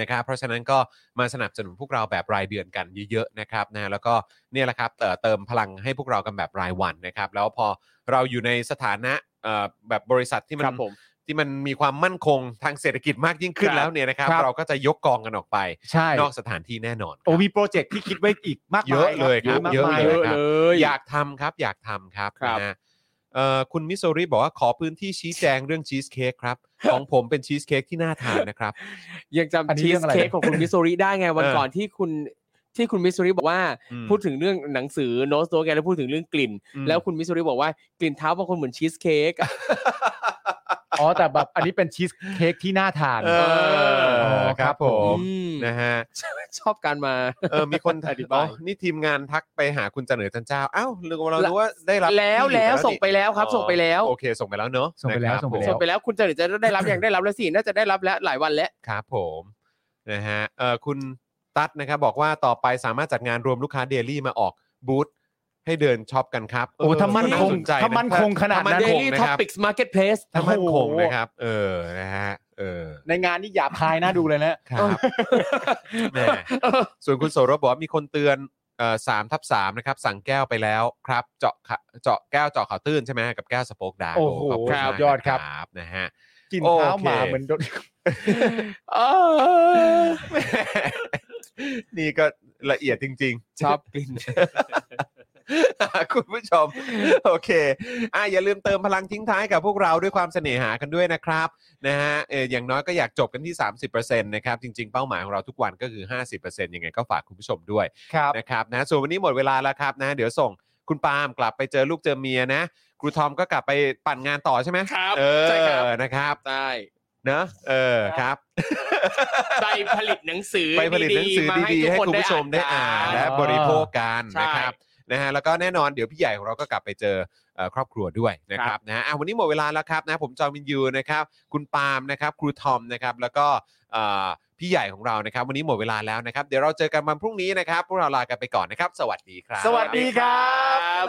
[SPEAKER 1] นะครับเพราะฉะนั้นก็มาสนับสนุนพวกเราแบบรายเดือนกันเยอะๆนะครับนะแล้วก็เนี่ยแหละครับเอ่อเติมพลังให้พวกเรากันแบบรายวันนะครับ แล้วพอเราอยู่ในสถานะเอ่อแบบบริษัทที่มัน
[SPEAKER 3] ครับผม
[SPEAKER 1] ที่มันมีความมั่นคงทางเศรษฐกิจมากยิ่งขึ้น
[SPEAKER 3] ครับ
[SPEAKER 1] แล้วเนี่ยนะครับ
[SPEAKER 2] ครับ
[SPEAKER 1] เราก็จะยกกองกันออกไป
[SPEAKER 2] ใช่
[SPEAKER 1] นอกสถานที่แน่นอนครับ
[SPEAKER 2] โอ้มีโปรเจกต์ที่คิดไว้อีกมากมา
[SPEAKER 1] เยอะเลย
[SPEAKER 2] ค
[SPEAKER 1] ครั
[SPEAKER 2] รับบ มาก
[SPEAKER 1] เยอะ
[SPEAKER 2] มาย
[SPEAKER 1] เล
[SPEAKER 2] เลย ย
[SPEAKER 1] ครับ
[SPEAKER 3] เยอะเลย
[SPEAKER 1] อยากทำครับ อยากทำครับ
[SPEAKER 3] ครับ
[SPEAKER 1] นะฮะเอ่อคุณมิโซริบอกว่าขอพื้นที่ชี้แจงเรื่องชีสเค้ก ครับ ของผมเป็นชีสเค้กที่น่าทานนะครับ
[SPEAKER 3] ยัง
[SPEAKER 2] อัน
[SPEAKER 3] จำ
[SPEAKER 2] นี้
[SPEAKER 3] ชี
[SPEAKER 2] เรื่
[SPEAKER 3] ส
[SPEAKER 2] องอะไรนะ
[SPEAKER 3] เค้กของคุณมิสซูริได้ไงวัน
[SPEAKER 1] เออ
[SPEAKER 3] ก่อนที่คุณที่คุณมิสซูริบอกว่า
[SPEAKER 1] อืม
[SPEAKER 3] พูดถึงเรื่องหนังสือโน้ตโตแกแล้วพูดถึงเรื่องกลิ่น
[SPEAKER 1] อืม
[SPEAKER 3] แล้วคุณมิสซูริบอกว่ากลิ่นเท้าบางคนเหมือนชีสเค้ก
[SPEAKER 2] อ๋อแต่แบบอันนี้เป็นชีสเค้กที่น่าทาน
[SPEAKER 1] เออครับผม
[SPEAKER 3] อืม
[SPEAKER 1] นะฮะ
[SPEAKER 3] ชอบการมา
[SPEAKER 1] เออมีคน
[SPEAKER 3] อธิบาย
[SPEAKER 1] อ๋อนี่ทีมงานทักไปหาคุณจันเหนือจันเจ้าอ้าวลืมว่าเรารู้ว่าได้รับ
[SPEAKER 3] แล้วแล้ว
[SPEAKER 1] นี่
[SPEAKER 3] ส่งไปแล้วครับ ส่งไปแล้ว
[SPEAKER 1] โอเค ส่งไปแล้วเนอะ
[SPEAKER 2] ส่งไปแล้ว
[SPEAKER 1] นะครับ
[SPEAKER 2] ส่งไป
[SPEAKER 1] ผม
[SPEAKER 2] แล้
[SPEAKER 3] ส่
[SPEAKER 2] ว
[SPEAKER 3] งไปแล้วคุณจะหรือจะได้รับยังได้รับแล้วสิน่าจะได้รับแล้วหลายวันแล้ว
[SPEAKER 1] ครับผมนะฮะเอ่อคุณตั๊ดนะครับบอกว่าต่อไปสามารถจัดงานรวมลูกค้าเดลี่มาออกบูธให้เดินช็อปกันครับ
[SPEAKER 2] โอ้ถ้ามั่นค
[SPEAKER 1] า
[SPEAKER 2] ง
[SPEAKER 1] สใจะ
[SPEAKER 2] ถ้ามั่นคงขนาดนั้น
[SPEAKER 1] ถ้มั่คง
[SPEAKER 3] Daily
[SPEAKER 1] นะครับ
[SPEAKER 3] Topics Marketplace
[SPEAKER 1] ถ้ามั่นคงนะครับ เออนะฮะเออ
[SPEAKER 2] ในงานนี่หยาบคายน่าดูเลยนะ
[SPEAKER 1] ครับแหมส่วนคุณโสรบบอกว่ามีคนเตือนเอ่อสามทับสามนะครับ สั่งแก้วไปแล้วครับ เจาะขะเจาะแก้วเจาะข่าวตื้นใช่ไหมฮะกับแก้วสโป๊กดาร์ก
[SPEAKER 2] โอ้โห
[SPEAKER 1] ขณ
[SPEAKER 2] ครับ
[SPEAKER 1] มาก
[SPEAKER 2] ยอดครับ
[SPEAKER 1] นะฮะ
[SPEAKER 2] กิน
[SPEAKER 1] โอเค
[SPEAKER 2] เท้าหมาเหมือนโดน
[SPEAKER 3] เออ
[SPEAKER 1] แหม นี่ก็ละเอียดจริง ๆ
[SPEAKER 3] ชอบกลิ่น
[SPEAKER 1] คุณผู้ชม โอเคอ่ะอย่าลืมเติมพลังทิ้งท้ายกับพวกเราด้วยความเสน่หากันด้วยนะครับนะฮะเอออย่างน้อยก็อยากจบกันที่ 30%นะครับจริง ๆ เป้าหมายของเราทุกวันก็คือ 50%ยังไงก็ฝากคุณผู้ชมด้วย
[SPEAKER 2] ครับ
[SPEAKER 1] นะครับนะส่วนวันนี้หมดเวลาแล้วครับนะเดี๋ยวส่งคุณปาล์มกลับไปเจอลูกเจอเมียนะครูทอมก็กลับไปปั่นงานต่อใช่ไหม
[SPEAKER 3] ครับ
[SPEAKER 1] เออ
[SPEAKER 3] ใช่ครับ
[SPEAKER 1] นะครับ
[SPEAKER 3] ใช่
[SPEAKER 1] เนอะเออครับ
[SPEAKER 3] ไปผลิตหนังสือ
[SPEAKER 1] ไปผลิตหนังสือดีๆ ให้คุณผู้ชมได้อ่านและ
[SPEAKER 2] อ่า
[SPEAKER 1] บริโภคกัน
[SPEAKER 3] ใช่
[SPEAKER 1] นะครับ นะฮะแล้วก็แน่นอนเดี๋ยวพี่ใหญ่ของเราก็กลับไปเจอเอ่อครอบครัวด้วยนะค
[SPEAKER 3] ครั
[SPEAKER 1] รับบ นะฮะอ่ะวันนี้หมดเวลาแล้วครับนะผมจอมินยูนะครับคุณปาล์มนะครับครูทอมนะครับแล้วก็เอ่อพี่ใหญ่ของเรานะครับ วันนี้หมดเวลาแล้วนะครับ เดี๋ยวเราเจอกันวันพรุ่งนี้นะครับพวกเราลากันไปก่อนนะครับ สวัสดีครับ
[SPEAKER 2] สวัสดีครับ